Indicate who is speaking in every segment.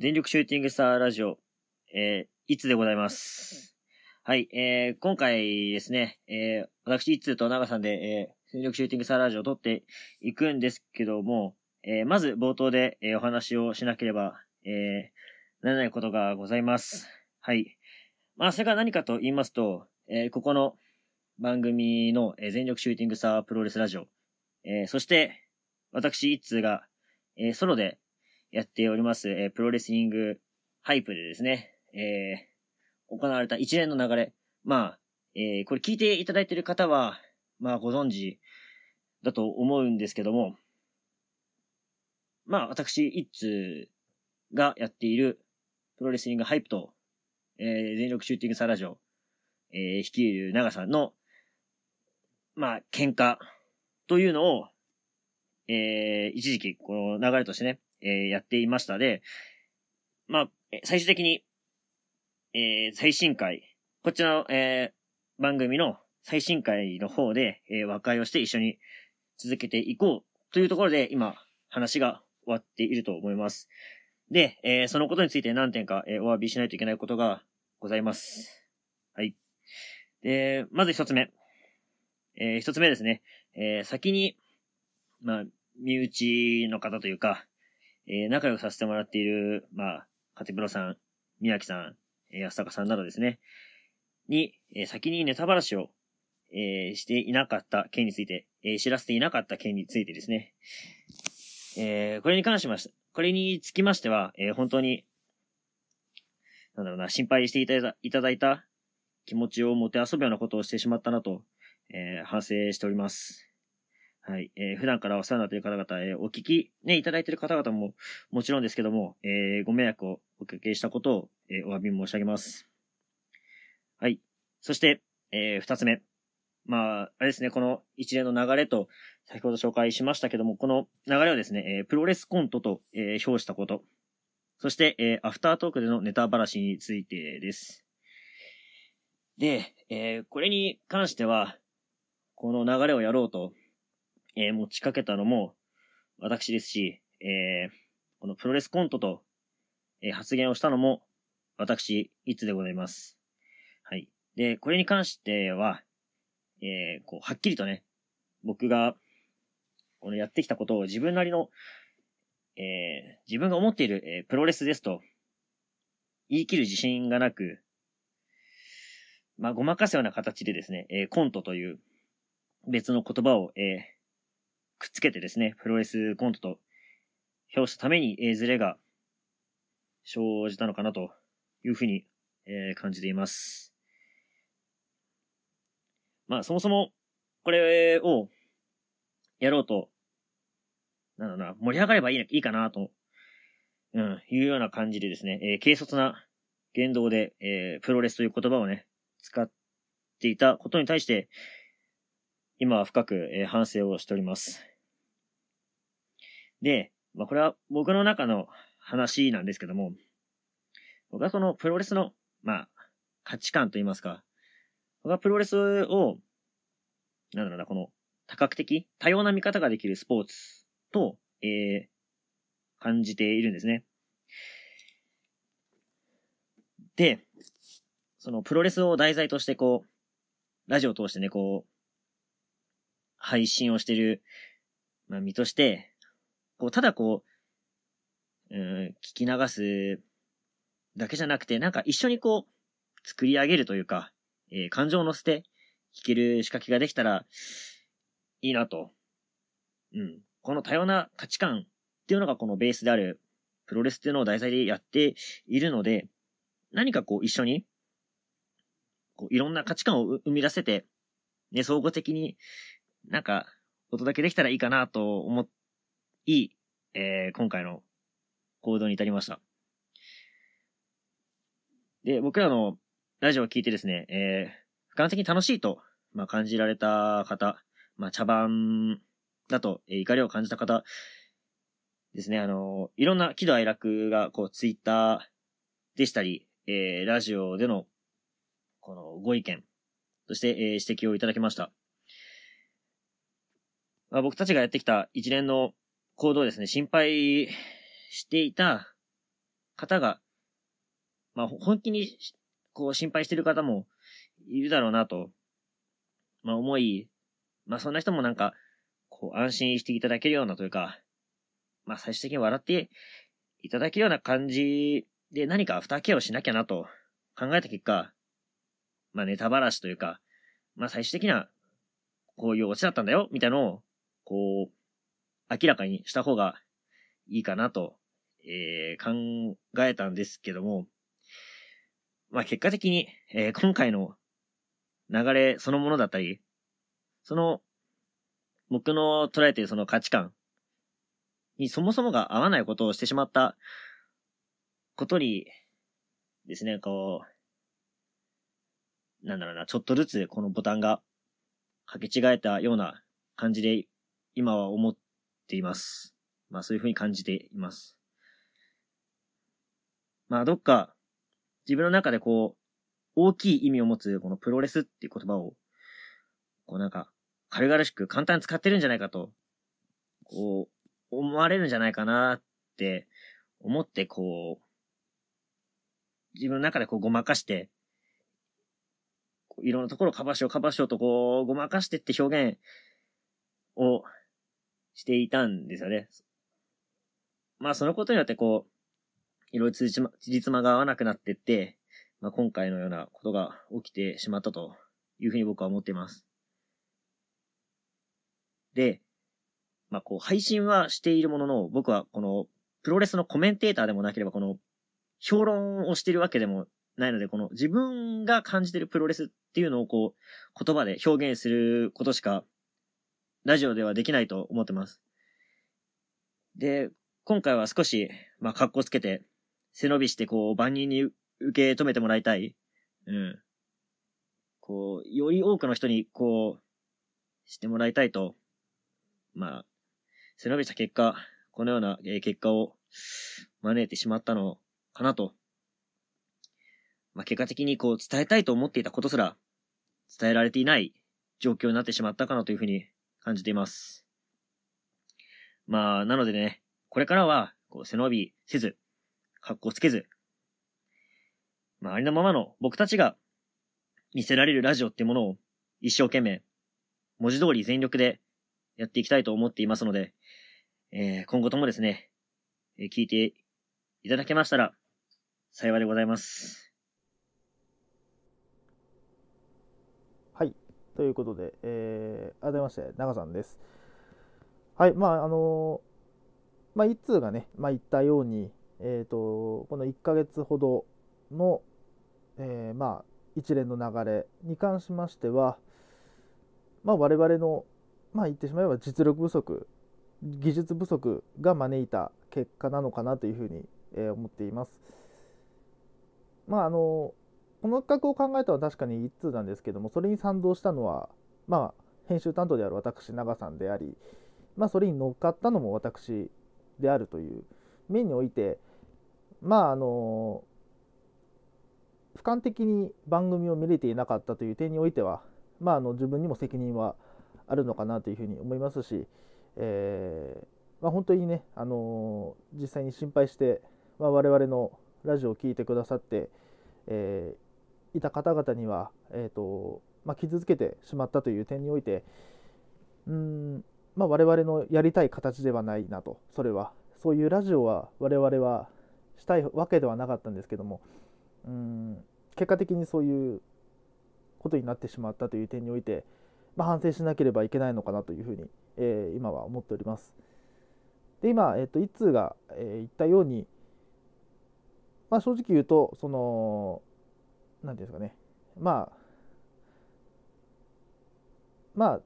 Speaker 1: 全力シューティングスターラジオ、えー、いつでございます。はい、えー、今回ですね、えー、私、いつと長さんで、えー、全力シューティングスターラジオを撮っていくんですけども、えー、まず冒頭で、えーお話をしなければ、えー、ならないことがございます。はい。まあ、それが何かと言いますと、えー、ここの番組の、えー全力シューティングスタープロレスラジオ、えー、そして、私、いつが、えー、ソロで、やっております、えープロレスリングハイプでですね、えー行われた一連の流れ。まあ、えーこれ聞いていただいている方は、まあご存知だと思うんですけども、まあ私、一通がやっているプロレスリングハイプと、えー全力シューティングサラジオ、えー率いる長さんの、まあ、喧嘩というのを、えー一時期、この流れとしてね、えーやっていましたで、まあ、え最終的に、えー最新回、こっちの、えー番組の最新回の方で、えー和解をして一緒に続けていこうというところで、今、話が終わっていると思います。で、えーそのことについて何点か、えーお詫びしないといけないことがございます。はい。で、まず一つ目。えー一つ目ですね。えー先に、まあ、身内の方というか、えー仲良くさせてもらっている、まあ、カテプロさん、宮城さん、えー安坂さんなどですね、に、えー先にネタバラシを、えーしていなかった件について、えー知らせていなかった件についてですね、えーこれに関しまして、これにつきましては、えー本当に、なんだろうな、心配していただいたいただいた気持ちを持て遊ぶようなことをしてしまったなと、えー反省しております。はい。えー普段からお世話になっている方々、えーお聞き、ね、いただいている方々も、もちろんですけども、えーご迷惑をおかけしたことを、えーお詫び申し上げます。はい。そして、えー二つ目。まあ、あれですね、この一連の流れと、先ほど紹介しましたけども、この流れをですね、えープロレスコントと、えー表したこと。そして、えーアフタートークでのネタばらしについてです。で、えーこれに関しては、この流れをやろうと、えー持ちかけたのも、私ですし、えーこのプロレスコントと、えー発言をしたのも、私、いつでございます。はい。で、これに関しては、えーこう、はっきりとね、僕が、このやってきたことを自分なりの、えー自分が思っている、えープロレスですと、言い切る自信がなく、まあ、ごまかすような形でですね、えーコントという別の言葉を、えーくっつけてですね、プロレスコントと表したために、えーズレが生じたのかなというふうに、えー感じています。まあ、そもそも、これを、やろうと、なんだろうな、盛り上がればいいないいかなと、うん、いうような感じでですね、えー軽率な言動で、えープロレスという言葉をね、使っていたことに対して、今は深く、えー反省をしております。で、まあ、これは僕の中の話なんですけども、僕はそのプロレスの、まあ、価値観といいますか、僕はプロレスを、なんだろうな、この多角的、多様な見方ができるスポーツと、えー感じているんですね。で、そのプロレスを題材としてこう、ラジオを通してね、こう、配信をしてる、まあ、身として、こう、ただこう、うん、聞き流すだけじゃなくて、なんか一緒にこう、作り上げるというか、えー感情を乗せて聞ける仕掛けができたら、いいなと。うん。この多様な価値観っていうのがこのベースである、プロレスっていうのを題材でやっているので、何かこう一緒に、こういろんな価値観を生み出せて、ね、総合的になんか、お届けできたらいいかなと思い、えー今回の行動に至りました。で、僕らのラジオを聞いてですね、えー、俯瞰的に楽しいと、まあ、感じられた方、まあ、茶番だと、えー怒りを感じた方ですね、あのいろんな喜怒哀楽が、こう、ツイッターでしたり、えーラジオでの、このご意見、そして、えー指摘をいただきました。まあ、僕たちがやってきた一連の行動をですね、心配していた方が、まあ、ほ本気にし、こう、心配してる方もいるだろうなと、まあ、思い、まあ、そんな人もなんか、こう、安心していただけるようなというか、まあ、最終的に笑っていただけるような感じで何かアフターケアをしなきゃなと考えた結果、まあ、ネタばらしというか、まあ、最終的には、こういうオチだったんだよ、みたいなのを、こう、明らかにした方がいいかなと、えー考えたんですけども、まあ結果的に、えー今回の流れそのものだったり、その、僕の捉えているその価値観にそもそもが合わないことをしてしまったことにですね、こう、なんだろうな、ちょっとずつこのボタンが掛け違えたような感じで今は思っています。まあそういうふうに感じています。まあどっか自分の中でこう大きい意味を持つこのプロレスっていう言葉をこうなんか軽々しく簡単に使ってるんじゃないかとこう思われるんじゃないかなって思ってこう自分の中でこうごまかしてこういろんなところをカバーしようカバーしようとこうごまかしてって表現をしていたんですよね。まあそのことによってこう、いろいろつじつま、つじつまが合わなくなってって、まあ今回のようなことが起きてしまったというふうに僕は思っています。で、まあこう配信はしているものの、僕はこのプロレスのコメンテーターでもなければ、この評論をしているわけでもないので、この自分が感じているプロレスっていうのをこう言葉で表現することしかラジオではできないと思ってます。で、今回は少し、まあ、格好つけて、背伸びして、こう、万人に受け止めてもらいたい。うん。こう、より多くの人に、こう、してもらいたいと、まあ、背伸びした結果、このような、えー結果を招いてしまったのかなと。まあ、結果的に、こう、伝えたいと思っていたことすら、伝えられていない状況になってしまったかなというふうに感じています。まあ、なのでね、これからは、こう、背伸びせず、格好つけず、まあ、ありのままの僕たちが見せられるラジオってものを一生懸命、文字通り全力でやっていきたいと思っていますので、えー今後ともですね、えー聞いていただけましたら幸いでございます。
Speaker 2: はい。ということで、えー、改めまして、長さんです。はい、まあ、あのーまあ、一通がね、まあ、言ったように、えっ、と、この1ヶ月ほどの、えーまあ、一連の流れに関しましては、まあ、我々の、まあ、言ってしまえば実力不足、技術不足が招いた結果なのかなというふうに、えー思っています。まあ、あのーこの企画を考えたのは確かに一通なんですけどもそれに賛同したのはまあ編集担当である私長さんでありまあそれに乗っかったのも私であるという面においてまああの俯瞰的に番組を見れていなかったという点においてはまああの自分にも責任はあるのかなというふうに思いますし、えーまあ、本当にね、あの実際に心配して、まあ、我々のラジオを聞いてくださって、えーいた方々には、えーとまあ、傷つけてしまったという点においてうーん、まあ、我々のやりたい形ではないなとそれはそういうラジオは我々はしたいわけではなかったんですけどもうーん結果的にそういうことになってしまったという点において、まあ、反省しなければいけないのかなというふうに、えー今は思っております。で今、えー、と一通が、えー言ったように、まあ、正直言うとそのなんていうんですかねまあまあは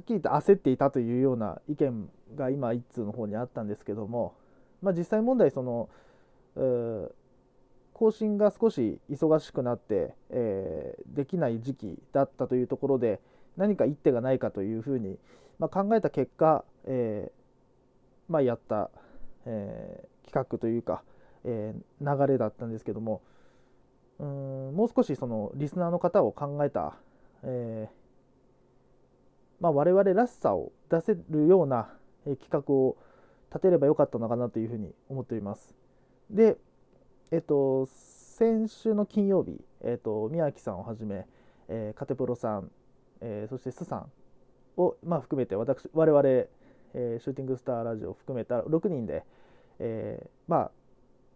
Speaker 2: っきり言って焦っていたというような意見が今一通の方にあったんですけども、まあ、実際問題そのうー更新が少し忙しくなって、えーできない時期だったというところで何か一手がないかというふうに、まあ、考えた結果、えーまあ、やった、えー企画というか、えー流れだったんですけども、うーんもう少しそのリスナーの方を考えた、えーまあ、我々らしさを出せるようなえー企画を立てればよかったのかなというふうに思っております。で、えっと、先週の金曜日、えっと、宮城さんをはじめ、えーカテプロさん、えーそしてスさんを、まあ、含めて私我々、えーシューティングスターラジオを含めた6人で、えーまあ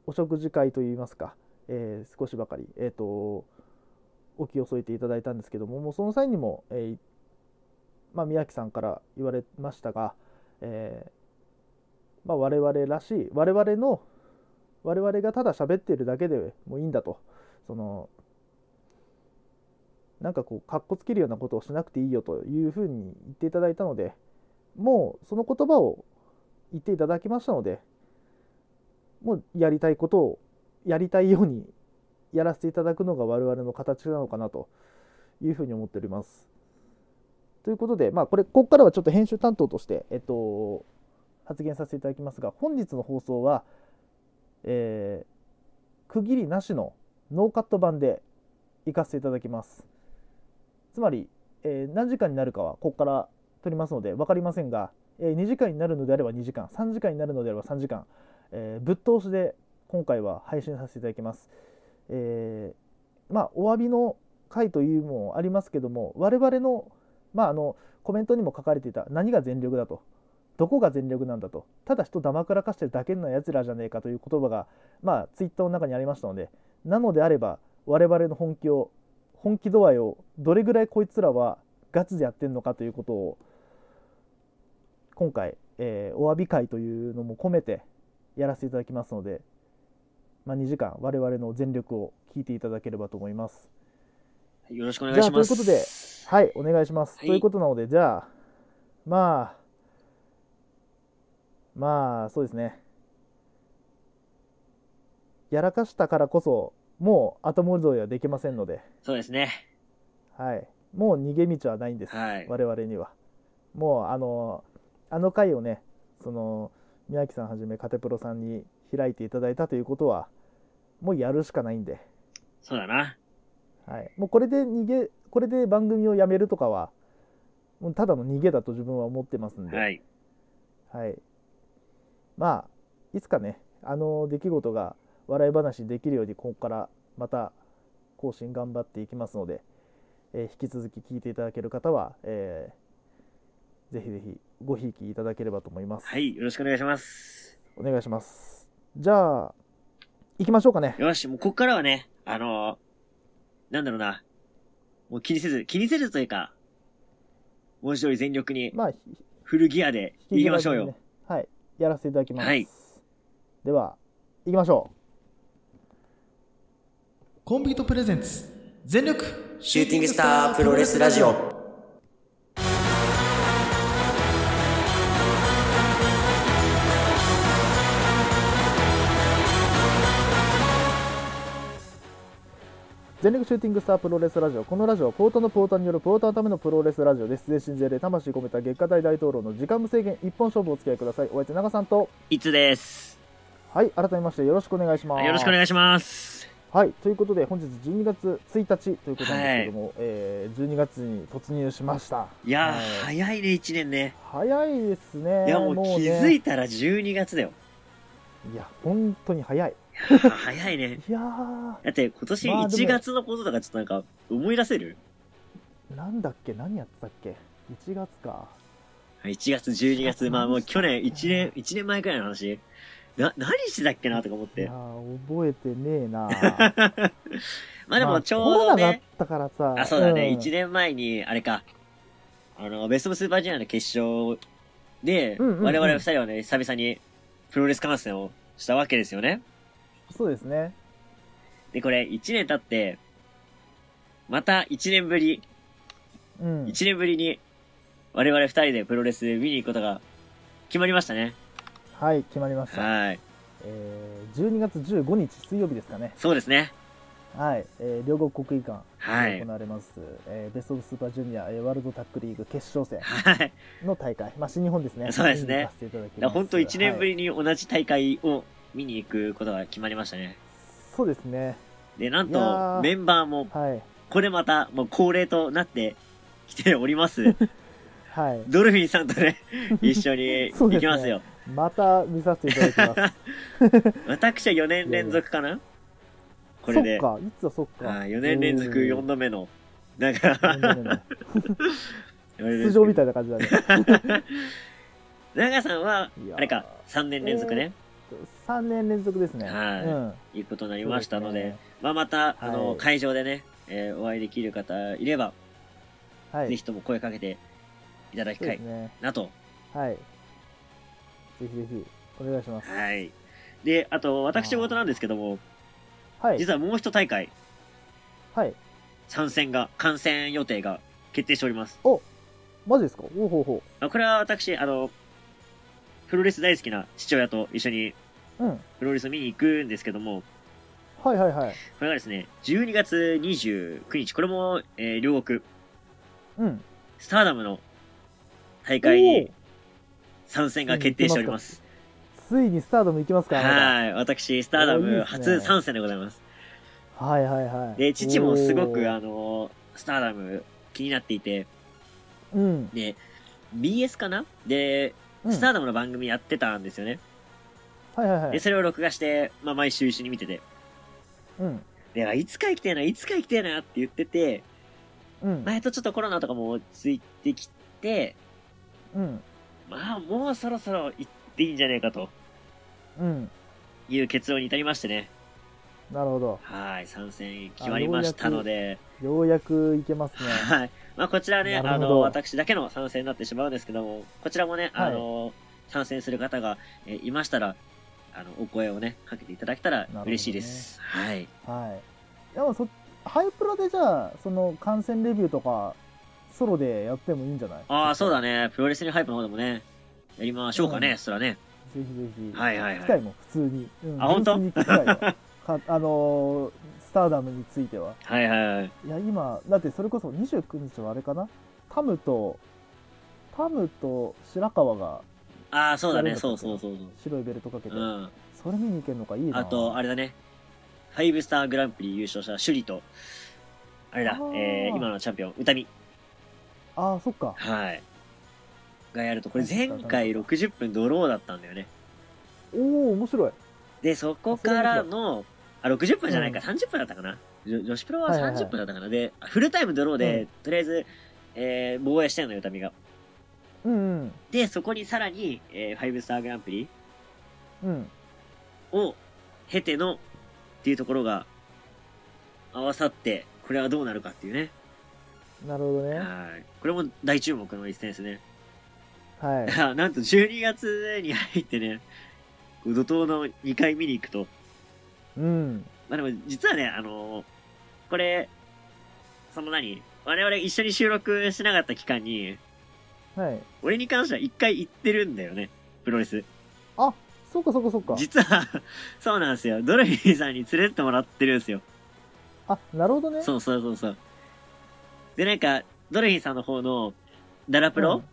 Speaker 2: お食事会といいますか、えー少しばかり、えー、とお気を添えていただいたんですけどももうその際にも、えーまあ、宮城さんから言われましたが、えーまあ、我々らしい我々の我々がただ喋っているだけでもいいんだとそのなんかこうかっこつけるようなことをしなくていいよというふうに言っていただいたのでもうその言葉を言っていただきましたのでもうやりたいことをやりたいようにやらせていただくのが我々の形なのかなというふうに思っております。ということで、まあ、これここからはちょっと編集担当として、えっと、発言させていただきますが本日の放送は、えー区切りなしのノーカット版で行かせていただきます。つまり、えー何時間になるかはここから取りますので分かりませんが、え2時間になるのであれば2時間3時間になるのであれば3時間、えーぶっ通しで今回は配信させていただきます。えーまあお詫びの回というのもありますけども我々の,、まああのコメントにも書かれていた何が全力だとどこが全力なんだとただ人だまくらかしてるだけのやつらじゃねえかという言葉がまあツイッターの中にありましたのでなのであれば我々の本気を本気度合いをどれぐらいこいつらはガチでやってんのかということを今回、えーお詫び会というのも込めてやらせていただきますので、まあ、2時間我々の全力を聞いていただければと思います。
Speaker 1: よろしくお願いします。
Speaker 2: じゃあということではい、お願いします。
Speaker 1: はい
Speaker 2: ということなので、じゃあ、まあ、まあ、そうですね。やらかしたからこそ、もう後戻りはできませんので、
Speaker 1: そうですね。
Speaker 2: はい、もう逃げ道はないんです、
Speaker 1: はい
Speaker 2: 我々には。もう、あの、あの回をね、その、宮城さんはじめ、カテプロさんに開いていただいたということは、もうやるしかないんで。
Speaker 1: そうだな。
Speaker 2: はい、もうこれで逃げこれで番組をやめるとかはもうただの逃げだと自分は思ってますんで、
Speaker 1: はい。
Speaker 2: はいまあいつかねあの出来事が笑い話にできるようにここからまた更新頑張っていきますので、えー引き続き聞いていただける方は、えーぜひぜひごひいきいただければと思います、
Speaker 1: はい。よろしくお願いします。
Speaker 2: お願いしますじゃあ行きましょうかね
Speaker 1: よし、もうこっからはね、あのーなんだろうな。もう気にせず、気にせずというか、文字通り全力に、
Speaker 2: まあ
Speaker 1: フルギアで行
Speaker 2: 引き
Speaker 1: き
Speaker 2: ま
Speaker 1: ま
Speaker 2: し
Speaker 1: し
Speaker 2: ょ
Speaker 1: ょ
Speaker 2: う
Speaker 1: う
Speaker 2: よ
Speaker 1: よ。。
Speaker 2: はい、やらせていただきます。
Speaker 1: はい
Speaker 2: では、行きましょ
Speaker 3: コンビートプレゼンツ全力
Speaker 4: シューティングスタープロレスラジオ。
Speaker 2: う。全力シューティングスタープロレスラジオ。このラジオはポーターのポーターによるポーターのためのプロレスラジオです。全身全霊、魂込めた月下大大統領の時間無制限一本勝負をお付き合いください。お相手長さんと、
Speaker 1: いつです。
Speaker 2: はい、改めましてよろしくお願いします。
Speaker 1: よろしくお願いします。
Speaker 2: はい、ということで本日12月1日ということなんですけども、えー12月に突入しました。
Speaker 1: いやー、
Speaker 2: はい
Speaker 1: 早いね、1年ね。
Speaker 2: 早いですね。
Speaker 1: いや、もう気
Speaker 2: ね
Speaker 1: づいたら12月だよ。
Speaker 2: いや、本当に早い。
Speaker 1: 早いね。
Speaker 2: いやー、
Speaker 1: だって今年
Speaker 2: まあでも
Speaker 1: 1月のこととかちょっとなんか思い出せる、
Speaker 2: なんだっけ何やってたっけ1月か
Speaker 1: ?1 月、12月、まあもう去年1年、1年前くらいの話。な、何してたっけなとか思っ
Speaker 2: い
Speaker 1: て
Speaker 2: や。ー覚えて ねえなま
Speaker 1: まあでもちょうど
Speaker 2: コロナだ
Speaker 1: ね
Speaker 2: っ、たからさ
Speaker 1: あ、そうだね、
Speaker 2: ん
Speaker 1: 1年前に、あれか、あの、ベストオブスーパージュニアの決勝で、
Speaker 2: うんうんうん
Speaker 1: 我々2人はね、久々にプロレス観戦をしたわけですよね。
Speaker 2: そうですね
Speaker 1: で、これ1年経って、また1年ぶり、
Speaker 2: うん
Speaker 1: 1年ぶりに、我々2人でプロレス見に行くことが決まりましたね。
Speaker 2: はい決まりました、
Speaker 1: はい。
Speaker 2: えー、12月15日水曜日ですかね
Speaker 1: そうですね。
Speaker 2: はい、えー両国国技館
Speaker 1: は
Speaker 2: で
Speaker 1: い
Speaker 2: 行。われます、えーベストオブスーパージュニア、えーワールドタックリーグ決勝戦
Speaker 1: はい。
Speaker 2: の大会、まあ、新日本です ね
Speaker 1: そうですね
Speaker 2: 見に行かせていただきます
Speaker 1: 本当1年ぶ
Speaker 2: はい
Speaker 1: りに同じ大会を見に行くことが決まりましたね。
Speaker 2: そうですね
Speaker 1: で、なん
Speaker 2: いや
Speaker 1: と
Speaker 2: ー
Speaker 1: メンバーも
Speaker 2: はい
Speaker 1: これまたもう恒例となってきており ます。
Speaker 2: はい
Speaker 1: ドルフィンさんと ね、一緒に
Speaker 2: そう
Speaker 1: 行
Speaker 2: ですね
Speaker 1: きますよ。
Speaker 2: また見させていただきます
Speaker 1: 私は4年連続かな これで。
Speaker 2: そっか、いつはそっか。
Speaker 1: あ4年連続4
Speaker 2: 度
Speaker 1: 度目の、なんか、
Speaker 2: 出場みたいな感じだね。、
Speaker 1: 長さんはい
Speaker 2: やー
Speaker 1: あれか、3年連続ね、
Speaker 2: 3年連続ですね。
Speaker 1: はい
Speaker 2: うん
Speaker 1: いうことになりましたので、
Speaker 2: そうすね
Speaker 1: まあまた、あの、
Speaker 2: はい
Speaker 1: 会場でね、えーお会いできる方いれば、
Speaker 2: はい。
Speaker 1: ぜひとも声かけていただき
Speaker 2: そう
Speaker 1: た
Speaker 2: で
Speaker 1: い
Speaker 2: すね。
Speaker 1: なと。
Speaker 2: はい。ぜひぜひ、お願いします。
Speaker 1: はい。で、あと、私事なんですけども、
Speaker 2: はい。
Speaker 1: 実はもう一大会、
Speaker 2: はい。
Speaker 1: 参戦が、観戦予定が決定しております。
Speaker 2: マジですかおうほうほ
Speaker 1: あこれは私、あの、プロレス大好きな父親と一緒に
Speaker 2: う。うん。
Speaker 1: プロレス見に行くんですけども、
Speaker 2: はいはいはい。
Speaker 1: これがですね、12月29日、これも、えー両国、
Speaker 2: うん。
Speaker 1: スターダムの大会に
Speaker 2: お
Speaker 1: 参戦が決定しております。
Speaker 2: ついにスタートも行きますかあ
Speaker 1: はい。私、スターダ
Speaker 2: おーいい
Speaker 1: ム
Speaker 2: ですね
Speaker 1: 初参戦でございます。
Speaker 2: なたはいはいはい。
Speaker 1: で、父もすご
Speaker 2: お
Speaker 1: く、
Speaker 2: ー
Speaker 1: あの、スターダム気になっていて、
Speaker 2: うん。
Speaker 1: で、BS かなで、
Speaker 2: うん
Speaker 1: スターダムの番組やってたんですよね。
Speaker 2: はいはいは
Speaker 1: で、
Speaker 2: い。
Speaker 1: それを録画して、まあ、毎週一緒に見てて。
Speaker 2: うん。
Speaker 1: で、あいつか行きたいな、いつか行きたいなって言ってて、
Speaker 2: うん。
Speaker 1: まあ、やっとちょっとコロナとかも落ち着いてきて、
Speaker 2: うん。
Speaker 1: まあ、もうそろそろ行っていいんじゃねえかと
Speaker 2: うん。
Speaker 1: いう結論に至りましてね。
Speaker 2: なるほど。
Speaker 1: はい、参戦決まりましたので、
Speaker 2: ようやく行けます ね。
Speaker 1: はい。まあ、こちらね、
Speaker 2: な
Speaker 1: あ
Speaker 2: るほど
Speaker 1: の、私だけの参戦になってしまうんですけども、こちらもね、
Speaker 2: はい
Speaker 1: あの、参戦する方がえーいましたら、あの、お声をね、かけていただけたら
Speaker 2: ほどね
Speaker 1: 嬉しいです。はい。
Speaker 2: はい。でもそ、ハイプラでじゃあ、その、観戦レビューとか、ソロでやってもいいんじゃない
Speaker 1: ああ、そうだ。ね。プロレスリングハイプの方でもね、やりましょうかね、
Speaker 2: う
Speaker 1: そらね。
Speaker 2: ぜひぜひ。
Speaker 1: はいはいはい
Speaker 2: 聞きたいもん、普通に。うん
Speaker 1: あ本当
Speaker 2: 純粋に聞きたいわか あのースターダムについては。
Speaker 1: はいはいはい。
Speaker 2: いや、今、だってそれこそ29日はあれかなタムと、タムと白川が
Speaker 1: ああ、そうだ
Speaker 2: や
Speaker 1: ね。
Speaker 2: るんだ
Speaker 1: そ
Speaker 2: っ
Speaker 1: う
Speaker 2: たっけ
Speaker 1: そうそう
Speaker 2: 白いベルトかけ
Speaker 1: そう。う
Speaker 2: て、
Speaker 1: ん。
Speaker 2: それ見に行けるのかいいな
Speaker 1: あと、あれだね。ファイブスターグランプリ優勝したシュリと、あれだ
Speaker 2: あ、ー
Speaker 1: えー、今のチャンピオン、歌見。
Speaker 2: ああそっか
Speaker 1: はい。がやると、これ前回60分ドローだったんだよね。
Speaker 2: おお面白い
Speaker 1: で、そこからの、あ、60分じゃないか、
Speaker 2: うん
Speaker 1: 30分だったかな。女女子プロは
Speaker 2: はいはいはい
Speaker 1: 30分だったかな。で、フルタイムドローで、
Speaker 2: うん
Speaker 1: とりあえず、えー、防衛してんのよ、歌見が。
Speaker 2: うんうん
Speaker 1: で、そこにさらに、えー、ファイブスターグランプリ
Speaker 2: うん
Speaker 1: を経てのっていうところが合わさって、これはどうなるかっていうね。
Speaker 2: なるほどね
Speaker 1: はい。これも大注目の一戦ですね。
Speaker 2: は い
Speaker 1: なんと12月に入ってね、こう怒涛の2回見に行くと。
Speaker 2: うん
Speaker 1: まあでも実はね、あのーこれ、その何我々一緒に収録しなかった期間に、
Speaker 2: はい
Speaker 1: 俺に関しては1回行ってるんだよね。プロレス。
Speaker 2: あそっかそっかそっか
Speaker 1: 実は、 そうなんですよ。ドルフィーさんに連れてってもらってるんですよ。
Speaker 2: あなるほどね
Speaker 1: そうそうそうそう。で、なんか、ドルフィーさんの方の、ダラプロ、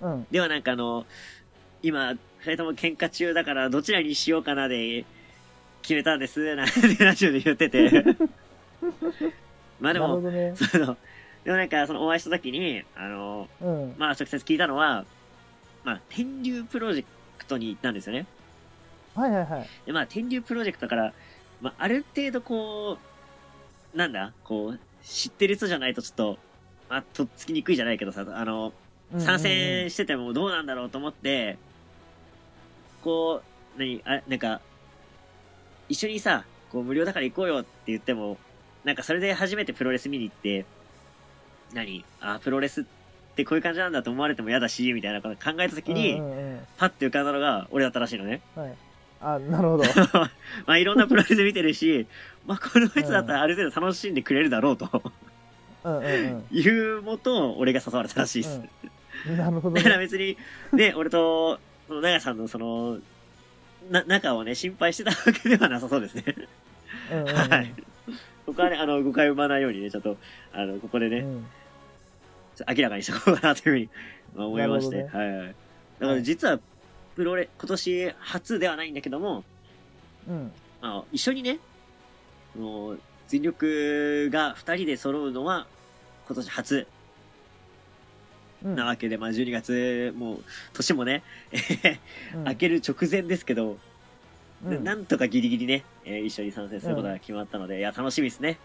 Speaker 2: うん、うん
Speaker 1: ではなんかあの、今、二人とも喧嘩中だから、どちらにしようかなで、決めたんです、なんてラジオで言って て。まあで
Speaker 2: なるほ
Speaker 1: も、
Speaker 2: どね
Speaker 1: その、でもなんか、そのお会いした時に、あの、
Speaker 2: うん
Speaker 1: まあ直接聞いたのは、まあ、天竜プロジェクトに行ったんですよね。
Speaker 2: はいはいはい
Speaker 1: で、まあ、天竜プロジェクトから、まあ、ある程度こう、なんだ、こう、知ってる人じゃないとちょっと、まあ、とっつきにくいじゃないけどさ、あの、
Speaker 2: うんうんうん
Speaker 1: 参戦しててもどうなんだろうと思って、こう、何、あ、なんか、一緒にさ、こう無料だから行こうよって言っても、なんかそれで初めてプロレス見に行って、何、あ、プロレスってこういう感じなんだと思われても嫌だし、みたいなこと考えた時に、
Speaker 2: うんうんうん
Speaker 1: パッて浮かんだのが俺だったらしいのね。
Speaker 2: はいあなるほ ど
Speaker 1: まあいろんなプロレス見てる し、まあこの人だったらある程度楽しんでくれるだろうと
Speaker 2: うんうんうん
Speaker 1: いうもと、俺が誘われたらしいです。
Speaker 2: うんなるほ ど
Speaker 1: だから
Speaker 2: ね
Speaker 1: 別に、ね、俺と、その、長さんのその、な、仲をね、心配してたわけではなさそうですね。
Speaker 2: うんうんうん
Speaker 1: はい。ここはね、あの、誤解を生まないようにね、ちょっと、あの、ここでね、
Speaker 2: うん
Speaker 1: ちょっと明らかにしとこうかなというふうに、まあ思いまして、
Speaker 2: なるほ
Speaker 1: はいはい。だから実は、プロレ、今年初ではないんだけども、
Speaker 2: うん
Speaker 1: まあ、一緒にね、あの、全力が二人で揃うのは、今年初
Speaker 2: うん
Speaker 1: なわけで、まあ12月、もう、年もね、
Speaker 2: うん
Speaker 1: 開ける直前ですけど、
Speaker 2: うん
Speaker 1: なんとかギリギリね、えー一緒に参戦することが決まったので、いや、楽しみですね。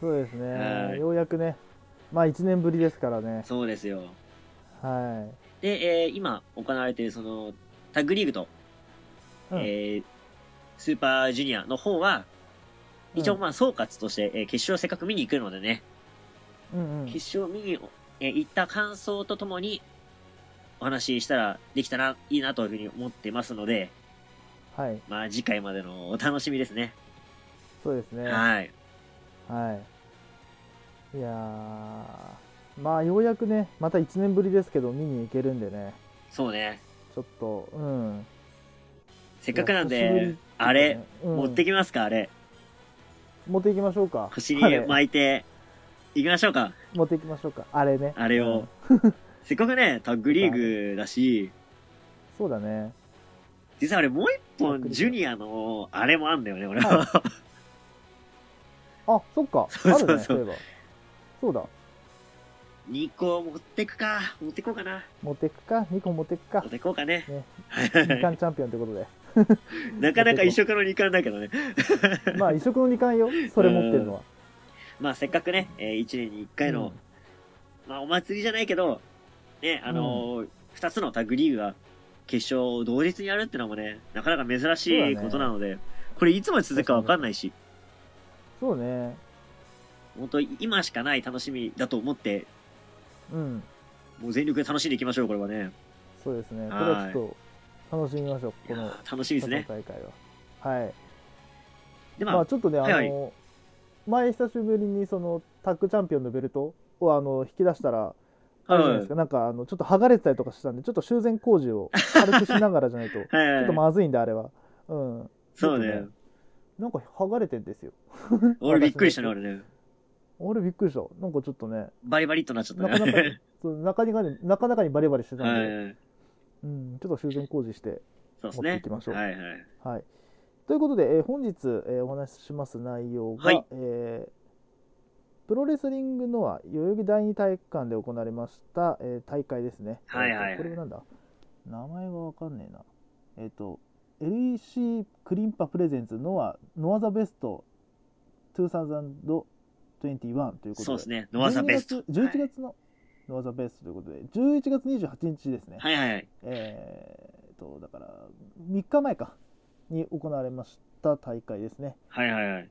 Speaker 2: そうです
Speaker 1: は
Speaker 2: ね。
Speaker 1: い
Speaker 2: ようやくね、まあ1年ぶりですからね。
Speaker 1: そうですよ。
Speaker 2: は
Speaker 1: で、えー今行われているその、タッグリーグと、
Speaker 2: うん
Speaker 1: えースーパージュニアの方は、
Speaker 2: うん
Speaker 1: 一応まあ総括として、えー決勝をせっかく見に行くのでね、
Speaker 2: い。うんうん。
Speaker 1: 決勝を見に、えー行った感想とともに、お話ししたらできたらいいなというふうに思ってますので、
Speaker 2: はい。
Speaker 1: まあ次回までのお楽しみですね。
Speaker 2: そうですね。
Speaker 1: はい。
Speaker 2: はい。いやー、まあようやくね、また1年ぶりですけど、見に行けるんでね、
Speaker 1: そうね。
Speaker 2: ちょっと、うん。
Speaker 1: せっかくなん
Speaker 2: いや久しぶり
Speaker 1: で
Speaker 2: ね、
Speaker 1: あれ、、
Speaker 2: うん
Speaker 1: 持ってきますかあれ。
Speaker 2: 持っていきましょうか。
Speaker 1: 腰
Speaker 2: あ
Speaker 1: に
Speaker 2: れ
Speaker 1: 巻いて、行きましょうか。
Speaker 2: 持っていきましょうか。あれね。
Speaker 1: あれ
Speaker 2: う
Speaker 1: を
Speaker 2: ん。
Speaker 1: せっかくね、タッグリーグだし、
Speaker 2: そうだね。
Speaker 1: 実はあれもう一
Speaker 2: タッグリー
Speaker 1: 本
Speaker 2: グ
Speaker 1: ジュニアのあれもあんだよね、俺 は。
Speaker 2: あ、そっか。あ
Speaker 1: そうそう
Speaker 2: る
Speaker 1: そう
Speaker 2: ね、そういえば。そうだ。
Speaker 1: 2個持ってくか。持ってこうかな。
Speaker 2: 持っていくか、2個持っていくか
Speaker 1: 持っ。てこうかね。
Speaker 2: ね
Speaker 1: はい
Speaker 2: 二冠チャンピオンってことで。
Speaker 1: なかなか異色の2冠だけどね。
Speaker 2: まあ、異色の2冠よ、それ持ってるのは。
Speaker 1: まあせっかくね、え1年に1回の、まあお祭りじゃないけど、ね、あのー、2つのタッグリーグが決勝を同日にやるってのもね、なかなか珍しいことなので、これいつまで続くかわかんないし、
Speaker 2: そうね。
Speaker 1: 本当今しかない楽しみだと思って、
Speaker 2: うん。
Speaker 1: もう全力で楽しんでいきましょう、これはね。
Speaker 2: そうですね。これ
Speaker 1: はい
Speaker 2: はちょっと、楽しみましょう。
Speaker 1: い
Speaker 2: こ
Speaker 1: や
Speaker 2: の、
Speaker 1: ー楽しみですね。
Speaker 2: 大会は。はい。
Speaker 1: で、まあ、
Speaker 2: まあちょっとね、あ
Speaker 1: はいはい
Speaker 2: の、前久しぶりにそのタッグチャンピオンのベルトをあの引き出したら、あれじゃないですか、なんかあのちょっと剥がれてたりとかしてたんで、ちょっと修繕工事を軽くしながらじゃないと、ち
Speaker 1: はいはい
Speaker 2: ょっとまずいんで、あれは。うん。
Speaker 1: そう
Speaker 2: ちょっ
Speaker 1: ね
Speaker 2: と。なんか剥がれてんですよ。
Speaker 1: 俺びっくりしたね、俺ね。
Speaker 2: 俺びっくりした。なんかちょっとね、
Speaker 1: バリバリっとなっちゃった
Speaker 2: なかな か
Speaker 1: ね。
Speaker 2: そう中にがねなかなかにバリバリしてた ん
Speaker 1: は
Speaker 2: で、
Speaker 1: い。
Speaker 2: うん、ちょっと修繕工事して、
Speaker 1: そうです
Speaker 2: 持って
Speaker 1: ね
Speaker 2: い。きましょう
Speaker 1: はいはい。
Speaker 2: はい。ということで、えー本日、えーお話しします内容が、
Speaker 1: はい
Speaker 2: えープロレスリングのは代々木第二体育館で行われました、えー大会ですね。
Speaker 1: はいはいはい
Speaker 2: えーとこれはなんだ名前がわかんねえな。えっ、と、LEC クリンパプレゼンツノア、ノアザベスト2021ということで。
Speaker 1: そうですね。ノアザベスト。
Speaker 2: 11月 ,11 月のノアザベストということで、11月28日ですね。
Speaker 1: はいはいはい。
Speaker 2: えー、とだから3日前かに行われました大会ですね。
Speaker 1: はいはいはい。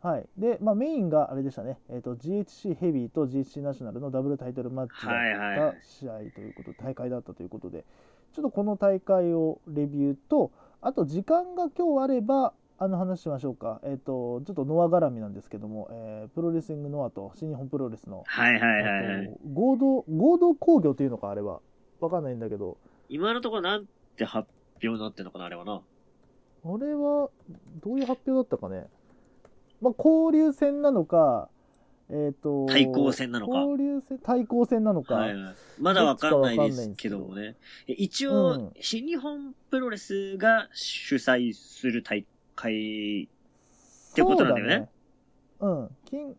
Speaker 2: はい、で、まあ、メインがあれでしたね、えーと、GHC ヘビーと GHC ナショナルのダブルタイトルマッチだ
Speaker 1: はいはいは
Speaker 2: っ
Speaker 1: い
Speaker 2: た試合ということ、大会だったということで、ちょっとこの大会をレビューと、あと時間が今日あれば、あの話しましょうか、えーと、ちょっとノア絡みなんですけども、えープロレスリングノアと新日本プロレスの、
Speaker 1: はいはいはいは
Speaker 2: えー
Speaker 1: い。
Speaker 2: と合同合同工業というのか、あれは、わかんないんだけど、
Speaker 1: 今のところなんて発表になってんのかな、あれはな。
Speaker 2: あれはどういう発表だったかね、まあ、交流戦なのか、えー、と
Speaker 1: 対抗戦なのか
Speaker 2: 交流戦対抗戦なのか、
Speaker 1: はいはい。まだわかんないですけどもね。一
Speaker 2: う
Speaker 1: 応
Speaker 2: ん、
Speaker 1: 新日本プロレスが主催する大会、てことなんだよね
Speaker 2: そうだねうん金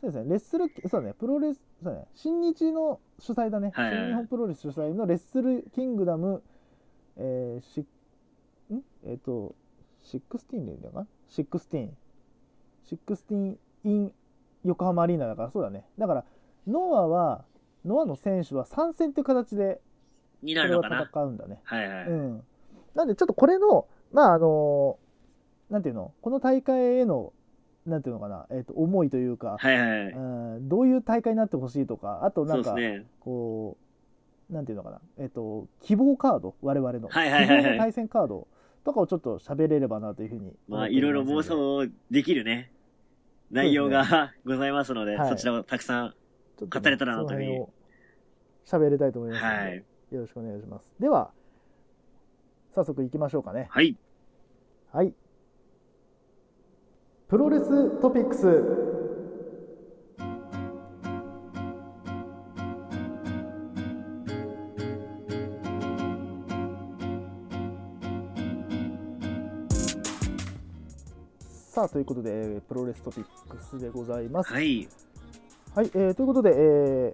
Speaker 2: そうですねレッスルそうだねプロレスそうだね新日の主催だね、
Speaker 1: はいはい
Speaker 2: 新日本プロレス主催のレッスルキングダムえー、しんえっ、と16でいいんだよな16 16 in 横浜アリーナだからそうだねだからノアはノアの選手は参戦という形で
Speaker 1: にな
Speaker 2: こ
Speaker 1: る
Speaker 2: れ
Speaker 1: のか
Speaker 2: は
Speaker 1: な。
Speaker 2: 戦うんだね
Speaker 1: はいはい。
Speaker 2: うん、なんでちょっとこれのまああのなんていうのこの大会へのなんていうのかな、えっと思いというか、
Speaker 1: はいはいはい。
Speaker 2: うん、どういう大会になってほしいとかあとな
Speaker 1: そうんです
Speaker 2: か
Speaker 1: ね。
Speaker 2: こうなんていうのかな、えっと希望カード我々の、
Speaker 1: はいはいはいはい
Speaker 2: 希望の対戦カードとかをちょっと喋れればなというふうに
Speaker 1: まあ、いろいろ妄
Speaker 2: を
Speaker 1: 想できるね、内容がございますので、
Speaker 2: はい
Speaker 1: そちらをたくさん。語れたらなというふうに
Speaker 2: 喋りたいと思いますので、
Speaker 1: はい。
Speaker 2: よろしくお願いしますでは早速いきましょうかね
Speaker 1: はい。
Speaker 2: はい。プロレストピックス。さあということで、えープロレストピックスでございます。
Speaker 1: はい。
Speaker 2: はい、えーということで、えー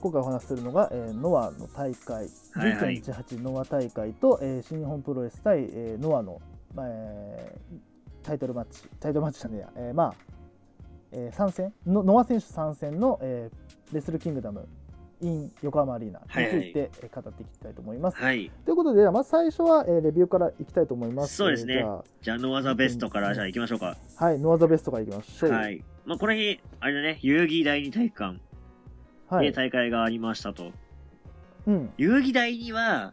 Speaker 2: 今回お話しするのが、えーノアの大会、
Speaker 1: はいはい
Speaker 2: 1918ノア大会と、えー新日本プロレス対、えーノアのまあえータイトルマッチ、タイトルマッチじゃねえや、えーまあ、えー参戦の、ノア選手参戦の、えーレスルキングダム in 横浜アリーナについてえー語っていきたいと思います。
Speaker 1: はい。
Speaker 2: ということで、まず最初は、えーレビューからいきたいと思います。
Speaker 1: そうですね
Speaker 2: えーじ
Speaker 1: じ
Speaker 2: ゃ
Speaker 1: ゃあ、ノアザベストから、じゃあ行きましょうか。
Speaker 2: あはい、ノアザベストからいきましょう。
Speaker 1: は。い。まあ、この日、あれだね、遊戯第二体育館
Speaker 2: は
Speaker 1: で
Speaker 2: い。
Speaker 1: 大会がありましたと。
Speaker 2: うん。
Speaker 1: 遊戯第には、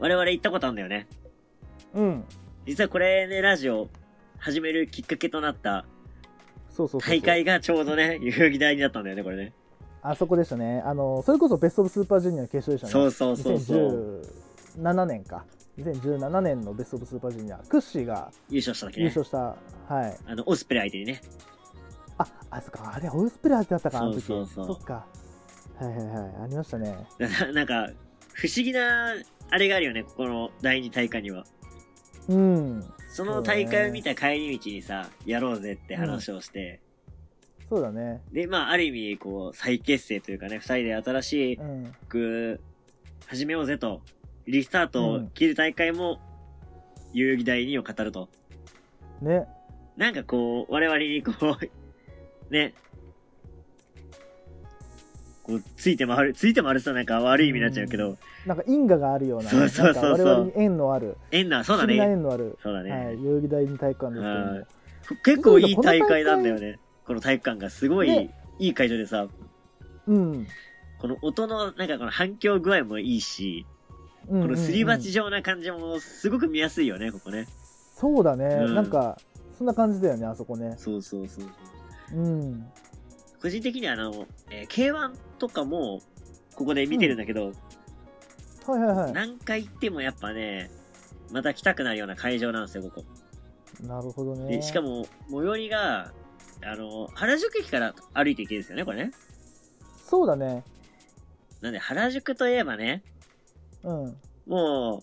Speaker 1: 我々行ったことあるんだよね。
Speaker 2: うん。
Speaker 1: 実はこれね、ラジオ始めるきっかけとなった
Speaker 2: そうそうそうそう。
Speaker 1: 大会がちょうどね、遊戯第二だったんだよね、これね。
Speaker 2: あそこでしたね。あの、それこそベストオブスーパージュニアの決勝でしたね。
Speaker 1: そうそうそうそう。
Speaker 2: 2017年か。2017年のベストオブスーパージュニア。クッシーが
Speaker 1: 優勝した時
Speaker 2: 優
Speaker 1: ね。
Speaker 2: 勝した。はい。
Speaker 1: あの、オスプレイ相手にね。
Speaker 2: あ、あ、そっか。あれ、オイスプレーだったか、あの時。
Speaker 1: そうそうそう
Speaker 2: そっか。はいはいはい。ありましたね。
Speaker 1: ななんか、不思議な、あれがあるよね、ここの第二大会には。
Speaker 2: うん。
Speaker 1: その大会を見た帰り道にさ、やろうぜって話をして、
Speaker 2: そうだね。
Speaker 1: で、まあ、ある意味、こう、再結成というかね、二人で新しい
Speaker 2: うん。
Speaker 1: 曲、始めようぜと、リスタートを切る大会も、遊戯第二を語ると。
Speaker 2: ね。
Speaker 1: なんかこう、我々にこう、 ね、こう、ついて回る、ついて回るとなんか悪い意味になっちゃうけど、
Speaker 2: なんか因果があるような。
Speaker 1: そうそうそうそう
Speaker 2: なんか我々に縁のある。
Speaker 1: エンナー、そうだ
Speaker 2: 不思議な
Speaker 1: ね。
Speaker 2: 縁のある。
Speaker 1: そうだね、
Speaker 2: はい。代々木第二体育館ですけども
Speaker 1: はい。結構いい大会なんだよね。この体育館がすごい、
Speaker 2: ね
Speaker 1: いい会場でさ、
Speaker 2: うん。
Speaker 1: この音の、なんかこの反響具合もいいし、
Speaker 2: こ
Speaker 1: このすり鉢状な感じもすごく見やすいよね、ここね。
Speaker 2: そうだね、
Speaker 1: うん
Speaker 2: なんかそんな感じだよねあそこね
Speaker 1: そうそうそうそう。
Speaker 2: うん
Speaker 1: 個人的にはあの、えー K1 とかも、ここで見てるんだけど、
Speaker 2: はいはいはい
Speaker 1: 何回行ってもやっぱね、また来たくなるような会場なんですよ、ここ。
Speaker 2: なるほどね
Speaker 1: でしかも、最寄りが、あの、原宿駅から歩いていけるんですよね、これね。
Speaker 2: そうだね
Speaker 1: なんで、原宿といえばね、
Speaker 2: うんはい
Speaker 1: も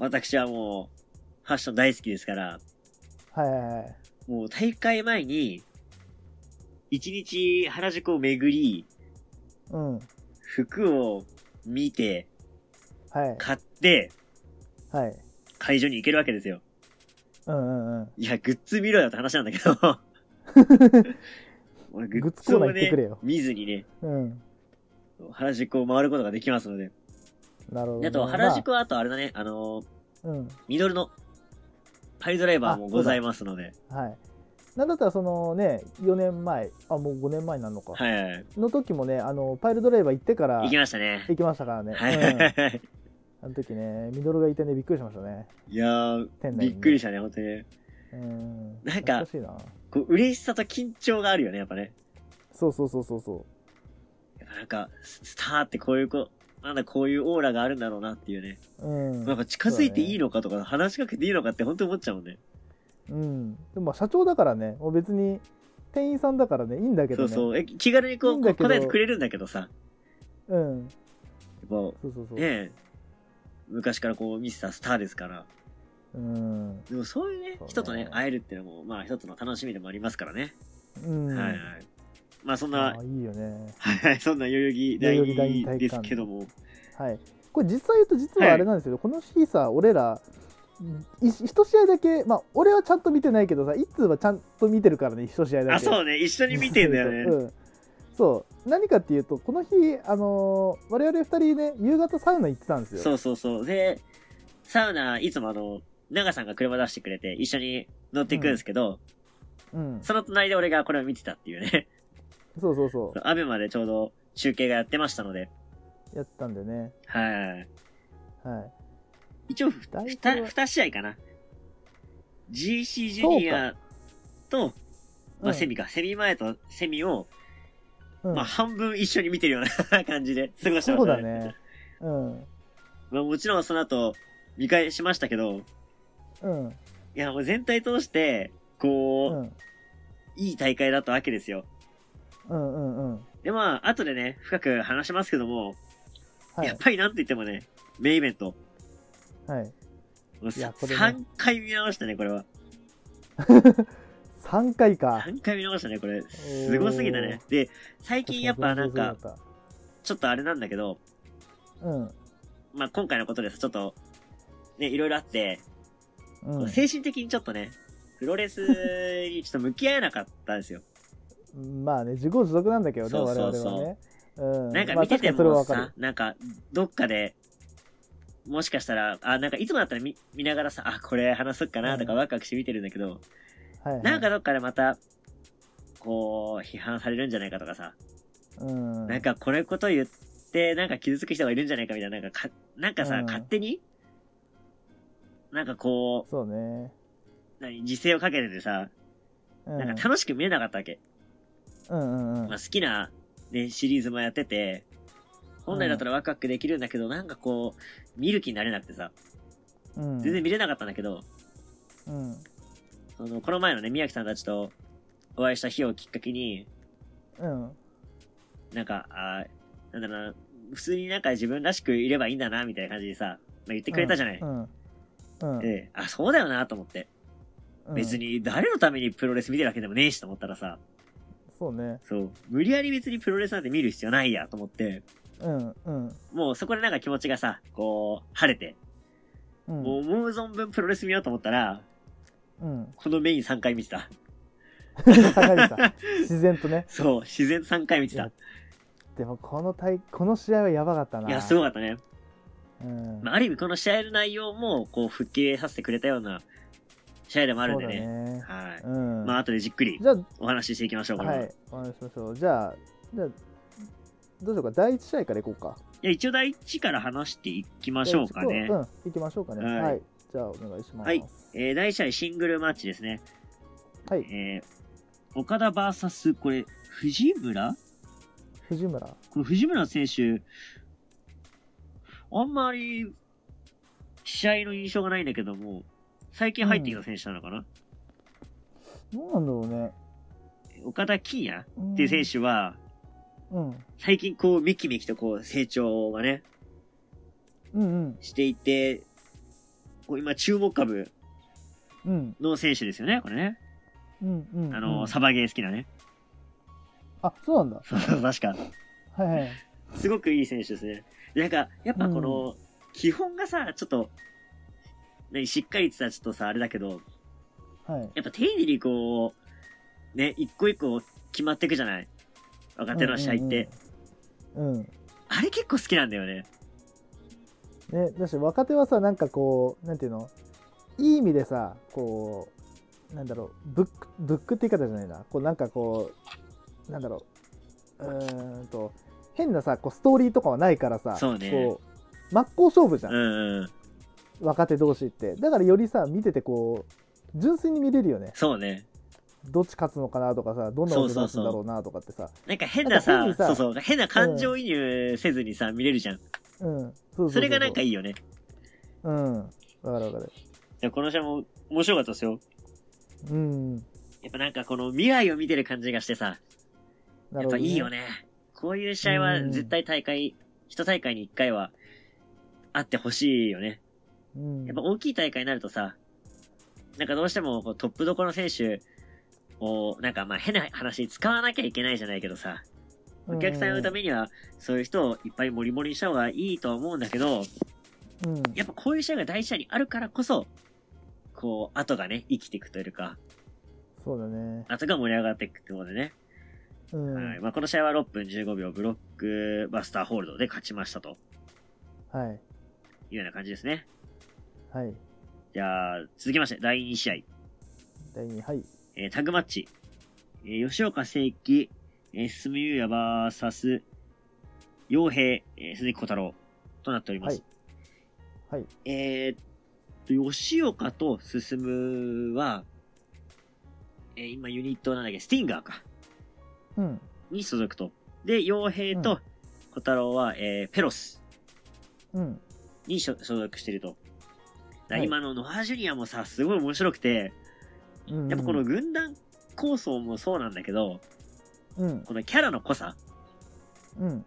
Speaker 1: う、私はもう、ファッション大好きですから、
Speaker 2: はいはい
Speaker 1: もう大会前に、一日原宿を巡り、
Speaker 2: うんは
Speaker 1: 服を見て、
Speaker 2: い
Speaker 1: 買って、
Speaker 2: はい
Speaker 1: 会場に行けるわけですよ。
Speaker 2: うんうんうん
Speaker 1: いや、グッズ見ろよって話なんだけ ど。俺、グ
Speaker 2: グ
Speaker 1: ッ
Speaker 2: ッズ
Speaker 1: ズ
Speaker 2: コーナ
Speaker 1: を
Speaker 2: ー行ってくれ
Speaker 1: ね
Speaker 2: よ、
Speaker 1: 見ずにね、
Speaker 2: うん
Speaker 1: 原宿を回ることができますので。
Speaker 2: なるほど、
Speaker 1: で
Speaker 2: ね、
Speaker 1: あと、原宿はあとあれだね、あのー、
Speaker 2: まあうん
Speaker 1: ミドルの、パイドライバーもございますので。
Speaker 2: はいなんだったらそのね4年前あもう5年前になるのか、
Speaker 1: はいはいはい。
Speaker 2: の時もねあのパイルドライバー行ってから
Speaker 1: 行きましたね。
Speaker 2: 行きましたからね、
Speaker 1: は
Speaker 2: うん
Speaker 1: い。
Speaker 2: あの時ねミドルがいてねびっくりしましたね
Speaker 1: いやー、
Speaker 2: 店内にね
Speaker 1: びっくりしたね、本当にね。
Speaker 2: うん
Speaker 1: なんか
Speaker 2: 懐しいな
Speaker 1: こう、嬉しさと緊張があるよね、やっぱね。
Speaker 2: そうそうそうそうそう
Speaker 1: やっぱなんか、ススターってこういうこ、なんだこういうオーラがあるんだろうなっていうね。
Speaker 2: うん、
Speaker 1: なんか近づいていいのかとか、話しかけていいのかって本当思っちゃうもんね。
Speaker 2: うん、でもまあ社長だからね、もう別に店員さんだからね、いいんだけ
Speaker 1: そ
Speaker 2: ど
Speaker 1: う
Speaker 2: ね。
Speaker 1: そう。え、気軽にこ、
Speaker 2: いういん
Speaker 1: こう
Speaker 2: だけど
Speaker 1: 答えてくれるんだけどさ。
Speaker 2: うん、
Speaker 1: やっ
Speaker 2: そうそうそ
Speaker 1: ぱ、
Speaker 2: う。
Speaker 1: ねえ昔からこう、ミスタースターですから。
Speaker 2: うん、
Speaker 1: でもそういうね、
Speaker 2: そうね
Speaker 1: 人とね、会えるっていうのも、まあ一つの楽しみでもありますからね。
Speaker 2: うん、
Speaker 1: はいはい。まあそん
Speaker 2: あ
Speaker 1: な
Speaker 2: あ、いいよね。
Speaker 1: はいはい、そんな代々木第
Speaker 2: 代々木第二
Speaker 1: 二
Speaker 2: 体育
Speaker 1: で
Speaker 2: 館
Speaker 1: すけども。
Speaker 2: はい。これ実際言うと実はあれなんですけど、この日さ、俺ら。い一試合だけ、まあ、俺はちゃんと見てないけどさ、いつはちゃんと見てるからね、一試合だけ。
Speaker 1: あ、そうね、一緒に見てんだよね。
Speaker 2: うん、そう、何かっていうと、この日、あのー我々二人ね、夕方サウナ行ってたんですよ。
Speaker 1: そうそうそう。で、サウナ、いつもあの、長さんが車出してくれて、一緒に乗っていくんですけど、
Speaker 2: うん、
Speaker 1: その隣で俺がこれを見てたっていうね。
Speaker 2: そうそうそ
Speaker 1: アベまでちょうど中継がやってましたので、
Speaker 2: う、やったんでね。
Speaker 1: はい。
Speaker 2: はい。
Speaker 1: 一応ふた、
Speaker 2: 大
Speaker 1: ふ
Speaker 2: 体は
Speaker 1: た試合かな。GC ジュニアと、ま
Speaker 2: う
Speaker 1: あ、
Speaker 2: ん
Speaker 1: セミか、セミ前とセミを、
Speaker 2: うん
Speaker 1: まあ、半分一緒に見てるような感じで過ごしてましたね。
Speaker 2: そうだね。うん。
Speaker 1: まあ、もちろんその後、見返しましたけど、
Speaker 2: うん。
Speaker 1: いや、もう全体通して、こ
Speaker 2: う
Speaker 1: う、
Speaker 2: ん。
Speaker 1: いい大会だったわけですよ。
Speaker 2: うんうんうん。
Speaker 1: で、まあ、後でね、深く話しますけども、
Speaker 2: は
Speaker 1: やっ
Speaker 2: い。
Speaker 1: ぱりなんと言ってもね、メインイベント。
Speaker 2: はい。
Speaker 1: もう
Speaker 2: いやこれね
Speaker 1: 3回見直したね、これは。
Speaker 2: 3回か。
Speaker 1: 3回見直したね、これ。すごすぎたね。で、最近やっぱなんか、ちょっとあれなんだけど、
Speaker 2: うん。
Speaker 1: まあ今回のことです、ちょっと、ね、いろいろあって、
Speaker 2: うん
Speaker 1: 精神的にちょっとね、プロレスにちょっと向き合えなかったんですよ。
Speaker 2: まあね、自業自得なんだけどね、
Speaker 1: そう
Speaker 2: 我
Speaker 1: そう
Speaker 2: 々
Speaker 1: そう
Speaker 2: はね。うん
Speaker 1: なんか
Speaker 2: まあ
Speaker 1: 見てて
Speaker 2: 確かにそれは
Speaker 1: も
Speaker 2: わか
Speaker 1: さ
Speaker 2: る。、
Speaker 1: なんかどっかで、もしかしたら、あ、なんかいつもだったら見見ながらさ、あ、これ話そっかなとか
Speaker 2: うん
Speaker 1: ワクワクして見てるんだけど、
Speaker 2: はいはい
Speaker 1: なんか、どっかでまた、こう、批判されるんじゃないかとかさ、
Speaker 2: うん、
Speaker 1: なんかこれこと言って、なんか傷つく人がいるんじゃないかみたいな、なんかか、なんかさ、
Speaker 2: うん
Speaker 1: 勝手に、なんかこ
Speaker 2: そうね。
Speaker 1: う、何、自制をかけててさ、
Speaker 2: うん
Speaker 1: なんか楽しく見えなかったわけ。
Speaker 2: うんうんうん
Speaker 1: まあ、好きな、ね、シリーズもやってて、本来だったらワクワクできるんだけど、なんかこう、見る気になれなくてさ、
Speaker 2: うん
Speaker 1: 全然見れなかったんだけど、
Speaker 2: うん
Speaker 1: そのこの前のね、宮城さんたちとお会いした日をきっかけに、
Speaker 2: うん
Speaker 1: なんか、あーなんだろうな、普通になんか自分らしくいればいいんだな、みたいな感じでさ、まあ、言ってくれたじゃない。
Speaker 2: うんうん
Speaker 1: ええ、あ、そうだよな、と思って。
Speaker 2: うん
Speaker 1: 別に誰のためにプロレス見てるわけでもねえしと思ったらさ、
Speaker 2: そうね
Speaker 1: そう、無理やり別にプロレスなんて見る必要ないやと思って、
Speaker 2: うんうん
Speaker 1: もうそこでなんか気持ちがさ、こう、晴れて、
Speaker 2: うん
Speaker 1: もう思う存分プロレス見ようと思ったら、
Speaker 2: うん
Speaker 1: このメイン3回見てた。
Speaker 2: 下がりさ自然とね
Speaker 1: そう、自然3回見てた。
Speaker 2: でもこの対この試合はやばかったない
Speaker 1: いや、すごかったね。
Speaker 2: うん
Speaker 1: まあ、ある意味この試合の内容も、こう、復帰させてくれたような試合でもあるんでね。
Speaker 2: そう
Speaker 1: はい。
Speaker 2: だねうん
Speaker 1: まあ、後でじっくり
Speaker 2: じゃ
Speaker 1: お話ししていきましょう、
Speaker 2: あ
Speaker 1: これは。、
Speaker 2: はいいお話ししましょうじゃあじゃあどうしようか第一試合からいこうか
Speaker 1: や、一応第一から話していきましょうかね。
Speaker 2: うん行きましょうかね
Speaker 1: はい
Speaker 2: はいじゃあお願いします
Speaker 1: はいえー第一試合シングルマッチですね。
Speaker 2: はい
Speaker 1: えー、岡田 VS、これ、藤村
Speaker 2: 藤村
Speaker 1: この藤村選手、あんまり、試合の印象がないんだけども、最近入ってきた選手なのかな、
Speaker 2: どうなんだろうね
Speaker 1: 岡田金也
Speaker 2: ん
Speaker 1: っていう選手は、
Speaker 2: うん
Speaker 1: 最近こう、めきめきとこう、成長がね、
Speaker 2: うん
Speaker 1: していて、こう今、注目株
Speaker 2: うんうん
Speaker 1: の選手ですよね、これね。
Speaker 2: うんうん
Speaker 1: あの、
Speaker 2: うん
Speaker 1: サバゲー好きなね。
Speaker 2: あそうなんだ
Speaker 1: そうそう、 確か。
Speaker 2: はいはい
Speaker 1: すごくいい選手ですね。なんか、やっぱこの、基本がさ、ちょっと、何、しっかりって言ったらちょっとさ、あれだけど、
Speaker 2: はい
Speaker 1: やっぱ丁寧にこう、ね、一個一個決まっていくじゃない若手の試合って。
Speaker 2: うんうんうん、
Speaker 1: あれ結構好きなんだよね。
Speaker 2: うんね、だし若手はさなんかこうなんていうのいい意味でさこうなんだろうブックブックって言い方じゃないなこうなんかこうなんだろううーんと変なさこうストーリーとかはないからさ
Speaker 1: そうね
Speaker 2: こう真っ向勝負じゃん、
Speaker 1: うんうん。
Speaker 2: 若手同士ってだからよりさ見ててこう純粋に見れるよね
Speaker 1: そうね。
Speaker 2: どっち勝つのかなとかさどんな音出すんだろうなとかってさ
Speaker 1: なんか変な
Speaker 2: な
Speaker 1: さ、
Speaker 2: んか変にさ
Speaker 1: そうそう、変な感情移入せずにさ、見れるじゃん。
Speaker 2: うんそうそうそう
Speaker 1: それがなんか
Speaker 2: い
Speaker 1: いいよね。
Speaker 2: うんわかるわかる
Speaker 1: いやこの試合も面白かったですよ。
Speaker 2: うん
Speaker 1: やっぱなんかこの未来を見てる感じがしてさ、
Speaker 2: な
Speaker 1: やっ
Speaker 2: るほど
Speaker 1: ぱ
Speaker 2: ね
Speaker 1: いいよね。こういう試合は絶対大会、一大会に一回はあってほしいよね。
Speaker 2: うん
Speaker 1: やっぱ大きい大会になるとさ、なんかどうしてもこうトップどころの選手を、なんかまあ変な話に使わなきゃいけないじゃないけどさ、お客さんを呼ぶためにはそういう人をいっぱいモリモリにした方がいいとは思うんだけど、
Speaker 2: うん
Speaker 1: やっぱこういう試合が大事にあるからこそ、こう、後がね、生きていくというか、
Speaker 2: そうだね。
Speaker 1: 後が盛り上がっていくってことでね。
Speaker 2: うん。は
Speaker 1: はい。
Speaker 2: い。
Speaker 1: まあ、この試合は6分15秒ブロックバスターホールドで勝ちましたと
Speaker 2: はい。
Speaker 1: いうような感じですね。じゃあ、続きまして、第2試合。
Speaker 2: 第2、はい。
Speaker 1: えータグマッチ、えー吉岡聖輝、えー、進優也バーサス、洋平、えー鈴木小太郎となっております。
Speaker 2: はい。
Speaker 1: えーっと、吉岡と進は、えー今ユニットなんだっけ、スティンガーか、
Speaker 2: うん。
Speaker 1: に所属と。で、洋平
Speaker 2: う
Speaker 1: と
Speaker 2: ん
Speaker 1: 小太郎は、えーペロス
Speaker 2: うん。
Speaker 1: に所所属してると。だ
Speaker 2: はい
Speaker 1: 今のノアジュニアもさ、すごい面白くて、
Speaker 2: うん。
Speaker 1: やっぱこの、軍団構想もそうなんだけど、
Speaker 2: うん。
Speaker 1: このキャラの濃さ、
Speaker 2: うん。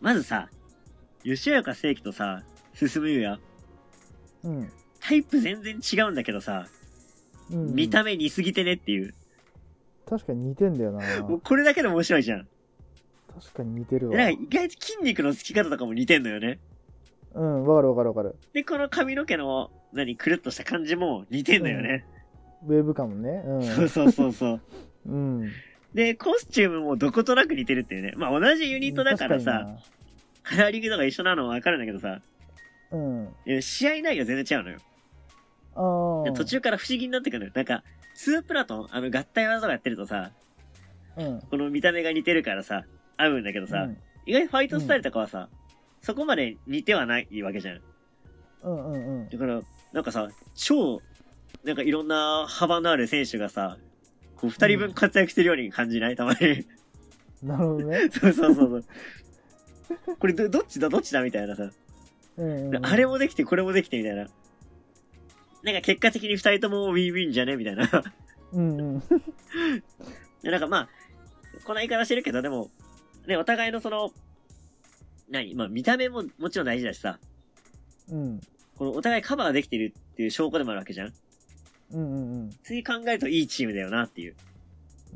Speaker 1: まずさ、吉岡聖輝とさ、進むゆや、
Speaker 2: うん。
Speaker 1: タイプ全然違うんだけどさ、
Speaker 2: うん。
Speaker 1: 見た目似すぎてねっていう。
Speaker 2: 確かに似てんだよな。
Speaker 1: もうこれだけで面白いじゃん。
Speaker 2: 確かに似てる
Speaker 1: で
Speaker 2: わ。
Speaker 1: なんか意外と筋肉のつき方とかも似てんのよね。
Speaker 2: うん。わかるわかるわかる。
Speaker 1: で、この髪の毛の何、くるっとした感じも似てんだよね。
Speaker 2: ウェーブ感もね。
Speaker 1: そうそうそうそう。
Speaker 2: うん。うん。
Speaker 1: で、コスチュームもどことなく似てるっていうね。まあ同じユニットだからさ、カラーリングとか一緒なのはわかるんだけどさ、
Speaker 2: 確かにな。うん。
Speaker 1: え試合内容全然違うのよ。
Speaker 2: あ
Speaker 1: で
Speaker 2: あ。
Speaker 1: 途中から不思議になってくるのよ。なんか、ツープラトン、あの合体技とかやってるとさ、
Speaker 2: うん。
Speaker 1: この見た目が似てるからさ、合うんだけどさ、意外にファイトスタイルとかはさ、そこまで似てはないわけじゃん。
Speaker 2: うんうんうん
Speaker 1: だから、なんかさ、超、なんかいろんな幅のある選手がさ、こう二人分活躍してるように感じないたまに。
Speaker 2: うん。なるほどね。
Speaker 1: そうそうそうそう。これどどっちだどっちだみたいなさ。
Speaker 2: うんうんうん。
Speaker 1: あれもできてこれもできてみたいな。なんか結果的に二人ともウィンウィンじゃねみたいな。
Speaker 2: うんうん。
Speaker 1: でなんかまあ、こんな言い方してるけど、でも、ね、お互いのその、何まあ見た目ももちろん大事だしさ、
Speaker 2: うん。
Speaker 1: このお互いカバーできてるっていう証拠でもあるわけじゃん。
Speaker 2: うんうん
Speaker 1: 次考えるといいチームだよなっていう。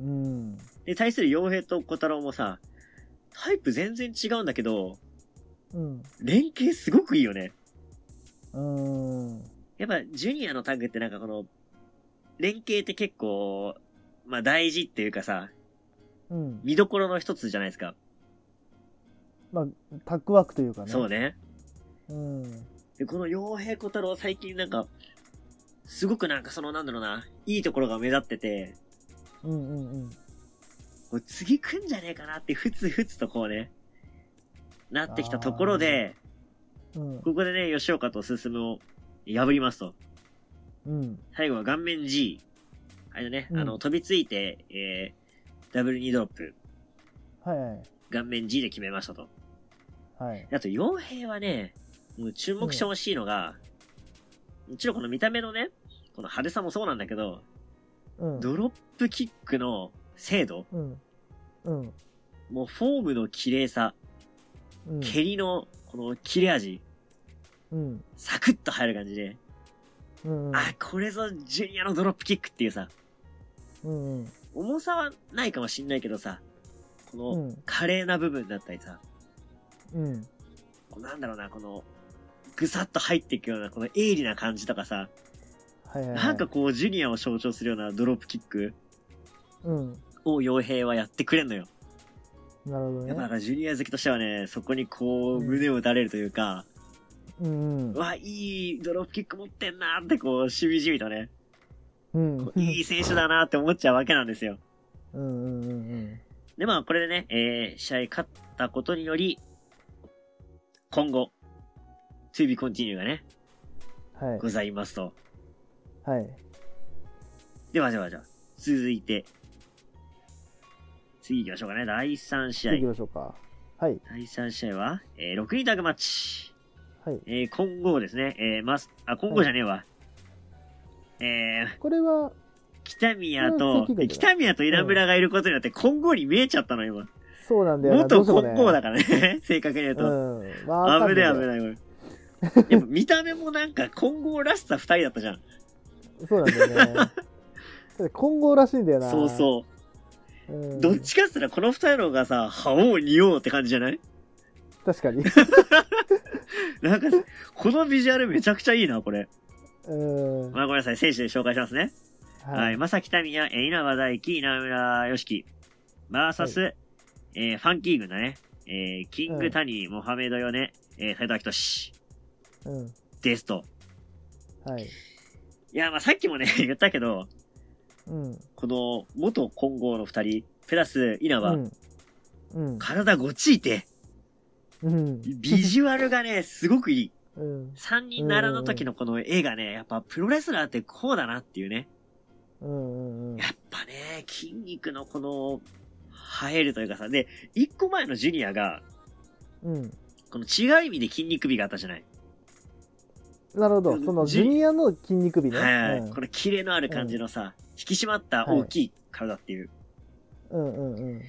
Speaker 2: うん。うん。
Speaker 1: で、対する傭兵と小太郎もさ、タイプ全然違うんだけど、
Speaker 2: うん。
Speaker 1: 連携すごくいいよね。
Speaker 2: うん。
Speaker 1: やっぱ、ジュニアのタッグってなんかこの、連携って結構、まあ大事っていうかさ、
Speaker 2: うん。
Speaker 1: 見どころの一つじゃないですか。
Speaker 2: まあ、タックワークというかね。
Speaker 1: そう。ね。
Speaker 2: うん。
Speaker 1: で、この傭兵小太郎最近なんか、すごくなんかそのなんだろうな、いいところが目立ってて、
Speaker 2: うんうんうん。
Speaker 1: これ次来んじゃねえかなってふつふつとこうね、なってきたところで、
Speaker 2: うん。
Speaker 1: ここでね、吉岡と進を破りますと。
Speaker 2: うん。
Speaker 1: 最後は顔面 G。あれだね、
Speaker 2: うん
Speaker 1: あの、飛びついて、えー、ダブル2ドロップ、
Speaker 2: はいはい。
Speaker 1: 顔面 G で決めましたと。
Speaker 2: はい。
Speaker 1: あと、傭兵はね、もう注目してほしいのが、もちろんこの見た目のね、この派手さもそうなんだけど、
Speaker 2: うん。
Speaker 1: ドロップキックの精度、
Speaker 2: うん。うん。
Speaker 1: もうフォームの綺麗さ、
Speaker 2: うん。
Speaker 1: 蹴りのこの切れ味、
Speaker 2: うん。
Speaker 1: サクッと入る感じで、
Speaker 2: うん。
Speaker 1: あ、これぞジュニアのドロップキックっていうさ、
Speaker 2: うん。うん。
Speaker 1: 重さはないかもしんないけどさ、こ
Speaker 2: う
Speaker 1: の
Speaker 2: ん。
Speaker 1: 華麗な部分だったりさ、
Speaker 2: うん。
Speaker 1: こうなんだろうな、この、ぐさっと入っていくような、この鋭利な感じとかさ、
Speaker 2: はいはい。
Speaker 1: なんか、こう、ジュニアを象徴するようなドロップキック
Speaker 2: うん。
Speaker 1: を傭兵はやってくれんのよ。
Speaker 2: なるほどね。
Speaker 1: やっぱなんかジュニア好きとしてはね、そこにこう、
Speaker 2: うん
Speaker 1: 胸を打たれるというか、
Speaker 2: うん
Speaker 1: うわ、いいドロップキック持ってんなーってこう、しみじみとね、
Speaker 2: うん。うん。
Speaker 1: いい選手だなーって思っちゃうわけなんですよ。
Speaker 2: うんうんうん
Speaker 1: で、まあ、これでね、えー、試合勝ったことにより、今後、to be continue がね、
Speaker 2: うん。はい
Speaker 1: ご。ざいますと。
Speaker 2: はい。
Speaker 1: ではではじゃあ、続いて。次行きましょうかね。第3試合
Speaker 2: 次。行きましょうか。はい。
Speaker 1: 第3試合は、えー、6人タッグマッチ。
Speaker 2: はい。
Speaker 1: えー、今後ですね、えー、ます、あ、今後じゃねえわ。えー、
Speaker 2: これは、
Speaker 1: 北宮と
Speaker 2: これは正規、軍じゃな
Speaker 1: 北宮と稲村がいることによって、今後に見えちゃったの、今。
Speaker 2: そうなんだよな。
Speaker 1: 元
Speaker 2: どう
Speaker 1: 今
Speaker 2: しても
Speaker 1: 後だ
Speaker 2: ね
Speaker 1: からね、 正確に言うと。
Speaker 2: うん。わかん
Speaker 1: 危ない
Speaker 2: ん
Speaker 1: 危な
Speaker 2: だよ
Speaker 1: い、これ。やっぱ見た目もなんか、今後らしさ2人だった じゃん。
Speaker 2: そうなんだよね。ただ混合らしいんだよな。
Speaker 1: そうそうう。
Speaker 2: ん。
Speaker 1: どっちかっつったら、この2人の方がさ、覇王に王って感じじゃない
Speaker 2: 確かに。
Speaker 1: なんか、このビジュアルめちゃくちゃいいな、これ。
Speaker 2: うん。
Speaker 1: まあ、ごめんなさい、選手で紹介しますね。は。。
Speaker 2: はい
Speaker 1: 正木民也、えー稲葉大輝、稲村良樹、バーサス、えーファンキー軍だね。えーキング谷、モハメドヨネ、えー、斉藤明俊
Speaker 2: うん。
Speaker 1: ですと。
Speaker 2: はい。
Speaker 1: いや、まあ、さっきもね、 言ったけど、
Speaker 2: うん。
Speaker 1: この、元混合の二人、プラス稲葉、
Speaker 2: うん。うん。
Speaker 1: 体ごちいて、
Speaker 2: うん。
Speaker 1: ビジュアルが ね、すごくいい。
Speaker 2: うん。
Speaker 1: 三人並んだ時のこの絵がね、やっぱプロレスラーってこうだなっていうね。
Speaker 2: うん。うん。
Speaker 1: やっぱね、筋肉のこの、生えるというかさ、で、一個前のジュニアが、
Speaker 2: うん。
Speaker 1: この違う意味で筋肉美があったじゃない。
Speaker 2: なるほど。その、ジュニアの筋肉美ね。
Speaker 1: はい、
Speaker 2: うん
Speaker 1: このキレのある感じのさ、引き締まった大きい体っていう。
Speaker 2: うんうんうん。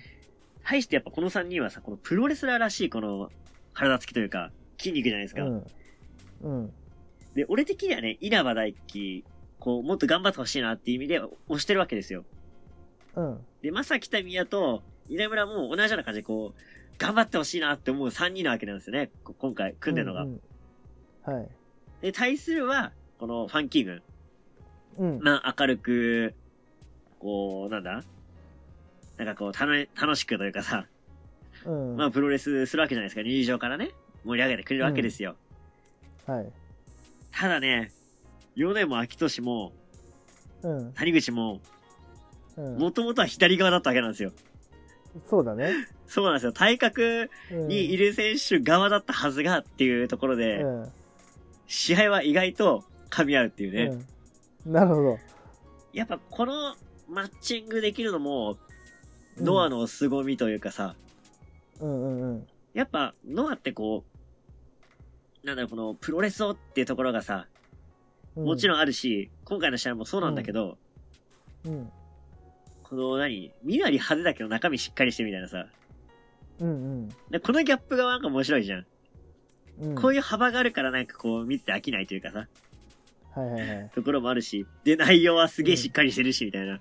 Speaker 1: 対してやっぱこの3人はさ、このプロレスラーらしいこの体つきというか、筋肉じゃないです
Speaker 2: う
Speaker 1: か。
Speaker 2: ん。うん。
Speaker 1: で、俺的にはね、稲葉大輝、こう、もっと頑張ってほしいなっていう意味で押してるわけですよ。
Speaker 2: うん。
Speaker 1: で、まさきたみやと稲村も同じような感じでこう、頑張ってほしいなって思う3人なわけなんですよね。こ今回組んでるのが。
Speaker 2: ううはい。
Speaker 1: で、対するは、このファンキー軍。
Speaker 2: うん。
Speaker 1: まあ、明るく、こう、なんだなんかこう、たの楽しくというかさ、
Speaker 2: うん。
Speaker 1: まあ、プロレスするわけじゃないですか、入場からね、盛り上げてくれるわけですよ。
Speaker 2: はい。
Speaker 1: ただね、米も秋俊も、
Speaker 2: うん。
Speaker 1: 谷口も、
Speaker 2: うん。
Speaker 1: もともとは左側だったわけなんですよ。
Speaker 2: そうだね。
Speaker 1: そうなんですよ。体格
Speaker 2: うん
Speaker 1: にいる選手側だったはずがっていうところで、
Speaker 2: うん。
Speaker 1: 試合は意外と噛み合うっていうね。
Speaker 2: うん。なるほど。
Speaker 1: やっぱこのマッチングできるのも、
Speaker 2: うん
Speaker 1: ノアの凄みというかさ、
Speaker 2: うんうんうん。
Speaker 1: やっぱノアってこう、なんだろう、このプロレスをっていうところがさ、
Speaker 2: うん
Speaker 1: もちろんあるし、今回の試合もそうなんだけど、
Speaker 2: うん。
Speaker 1: この何、みなり派手だけど中身しっかりしてるみたいなさ、
Speaker 2: うん
Speaker 1: でこのギャップがなんか面白いじゃん。
Speaker 2: うん。うん。
Speaker 1: こう
Speaker 2: い
Speaker 1: いう幅があるからなんかこう見てて飽きないというかさ、
Speaker 2: う。はいはいはい。
Speaker 1: ところもあるし、で内容はすげえしっかりしてるし、みたいな。
Speaker 2: い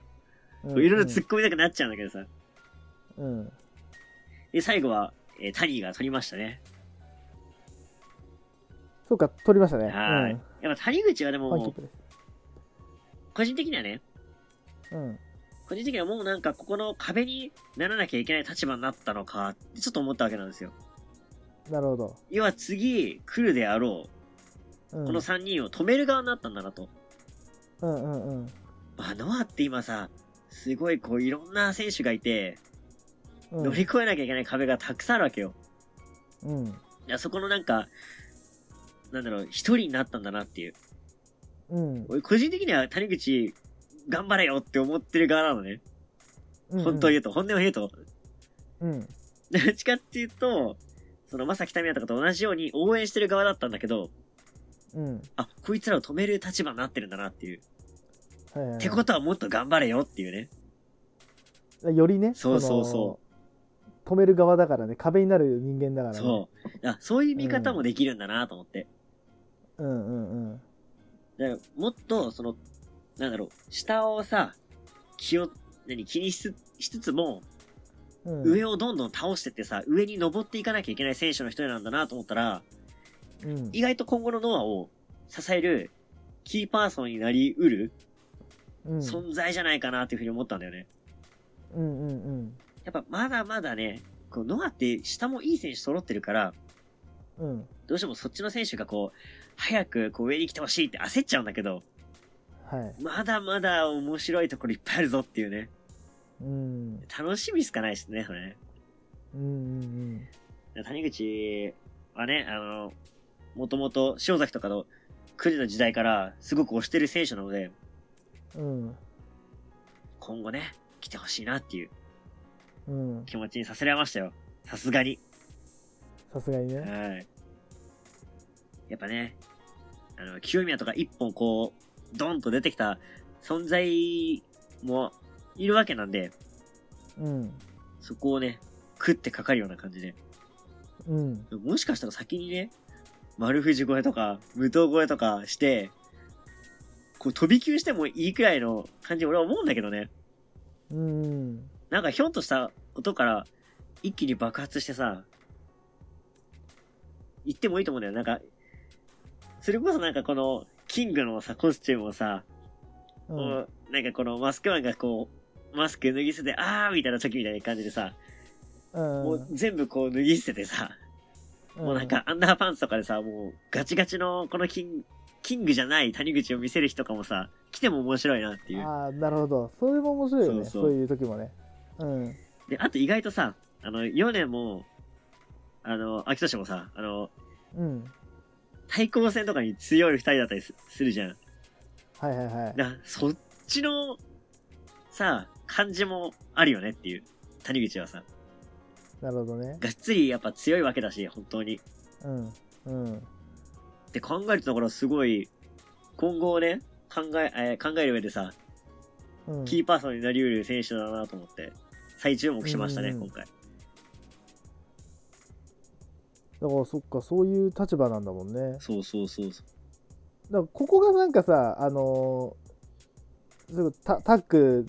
Speaker 1: いろいろ突っ込みたくなっちゃうんだけどさ。
Speaker 2: うん。
Speaker 1: で、最後は、えータニーが取りましたね。
Speaker 2: そうか、取りましたね。
Speaker 1: はい。
Speaker 2: うん。
Speaker 1: やっぱ谷口はで
Speaker 2: ファンキー
Speaker 1: も
Speaker 2: プ、レ
Speaker 1: 個人的にはね、
Speaker 2: ス。うん。
Speaker 1: 個人的にはもうなんかここの壁にならなきゃいけない立場になったのかってちょっと思ったわけなんですよ。
Speaker 2: なるほど。
Speaker 1: 要は次来るであろ
Speaker 2: うん
Speaker 1: う、この3人を止める側になったんだなと。
Speaker 2: うんうんうん。
Speaker 1: まあ、ノアって今さ、すごいこういろんな選手がいて、
Speaker 2: うん
Speaker 1: 乗り越えなきゃいけない壁がたくさんあるわけよ。
Speaker 2: うん。
Speaker 1: いやそこのなんか、なんだろう、一人になったんだなっていう。
Speaker 2: うん。
Speaker 1: 俺個人的には谷口、頑張れよって思ってる側なのね。本当を言うと、本音を言うと。
Speaker 2: うん。
Speaker 1: どっちかっていうと、その、まさきたみやとかと同じように応援してる側だったんだけど、
Speaker 2: うん。
Speaker 1: あ、こいつらを止める立場になってるんだなっていう。
Speaker 2: はいはい。
Speaker 1: ってことはもっと頑張れよっていうね。
Speaker 2: とよりね。
Speaker 1: そうそう
Speaker 2: う。止める側だからね、壁になる人間だからね。
Speaker 1: そう。あそういう見方もできるんだなと思って。
Speaker 2: う。うんうんうん。
Speaker 1: だからもっと、その、なんだろう、下をさ、気を、何、気にしつしつつも、
Speaker 2: うん、
Speaker 1: 上をどんどん倒してってさ、上に登っていかなきゃいけない選手の一人なんだなと思ったら、
Speaker 2: うん、
Speaker 1: 意外と今後のノアを支えるキーパーソンになりうる
Speaker 2: うん、
Speaker 1: 存在じゃないかなっていうふうに思ったんだよね。
Speaker 2: うんうんうん
Speaker 1: やっぱまだまだね、こうノアって下もいい選手揃ってるから、
Speaker 2: うん。
Speaker 1: どうしてもそっちの選手がこう、早くこう上に来てほしいって焦っちゃうんだけど、
Speaker 2: はい。
Speaker 1: まだまだ面白いところいっぱいあるぞっていうね。
Speaker 2: うん。
Speaker 1: 楽しみしかないですね、それね。
Speaker 2: うんうん
Speaker 1: 谷口はね、あの、もともと塩崎とかの9時の時代からすごく推してる選手なので、
Speaker 2: うん。うん。
Speaker 1: 今後ね、来てほしいなっていう
Speaker 2: うん。
Speaker 1: 気持ちにさせられましたよ。さすがに。
Speaker 2: さすがにね。
Speaker 1: はい。やっぱね、あの、清宮とか一本こう、ドンと出てきた存在もいるわけなんで、
Speaker 2: うん。
Speaker 1: そこをね、食ってかかるような感じで。
Speaker 2: うん。
Speaker 1: もしかしたら先にね、丸藤越えとか、武藤越えとかして、こう飛び級してもいいくらいの感じ俺は思うんだけどね。
Speaker 2: うん。
Speaker 1: なんかひょんとしたことから一気に爆発してさ、言ってもいいと思うんだよ。なんか、それこそなんかこの、キングのさ、コスチュームをさ、
Speaker 2: うん。
Speaker 1: こうなんかこのマスクマンがこう、マスク脱ぎ捨てて、あーみたいな時みたいな感じでさ、もう全部こう脱ぎ捨ててさ、もうなんか、アンダーパンツとかでさ、もうガチガチのこのキンキングじゃない谷口を見せる日とかもさ、来ても面白いなっていう。
Speaker 2: ああ、なるほど。それも面白いよね。
Speaker 1: そ
Speaker 2: そうう
Speaker 1: そう
Speaker 2: いう時もね。うん。
Speaker 1: で、あと意外とさ、あの、ヨネも、あの、秋年もさ、あの、
Speaker 2: うん。
Speaker 1: 対抗戦とかに強い二人だったりすするじゃん。
Speaker 2: はいはいはい。
Speaker 1: な、そっちの、さ、感じもあるよねっていう。谷口はさ、
Speaker 2: なるほどね。
Speaker 1: がっつりやっぱ強いわけだし、本当に。
Speaker 2: うん。うん。
Speaker 1: って考えるところすごい、今後をね、考え、えー考える上でさ、
Speaker 2: うん。
Speaker 1: キーパーソンになりうる選手だなと思って、再注目しましたね、
Speaker 2: うん
Speaker 1: 今回。
Speaker 2: だからそっか、そういう立場なんだもんね。
Speaker 1: そうそうそうそ
Speaker 2: だからここがなんかさ、あのーそうタタック、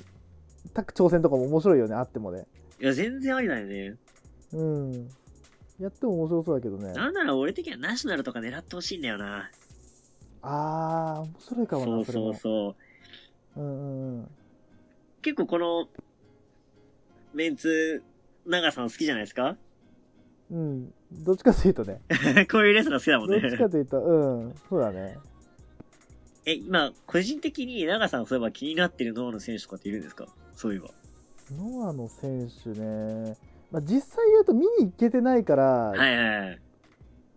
Speaker 2: タック挑戦とかも面白いよね、あってもね。
Speaker 1: う。いや、全然ありだよね。
Speaker 2: うん。やっても面白そうだけどね。
Speaker 1: なんなら俺的にはナショナルとか狙ってほしいんだよな。
Speaker 2: あー、面白いかも
Speaker 1: そ
Speaker 2: な、
Speaker 1: う
Speaker 2: それ
Speaker 1: そう
Speaker 2: も。
Speaker 1: そう。
Speaker 2: うんうんうん。
Speaker 1: 結構この、メンツ、長さん好きじゃないですか
Speaker 2: うん、どっちかというとね。
Speaker 1: こういうレスラー好きだもん
Speaker 2: どっちか
Speaker 1: ね。
Speaker 2: というと、うん、そうだね。
Speaker 1: え、今、個人的に長さんそういえば気になってるノアの選手とかっているんですかそういえば。
Speaker 2: ノアの選手ね、まあ、実際言うと見に行けてないから、
Speaker 1: はいはいはい。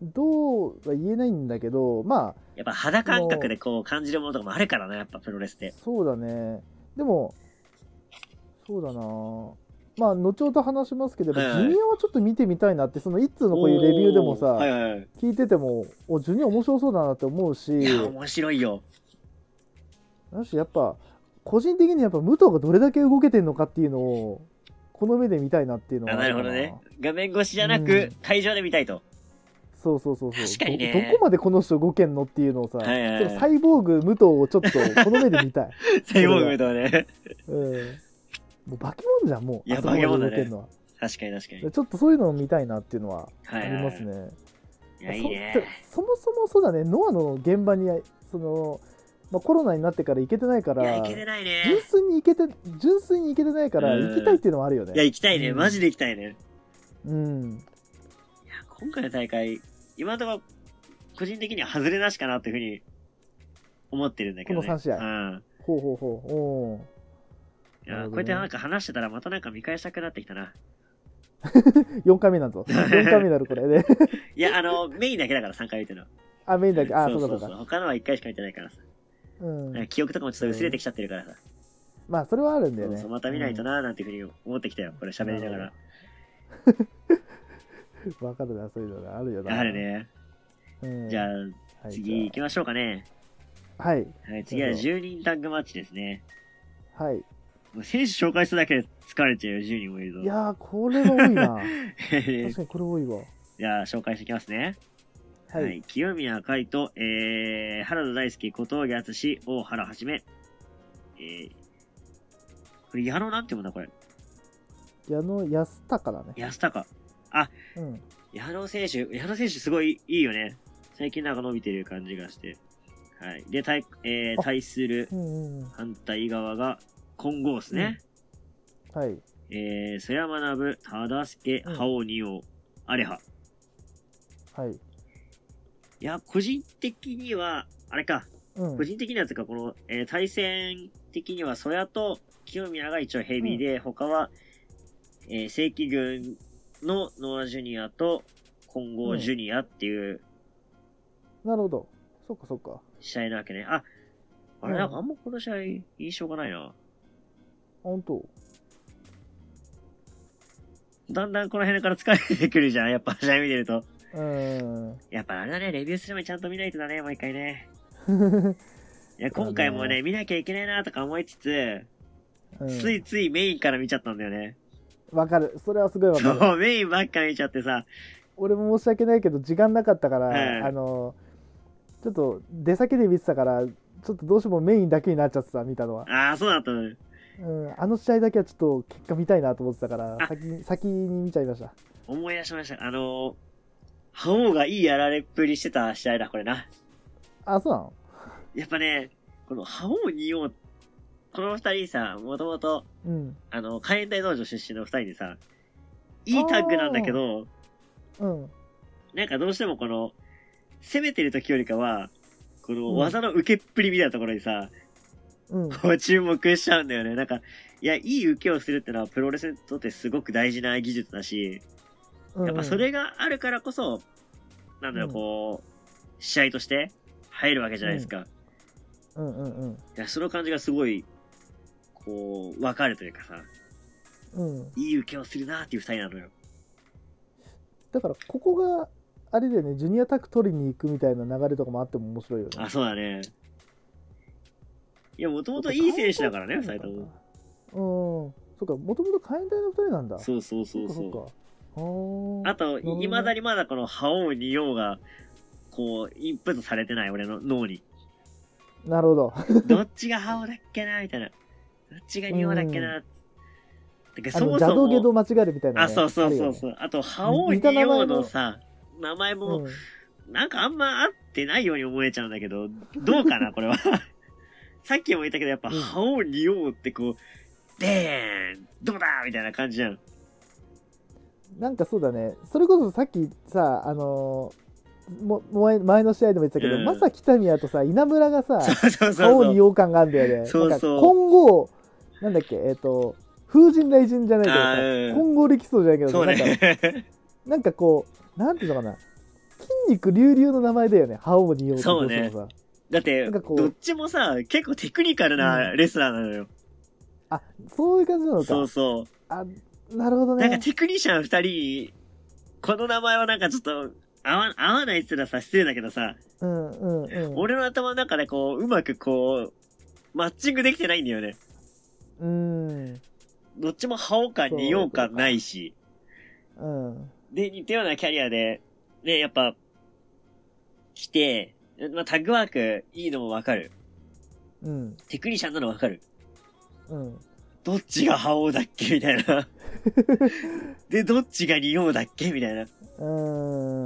Speaker 2: どうは言えないんだけど、ま
Speaker 1: やっぱ肌感覚でこう感じるものとかもあるからな、やっぱプロレスっ
Speaker 2: あ
Speaker 1: て。、
Speaker 2: そうだね。でも、そうだな。まあ、後ほど話しますけど、
Speaker 1: はいはい
Speaker 2: ジュニアはちょっと見てみたいなって、その一通のこういうレビューでもさ、
Speaker 1: おはいはいはい。
Speaker 2: 聞いてても、お、ジュニア面白そうだなって思うし、
Speaker 1: いや、面白いよ。
Speaker 2: だしやっぱ個人的にやっぱ武藤がどれだけ動けてるのかっていうのをこの目で見たいなっていうの
Speaker 1: あ
Speaker 2: は
Speaker 1: な
Speaker 2: あ
Speaker 1: るほ
Speaker 2: か
Speaker 1: ど
Speaker 2: な
Speaker 1: ね。画面越しじゃな
Speaker 2: う
Speaker 1: く
Speaker 2: ん、
Speaker 1: 会場で見たいと。
Speaker 2: そうそうそうそう
Speaker 1: 確かにね
Speaker 2: どどこまでこの人動けんのっていうのをさ、
Speaker 1: はいはいはい
Speaker 2: ちょっとサイボーグ武藤をちょっとこの目で見たい、
Speaker 1: サイボーグとね。
Speaker 2: うん、もう化け物じゃんもう
Speaker 1: いや
Speaker 2: あそこま
Speaker 1: 化
Speaker 2: で
Speaker 1: け物だね
Speaker 2: 動けんのは
Speaker 1: 確かに確かに。
Speaker 2: ちょっとそういうのを見たいなっていうのはあ
Speaker 1: はいはい
Speaker 2: り
Speaker 1: はい
Speaker 2: ますね、
Speaker 1: いや、いいね
Speaker 2: そ。そもそもそうだねノアの現場にその、まあ、コロナになってから行けてないか
Speaker 1: いや、
Speaker 2: ら
Speaker 1: いけてないね。
Speaker 2: 純粋に行けて純粋に行けてないから
Speaker 1: うん
Speaker 2: 行きたいっていうのはあるよね
Speaker 1: いや、行きたいね。
Speaker 2: うん
Speaker 1: マジで行きたいね。
Speaker 2: うん
Speaker 1: いや、今回の大会、今のところ、個人的には外れなしかなっていうふうに、思ってるんだけど、ね。
Speaker 2: この三試合
Speaker 1: うん。
Speaker 2: ほうほうほうお
Speaker 1: いや
Speaker 2: なる
Speaker 1: こう
Speaker 2: ほどね
Speaker 1: やってなんか話してたらまたなんか見返したくなってきたな。
Speaker 2: ー4回 目なんぞ4回目になるこれで、
Speaker 1: いや、あの、メインだけだから3回見てるの。
Speaker 2: あメインだけあ
Speaker 1: そ
Speaker 2: そうう
Speaker 1: そ
Speaker 2: か
Speaker 1: う
Speaker 2: そ
Speaker 1: そう
Speaker 2: うか
Speaker 1: 他のは1回しか見てないからさ。
Speaker 2: うん
Speaker 1: なんか記憶とかもちょっと薄れてきちゃってるからさ。
Speaker 2: まあそれはあるんだ
Speaker 1: そ
Speaker 2: よ
Speaker 1: う
Speaker 2: ね
Speaker 1: そう、また見ないとなーなんていうふうに思ってきたよ。これ喋りながら。
Speaker 2: うんわ、かるなそういうのがあるよな
Speaker 1: ある、ね。
Speaker 2: うん
Speaker 1: じゃ
Speaker 2: は
Speaker 1: あ、
Speaker 2: い
Speaker 1: 次行
Speaker 2: じ
Speaker 1: きましょうかね。
Speaker 2: ゃあはい
Speaker 1: はい、次は10人タッグマッチですね。
Speaker 2: はい
Speaker 1: もう選手紹介するだけで疲れちゃうよ、10人もいるぞ。
Speaker 2: いやーこれは多いな
Speaker 1: え
Speaker 2: 確
Speaker 1: ー
Speaker 2: かにこれ多いわ
Speaker 1: じゃあ、紹介していきますね。
Speaker 2: はい、
Speaker 1: 清宮海斗、えー、原田大輔、小峠敦、大原はじめ。えー、これ、矢野なんてもんだ、これ。
Speaker 2: 矢野安高だね
Speaker 1: 安高。
Speaker 2: うん
Speaker 1: 矢野選手、矢野選手すごいいいよね。最近なんか伸びてる感じがして。はい。で、対、えー、
Speaker 2: あ
Speaker 1: 対する
Speaker 2: うんうんうん
Speaker 1: 反対側が、混合ですね。
Speaker 2: はい
Speaker 1: えー、曽山学、忠助、
Speaker 2: うん
Speaker 1: 覇王二王、アレハ。
Speaker 2: はい
Speaker 1: いや、個人的には、あれか、
Speaker 2: うん
Speaker 1: 個人的にはというか、この、えー対戦的には、曽谷と清宮が一応ヘビーで、他は、えー正規軍のノアジュニアと混合ジュニアっていう
Speaker 2: なるほどそっかそっか
Speaker 1: 試合なわけね。あ、あれ、
Speaker 2: うん
Speaker 1: なんかあんまこの試合印象がないな。
Speaker 2: 本当
Speaker 1: だんだんこの辺から疲れてくるじゃん、やっぱ試合見てると。
Speaker 2: うん
Speaker 1: やっぱあれだね、レビューする前にちゃんと見ないとだね、毎回ね。
Speaker 2: うん
Speaker 1: いや、今回もね、見なきゃいけないなとか思いつつ、ついついメインから見ちゃったんだよね。
Speaker 2: わかるそれはすごいわかる
Speaker 1: そう、メインばっか見ちゃってさ、
Speaker 2: 俺も申し訳ないけど時間なかったから、
Speaker 1: はい
Speaker 2: あのちょっと出先で見てたからちょっとどうしてもメインだけになっちゃってた見たのは、
Speaker 1: ああ、そうだったのね。
Speaker 2: うん、あの試合だけはちょっと結果見たいなと思ってたから
Speaker 1: あ
Speaker 2: 先に先に見ちゃいました
Speaker 1: 思い出しました。あのー、覇王がいいやられっぷりしてた試合だ、これな。
Speaker 2: あそうなの
Speaker 1: やっぱね、この覇王に王、この二人さ、もともと、
Speaker 2: うん
Speaker 1: あの、海援隊道場出身の二人でさ、いいタッグなんだけど、
Speaker 2: うん
Speaker 1: なんかどうしてもこの、攻めてる時よりかは、こ
Speaker 2: う
Speaker 1: の
Speaker 2: ん
Speaker 1: 技の受けっぷりみたいなところにさ、
Speaker 2: うん
Speaker 1: こう注目しちゃうんだよね。なんか、いや、いい受けをするってのはプロレスにとってすごく大事な技術だし、
Speaker 2: うん
Speaker 1: やっぱそれがあるからこそ、なんだろう、
Speaker 2: うん
Speaker 1: こう、試合として入るわけじゃないですか。い
Speaker 2: うんうんうん
Speaker 1: や、その感じがすごい、こう、わかるというかさ、
Speaker 2: うん
Speaker 1: いい受けをするなっていう二人なのよ。
Speaker 2: だからここがあれだよねジュニアタック取りに行くみたいな流れとかもあっても面白いよね
Speaker 1: あ、そうだね。いや、もともといい選手だからね、二人とも。
Speaker 2: もうんそっかもともと海援隊の2人なんだ
Speaker 1: そうそうそう
Speaker 2: そ
Speaker 1: そ
Speaker 2: っかそっ
Speaker 1: う。
Speaker 2: か
Speaker 1: あと、
Speaker 2: なるほどね
Speaker 1: いまだにまだこの、覇王に王が、こう、インプットされてない、俺の脳に。
Speaker 2: あーなるほど
Speaker 1: どっちが覇王だっけなみたいな。どっちがに王だっけなてか、
Speaker 2: あ
Speaker 1: そ
Speaker 2: の
Speaker 1: も
Speaker 2: 邪
Speaker 1: そ
Speaker 2: 道下道
Speaker 1: も、
Speaker 2: 間違えるみたいなね、
Speaker 1: あ、そうそう
Speaker 2: るよ
Speaker 1: そう
Speaker 2: ね
Speaker 1: そう。あと、覇王
Speaker 2: 似た
Speaker 1: に
Speaker 2: 名前
Speaker 1: 王
Speaker 2: の
Speaker 1: のさ、名前
Speaker 2: う
Speaker 1: も
Speaker 2: ん、
Speaker 1: なんかあんま合ってないように思えちゃうんだけど、どうかな、これは。 さっきも言ったけど、やっぱ、
Speaker 2: うん
Speaker 1: 覇王竜王ってこう、でーんどうだみたいな感じじゃん。
Speaker 2: なんかそうだね、それこそさっきさ、あのーも前前の試合でも言ってたけど、
Speaker 1: うん
Speaker 2: まさきたみやとさ、稲村がさ、
Speaker 1: そうそう
Speaker 2: 顔
Speaker 1: そう
Speaker 2: に
Speaker 1: そう。
Speaker 2: 羊羹があるんだよね。
Speaker 1: そうそう
Speaker 2: なんか今後、なんだっけ、えっ、と、風神雷神じゃないけど
Speaker 1: あ
Speaker 2: さ、
Speaker 1: ーうん
Speaker 2: 混合力そうじゃないけどさ、
Speaker 1: そう
Speaker 2: なんか
Speaker 1: ね。
Speaker 2: なんかこう、なんていうのかな、筋肉隆々の名前だよね、覇王に羊羹ってどうしてもさ。
Speaker 1: だって、
Speaker 2: なんかこう
Speaker 1: どっちもさ、結構テクニカルな
Speaker 2: う
Speaker 1: レスラーなのよ。
Speaker 2: あ、そういう感じなのか。
Speaker 1: そうそう。
Speaker 2: あ、なるほど
Speaker 1: なんか
Speaker 2: ね。
Speaker 1: テクニシャン二人に、この名前はなんかちょっと、合わ、合わないってのはさ、失礼だけどさ、
Speaker 2: うんうんうん。
Speaker 1: 俺の頭の中でこう、うまくこう、マッチングできてないんだよね。
Speaker 2: うん。
Speaker 1: どっちも覇王感、
Speaker 2: そう
Speaker 1: 二王感ないし。
Speaker 2: うん。
Speaker 1: で、似たようなキャリアで、ね、やっぱ、来て、まあ、タッグワークいいのもわかる。
Speaker 2: うん。
Speaker 1: テクニシャンなのわかる。
Speaker 2: うん。
Speaker 1: どっちが覇王だっけみたい な。で、どっちが二王だっけみたいな。
Speaker 2: う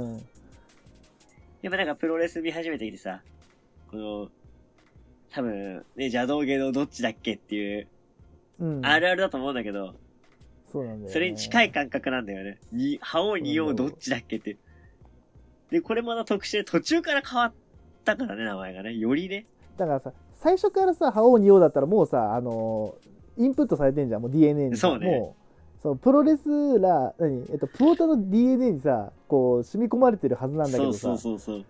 Speaker 2: ん。
Speaker 1: やっぱなんかプロレス見始めてきてさ、この、多分、ね、邪道芸能どっちだっけっていう、
Speaker 2: うん。
Speaker 1: あるあるだと思うんだけど、
Speaker 2: そうなんだよね、
Speaker 1: それに近い感覚なんだよね。に、覇王に王どっちだっけって。で、これまた特殊で途中から変わったからね、名前がね。よりね。
Speaker 2: だからさ最初からさ覇王に王だったらもうさあのーインプットされてんじゃんもう DNA にさ
Speaker 1: そうね
Speaker 2: もうそうプロレスラー何えっとプロータの DNA にさこう染み込まれてるはずなんだけ
Speaker 1: そ
Speaker 2: ど
Speaker 1: う
Speaker 2: さ
Speaker 1: そうそうそう。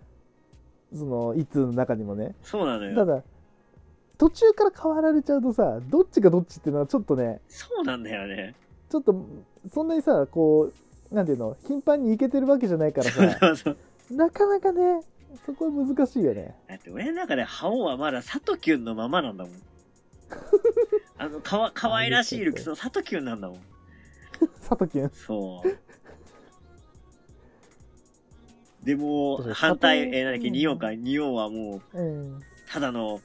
Speaker 2: その一通の中にもね
Speaker 1: そうなの
Speaker 2: た
Speaker 1: よ。
Speaker 2: だ途中から変わられちゃうとさどっちがどっちっていうのはちょっとね
Speaker 1: そうなんだよね。
Speaker 2: ちょっとそんなにさこうなんていうの頻繁にいけてるわけじゃないから
Speaker 1: そう
Speaker 2: さ
Speaker 1: そうそう。
Speaker 2: なかなかねそこは難しいよね
Speaker 1: だって俺の中で覇王はまだサトキュンのままなん だもん。あの、かわ、可愛らしいルックスのサトキュンなんだもん。
Speaker 2: 佐藤君
Speaker 1: そう。でも
Speaker 2: そうそう
Speaker 1: う、反対、
Speaker 2: 里
Speaker 1: えー、なんだっけ、
Speaker 2: うん
Speaker 1: ニオンか。ニオンはもう、
Speaker 2: うん
Speaker 1: ただの、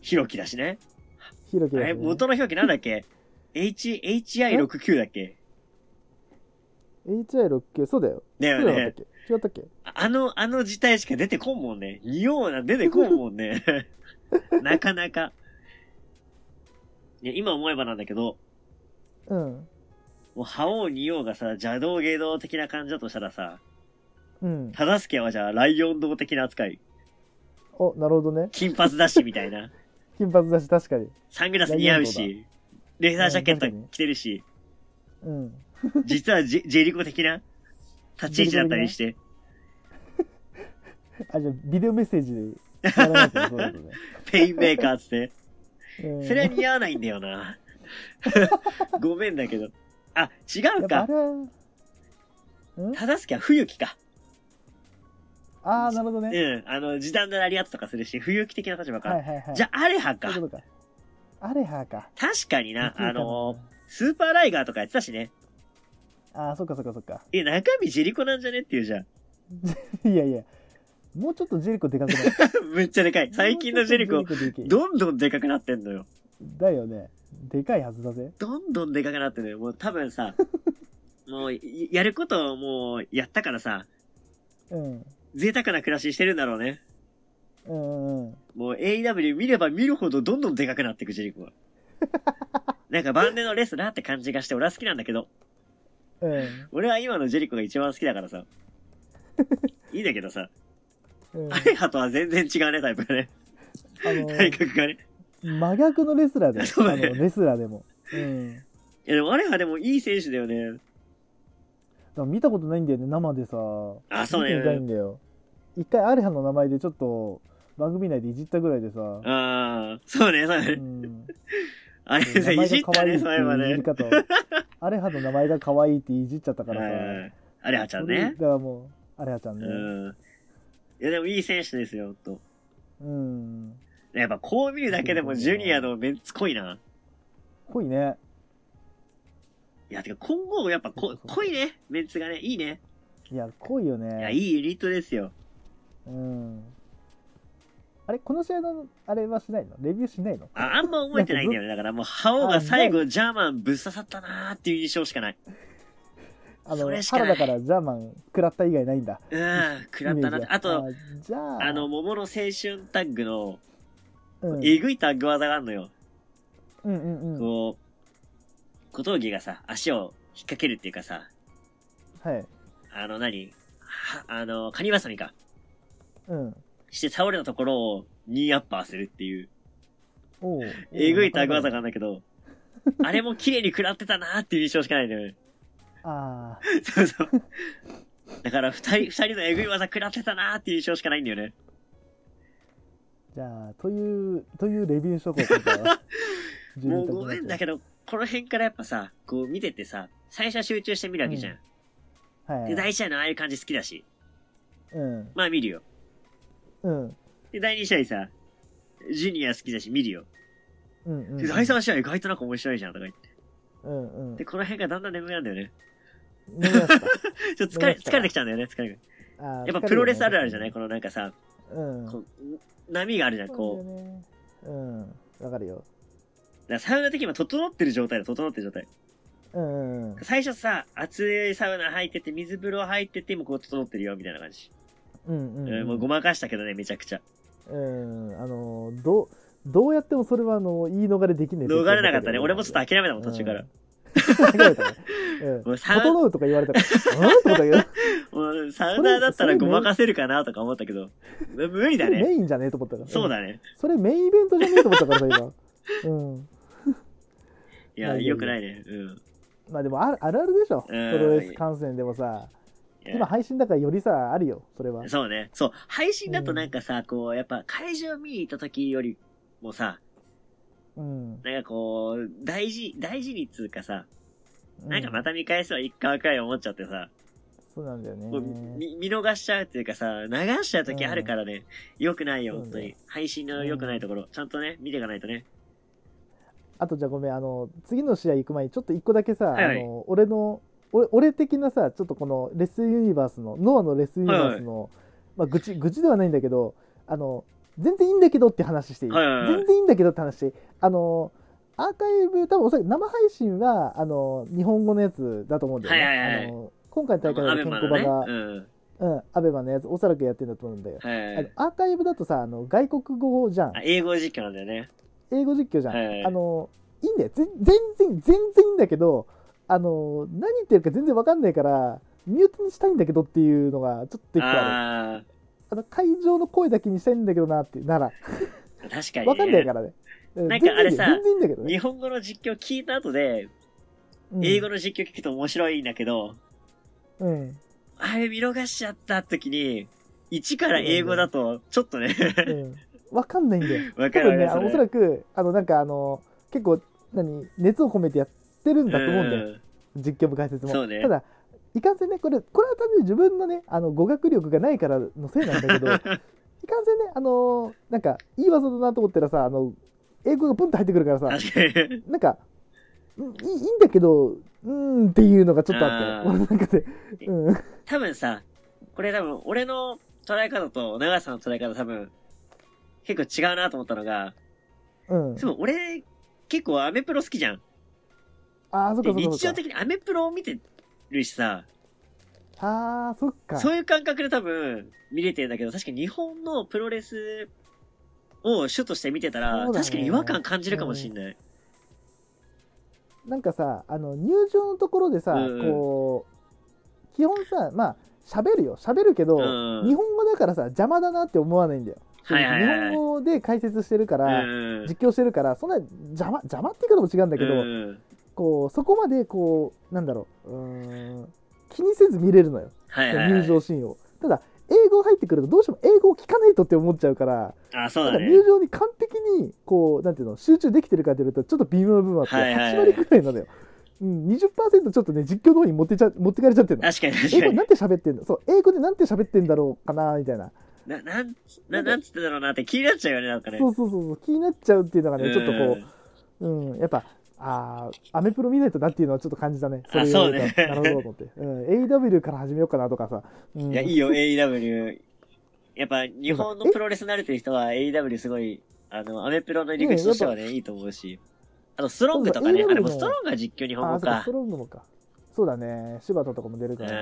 Speaker 1: ヒロキだしね。
Speaker 2: ひろき
Speaker 1: あ
Speaker 2: だし
Speaker 1: れ、
Speaker 2: ね
Speaker 1: 元の表記なんだっけ ?H、HI69 だっけ
Speaker 2: HI69 そうだよ
Speaker 1: だよ
Speaker 2: そうだったっ
Speaker 1: ね。
Speaker 2: け違ったっけ
Speaker 1: あの、あの字体しか出てこんもんね。ニオンなんて出てこんもんね。 なかなか。いや、今思えばなんだけど、
Speaker 2: うん。
Speaker 1: もう、覇王、ニオンがさ、邪道芸道的な感じだとしたらさ、
Speaker 2: うん。
Speaker 1: 忠助はじゃあ、ライオン道的な扱い。
Speaker 2: お、なるほどね。
Speaker 1: 金髪だし、みたいな。
Speaker 2: 金髪だし、確かに。
Speaker 1: サングラス似合う
Speaker 2: ライ
Speaker 1: し、レーザージャケット
Speaker 2: うん確かに
Speaker 1: 着てるし、
Speaker 2: うん。
Speaker 1: 実は ジェジェリコ的な立ち位置だったりして、
Speaker 2: あ、じゃあビデオメッセージでやらないとそうだけどね。
Speaker 1: ペインメーカーっつって。
Speaker 2: うん、
Speaker 1: それは似合わないんだよな。 ごめんだけど。あ、違
Speaker 2: や
Speaker 1: う
Speaker 2: っぱ
Speaker 1: か。
Speaker 2: あれは、ん
Speaker 1: 正しきは冬木か。
Speaker 2: ああ、なるほど
Speaker 1: う
Speaker 2: ね。
Speaker 1: ん。あの、時短のラリアットとかするし、冬木的な立場か。
Speaker 2: はいはいはい。
Speaker 1: じゃあ、アレハ
Speaker 2: そう
Speaker 1: か
Speaker 2: いう。ことか。アレハか。
Speaker 1: 確かにな、
Speaker 2: できる
Speaker 1: あ
Speaker 2: かな
Speaker 1: の、スーパーライガーとかやってたしね。
Speaker 2: ああ、そっかそっかそっか。
Speaker 1: え、中身ジェリコなんじゃねっていうじゃん。
Speaker 2: いやいや。もうちょっとジェリコでかくない
Speaker 1: めっちゃでかい。 最近のジェリ
Speaker 2: もう
Speaker 1: コ、
Speaker 2: ちょっとジェリコでけえ
Speaker 1: どんどんでかくなってんのよ。
Speaker 2: だよね。でかいはずだぜ。
Speaker 1: どんどんでかくなってるよ。もう多分 さ、もう、いやることをもう、やったからさ、
Speaker 2: うん。
Speaker 1: 贅沢な暮らししてるんだろうね。
Speaker 2: うんうん。
Speaker 1: もう AEW 見れば見るほどどんどんでかくなっていく、ジェリ コは。なんか晩年のレスラーって感じがして、俺は好きなんだけど、
Speaker 2: うん。
Speaker 1: 俺は今のジェリコが一番好きだからさ。いいんだけどさ、
Speaker 2: うん、
Speaker 1: ア
Speaker 2: あ
Speaker 1: レハとは全然違うね、タイプがね。
Speaker 2: の
Speaker 1: 体格がね。
Speaker 2: 真逆のレスラー で、
Speaker 1: そうだね
Speaker 2: あのレスラーでも。うん。で
Speaker 1: いやでもアレハでもいい選手だよね。
Speaker 2: も見たことないんだよね、生でさ。
Speaker 1: あ、そうだ
Speaker 2: 見てみたい
Speaker 1: よ
Speaker 2: ん
Speaker 1: ね。
Speaker 2: だよ一回アレハの名前でちょっと番組内でいじったぐらいでさ、
Speaker 1: ああ、そうね、そう
Speaker 2: う
Speaker 1: ね。
Speaker 2: ん、
Speaker 1: あれ
Speaker 2: 名
Speaker 1: さ、
Speaker 2: 前
Speaker 1: いじっ
Speaker 2: が可
Speaker 1: た
Speaker 2: 愛い
Speaker 1: ね、
Speaker 2: って
Speaker 1: そういえば
Speaker 2: いういじ
Speaker 1: ね
Speaker 2: り。方をアレハの名前が可愛いっていじっちゃったからさ、
Speaker 1: うんアレハちゃん
Speaker 2: それ
Speaker 1: ね
Speaker 2: だ。からもうアレハちゃんね
Speaker 1: うん。いや、でもいい選手ですよ、と。
Speaker 2: うん、
Speaker 1: やっぱこう見るだけでもジュニアのメンツ濃いな。
Speaker 2: 濃いね
Speaker 1: いや、てか今後やっぱこ濃いね、メンツがね。いいね。
Speaker 2: いや濃いよ
Speaker 1: い
Speaker 2: ね
Speaker 1: や、いいユニットですよ。
Speaker 2: うん、あれこの試合のあれはしないのレビューしないの
Speaker 1: ああんま覚えてないんだよね。だからもう、覇王が最後ジャーマンぶっ刺さったなーっていう印象しかない。
Speaker 2: あ
Speaker 1: そ
Speaker 2: の
Speaker 1: れしかな
Speaker 2: 原
Speaker 1: い
Speaker 2: 田からジャーマン食らった以外ないんだ
Speaker 1: うん、食らった
Speaker 2: イメ
Speaker 1: な。
Speaker 2: ージは
Speaker 1: あと、
Speaker 2: ーじゃあ
Speaker 1: あの、桃の青春タッグの、
Speaker 2: うん、
Speaker 1: えぐいタッグ技があるのよ。
Speaker 2: うんうんうん
Speaker 1: こう、小峠がさ、足を引っ掛けるっていうかさ、
Speaker 2: はい
Speaker 1: あの何、はあの、カニバサミか。
Speaker 2: うん
Speaker 1: して倒れたところを2アッパーするっていう、
Speaker 2: おう
Speaker 1: えぐいタッグ技があるんだけど、あれも綺麗に食らってたなーっていう印象しかないんだよね。
Speaker 2: あ
Speaker 1: そうそう。だから二人、二人のえぐい技食らってたなーっていう印象しかないんだよね。
Speaker 2: ーじゃあというというレビュー書こう今回は
Speaker 1: もうごめんだけ
Speaker 2: ど
Speaker 1: ど、この辺からやっぱさ、こう見ててさ、最初は集中して見るわけじゃん。
Speaker 2: は
Speaker 1: で、
Speaker 2: い
Speaker 1: 第一試合のああいう感じ好きだし、
Speaker 2: うん
Speaker 1: まあ見るよ。
Speaker 2: うん
Speaker 1: で、第二試合さ、ジュニア好きだし見るよ。
Speaker 2: うんうん
Speaker 1: で、第三試合意外となんか面白いじゃんとか言って。
Speaker 2: うんうん
Speaker 1: で、この辺がだんだん眠くなるんだよね。
Speaker 2: 見ました
Speaker 1: ちょっと疲れ、疲れてきちゃうんだよね、疲れが。
Speaker 2: あー
Speaker 1: やっぱプロレスあるあるじゃない
Speaker 2: 疲
Speaker 1: このなんかさ、
Speaker 2: れるよねうん
Speaker 1: こう、波があるじゃん、
Speaker 2: そう
Speaker 1: こ
Speaker 2: だよねうんわかるよ
Speaker 1: う。だからサウナ的には整ってる状態だ、整ってる状態。
Speaker 2: うんうん
Speaker 1: 最初さ、熱いサウナ入ってて、水風呂入ってて、もうこう整ってるよ、みたいな感じ。
Speaker 2: うんうん
Speaker 1: うんもうごまかしたけどね、めちゃくちゃ。
Speaker 2: うんあのどうどうやってもそれはあの言い逃れできねえ
Speaker 1: 逃れなかったね。俺もちょっと
Speaker 2: と
Speaker 1: 諦めたもん、途中から。
Speaker 2: 諦めたねうん
Speaker 1: もうサウ
Speaker 2: 整うとか言われたからうんとか言う
Speaker 1: もうサウナーだったらごまかせるかなとか思ったけど、無理
Speaker 2: そ
Speaker 1: だ
Speaker 2: れメ
Speaker 1: ね。
Speaker 2: インじゃねえと思ったから
Speaker 1: そう
Speaker 2: ね
Speaker 1: だね。
Speaker 2: それメインイベントじゃねえと思ったからさ今 うん
Speaker 1: い
Speaker 2: まあ
Speaker 1: や、
Speaker 2: いいよ
Speaker 1: よくないね。うん。
Speaker 2: まあでもあるあるあるでしょプ
Speaker 1: うん
Speaker 2: ロレス観戦でもさ
Speaker 1: いや
Speaker 2: 今配信だからよりさあるよそれは
Speaker 1: そうね。そう。配信だとなんかさ、こう、やっぱ会場見に行った時よりもさ、
Speaker 2: うん
Speaker 1: なんかこう、大事、大事にっつうかさ、
Speaker 2: うん
Speaker 1: なんかまた見返すはいっかくらい思っちゃってさ、
Speaker 2: そうなんだよね
Speaker 1: もう見見逃しちゃうっていうかさ、流しちゃう時あるからね、良くないよ、本当
Speaker 2: そう
Speaker 1: に
Speaker 2: ね。
Speaker 1: 配信の良くないところ、ちゃんとね、見ていかないとね。
Speaker 2: あとじゃあごめんあの次の試合行く前にちょっと一個だけさ、
Speaker 1: はいはい
Speaker 2: あの俺の俺俺的なさちょっとこのレッスンユニバースのノアのレッスンユニバースの、まあ、愚痴愚痴ではないんだけどあの全然いいんだけどって話していい,、
Speaker 1: はいはいはい
Speaker 2: 全然いいんだけどって話していいあのアーカイブ多分おそらく生配信はあの日本語のやつだと思うんだよね、
Speaker 1: はいはいはい
Speaker 2: あの今回の
Speaker 1: ア
Speaker 2: 大会は
Speaker 1: ベ
Speaker 2: 健
Speaker 1: マ
Speaker 2: 康
Speaker 1: のね。
Speaker 2: 版
Speaker 1: う
Speaker 2: が
Speaker 1: ん。
Speaker 2: うんアベマのやつおそらくやってるんだと思うんだよ、
Speaker 1: はいはい。
Speaker 2: あのアーカイブだとさあの外国語じゃん
Speaker 1: あ英語実況なんだよね。
Speaker 2: 英語実況じゃん、
Speaker 1: はいはい
Speaker 2: あのいいんだよぜ全然全然いいんだけどあの何言ってるか全然わかんないからミュートにしたいんだけどっていうのがちょっと一個あるあ
Speaker 1: あ
Speaker 2: の会場の声だけにしたいんだけどなってなら
Speaker 1: あ、確かに、ね。
Speaker 2: わかんないからねう
Speaker 1: なんかあれさ
Speaker 2: 全然いいんだけど
Speaker 1: 日
Speaker 2: ね
Speaker 1: 本語の実況聞いた後で、
Speaker 2: うん
Speaker 1: 英語の実況聞くと面白いんだけど、
Speaker 2: うん
Speaker 1: あれ見逃しちゃった時に、一から英語だと、ちょっとね、
Speaker 2: うんわかんないんだよ
Speaker 1: わか
Speaker 2: 多
Speaker 1: る
Speaker 2: 分ね
Speaker 1: わ
Speaker 2: あ
Speaker 1: か
Speaker 2: の
Speaker 1: る。
Speaker 2: おそらくあのなんかあの結構何熱を込めてやってるんだと思うんだよ
Speaker 1: うん
Speaker 2: 実況も解説も。
Speaker 1: そうね
Speaker 2: ただいかんせんねこれこれは単純に自分のねあの語学力がないからのせいなんだけど いかんせん ねあのーなんかいい技だなと思ったらさあの英語がブンと入ってくるからさ
Speaker 1: 確かに。
Speaker 2: なんかんいいいいんだけどうーんっていうのがちょっと
Speaker 1: あ
Speaker 2: あって
Speaker 1: ー
Speaker 2: 俺の中で、うん、
Speaker 1: 多分さ、これ多分、俺の捉え方と、長さんの捉え方多分、結構違うなと思ったのが、
Speaker 2: うん、
Speaker 1: でも俺、結構アメプロ好きじゃん。
Speaker 2: あーそっ
Speaker 1: で
Speaker 2: かそっか
Speaker 1: 日
Speaker 2: そ
Speaker 1: 常
Speaker 2: っか
Speaker 1: 的にアメプロを見てるしさ、
Speaker 2: あーそっか
Speaker 1: そういう感覚で多分見れてるんだけど、確かに日本のプロレスを主として見てたら、
Speaker 2: そうだね
Speaker 1: 確かに違和感感じるかもしんない。
Speaker 2: なんかさあの入場のところでさ、
Speaker 1: うんうん
Speaker 2: こう基本さまあ喋るよ喋るけど、
Speaker 1: うん
Speaker 2: 日本語だからさ邪魔だなって思わないんだよ、
Speaker 1: はいはいはい
Speaker 2: 日本語で解説してるか
Speaker 1: う
Speaker 2: ら、
Speaker 1: ん。
Speaker 2: 実況してるからそんな邪魔邪魔って言い方も違うんだけど、
Speaker 1: うん
Speaker 2: こうそこまでこうなんだろううーん気にせず見れるのよ、
Speaker 1: はいはいは
Speaker 2: 入
Speaker 1: い、
Speaker 2: 場シーンをただ英語入ってくるとどうしても英語を聞かないとって思っちゃうから
Speaker 1: あ、そうだ
Speaker 2: ただ
Speaker 1: ね。
Speaker 2: 入場に完璧にこうなんていうの集中できてるかというとちょっと微妙な部分あって
Speaker 1: はいはいはい
Speaker 2: 8割くらいなのよ、うん、20%ちょっとね実況の方に持ってちゃ持ってかれちゃってるの
Speaker 1: 確かに確
Speaker 2: 英
Speaker 1: か
Speaker 2: 語
Speaker 1: に。
Speaker 2: なんて喋ってんのそう英語でなんて喋ってんだろうかなみたいな
Speaker 1: な、なん、ななんつってたろうなって気になっちゃうよね、なんかね。
Speaker 2: そうそうそうそう気になっちゃうっていうのがねちょっと
Speaker 1: う
Speaker 2: こ
Speaker 1: ん
Speaker 2: ううんやっぱあーアメプロ見ないとなっていうのはちょっと感じたね。れ言われたら
Speaker 1: あそうね
Speaker 2: なるほどと思って。うん、AW から始めようかなとかさ。うん、
Speaker 1: いや、いいよ、AEW。やっぱ、日本のプロレス慣れてる人は AEW すごい、あの、アメプロの入り口としてはね、いいと思うし。あと、ストロングとかね、
Speaker 2: そうそう
Speaker 1: あれ
Speaker 2: AEW
Speaker 1: も
Speaker 2: の
Speaker 1: ストロングは実況日
Speaker 2: あ
Speaker 1: 本
Speaker 2: ー、
Speaker 1: 語
Speaker 2: そうか、
Speaker 1: か
Speaker 2: スト。ロングもか。そうだね。柴田とかも出る
Speaker 1: う
Speaker 2: からね、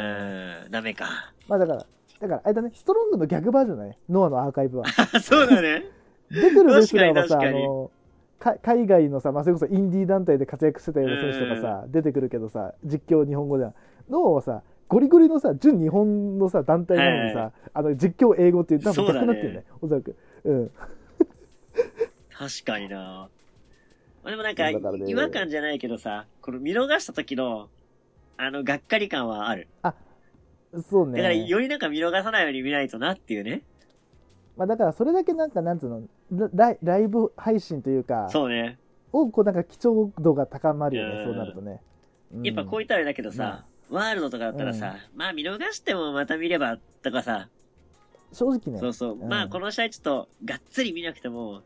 Speaker 1: ーん、ダメか。
Speaker 2: まあだから、だから、あれだね、ストロングの逆バージョンだね。ノアのアーカイブは。
Speaker 1: そうだね。
Speaker 2: 出てるレスラーは
Speaker 1: 確
Speaker 2: さ、あ
Speaker 1: かに
Speaker 2: の、か海外のさ、まあ、それこそインディー団体で活躍してたような選手とかさ、出てくるけどさ、実況日本語じゃん。ノアはさ、ゴリゴリのさ、純日本のさ、団体なのにさ、
Speaker 1: は
Speaker 2: あの、実況英語っていう、多分
Speaker 1: そうだ
Speaker 2: 逆
Speaker 1: ね
Speaker 2: になってるね、おそらく。うん。
Speaker 1: 確かにな。まあ、でもなんか、
Speaker 2: だからね
Speaker 1: 違和感じゃないけどさ、この見逃した時の、あの、がっかり感はある。
Speaker 2: そう
Speaker 1: だから、
Speaker 2: ね。
Speaker 1: よりなんか見逃さないように見ないとなっていうね。
Speaker 2: まあ、だから、それだけなんか、なんつうの、ライライブ配信というか、
Speaker 1: そうね。
Speaker 2: を、こう、なんか、貴重度が高まるよ
Speaker 1: う
Speaker 2: ね、
Speaker 1: ん
Speaker 2: そうなるとね。うん
Speaker 1: やっぱこういったあれだけどさ、ワールドとかだったらさ、まあ見逃してもまた見ればとかさ、
Speaker 2: 正直ね
Speaker 1: そうそう、
Speaker 2: うん
Speaker 1: まあこの試合ちょっとがっつり見なくても、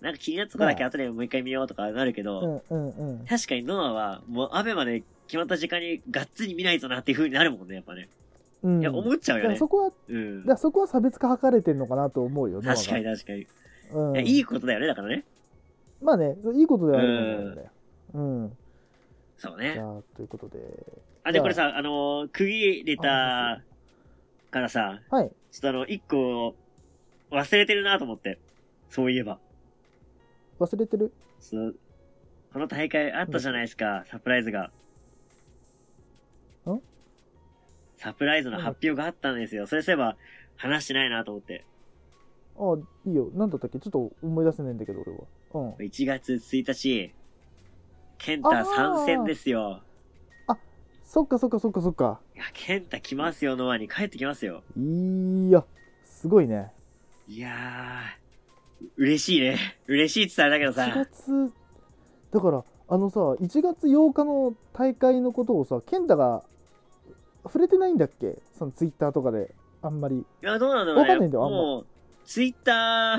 Speaker 1: なんか気になったとこだけ後でもう一回見ようとかなるけど、
Speaker 2: うんうんうん
Speaker 1: 確かにノアはもうアベまで決まった時間にがっつり見ないとなっていう風になるもんね、やっぱね。
Speaker 2: うん
Speaker 1: いや、思っちゃうよ
Speaker 2: だから
Speaker 1: ね。
Speaker 2: そこはだ
Speaker 1: うん
Speaker 2: か。らそこは差別化図れてるのかなと思うよ
Speaker 1: 確かに、確かに。
Speaker 2: ノアがうん、
Speaker 1: いや、いいことだよね、だからね。
Speaker 2: まあねそういいことではあると思うんだようん、
Speaker 1: そう
Speaker 2: じ
Speaker 1: ね。
Speaker 2: ゃあということで
Speaker 1: あ、で、これさ、あのー区切れたからさ、
Speaker 2: はい
Speaker 1: ちょっとあの、一個忘れてるなと思って。そういえば。
Speaker 2: 忘れてる
Speaker 1: そのこの大会あったじゃないですか、サプライズが。
Speaker 2: ん
Speaker 1: サプライズの発表があったんですよ。それすれば話してないなと思って。
Speaker 2: あいいよ何だったっけちょっと思い出せないんだけど俺はうん
Speaker 1: 1月1日、ケンタ参戦ですよ。
Speaker 2: そっかそっかそっかそっか
Speaker 1: いや、ケンタ来ますよ、ノアに帰ってきますよ。
Speaker 2: いやすごいね
Speaker 1: いやー、う嬉しいね。嬉しいって言ったらあれだけど
Speaker 2: 1
Speaker 1: さ、
Speaker 2: 月だからあのさ1月8日の大会のことをさ健太が触れてないんだっけそのツイッターとかであんまり
Speaker 1: いや、どうなんだろう
Speaker 2: わ
Speaker 1: ね。
Speaker 2: かんないんだよあんま
Speaker 1: もう、ツイッター、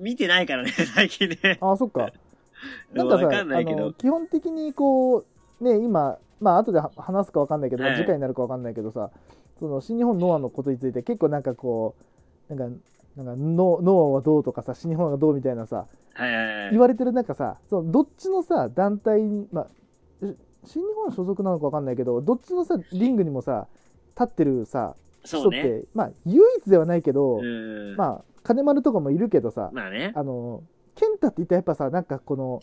Speaker 1: 見てないからね、最近ね。
Speaker 2: あそっ かなんか
Speaker 1: わ
Speaker 2: さ
Speaker 1: かんないけ
Speaker 2: あの
Speaker 1: ど。
Speaker 2: 基本的にこうね今まあ後では話すか分かんないけど、
Speaker 1: はい
Speaker 2: 次回になるか分かんないけどさその新日本ノアのことについて結構なんかこうなんかなんかノノアはどうとかさ新日本はどうみたいなさ
Speaker 1: はいはいはい
Speaker 2: 言。われてる中さそのどっちのさ団体にまあし新日本所属なのか分かんないけどどっちのさリングにもさ立ってるさ
Speaker 1: そ
Speaker 2: 人
Speaker 1: う
Speaker 2: って、
Speaker 1: ね。
Speaker 2: まあ唯一ではないけど、
Speaker 1: うん。まあ、
Speaker 2: まあ金丸とかもいるけどさ、
Speaker 1: ね。
Speaker 2: あの健太って言ったらやっぱさなんかこの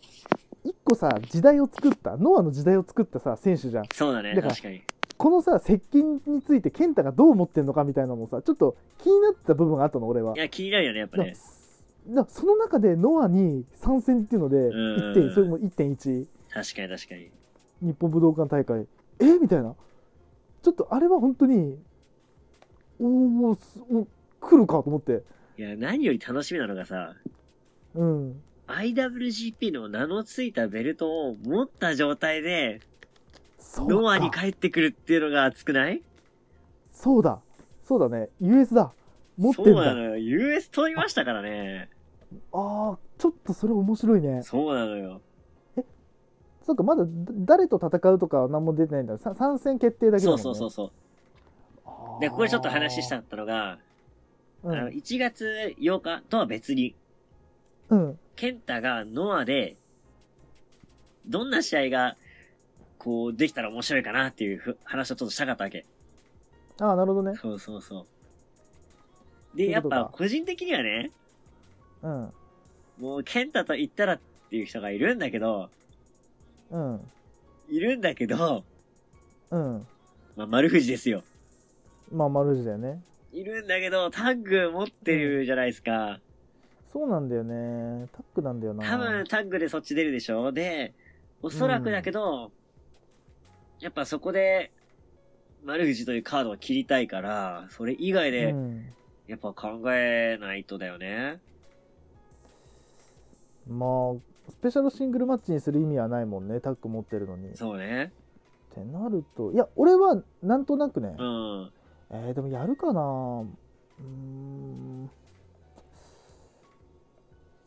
Speaker 2: 一個さ時代を作ったノアの時代を作ったさ選手じゃん
Speaker 1: そうだね。
Speaker 2: だから
Speaker 1: 確かに。。
Speaker 2: このさ接近について健太がどう思ってんのかみたいなのもさちょっと気になってた部分があったの俺はい
Speaker 1: や、気になるよね、やっぱ
Speaker 2: だ
Speaker 1: ね。
Speaker 2: だその中でノアに参戦っていうので
Speaker 1: ん
Speaker 2: 1点それも1.1
Speaker 1: 確かに確かに。
Speaker 2: 日本武道館大会えみたいなちょっとあれは本当におーすお来るかと思って
Speaker 1: いや、何より楽しみなのがさ、
Speaker 2: うん
Speaker 1: IWGP の名のついたベルトを持った状態で、
Speaker 2: そう
Speaker 1: ノアに
Speaker 2: か
Speaker 1: 帰ってくるっていうのが熱くない
Speaker 2: そうだそうだね US だ持って
Speaker 1: そ
Speaker 2: ん
Speaker 1: うな
Speaker 2: だ
Speaker 1: のよ。US 取りましたからね。
Speaker 2: ああちょっとそれ面白いね
Speaker 1: そうなのよ。
Speaker 2: そうかまだだ誰と戦うとかは何も出てないんださ参戦決定だけ
Speaker 1: そうん
Speaker 2: だも、ね、
Speaker 1: そうそうそう。
Speaker 2: あー
Speaker 1: で、ここでちょっと話した、かったのが、
Speaker 2: う
Speaker 1: あの
Speaker 2: ん
Speaker 1: 1月8日とは別に、
Speaker 2: うん、
Speaker 1: ケンタがノアで、どんな試合が、こう、できたら面白いかなっていうふ話をちょっとしたかったわけ。
Speaker 2: ああなるほどね
Speaker 1: そうそうそう。
Speaker 2: そう
Speaker 1: で、
Speaker 2: いう
Speaker 1: やっ
Speaker 2: ことか
Speaker 1: ぱ個人的にはね、
Speaker 2: うん
Speaker 1: もうケンタと言ったらっていう人がいるんだけど、
Speaker 2: うん
Speaker 1: いるんだけど、
Speaker 2: うん
Speaker 1: まあ、丸藤ですよ。
Speaker 2: まあ丸字だよね
Speaker 1: いるんだけど、タッグ持ってるじゃないですか。
Speaker 2: そうなんだよねタックなんだよな
Speaker 1: 多分タッグでそっち出るでしょで、おそらくだけど、やっぱそこで、丸藤というカードを切りたいから、それ以外で
Speaker 2: う、ん、
Speaker 1: やっぱ考えないとだよね。
Speaker 2: まあスペシャルシングルマッチにする意味はないもんねタック持ってるのにって
Speaker 1: そうね。
Speaker 2: なるといや俺はなんとなくね、
Speaker 1: うん。
Speaker 2: えー、でもやるかなうーん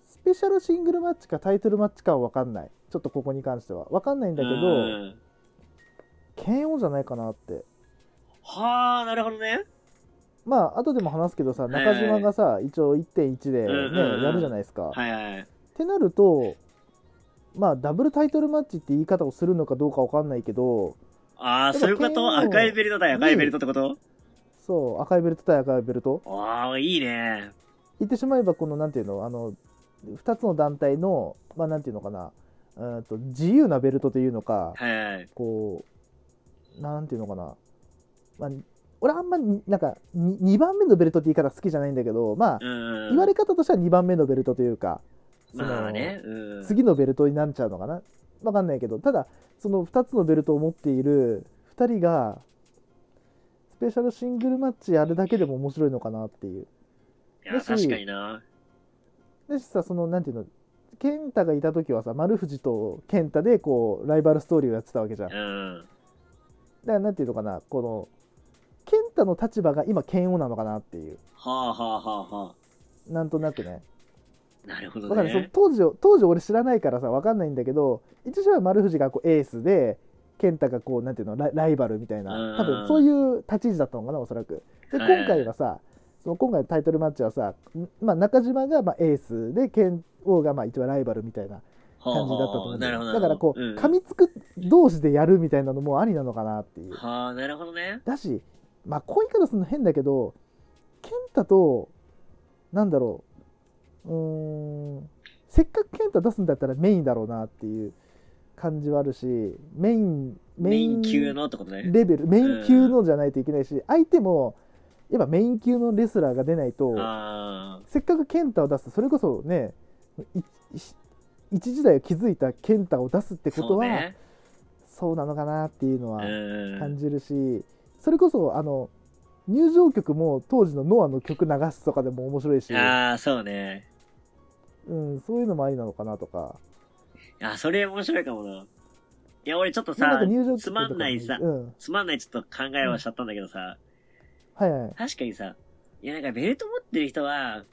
Speaker 2: スペシャルシングルマッチかタイトルマッチかは分かんないちょっとここに関しては分かんないんだけ
Speaker 1: う
Speaker 2: ど
Speaker 1: ん
Speaker 2: 剣王じゃないかなって
Speaker 1: はあ、なるほどね。
Speaker 2: まあ後でも話すけどさ
Speaker 1: はい
Speaker 2: 中島がさ一応1.1でね、
Speaker 1: うんうんうん
Speaker 2: やるじゃないですか、
Speaker 1: はいはい。
Speaker 2: ってなるとまあダブルタイトルマッチって言い方をするのかどうか分かんないけど
Speaker 1: ああ、そういうこ
Speaker 2: で
Speaker 1: と
Speaker 2: も剣を
Speaker 1: 赤いベルト対赤いベルトってこと
Speaker 2: そう赤いベルト対赤いベルト
Speaker 1: ああ、いいね。
Speaker 2: 言ってしまえばこのなんていうのあの2つの団体のまあなんていうのかなうーんと自由なベルトというのか
Speaker 1: はいはい。
Speaker 2: こうなんていうのかな、まあ、俺あんまになんか2番目のベルトって言い方好きじゃないんだけどまあ
Speaker 1: うん。
Speaker 2: 言われ方としては2番目のベルトというかその
Speaker 1: まあね。うん。
Speaker 2: 次のベルトになっちゃうのかなわかんないけどただその2つのベルトを持っている2人がスペシャルシングルマッチやるだけでも面白いのかなっていう
Speaker 1: いや、
Speaker 2: もし
Speaker 1: 確かにな。
Speaker 2: だしさそのなんていうの健太がいた時はさ丸藤と健太でこうライバルストーリーをやってたわけじゃんだか
Speaker 1: うん。
Speaker 2: らなんていうのかなこの健太の立場が今剣王なのかなっていう
Speaker 1: はあはあはあは
Speaker 2: なんとなくね
Speaker 1: あ。なるほど
Speaker 2: わかるその
Speaker 1: ね。
Speaker 2: 当時を当時俺知らないからさわかんないんだけど一応は丸藤がこうエースで健太がこうなんていうのライライバルみたい
Speaker 1: うん
Speaker 2: な多分そういう立ち位置だったのかなおそらくで
Speaker 1: は
Speaker 2: 今
Speaker 1: い
Speaker 2: 回はさその今回のタイトルマッチはさ、んまあ、中島がまあエースで剣王がまあ一番ライバルみたいな
Speaker 1: はあ
Speaker 2: 感じだったと思
Speaker 1: は
Speaker 2: う
Speaker 1: あ
Speaker 2: んだ
Speaker 1: なる
Speaker 2: よ
Speaker 1: ほど。
Speaker 2: だからこう、
Speaker 1: ん
Speaker 2: 噛みつく同士でやるみたいなのもありなのかなっていう
Speaker 1: はあ、なるほどね。
Speaker 2: だしまあこういう言い方するの変だけど健太となんだろううーんせっかく健太出すんだったらメインだろうなっていう感じはあるしメイン
Speaker 1: メイン級のってことね。
Speaker 2: レベルメイン級のじゃないといけないし相手もやっぱメイン級のレスラーが出ないと
Speaker 1: あ
Speaker 2: せっかく健太を出すそれこそねい一一時代を築いた健太を出すって
Speaker 1: あ。
Speaker 2: こと
Speaker 1: そう
Speaker 2: は
Speaker 1: ね。
Speaker 2: そうなのかなっていうの
Speaker 1: う
Speaker 2: は感
Speaker 1: ん。
Speaker 2: じるし、それこそあの入場曲も当時のノアの曲流すとかでも面白いし、
Speaker 1: ああ、そうね。
Speaker 2: うん、そういうのもありなのかなとか
Speaker 1: あ、それ面白いかもな。いや、俺ちょっと
Speaker 2: なん
Speaker 1: さ
Speaker 2: か、入場曲とかも
Speaker 1: つまんないさ
Speaker 2: うん、
Speaker 1: つまんないちょっと考えはしちゃったんだけどさ、
Speaker 2: はいはい、
Speaker 1: 確かにさ、いやなんかベルト持ってる人は、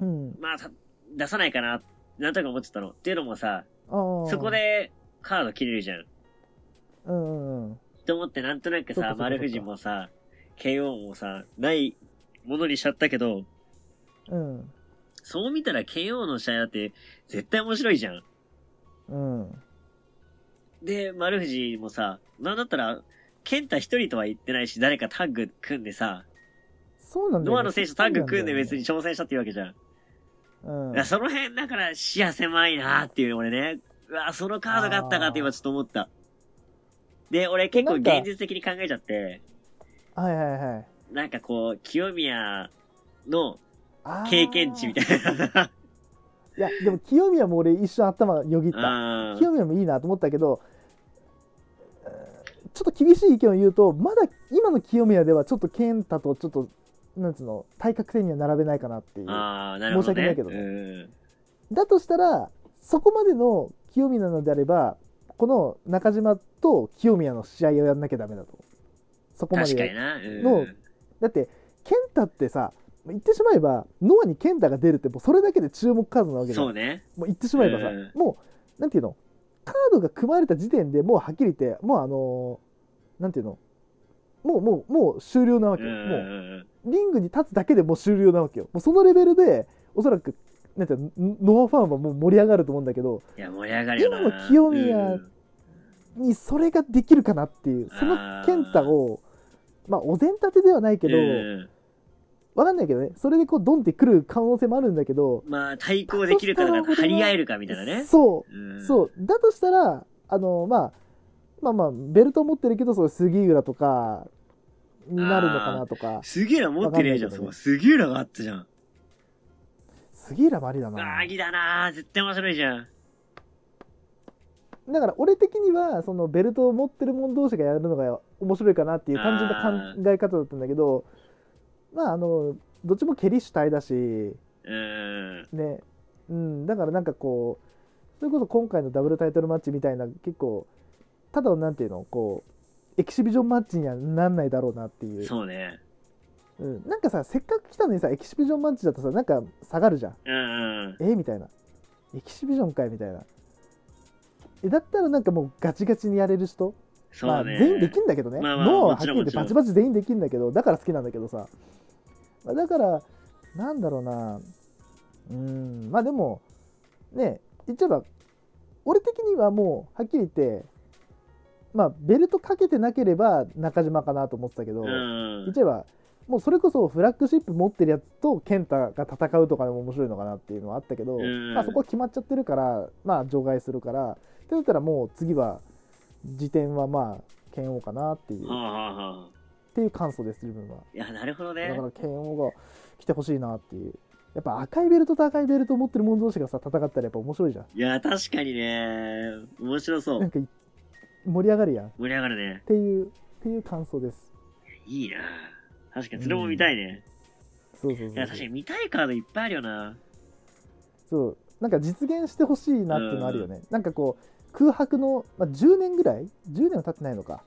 Speaker 2: うん、
Speaker 1: まあ、た出さないかな、なんとか思っちゃったの。っていうのもさ、
Speaker 2: あー
Speaker 1: そこ、でカード切れるじゃん。
Speaker 2: うんうんうん、
Speaker 1: と思ってなんとなく
Speaker 2: そっかそ
Speaker 1: さ、
Speaker 2: っか
Speaker 1: 丸藤もさ、KO もさ、ないものにしちゃったけど、
Speaker 2: うん
Speaker 1: そう見たら KO の試合だって絶対面白いじゃん。
Speaker 2: うん、
Speaker 1: で、丸藤もさ、なんだったら、健太一人とは言ってないし、誰かタッグ組んでさ、
Speaker 2: そうなんだよね
Speaker 1: ノアの選手タッグ組んで別に、
Speaker 2: そ
Speaker 1: 挑戦したっていうわけじゃん。
Speaker 2: う
Speaker 1: だ
Speaker 2: なんだ
Speaker 1: か
Speaker 2: よ
Speaker 1: らその辺、だから視野狭いなーっていうの俺ね。うわ、そのカードがあったかって今ちょっと思った。で、俺結構
Speaker 2: なんか
Speaker 1: 現実的に考えちゃって、
Speaker 2: うん、はいはいはい
Speaker 1: なんかこう、清宮の
Speaker 2: あー
Speaker 1: 経験値みたいな。
Speaker 2: いやでも清宮も俺一瞬頭よぎった
Speaker 1: あー
Speaker 2: 清宮もいいなと思ったけどえーちょっと厳しい意見を言うとまだ今の清宮ではちょっと健太とちょっとなんつうの対角線には並べないかなっていうだ
Speaker 1: あー、なるほど、ね。
Speaker 2: 申し訳ないけどね
Speaker 1: うん。
Speaker 2: としたらそこまでの清宮なのであればこの中島と清宮の試合をやんなきゃダメだとそこまで
Speaker 1: 確かにな。うん、
Speaker 2: のだって健太ってさ言ってしまえばノアに健太が出るってもうそれだけで注目カードなわけじゃん
Speaker 1: そうね。
Speaker 2: もう言ってしまえばさ、
Speaker 1: うん
Speaker 2: もう、なんていうの、カードが組まれた時点でもうはっきり言って、もうあのーなんていうの、もう、もう、もう終了なわ
Speaker 1: う
Speaker 2: け
Speaker 1: ん
Speaker 2: よ。
Speaker 1: うん
Speaker 2: も
Speaker 1: うん。
Speaker 2: う、リングに立つだけでもう終了なわけよ。もうそのレベルで、おそらく、なんていうの、ノアファンはもう盛り上がると思うんだけど、
Speaker 1: いや、盛り上がるよな。
Speaker 2: 今の清宮
Speaker 1: うん
Speaker 2: にそれができるかなっていう、そ
Speaker 1: あ
Speaker 2: の
Speaker 1: ー
Speaker 2: 健太を、まあ、お膳立てではないけど、
Speaker 1: うん
Speaker 2: わかんないけどね、それでこう、ドンってくる可能性もあるんだけど、
Speaker 1: まあ、対抗できるかとか、張り合えるかみたいなね。
Speaker 2: そう、
Speaker 1: うん
Speaker 2: そうだとしたらあの、まあ、まあまあベルト持ってるけどそう杉浦とかになるのかなとか
Speaker 1: すげえな持ってねえじゃん、
Speaker 2: わ
Speaker 1: そ
Speaker 2: かん
Speaker 1: こ。
Speaker 2: ない
Speaker 1: すげえながあったじゃん。
Speaker 2: 杉浦もありだな
Speaker 1: ああ、ぎだなー絶対面白いじゃん。
Speaker 2: だから俺的にはそのベルトを持ってる者同士がやるのが面白いかなっていう単純な考え方だったんだけどまああのどっちも蹴り主体だし
Speaker 1: うーん。
Speaker 2: ねうんだからなんかこうそれこそ今回のダブルタイトルマッチみたいな結構ただのなんていうのこうエキシビジョンマッチにはなんないだろうなっていう
Speaker 1: そうね。
Speaker 2: うん、なんかさせっかく来たのにさエキシビジョンマッチだとさなんか下がるじゃん
Speaker 1: うんうん。
Speaker 2: えみたいなエキシビジョンかいみたいなえだったらなんかもうガチガチにやれる人、ま
Speaker 1: そ
Speaker 2: あ
Speaker 1: うね。
Speaker 2: 全員できんだけどね、
Speaker 1: まあまあ
Speaker 2: 脳はは
Speaker 1: もち
Speaker 2: っき
Speaker 1: ろ
Speaker 2: り
Speaker 1: ん
Speaker 2: 言ってバチバチ全員できんだけどだから好きなんだけどさまあだからなんだろうなうんまあでもね言っちゃえば俺的にはもうはっきり言ってまあ、ベルトかけてなければ中島かなと思ってたけど、
Speaker 1: うん。
Speaker 2: 一はもうそれこそフラッグシップ持ってるやつと健太が戦うとかでも面白いのかなっていうのはあったけど、
Speaker 1: うん
Speaker 2: まあ、そこは決まっちゃってるから、まあ、除外するからってなったらもう次は次点はまあ剣王かなっていう、
Speaker 1: は
Speaker 2: っ
Speaker 1: あはあはあ。
Speaker 2: ていう感想です自分はい
Speaker 1: や、なるほど
Speaker 2: だ
Speaker 1: ね
Speaker 2: か。ら剣王が来てほしいなっていうやっぱ赤いベルトと赤いベルト持ってる者同士がさ戦ったらやっぱ面白いじゃん
Speaker 1: いや、確かにね。面白そ
Speaker 2: なん
Speaker 1: う。
Speaker 2: かい盛り上がるやんっ
Speaker 1: 盛り上がるね。
Speaker 2: ていうっていう感想です
Speaker 1: いいな確かに、それも見たいね。
Speaker 2: そうそう
Speaker 1: い
Speaker 2: そ
Speaker 1: や、
Speaker 2: う
Speaker 1: 確かに見たいカードいっぱいあるよな。
Speaker 2: そうなんか実現してほしいなっていうのあるよね、なんかこう空白の、まあ、10年ぐらい10年は経ってないのか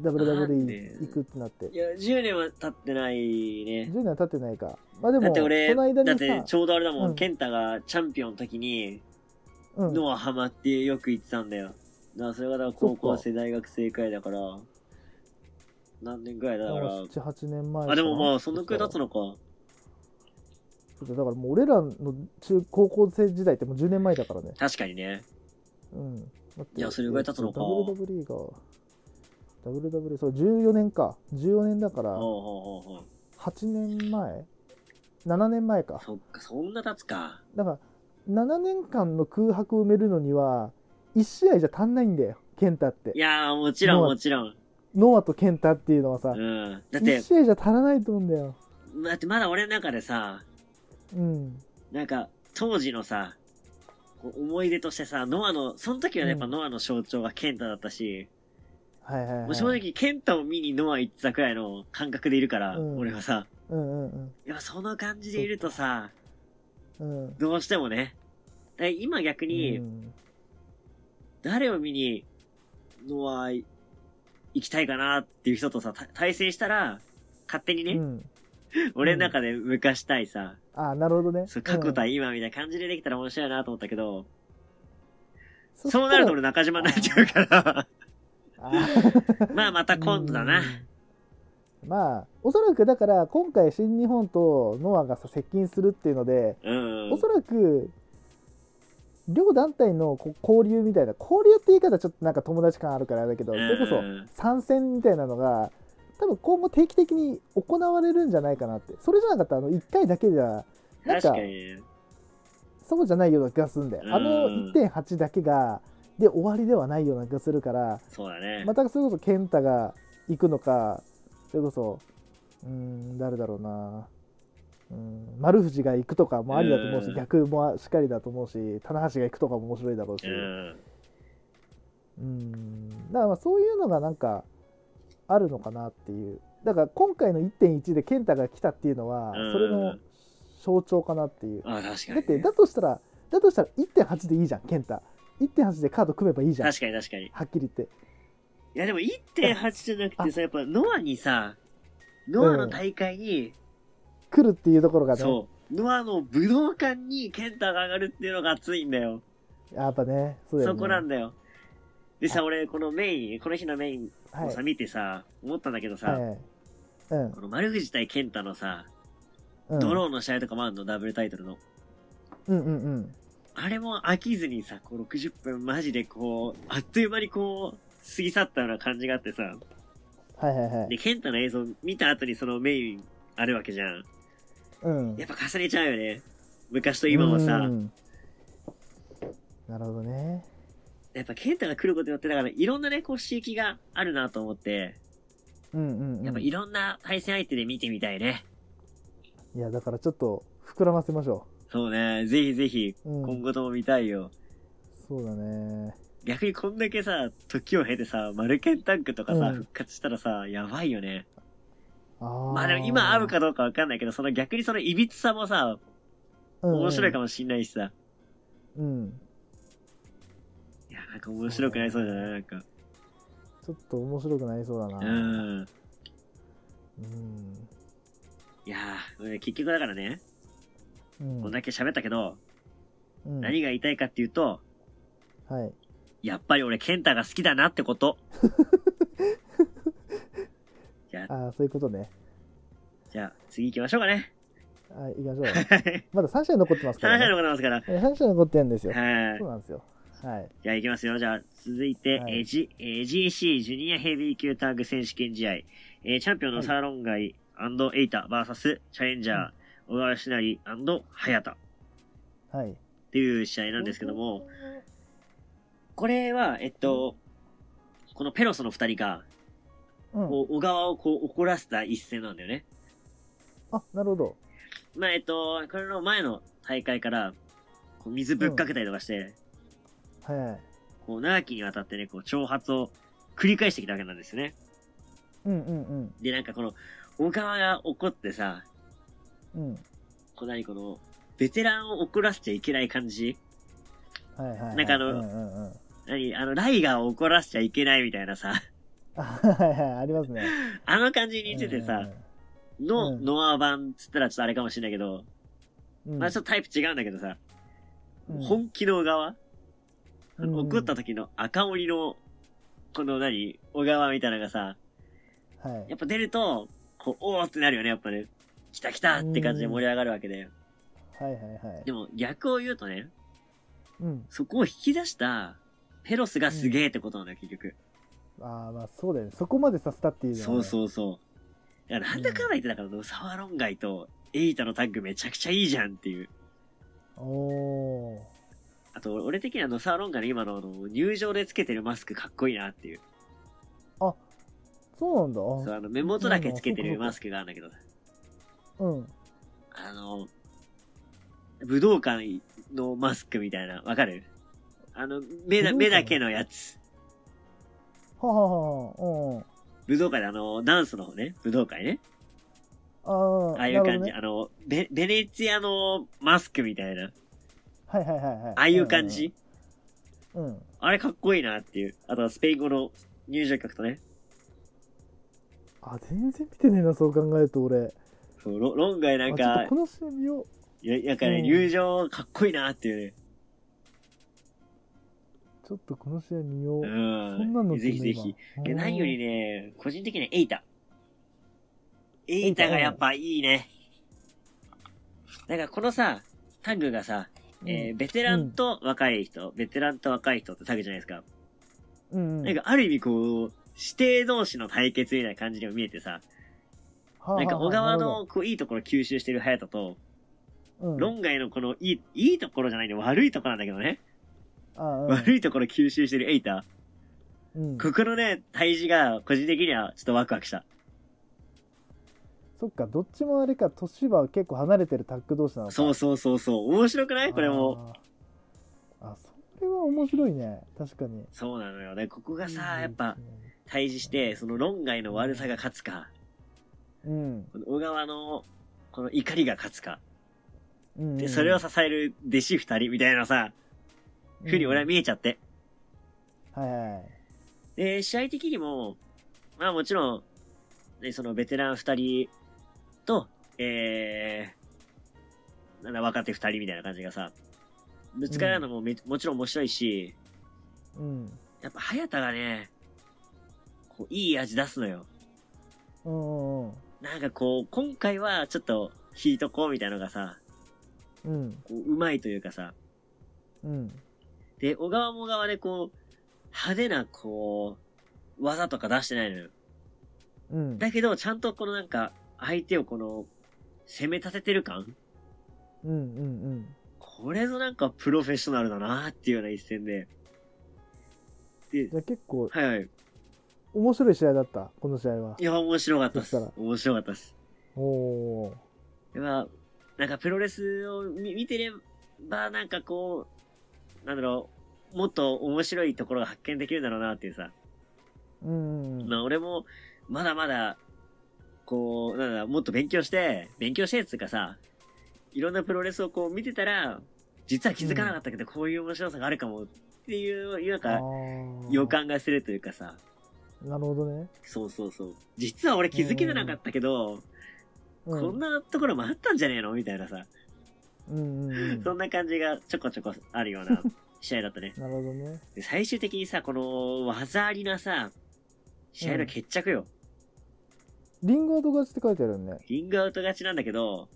Speaker 1: なんで
Speaker 2: WWE 行くってなって
Speaker 1: いや、10年は経ってないね
Speaker 2: 10。年は経ってないかまあで
Speaker 1: だ
Speaker 2: も
Speaker 1: って
Speaker 2: こ
Speaker 1: 俺、
Speaker 2: の間
Speaker 1: だっ
Speaker 2: に
Speaker 1: て
Speaker 2: さ
Speaker 1: ちょうどあれだも、
Speaker 2: うんん
Speaker 1: ケンタがチャンピオンの時に、
Speaker 2: うん
Speaker 1: ノアハマってよく言ってたんだよ。だからそれがだから高校生、大学生くらいだから、何年くらいだだから。
Speaker 2: 78年前かな
Speaker 1: あ、でもまあ、そのくらい経つのか。
Speaker 2: そうだからもう俺らの中高校生時代ってもう10年前だからね
Speaker 1: 確かにね。
Speaker 2: うんだって
Speaker 1: いやそれぐらい経つのか
Speaker 2: WWE が WWE そう14年か14年だから
Speaker 1: ほうほうほうほ
Speaker 2: 8年前7年前か
Speaker 1: う。そっか、そんな経つか。
Speaker 2: だから7年間の空白を埋めるのには1試合じゃ足んないんだよ健太っ
Speaker 1: い
Speaker 2: て
Speaker 1: やー、もちろん
Speaker 2: ノア
Speaker 1: もちろん。
Speaker 2: ノアと健太っていうのはさ、
Speaker 1: うん。だって
Speaker 2: 1、試合じゃ足らないと思うんだよ
Speaker 1: だってまだ俺の中でさ、
Speaker 2: うん
Speaker 1: なんか、当時のさ、こう思い出としてさ、ノアの、その時はねや
Speaker 2: う
Speaker 1: っ
Speaker 2: ん
Speaker 1: ぱノアの象徴がケンタだったし、
Speaker 2: はいはい、
Speaker 1: も
Speaker 2: は
Speaker 1: う
Speaker 2: い、
Speaker 1: 正直ケンタを見にノア行ってたくらいの感覚でいるから、
Speaker 2: うん
Speaker 1: 俺はさ、
Speaker 2: うんうん
Speaker 1: いや、その感じでいるとさ、
Speaker 2: うんうん
Speaker 1: どうしてもね、え今逆
Speaker 2: う
Speaker 1: に、
Speaker 2: ん
Speaker 1: 誰を見にノア行きたいかなっていう人とさ、た対戦したら、勝手にね、
Speaker 2: うん
Speaker 1: 俺の中で昔対さ、
Speaker 2: ああなるほどね
Speaker 1: そう過去対今みたいな感じでできたら面白いなと思ったけど、そうなると俺
Speaker 2: ね
Speaker 1: 中島になっちゃうから、まあまた今度だな。
Speaker 2: まあおそらくだから今回新日本とノアがさ接近するっていうので、
Speaker 1: うん。
Speaker 2: おそらく両団体のこう交流みたいな交流って言い方はちょっとなんか友達感あるからあれだけど、
Speaker 1: うん
Speaker 2: それこそ参戦みたいなのが多分今後定期的に行われるんじゃないかなってそれじゃなかったらあの1回だけじゃなん
Speaker 1: 確
Speaker 2: か
Speaker 1: かに。
Speaker 2: そうじゃないような気がするんだよ、
Speaker 1: うん
Speaker 2: あの1.8だけがで終わりではないような気がするから
Speaker 1: そうだね。
Speaker 2: またそれこそ健太が行くのかそれこそうーん誰だろうなうん丸藤が行くとかもありだと思うし、
Speaker 1: うん
Speaker 2: 逆もしっかりだと思うし棚橋が行くとかも面白いだろうし、
Speaker 1: うん。
Speaker 2: うんだからまあそういうのがなんかあるのかなっていうだから今回の1.1で健太が来たっていうのは
Speaker 1: うん
Speaker 2: それの象徴かなっていう、
Speaker 1: あ、確かに。
Speaker 2: だってだとしたらだとしたら1.8でいいじゃん健太1.8でカード組めばいいじゃんはっ
Speaker 1: 確かに確かに。い
Speaker 2: きり言って
Speaker 1: やでも1.8じゃなくてさ、やっぱノアにさ、ノアの大会に、
Speaker 2: 来るっていうところがね
Speaker 1: そう、ノアの武道館にケンタが上がるっていうのが熱いんだよ。
Speaker 2: やっぱねそうだよ
Speaker 1: そ
Speaker 2: ね
Speaker 1: こなん
Speaker 2: だ
Speaker 1: だよ。でさ、俺、このメイン、この日のメイン
Speaker 2: は
Speaker 1: を
Speaker 2: い
Speaker 1: さ、見てさ、思ったんだけどさ、
Speaker 2: はいうん
Speaker 1: この丸藤対ケンタのさ、
Speaker 2: うん
Speaker 1: ドローの試合とかもあるの、ダブルタイトルの。
Speaker 2: うんうんうん
Speaker 1: あれも飽きずにさ、こう60分マジでこう、あっという間にこう、過ぎ去ったような感じがあってさ、
Speaker 2: はいはいは
Speaker 1: で、
Speaker 2: い
Speaker 1: ケンタの映像見た後にそのメインあるわけじゃん。
Speaker 2: うん
Speaker 1: やっぱ重ねちゃうよね。昔と今も
Speaker 2: う
Speaker 1: さ、
Speaker 2: んなるほどね
Speaker 1: やっぱケンタが来ることによって、だからいろんなね、こう刺激があるなと思って、
Speaker 2: うんうん、うん、
Speaker 1: やっぱいろんな対戦相手で見てみたいね。
Speaker 2: いやだからちょっと膨らませましょ
Speaker 1: そうね、ぜひぜひ、
Speaker 2: う、うん、
Speaker 1: 今後とも見たいよ。
Speaker 2: そうだね
Speaker 1: 逆にこんだけさ、時を経てさ、マルケンタンクとかさ、
Speaker 2: うん
Speaker 1: 復活したらさ、やばいよね。
Speaker 2: あ
Speaker 1: まあでも今合うかどうかわかんないけど、その逆にそのいびつさもさ、面白いか
Speaker 2: も
Speaker 1: もしんないしさ。
Speaker 2: うん
Speaker 1: いや、なんか面白くなりそうじゃないなんか。
Speaker 2: ちょっと面白くなりそうだな
Speaker 1: う、ん。
Speaker 2: うん
Speaker 1: いやー俺結局だからね、
Speaker 2: うん
Speaker 1: こんだけ喋ったけど、
Speaker 2: うん
Speaker 1: 何が言いたいかっていうと、
Speaker 2: はい
Speaker 1: やっぱり俺、ケンタが好きだなってこと。じゃあ、
Speaker 2: ああそういうことね
Speaker 1: じゃあ、次行きましょうか ね。
Speaker 2: はい行きましょう
Speaker 1: はい。
Speaker 2: まだ3試合残ってますか
Speaker 1: 3
Speaker 2: ら、
Speaker 1: 試合
Speaker 2: ね
Speaker 1: 残ってますから。
Speaker 2: えー、3試合残ってるんですよ
Speaker 1: は
Speaker 2: そうなんですよはい。
Speaker 1: じゃあ行きますよ。じゃあ続いて、
Speaker 2: はい
Speaker 1: えー G えー GC ジュニアヘビー級タッグ選手権試合、えーチャンピオンのサーロンガイエイタ VS チャレンジャー小川しなりハヤタっ
Speaker 2: はい。
Speaker 1: ていう試合なんですけども、これは、えっと、このペロソの二人が、
Speaker 2: うん。
Speaker 1: こう、小川をこう怒らせた一戦なんだよね。
Speaker 2: あ、なるほど。
Speaker 1: まあ、えっと、これの前の大会から、こう水ぶっかけたりとかして、
Speaker 2: はい。
Speaker 1: こう、長きにわたってね、こう、挑発を繰り返してきたわけなんですよね。
Speaker 2: うんうん
Speaker 1: で、なんかこの、小川が怒ってさ、
Speaker 2: うん。うん。
Speaker 1: こう何この、ベテランを怒らせちゃいけない感じ
Speaker 2: はいはいはい。
Speaker 1: なんかあの
Speaker 2: うんうんうん。
Speaker 1: 何あの、ライガーを怒らせちゃいけないみたいなさ、
Speaker 2: あはいはい、ありますね。
Speaker 1: あの感じに似ててさ、の、
Speaker 2: うん
Speaker 1: ノア版っつったらちょっとあれかもしれないけど、
Speaker 2: うん、
Speaker 1: まあちょっとタイプ違うんだけどさ、
Speaker 2: うん
Speaker 1: 本気の小川、あ
Speaker 2: うん
Speaker 1: の怒った時の赤鬼の、この何小川みたいなのがさ、
Speaker 2: はい
Speaker 1: やっぱ出ると、こう、おーってなるよね、やっぱね。来た来たって感じで盛り上がるわけで。
Speaker 2: はいはいはい
Speaker 1: で。も逆を言うとね、
Speaker 2: うん。
Speaker 1: そこを引き出した、ペロスがすげえってことなんだよ、結局。
Speaker 2: ああ、まあそうだよね。そこまでさせたっていうのはね、
Speaker 1: そうそうそう。だからなんだかんだ言ってだから、サワロンガイとエイタのタッグめちゃくちゃいいじゃんっていう。
Speaker 2: う。おー。
Speaker 1: あと、俺的にはあのサワロンガイの今のあの入場でつけてるマスクかっこいいなっていう。
Speaker 2: そうなんだ。
Speaker 1: そう
Speaker 2: あ
Speaker 1: あの目元だけつけてるマスクがあるんだけど、
Speaker 2: うん。
Speaker 1: あの、武道館のマスクみたいな、わかるあの、目だ、
Speaker 2: 武道館の
Speaker 1: 目だけのやつ。
Speaker 2: はははは。うんうん。
Speaker 1: 武道館であの、ダンスの方ね、武道館ね。
Speaker 2: ああ、
Speaker 1: ああいう
Speaker 2: なる
Speaker 1: 感
Speaker 2: ほど
Speaker 1: じ、
Speaker 2: ね
Speaker 1: あの、ベ、ベネツィアのマスクみたいな、
Speaker 2: はいはいはいはい。
Speaker 1: ああいう感じ、
Speaker 2: うんうんうん。
Speaker 1: あれかっこいいなっていう。あとはスペイン語の入場曲とね、
Speaker 2: あ、全然見てねえな、そう考えると俺。
Speaker 1: そうロロンガイなん
Speaker 2: あちょ
Speaker 1: か
Speaker 2: っとこ、の試合見よう。
Speaker 1: いや、なんかね、
Speaker 2: うん
Speaker 1: 入場かっこいいなっていうね。
Speaker 2: ちょっとこの試合見よう。
Speaker 1: う
Speaker 2: そんなの
Speaker 1: ん。ぜひぜひ。。で、何より
Speaker 2: ね。
Speaker 1: ね、個人的にはエイタ。エイタがやっぱいいね。なんかこのさ、タッグがさ、えーベテランと若い人、ベテランと若い人ってタッグじゃないですか。
Speaker 2: うん。
Speaker 1: なんかある意味こう、指定同士の対決みたいな感じにも見えてさ、
Speaker 2: はあは
Speaker 1: な
Speaker 2: あ
Speaker 1: んか小
Speaker 2: はあ
Speaker 1: 川
Speaker 2: なるほ
Speaker 1: のこういいところ吸収してる隼人と、
Speaker 2: どうん
Speaker 1: 論外のこのいい、いいところじゃないんで悪いところなんだけどね。
Speaker 2: ああうん
Speaker 1: 悪いところ吸収してるエイタ。
Speaker 2: うん
Speaker 1: ここのね、対峙が個人的にはちょっとワクワクした。
Speaker 2: そっか、どっちもあれか、年は結構離れてるタッグ同士なのか。
Speaker 1: そうそうそうそう。面白くないこれも。
Speaker 2: あー。あ、それは面白いね。確かに。
Speaker 1: そうなのよね。ここがさ、
Speaker 2: うん
Speaker 1: やっぱ、対峙して、その論外の悪さが勝つか、
Speaker 2: うん。
Speaker 1: この小川の、この怒りが勝つか、
Speaker 2: うん
Speaker 1: で、それを、支える弟子二人みたいなさ、ふうに俺は見えちゃって。
Speaker 2: うん、はいはい。
Speaker 1: で、試合的にも、まあもちろん、ね、そのベテラン二人と、えー、なんだ、若手二人みたいな感じがさ、ぶつかり合うのもめ、もちろん面白いし、
Speaker 2: うん。
Speaker 1: やっぱ早田がね、こう、いい味出すのよ。
Speaker 2: うんうん
Speaker 1: なんかこう、今回はちょっと、引いとこうみたいなのがさ、
Speaker 2: うん。うん。
Speaker 1: こう、うまいというかさ、
Speaker 2: うん。
Speaker 1: で、小川も小川でこう、派手なこう、技とか出してないのよ。
Speaker 2: うん。
Speaker 1: だけど、ちゃんとこのなんか、相手をこの、攻め立ててる感
Speaker 2: うんうん
Speaker 1: これぞなんかプロフェッショナルだなっていうような一戦で。で
Speaker 2: じ、ゃあ結構、
Speaker 1: はいはい。
Speaker 2: 面白い試合だった、この試合は。
Speaker 1: いや、面白かったっす
Speaker 2: そしたら。
Speaker 1: 面白かったっす。
Speaker 2: おお
Speaker 1: でまあ、なんかプロレスを見見てれば、なんかこう、なんだろう、もっと面白いところが発見できるんだろうなっていうさ。
Speaker 2: ー。うん。
Speaker 1: まあ、俺も、まだまだ、こう、なんだ、もっと勉強して、勉強してっつうかさ、いろんなプロレスをこう見てたら、実は気づかなかったけど、こういう面白さがあるかもっていう、なん
Speaker 2: あ
Speaker 1: か、
Speaker 2: ー
Speaker 1: 予。感がするというかさ、
Speaker 2: なるほどね。
Speaker 1: そうそうそう。実は俺気づけてなかったけど、
Speaker 2: う
Speaker 1: こん。なところもあったんじゃねえのみたいなさ、
Speaker 2: うんうんうん。
Speaker 1: そんな感じがちょこちょこあるよう な試合だったね。
Speaker 2: なるほどね。
Speaker 1: で最終的にさ、この技ありなさ、試合の決着よ。
Speaker 2: リンゴアド勝ちって書いてあるよね。
Speaker 1: リングアウト勝ちなんだけど、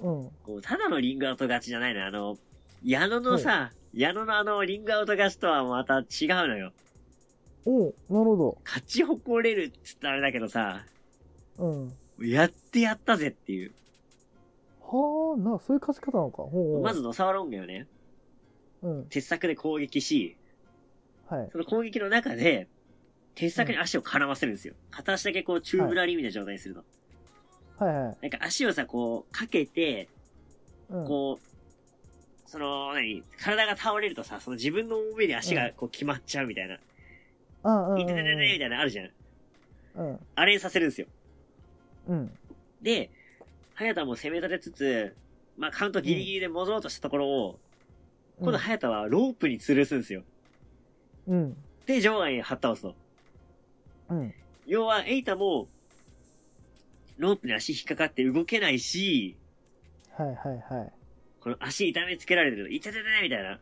Speaker 2: うん。
Speaker 1: こう、ただのリングアウト勝ちじゃないのよあの、矢野のさ、矢野のあの、リングアウトガスとはまた違うのよ。
Speaker 2: おうなるほ
Speaker 1: 勝ち誇れるっつったらあれだけどさ、
Speaker 2: ど。うん。
Speaker 1: やってやったぜっていう。
Speaker 2: はあ、な、そういう勝ち方なのか。ほうほう
Speaker 1: まず、野沢ロングよね。
Speaker 2: うん。
Speaker 1: 鉄柵で攻撃し、
Speaker 2: はい。
Speaker 1: その攻撃の中で、鉄柵に足を絡ませるんですよ。片足だけこう、チューブラリーみたいな状態にするの。
Speaker 2: はいはい。
Speaker 1: なんか足をさ、こう、かけて、
Speaker 2: うん。
Speaker 1: こう、その、何、体が倒れるとさ、その自分の上で足がこう決まっちゃうみたいな。
Speaker 2: あ、うん。
Speaker 1: いててててみたいなのあるじゃん。
Speaker 2: うん。
Speaker 1: あれにさせるんですよ。
Speaker 2: うん。
Speaker 1: で、早田も攻め立てつつ、まあカウントギリギリで戻ろうとしたところを、今度早田はロープに吊るすんですよ。
Speaker 2: うん。
Speaker 1: で、場外に張ったんすと。
Speaker 2: うん。
Speaker 1: 要は、エイタも、ロープに足引っかかって動けないし、
Speaker 2: はいはいはい。
Speaker 1: この足痛めつけられてる。痛てててみたいな。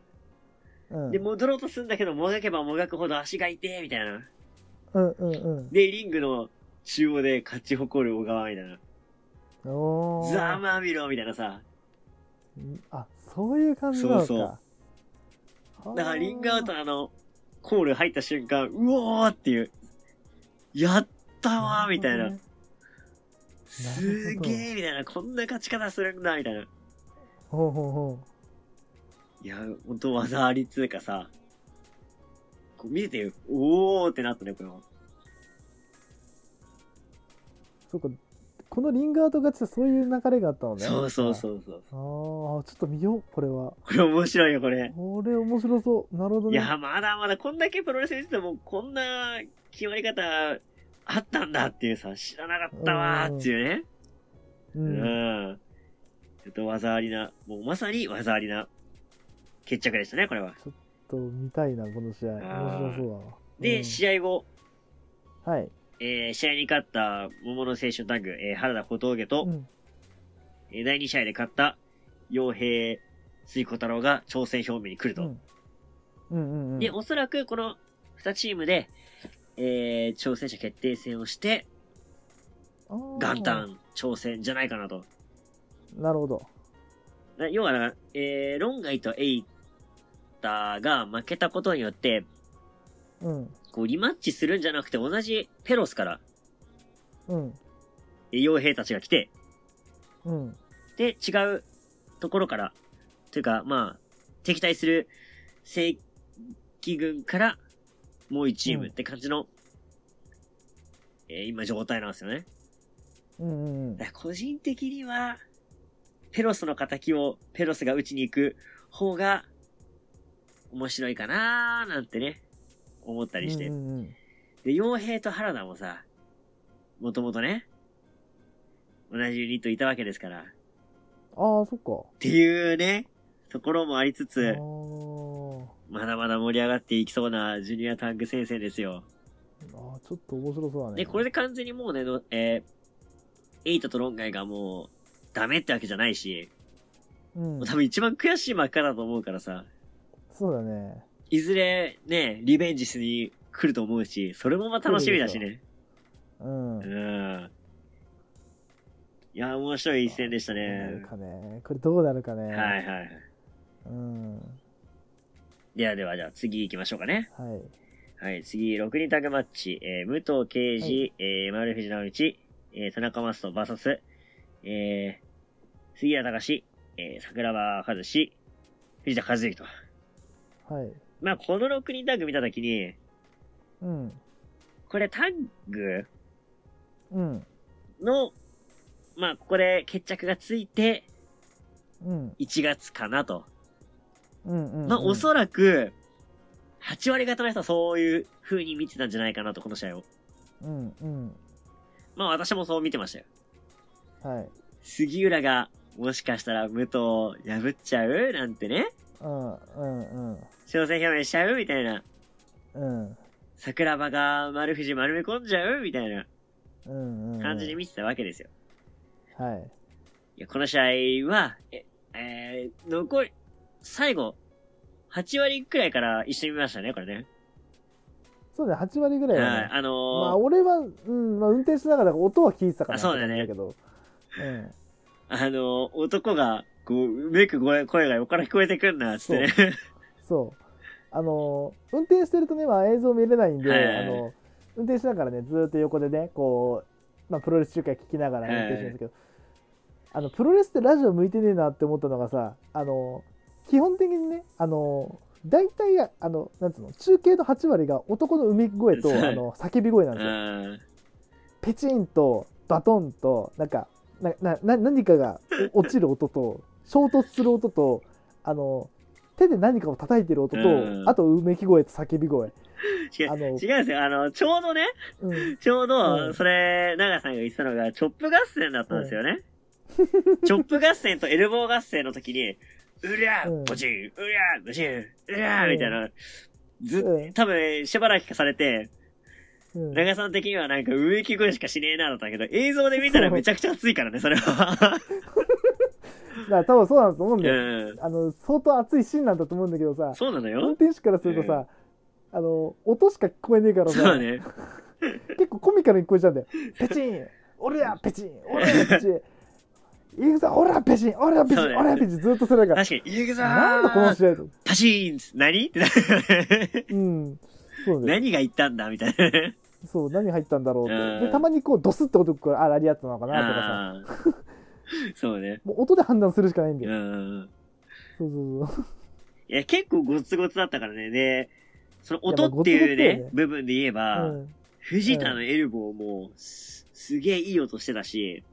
Speaker 2: うん。
Speaker 1: で、戻ろうとするんだけど、もがけばもがくほど足が痛えみたいな。
Speaker 2: うんうん
Speaker 1: で、リングの中央で勝ち誇る小川みたいな。
Speaker 2: うん。おー。
Speaker 1: ざまみろみたいなさ。
Speaker 2: あ、そういう感じなのか。
Speaker 1: そうそうだからリングアウトのあの、コール入った瞬間、うおーっていう、やったわーみたい
Speaker 2: るほど
Speaker 1: な
Speaker 2: ね。
Speaker 1: すげーみたいな、こんな勝ち方するんだみたいな。
Speaker 2: ほうほうほ
Speaker 1: いや、ほんと技ありっつうかさ、こう見ててよ、おーってなったね、これは。
Speaker 2: う。そうか。このリングアウト勝ちってそういう流れがあったのね。
Speaker 1: そうそうそうそう。
Speaker 2: あーちょっと見よう、これは。
Speaker 1: これ面白いよ、これ。
Speaker 2: これ面白そう。なるほど
Speaker 1: い
Speaker 2: ね。
Speaker 1: や、まだまだこんだけプロレス見てても、こんな決まり方あったんだっていうさ、知らなかったわーっていうね。
Speaker 2: う。
Speaker 1: うんん。ちょっと技ありな、もうまさに技ありな決着でしたね、これは。
Speaker 2: と見たいな、この試合。面白そうだな。
Speaker 1: で、
Speaker 2: うん
Speaker 1: 試合後、
Speaker 2: はい。
Speaker 1: えー試合に勝った桃の青春タッグ、えー原田小峠と、
Speaker 2: うん。
Speaker 1: えー第2試合で勝った傭兵水小太郎が挑戦表明に来る
Speaker 2: う
Speaker 1: と。
Speaker 2: ん。うんうんうん。
Speaker 1: で、おそらくこの2チームで、えー挑戦者決定戦をして、
Speaker 2: あー
Speaker 1: 元旦挑戦じゃないかなと。
Speaker 2: なるほど。
Speaker 1: な要はだから、えー論外とエイターが負けたことによって、
Speaker 2: うん。
Speaker 1: こう、リマッチするんじゃなくて、同じペロスから、
Speaker 2: うん。
Speaker 1: え傭兵たちが来て、
Speaker 2: うん。
Speaker 1: で、違うところから、というか、まあ、敵対する正規軍から、もう一チームって感じの、えー今状態なんですよね。
Speaker 2: うんうんうん
Speaker 1: だ。から個人的には、ペロスの敵をペロスが打ちに行く方が、面白いかなーなんてね、思ったりして
Speaker 2: う。んうん
Speaker 1: で、傭兵と原田もさ、もともとね、同じユニットいたわけですから、っ
Speaker 2: うん、ああ、そっか。
Speaker 1: ていうね、ところもありつつ
Speaker 2: あ、ー
Speaker 1: まだまだ盛り上がっていきそうなジュニアタング先生ですよ。
Speaker 2: あー、ちょっと面白そうだね。
Speaker 1: で、これで完全にもうね、のえーエイトと論外がもう、ダメってわけじゃないし、
Speaker 2: うん
Speaker 1: もう、多分一番悔しい真っ赤だと思うからさ、
Speaker 2: そうだね。
Speaker 1: いずれね、リベンジしに来ると思うし、それもまあ楽しみだしね。
Speaker 2: うん。
Speaker 1: うん。いや、面白い一戦でした
Speaker 2: どうな
Speaker 1: ね
Speaker 2: る。かね。これどうなるかね。
Speaker 1: はいはいはい。
Speaker 2: うん。
Speaker 1: ではでは、じゃあ次行きましょうかね。
Speaker 2: はい。
Speaker 1: はい、次、6人タグマッチ、えー、武藤敬司、
Speaker 2: はい
Speaker 1: えー、丸藤直道、えー、田中マスト VS、えー、杉谷隆、えー、桜庭和志、藤田和之と。
Speaker 2: はい。
Speaker 1: まあ、この6人タグ見たときに、
Speaker 2: うん。
Speaker 1: これタッグ
Speaker 2: うん。
Speaker 1: の、まあ、ここで決着がついて、
Speaker 2: うん。
Speaker 1: 1月かなと。
Speaker 2: うん。うん。
Speaker 1: まあ、おそらく、8割方の人はそういう風に見てたんじゃないかなと、この試合を。
Speaker 2: うん。うん。
Speaker 1: まあ、私もそう見てましたよ。
Speaker 2: はい。
Speaker 1: 杉浦が、もしかしたら武藤を破っちゃうなんてね。
Speaker 2: うん。うん。うん。
Speaker 1: 挑戦表明しちゃうみたいな。
Speaker 2: うん。
Speaker 1: 桜庭が丸藤丸め込んじゃうみたいな
Speaker 2: うん。うん。
Speaker 1: 感じで見てたわけですよ。
Speaker 2: はい。
Speaker 1: いや、この試合は、え、えー残り、最後、8割くらいから一緒に見ましたね、これね。
Speaker 2: そうだね、8割ぐら
Speaker 1: はいい、
Speaker 2: はね。
Speaker 1: あの
Speaker 2: ま
Speaker 1: ー
Speaker 2: あ、俺は、うん、まあ、運転しながら音は聞いてたから。
Speaker 1: あそうだよね
Speaker 2: けど。うん。
Speaker 1: あのー男が、こう、めく声声が横から聞こえてくんな、つってね。
Speaker 2: そうあの運転してるとね、まあ、映像見れないんで、
Speaker 1: はいはいはい
Speaker 2: あの運転しながらねずーっと横でねこう、まあ、プロレス中継聞きながら運転してるんですけど、あのプロレスってラジオ向いてねえなって思ったのがさあの基本的にねあの大体ああのなんつうの中継の8割が男のうめき 声と
Speaker 1: はい
Speaker 2: あの叫び声な ん
Speaker 1: う
Speaker 2: ですよ。
Speaker 1: ん。
Speaker 2: ペチンとバトンとなんかななな何かがお落ちる音と衝突する音とあの手で何かを叩いてる音と、
Speaker 1: うん
Speaker 2: あとうめき声と叫び声、
Speaker 1: 違う、違
Speaker 2: あの
Speaker 1: うんですよ。あの、ちょうどね、
Speaker 2: うん、
Speaker 1: ちょう
Speaker 2: う
Speaker 1: ど、
Speaker 2: ん
Speaker 1: それ、長さんが言ってたのが、チョップ合戦だったんですよ ね。チョップ合戦とエルボー合戦の時に、うりゃ
Speaker 2: うん
Speaker 1: ーボチンうりゃーボチンうりゃーみたいな、ず
Speaker 2: うん
Speaker 1: っ、多分、しばらく聞かされて、
Speaker 2: うん、
Speaker 1: 長さん的にはなんか植木声しかしねえなだったけど、映像で見たらめちゃくちゃ熱いからね、それは。
Speaker 2: だから多分そうなんだと思うん
Speaker 1: う
Speaker 2: だよ、
Speaker 1: ん。
Speaker 2: あの相当熱いシーンなんだと思うんだけどさ
Speaker 1: そうなの
Speaker 2: 運
Speaker 1: よ。
Speaker 2: 転手からするとさ、あの音しか聞こえねえから
Speaker 1: そう
Speaker 2: さ、
Speaker 1: だね。
Speaker 2: 結構コミカルに聞こえちゃうんだよペチン俺やペチン俺やペチ ンイグさん俺やペチン俺やペチン
Speaker 1: そうだよ
Speaker 2: 俺やペチンずっとそれだから
Speaker 1: 確かに、行くぞ
Speaker 2: なんだこの
Speaker 1: ー
Speaker 2: 試合と
Speaker 1: パシーン何ってなるよね
Speaker 2: うんそうだよ
Speaker 1: 何が言ったんだみたいなね。
Speaker 2: そう何入ったんだろう
Speaker 1: うん
Speaker 2: ってでたまにこうドスって音くからあラリアットなのかなとか
Speaker 1: あ
Speaker 2: さ
Speaker 1: ーそうね。
Speaker 2: もう音で判断するしかないんだ
Speaker 1: う
Speaker 2: よ、
Speaker 1: ん。
Speaker 2: そうそうそう
Speaker 1: いや、結構ごつごつだったからね。で、その
Speaker 2: いや
Speaker 1: 音
Speaker 2: まあ
Speaker 1: っていう
Speaker 2: ゴツゴツだよ
Speaker 1: ね
Speaker 2: ね、
Speaker 1: 部分で言えば、
Speaker 2: うん
Speaker 1: 藤田のエルボーもす、すげえいい音してたし、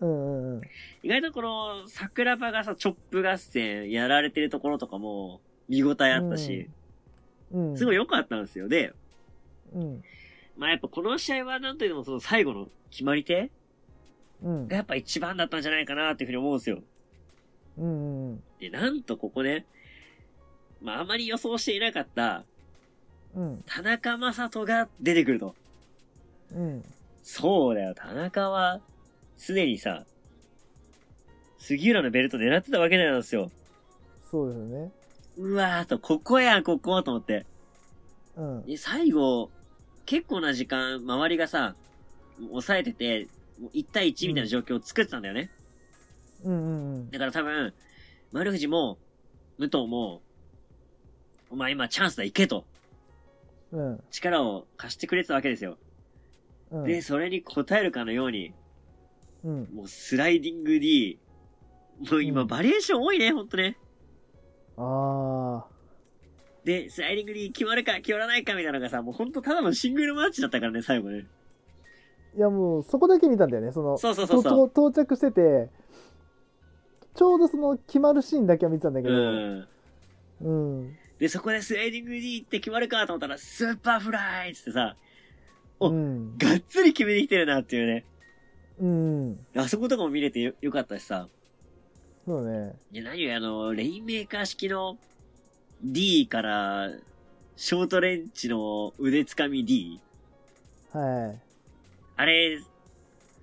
Speaker 2: うんうんうん
Speaker 1: 意外とこの桜庭がさ、チョップ合戦やられてるところとかも見応えあったし、
Speaker 2: うん
Speaker 1: すごい良かったんですよ。で、
Speaker 2: うん
Speaker 1: まあやっぱこの試合はなんというのもその最後の決まり手
Speaker 2: うん
Speaker 1: がやっぱ一番だったんじゃないかなっていうふうに思うんですよ。
Speaker 2: うんうん
Speaker 1: で、なんとここね、まああまり予想していなかった
Speaker 2: うん
Speaker 1: 田中正人が出てくると。
Speaker 2: うん
Speaker 1: そうだよ、田中は、すでにさ、杉浦のベルト狙ってたわけなんですよ。
Speaker 2: そうですよね
Speaker 1: うわーと、ここや、ここ、と思って。
Speaker 2: うん
Speaker 1: で、最後、結構な時間、周りがさ、抑えてて、もう1対1みたいな状況を作ってたんだよね。
Speaker 2: うんうんうん
Speaker 1: だから多分、丸藤も、武藤も、お前今チャンスだ、行けと、
Speaker 2: うん
Speaker 1: 力を貸してくれてたわけですよ。
Speaker 2: うん
Speaker 1: で、それに応えるかのように、
Speaker 2: うん
Speaker 1: もうスライディング D。もう今
Speaker 2: うん
Speaker 1: バリエーション多いね、ほんとね。
Speaker 2: ああ
Speaker 1: で、スライディング D 決まるか決まらないかみたいなのがさ、もうほんとただのシングルマッチだったからね、最後ね。
Speaker 2: いやもうそこだけ見たんだよねその
Speaker 1: そうそうそうそう。
Speaker 2: とと到着しててちょうどその決まるシーンだけは見てたんだけ
Speaker 1: う
Speaker 2: ど、
Speaker 1: ん。
Speaker 2: うん
Speaker 1: で、そこでスライディング D って決まるかと思ったら、スーパーフライっつってさ、お
Speaker 2: うん
Speaker 1: がっつり決めてきてるなっていうね。
Speaker 2: うん、
Speaker 1: あそことかも見れてよよかったしさ。
Speaker 2: そうだね。
Speaker 1: いや、何よりあの、レインメーカー式の D から、ショートレンチの腕つかみ D。
Speaker 2: はい。
Speaker 1: あれ、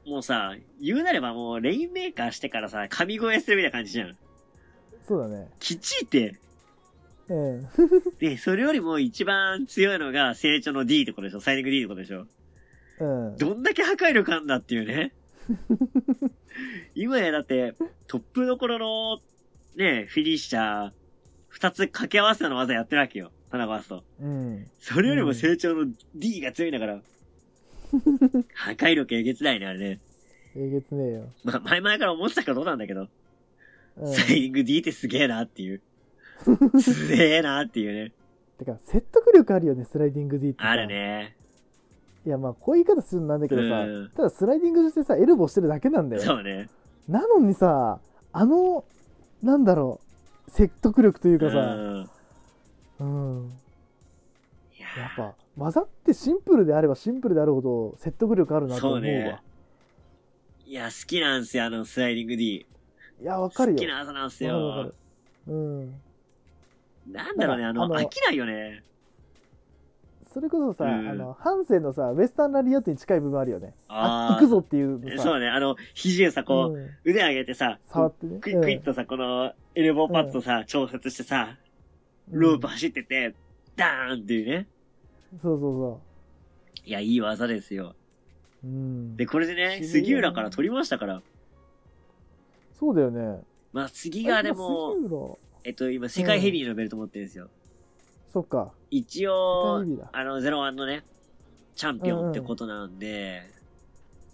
Speaker 1: もうさ、言うなればもう、レインメーカーしてからさ、神声するみたいな感じじゃん。
Speaker 2: そうだね。
Speaker 1: きちいって。
Speaker 2: うん。
Speaker 1: で、それよりも一番強いのが、成長の D ってことでしょサイニング D ってことでしょ
Speaker 2: うん。
Speaker 1: どんだけ破壊力あんだっていう ね。今やだって、トップどころの、ね、フィニッシャー、二つ掛け合わせの技やってるわけよ。田中ワースト。
Speaker 2: うん。
Speaker 1: それよりも成長の D が強いんだ から。破壊力えげつないね、あれね。
Speaker 2: えげつねえよ。
Speaker 1: まあ、前々から思ってたけどどうなんだけど。
Speaker 2: うん。
Speaker 1: サイリング D ってすげえなって いう。すげえなっていうね。
Speaker 2: てか、説得力あるよね、スライディング D ってさ。
Speaker 1: あるね。
Speaker 2: いや、まあ、こういう言い方するのなんだけどさ
Speaker 1: うん、
Speaker 2: ただスライディングしてさ、エルボーしてるだけなんだよ。
Speaker 1: そうね。
Speaker 2: なのにさ、あの、なんだろう、説得力という
Speaker 1: う
Speaker 2: かさ、
Speaker 1: ん。
Speaker 2: うん。
Speaker 1: いや
Speaker 2: やっぱ、技ってシンプルであればシンプルであるほど説得力あるなと思
Speaker 1: そ
Speaker 2: う
Speaker 1: うね
Speaker 2: わ。
Speaker 1: いや、好きなんすよ、あのスライディング D。
Speaker 2: いや、わかる
Speaker 1: 好き
Speaker 2: よ。
Speaker 1: な技なんす
Speaker 2: わかるわか
Speaker 1: よ
Speaker 2: る。。うん。
Speaker 1: なんだろうね、あ
Speaker 2: なんか
Speaker 1: の、
Speaker 2: あ
Speaker 1: 飽
Speaker 2: の
Speaker 1: きないよね。
Speaker 2: それこそさ、
Speaker 1: うん
Speaker 2: あのハンセンのさウエスタンラリアットに近い部分あるよね
Speaker 1: あー
Speaker 2: あ行くぞっていうのさ
Speaker 1: そうね、あの、肘をさ、こ
Speaker 2: うん
Speaker 1: う、腕上げてさ、
Speaker 2: 触ってね
Speaker 1: クイックイッとさ、この、エルボーパッドさ、調節してさ、ロープ走ってて、ダーンっていうね。
Speaker 2: うんそうそうそ
Speaker 1: いや、いい技ですよ。
Speaker 2: う、うん、
Speaker 1: で、これでね、
Speaker 2: 渋いよね
Speaker 1: 杉浦から取りましたから。
Speaker 2: そうだよね
Speaker 1: まあ、次がでも、
Speaker 2: あ今杉浦
Speaker 1: えっと、今、世界ヘビーのベルト持ってるんですよ。
Speaker 2: そっか。
Speaker 1: 一
Speaker 2: 世
Speaker 1: 応
Speaker 2: 界、日だ。
Speaker 1: あの、ゼロワンのね、チャンピオンってことなんで、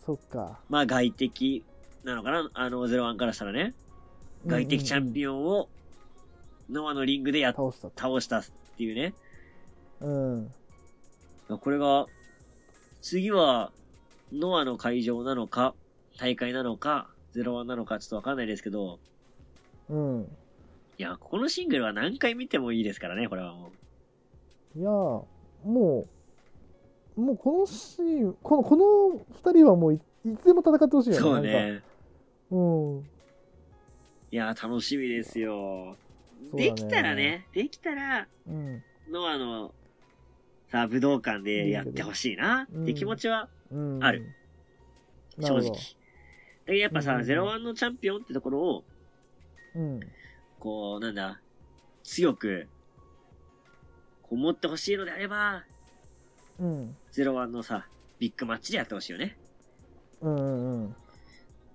Speaker 2: そっか。
Speaker 1: まあ外敵なのかなあの、ゼロワンからしたらね。外敵チャン
Speaker 2: オン。
Speaker 1: ピオンを、ノアのリングでやっ、
Speaker 2: 倒したと。
Speaker 1: 倒したっていうね。
Speaker 2: うん。
Speaker 1: まあこれが、次は、ノアの会場なのか、大会なのか、ゼロワンなのか、ちょっとわかんないですけど、
Speaker 2: うん。
Speaker 1: いや、このシングルは何回見てもいいですからね、これはもう。
Speaker 2: いやー、もう、もうこのシーン、この、この二人はもういいつでも戦ってほしいよね。
Speaker 1: そう
Speaker 2: なんか。
Speaker 1: ね。
Speaker 2: うん。
Speaker 1: いや、楽しみですよ。
Speaker 2: そうだね
Speaker 1: できたらね、できたら、
Speaker 2: うん。
Speaker 1: ノアの、さ、武道館でやってほしいな、
Speaker 2: うん
Speaker 1: って気持ちは、
Speaker 2: うん。
Speaker 1: ある。
Speaker 2: な
Speaker 1: 正
Speaker 2: るほ
Speaker 1: 直。
Speaker 2: ど
Speaker 1: だ。けどやっぱさ、
Speaker 2: うん
Speaker 1: ゼロワンのチャンピオンってところを、
Speaker 2: うん。
Speaker 1: こう、なんだ、強く、こう持ってほしいのであれば、
Speaker 2: うん。
Speaker 1: ゼロワンのさ、ビッグマッチでやってほしいよね。
Speaker 2: うんうんうん。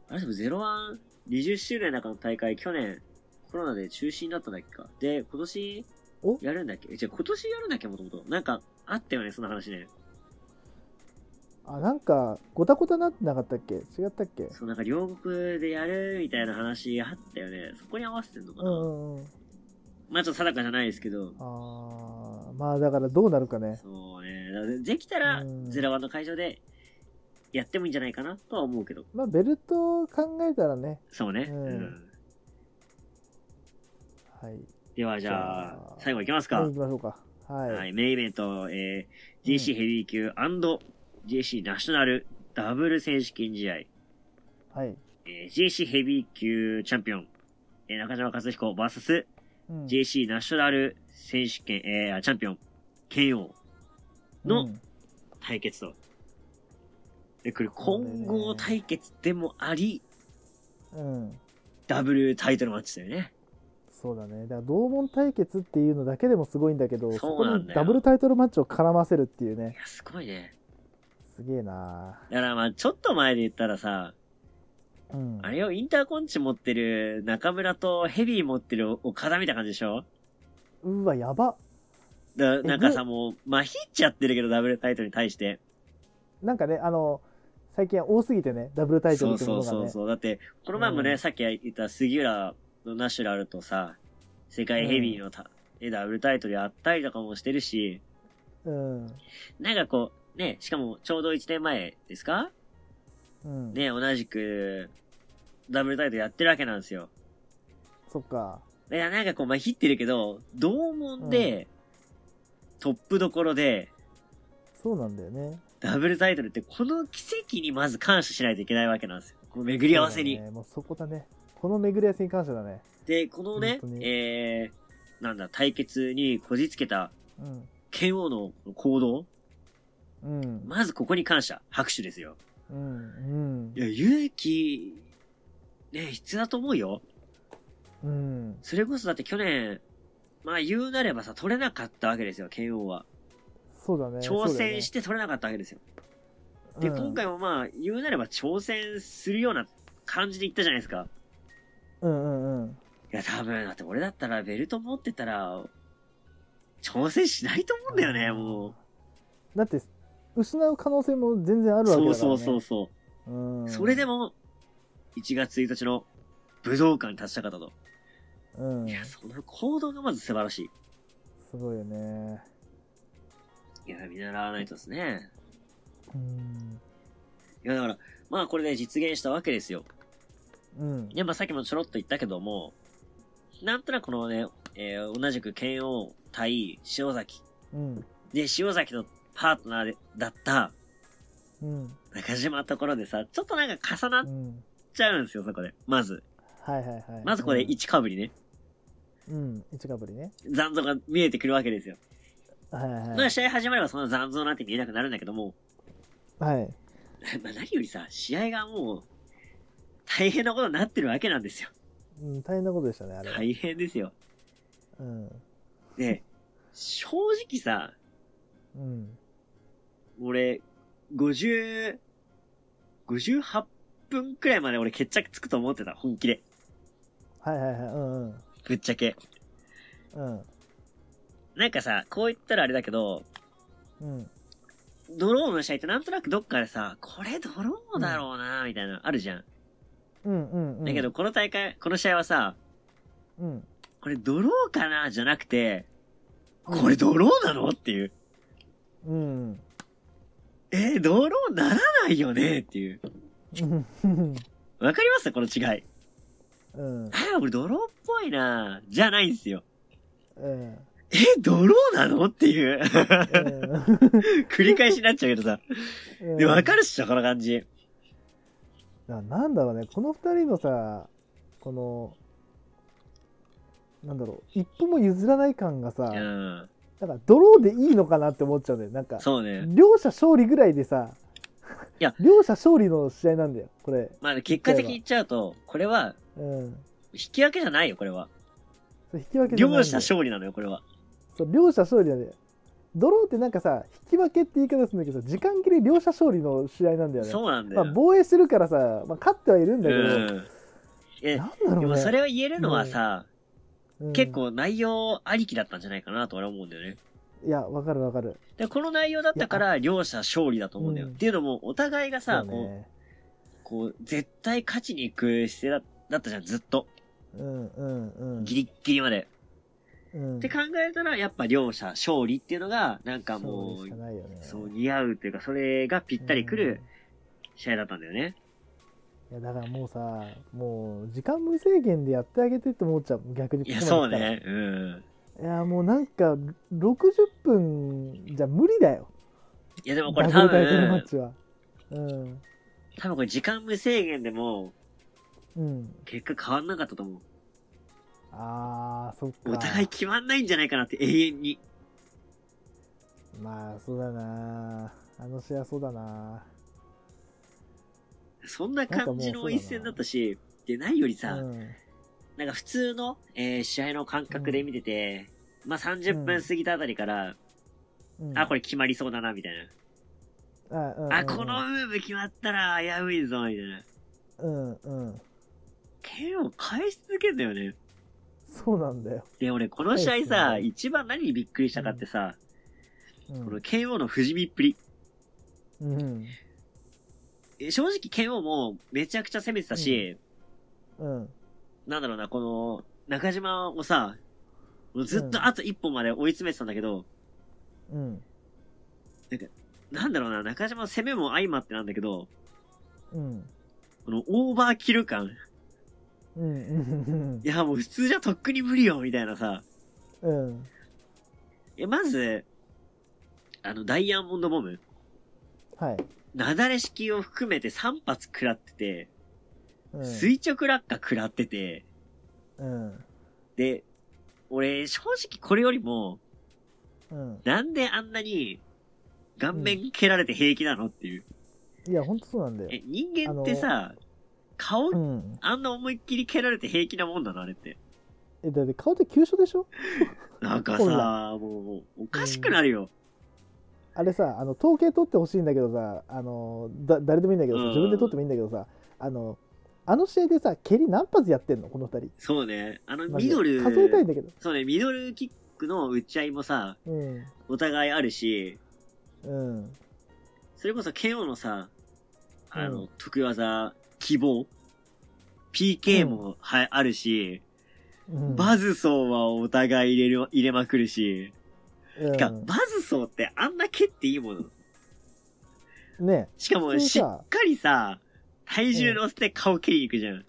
Speaker 1: あれでもゼロワン、20周年なんかの大会、去年、コロナで中止になったんだっけか。で、今年
Speaker 2: お、
Speaker 1: やるんだっけじゃ今年やるんだっけもともと。なんか、あったよね、その話ね。
Speaker 2: あ、なんか、ごたごたなってなかったっけ違ったっけ
Speaker 1: そう、なんか両国でやるみたいな話あったよね。そこに合わせてんのか
Speaker 2: う
Speaker 1: な、
Speaker 2: んうんうん。
Speaker 1: まあちょっと定かじゃないですけど。
Speaker 2: あー、まあだからどうなるかね。
Speaker 1: そうね。だからできたら
Speaker 2: う、ん
Speaker 1: ゼロワンの会場でやってもいいんじゃないかなとは思うけど。
Speaker 2: まあベルト考えたらね。
Speaker 1: そうね。
Speaker 2: うん
Speaker 1: うん
Speaker 2: はい。
Speaker 1: ではじゃ
Speaker 2: じゃ
Speaker 1: あ
Speaker 2: あ、
Speaker 1: 最後いきますか
Speaker 2: 行。きましょうか。はい。
Speaker 1: はい、メインイベント、えー、JC ヘビー級 &JC ナショナルダブル選手権試合、え
Speaker 2: はい。
Speaker 1: ー、JC ヘビー級チャンピオン、えー、中島克彦 VS
Speaker 2: うん、
Speaker 1: JC ナショナル選手権、えー、チャンピオン、剣王の
Speaker 2: うん
Speaker 1: 対決と。で、これ混合対決でもあり、
Speaker 2: うん。
Speaker 1: ダブルタイトルマッチだよね。
Speaker 2: そうだね。だから同門対決っていうのだけでもすごいんだけど、
Speaker 1: そうなんだよ
Speaker 2: そこにダブルタイトルマッチを絡ませるっていう
Speaker 1: い
Speaker 2: ね。
Speaker 1: や、すごいね。
Speaker 2: すげえな
Speaker 1: だからまあ、ちょっと前で言ったらさ、
Speaker 2: うん。
Speaker 1: あれよ、インターコンチ持ってる中村とヘビー持ってる岡田みたいな感じでしょ
Speaker 2: うわ、やば。
Speaker 1: だなんか
Speaker 2: え
Speaker 1: さ、もう、まひっちゃってるけど、ダブルタイトルに対して。
Speaker 2: なんかね、あの、最近は多すぎてね、ダブルタイト
Speaker 1: そ
Speaker 2: ル
Speaker 1: う
Speaker 2: って
Speaker 1: そ
Speaker 2: もの
Speaker 1: う
Speaker 2: が
Speaker 1: そう
Speaker 2: ね。
Speaker 1: そう。だって、この前もね、
Speaker 2: うん
Speaker 1: さっき言った杉浦のナショナルとさ、世界ヘビーのた、ねダブルタイトルやったりとかもしてるし、
Speaker 2: うん。
Speaker 1: なんかこう、ね、しかもちょうど1年前ですか
Speaker 2: うん。
Speaker 1: ね、同じく、ダブルタイトルやってるわけなんですよ。
Speaker 2: そっか。
Speaker 1: だからなんかこう、まひってるけど、同門で、トップどころで、
Speaker 2: そうなんだよね。
Speaker 1: ダブルタイトルって、この奇跡にまず感謝しないといけないわけなんですよ。この巡り合わせに
Speaker 2: そう。だねもうそこだね。この巡り合わせに関してだね。
Speaker 1: で、このね
Speaker 2: 本当、に
Speaker 1: えー、なんだ、対決にこじつけた
Speaker 2: うん。
Speaker 1: 剣王の行動、
Speaker 2: うん。
Speaker 1: まずここに感謝、拍手ですよ。
Speaker 2: うん。
Speaker 1: いや、勇気、ね、必要だと思うよ。
Speaker 2: うん。うん。
Speaker 1: それこそだって去年、まあ言うなればさ、取れなかったわけですよ、剣王は。
Speaker 2: そうだね。
Speaker 1: 挑戦して取れなかったわけですよ。
Speaker 2: そうだ
Speaker 1: で、
Speaker 2: よね、
Speaker 1: 今回もまあ言うなれば挑戦するような感じでいったじゃないですか。
Speaker 2: うんうんうん。
Speaker 1: いや、多分、だって俺だったらベルト持ってたら、挑戦しないと思うんだよね、もう。
Speaker 2: だって、失う可能性も全然あるわけ
Speaker 1: そう
Speaker 2: だから、
Speaker 1: そ
Speaker 2: ね。
Speaker 1: うそうそう。
Speaker 2: う。うん、
Speaker 1: それで、も、1月1日の武道館に立ちたかったと。
Speaker 2: うん
Speaker 1: い、や、その行動がまず素晴らし
Speaker 2: すごいよね。
Speaker 1: い。いや、見習わないとですね。
Speaker 2: うん。
Speaker 1: いや、だから、まあこれで実現したわけですよ。
Speaker 2: うん。
Speaker 1: いや、まあさっきもちょろっと言ったけども、なんとなくこのね、えー同じく剣王対塩崎。
Speaker 2: うん。
Speaker 1: で、塩崎のパートナーでだった
Speaker 2: うん。
Speaker 1: 中島のところでさ、ちょっとなんか重な
Speaker 2: う
Speaker 1: っ
Speaker 2: ん。
Speaker 1: ちゃうんですよ、そこで。まず。
Speaker 2: はいはいはい。
Speaker 1: まずこれ
Speaker 2: うん、
Speaker 1: 1かぶりね。
Speaker 2: うん。一かぶりね。
Speaker 1: 残像が見えてくるわけですよ。
Speaker 2: はいはい
Speaker 1: ま
Speaker 2: は
Speaker 1: あ
Speaker 2: い。
Speaker 1: 試合始まればそんな残像なんて見えなくなるんだけども、
Speaker 2: はい。
Speaker 1: まあ何よりさ、試合がもう、大変なことになってるわけなんですよ。
Speaker 2: うん、大変なことでしたね、あれは。
Speaker 1: 大変ですよ。
Speaker 2: うん。
Speaker 1: で、正直さ、
Speaker 2: うん。
Speaker 1: 俺、50、58分くらいまで俺決着つくと思ってた、本気で。
Speaker 2: はいはいはい。うんうん。
Speaker 1: ぶっちゃけ。
Speaker 2: うん
Speaker 1: なんかさ、こう言ったらあれだけど、
Speaker 2: うん
Speaker 1: ドローンの試合ってなんとなくどっかでさ、これドローンだろうな、みたいな、あるじゃん。
Speaker 2: うんうんうん
Speaker 1: だけど、この大会、この試合はさ、
Speaker 2: うん
Speaker 1: これドローかな、じゃなくて、これドローなのっていう。
Speaker 2: うん
Speaker 1: えー、ドローならないよねっていう。
Speaker 2: うん
Speaker 1: わかりますこの違い。
Speaker 2: うん
Speaker 1: ああ、俺ドローっぽいな、じゃないんすよ。
Speaker 2: え
Speaker 1: えー、ドローなのっていう。
Speaker 2: え
Speaker 1: 繰り返しになっちゃうけどさ。
Speaker 2: ええ
Speaker 1: でもわかるっしょ、この感じ。
Speaker 2: ななんだろうねこの二人のさこのなんだろう一歩も譲らない感がさ
Speaker 1: うん。
Speaker 2: なんかドローでいいのかなって思っちゃうんだよなんか
Speaker 1: そうね。
Speaker 2: 両者勝利ぐらいでさ
Speaker 1: いや
Speaker 2: 両者勝利の試合なんだよこれ
Speaker 1: まあ、結果的に言っちゃうと、これは、
Speaker 2: うん
Speaker 1: 引き分けじゃないよ、これは。
Speaker 2: それ引き分けじゃ
Speaker 1: 両
Speaker 2: ないんだよ
Speaker 1: 者勝利なのよ、これは。
Speaker 2: そう両者勝利なんだよドローってなんかさ引き分けって言い方するんだけどさ時間切れ両者勝利の試合なんだよね
Speaker 1: そうなんだ
Speaker 2: ま
Speaker 1: よ。
Speaker 2: あ、防衛してるからさ、まあ、勝ってはいるんだけど、
Speaker 1: うん。え、
Speaker 2: なんだ
Speaker 1: で
Speaker 2: ろう
Speaker 1: も
Speaker 2: ね
Speaker 1: それを言えるのはさ、
Speaker 2: うん
Speaker 1: 結構内容ありきだったんじゃないかなと俺は思うんだよね。
Speaker 2: いやわかるわかる
Speaker 1: で、この内容だったから、両者勝利だと思うんだよ。
Speaker 2: うん
Speaker 1: っていうのも、お互いがさ、
Speaker 2: そう
Speaker 1: こう、
Speaker 2: ね
Speaker 1: こう、絶対勝ちに行く姿勢だだったじゃん、ずっと。
Speaker 2: うんうんうん
Speaker 1: ギリッギリまで。
Speaker 2: うん
Speaker 1: って考えたら、やっぱ両者勝利っていうのが、なんかも
Speaker 2: そ
Speaker 1: う
Speaker 2: うしか、ないよね
Speaker 1: そう、似合うっていうか、それがぴったりくる試合だったんだよね。
Speaker 2: うんいやだからもうさもう時間無制限でやってあげてって思っちゃう逆に
Speaker 1: い
Speaker 2: ここ
Speaker 1: や、
Speaker 2: まで来た
Speaker 1: そう
Speaker 2: ら
Speaker 1: ね。うん。
Speaker 2: いやもうなんか60分じゃ無理だよ
Speaker 1: いや、でもこ
Speaker 2: ダ
Speaker 1: れ
Speaker 2: ブ
Speaker 1: 多
Speaker 2: ルタイトルマ
Speaker 1: 分
Speaker 2: ッ、チはうん
Speaker 1: 多分これ時間無制限でも、
Speaker 2: うん
Speaker 1: 結果変わんなかったと思
Speaker 2: あーそっか
Speaker 1: う。お互い決まんないんじゃないかなって、永遠に。
Speaker 2: まあそうだなあの試合はそうだな
Speaker 1: そんな感じの一戦だったし、で、ないよりさ、
Speaker 2: うん
Speaker 1: なんか普通の、えー試合の感覚で見てて、まあ30分過ぎたあたりから、
Speaker 2: うん
Speaker 1: あ、これ決まりそうだな、みたいな。
Speaker 2: あ,うん、うん
Speaker 1: あ、このムーブ決まったら危ういぞ、みたいな。
Speaker 2: うんうん
Speaker 1: 剣を返し続けんだよね。
Speaker 2: そうなんだよ、
Speaker 1: で、俺、この試合さ、
Speaker 2: そうですね
Speaker 1: 一番何にびっくりしたかってさ、
Speaker 2: う
Speaker 1: この
Speaker 2: ん
Speaker 1: KO の不死身っぷり。
Speaker 2: うん
Speaker 1: え正直 KO もめちゃくちゃ攻めてたし、
Speaker 2: うん
Speaker 1: なんだろうな、この、中島をさ、もうずっ
Speaker 2: う
Speaker 1: と
Speaker 2: ん
Speaker 1: あと一歩まで追い詰めてたんだけど、
Speaker 2: うん
Speaker 1: なんだろうな、中島の攻めも相まってなんだけど、
Speaker 2: うん
Speaker 1: このオーバーキル感。
Speaker 2: うんうん
Speaker 1: いや、もう普通じゃとっくに無理よ、みたいなさ。
Speaker 2: うん
Speaker 1: え、まず、あの、ダイヤモンドボム。
Speaker 2: はい、
Speaker 1: なだれ式を含めて3発食らってて、
Speaker 2: うん、
Speaker 1: 垂直落下食らってて、
Speaker 2: うん
Speaker 1: で、俺、正直これよりも、
Speaker 2: うん
Speaker 1: なんであんなに、顔面蹴られて平気なのっていう。
Speaker 2: いやほんとそうなんだよ
Speaker 1: え、人間ってさ、顔
Speaker 2: う、ん
Speaker 1: あんな思いっきり蹴られて平気なもんなのあれって。
Speaker 2: えだって顔って急所でしょ
Speaker 1: なんか
Speaker 2: ほ
Speaker 1: さ、もう、おかしくなるよ。
Speaker 2: あれさあの統計取ってほしいんだけどさあのだ誰でもいいんだけどさ
Speaker 1: うん
Speaker 2: 自分で取ってもいいんだけどさあのあの試合でさ蹴り何発やってんのこの二人
Speaker 1: そうね。あの、
Speaker 2: マジ
Speaker 1: ミ
Speaker 2: で
Speaker 1: ドル、
Speaker 2: 数えたいんだけど
Speaker 1: そうね、ミドルキックの打ち合いもさ、
Speaker 2: うん
Speaker 1: お互いあるし、
Speaker 2: うん
Speaker 1: それこそ KO のさ、あの、
Speaker 2: う
Speaker 1: 得意技、希望 ?PK も、はい、あるし、
Speaker 2: うん
Speaker 1: バズソーはお互い入れる、入れまくるし。
Speaker 2: うん
Speaker 1: てか、バズソーってあんな蹴っていいもの
Speaker 2: ね
Speaker 1: しかも、
Speaker 2: 普通
Speaker 1: しっ
Speaker 2: さ
Speaker 1: かりさ、体重乗せて顔蹴りに行くじゃん。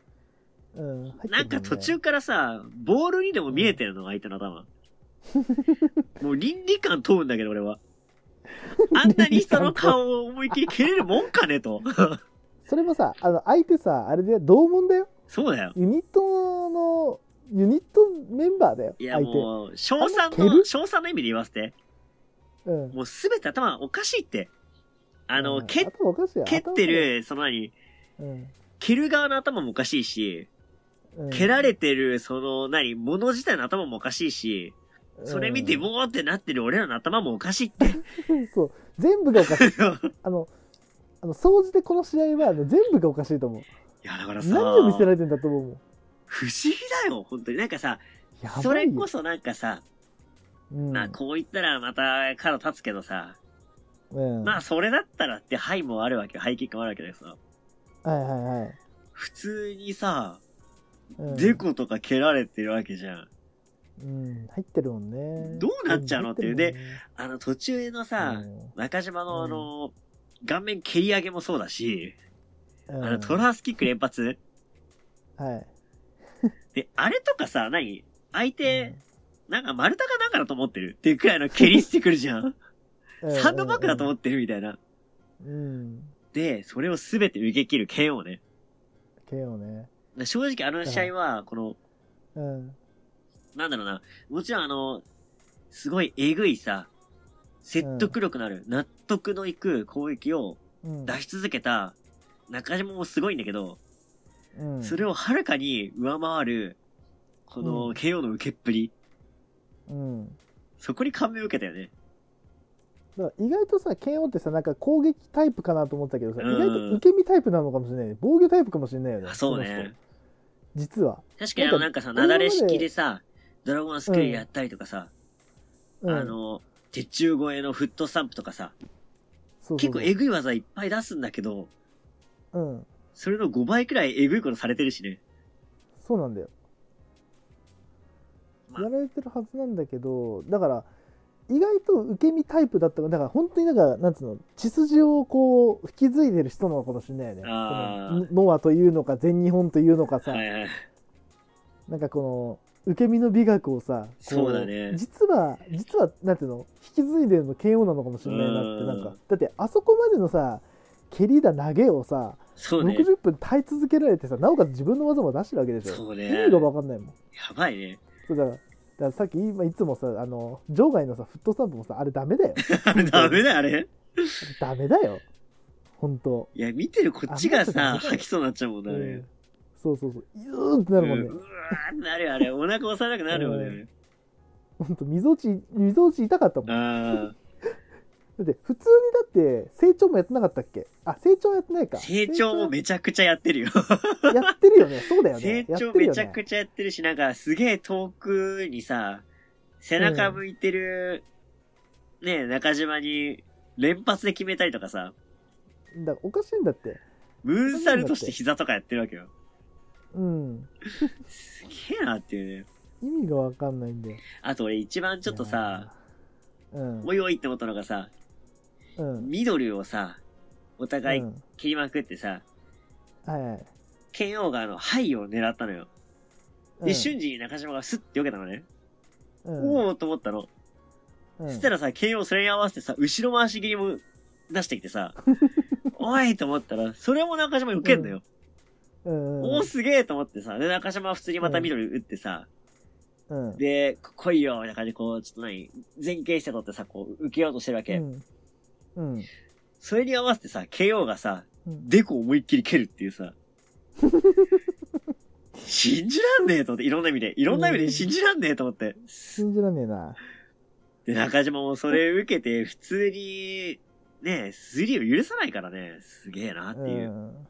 Speaker 2: うん入ってるもね
Speaker 1: なんか途中からさ、ボールにでも見えてるの、相手の頭。 もう倫理観問うんだけど、俺は。あんなに人の顔を思いっきり蹴れるもんかねと。
Speaker 2: それもさあの相手さあれで同門だよ
Speaker 1: そうだよ。
Speaker 2: ユニットのユニットメンバーだよ
Speaker 1: いや、
Speaker 2: 相手
Speaker 1: もう、賞賛
Speaker 2: あんな蹴
Speaker 1: の、
Speaker 2: る
Speaker 1: 賞賛の意味で言わせて。
Speaker 2: うん
Speaker 1: もうすべて頭おかしいって。あの、
Speaker 2: うん
Speaker 1: 蹴っ
Speaker 2: 頭おかしいよ
Speaker 1: 蹴ってる、その何、
Speaker 2: 頭おかしい
Speaker 1: 蹴る側の頭もおかしいし、
Speaker 2: うんうん
Speaker 1: 蹴られてる、その何、もの自体の頭もおかしいし、それ見て、
Speaker 2: うん
Speaker 1: もーってなってる俺らの頭もおかしいって。
Speaker 2: そう全部がおかしいあのあの総じてこの試合はあの全部がおかしいと思う
Speaker 1: いや、だからさ、
Speaker 2: 何を見せられてんだと思うもん
Speaker 1: 不思議だよ、本当に。なんかさ、
Speaker 2: やばいよ
Speaker 1: それこそなんかさ、
Speaker 2: うん
Speaker 1: まあこう言ったらまた角立つけどさ、
Speaker 2: うん
Speaker 1: まあそれだったらって背もあるわけよ。背キックもあるわけでさ。
Speaker 2: はいはいはい
Speaker 1: 普通にさ、
Speaker 2: うん。
Speaker 1: デコとか蹴られてるわけじゃん。
Speaker 2: うん、入ってるもんね。
Speaker 1: どうなっちゃうのっていう
Speaker 2: 入
Speaker 1: で
Speaker 2: てるもんね、
Speaker 1: あの途中のさ、中島のあの、顔面蹴り上げもそうだし、
Speaker 2: うん、
Speaker 1: あのト
Speaker 2: ラ
Speaker 1: ラースキック連発
Speaker 2: はい。
Speaker 1: で、あれとかさ、何相手、なんか丸太かなんかだと思ってるっていうくらいの蹴りしてくるじゃん。
Speaker 2: うん、
Speaker 1: サンドバッグだと思
Speaker 2: っ
Speaker 1: ってるみたいな。
Speaker 2: て。うん。
Speaker 1: で、それをすべて受け切る KO ね。
Speaker 2: KO ね。
Speaker 1: 正直あの試合は、この、
Speaker 2: うん。
Speaker 1: なんだろうな、もちろんあの、すごいえぐいさ、説得力のある、納得のいく攻撃を
Speaker 2: うん。
Speaker 1: 出し続けた中島もすごいんだけど、
Speaker 2: うん、
Speaker 1: それをはるかに上回る、こ
Speaker 2: うん
Speaker 1: の KO の受けっぷり、
Speaker 2: うん。
Speaker 1: そこに感銘を受けたよね。
Speaker 2: だから意外とさ、KO ってさ、なんか攻撃タイプかなと思ったけどさ、
Speaker 1: うん
Speaker 2: 意外と受け身タイプなのかもしれないね。防御タイプかもしれないよね。
Speaker 1: あそうね
Speaker 2: この人。実は。
Speaker 1: 確かにあのなんかさ、なだれ式でさ、ドラゴンスクリューやったりとかさ、
Speaker 2: うん、
Speaker 1: あの、鉄柱越えのフットスタンプとかさ、
Speaker 2: そうそう
Speaker 1: 結
Speaker 2: そ
Speaker 1: 構
Speaker 2: う
Speaker 1: えぐい技いっぱい出すんだけど、
Speaker 2: うん。
Speaker 1: それの5倍くらいえぐいことされてるしね。
Speaker 2: そうなんだよ。
Speaker 1: まあ
Speaker 2: やられてるはずなんだけど、だから、意外と受け身タイプだったから、だから本当になんか、なんつうの、血筋をこう、引き継いでる人なのかもしれないよね。こ
Speaker 1: あー
Speaker 2: のノノアというのか、全日本というのかさ、
Speaker 1: はいはい。
Speaker 2: なんかこの、受け身の美学をさ、こ
Speaker 1: そうだね
Speaker 2: 実は、実は、なんていうの、引き継いでるの KO なのかもしれないなって、
Speaker 1: うん
Speaker 2: なんか、だってあそこまでのさ、蹴りだ投げをさ、
Speaker 1: そうね。
Speaker 2: 60分耐え続けられてさ、なおかつ自分の技も出してるわけでしょ。
Speaker 1: そう
Speaker 2: 意
Speaker 1: ね。
Speaker 2: 味が分かんないもん。
Speaker 1: やばいね。
Speaker 2: そうだからだからさっき今いつもさあの場外のさフットスタンプもさあれダメだよ
Speaker 1: あれダメだよ、あれ。
Speaker 2: ダメだよ本当
Speaker 1: いや、見てるこっちが
Speaker 2: あ
Speaker 1: さ、
Speaker 2: 見てた
Speaker 1: 吐きそうになっちゃうもん
Speaker 2: う
Speaker 1: ね、あれ
Speaker 2: ん。そうそうそうゆーってなるもんね
Speaker 1: うわーなるよ、あれ。お腹押さなくなるよ
Speaker 2: う
Speaker 1: ね。
Speaker 2: 本当溝落ち溝落ち痛かったもんだ
Speaker 1: あ
Speaker 2: って普通にだって成長もやってなかったっけあ成長やってない
Speaker 1: あ。
Speaker 2: か
Speaker 1: 成長もめちゃくちゃやってるよ。
Speaker 2: 成長やってるよねそうだよ
Speaker 1: 成
Speaker 2: ね
Speaker 1: 長
Speaker 2: やってる
Speaker 1: め
Speaker 2: よ
Speaker 1: ちゃ
Speaker 2: ね
Speaker 1: くちゃやってるし、なんかすげえ遠くにさ、背中向いてる、ねえ、中島に連発で決めたりとかさ、
Speaker 2: だからおかしいんだって
Speaker 1: ムーンサルトして膝とかやってるわけよ。
Speaker 2: うん
Speaker 1: すげえなっていうね。
Speaker 2: 意味が分かんないんだよ
Speaker 1: あと俺一番ちょっとさ、
Speaker 2: いやーうん
Speaker 1: おいおいって思ったのがさ、
Speaker 2: うん
Speaker 1: ミドルをさ、お互
Speaker 2: う
Speaker 1: い
Speaker 2: ん
Speaker 1: 切りまくってさ、
Speaker 2: はいはい
Speaker 1: 剣王があの、イを狙ったのよ。
Speaker 2: うん
Speaker 1: で、瞬時に中島がスッて避けたのね。
Speaker 2: うん
Speaker 1: おおーと思ったの。
Speaker 2: うん
Speaker 1: そしたらさ、剣王それに合わせてさ、後ろ回し切りも出してきて さ、おいと思ったら、それも中島に受けんのよ。
Speaker 2: うん
Speaker 1: おおすげえと思ってさ、で、中島は普通にまたミドル打ってさ、
Speaker 2: うん
Speaker 1: で、こ来いよみたいな感じでこう、ちょっと何、前傾してとってさ、こう、受けようとしてるわけ。
Speaker 2: うんうん
Speaker 1: それに合わせてさ、KO がさ、
Speaker 2: うん
Speaker 1: デコ思いっきり蹴るっていう さ。信じらんねえと思って、いろんな意味で。いろんな意味で信じらんねえと思って。
Speaker 2: 信じらんねえな。
Speaker 1: で、中島もそれ受けて、普通に、ねえ、スリーを許さないからね、すげえなっていう。
Speaker 2: ん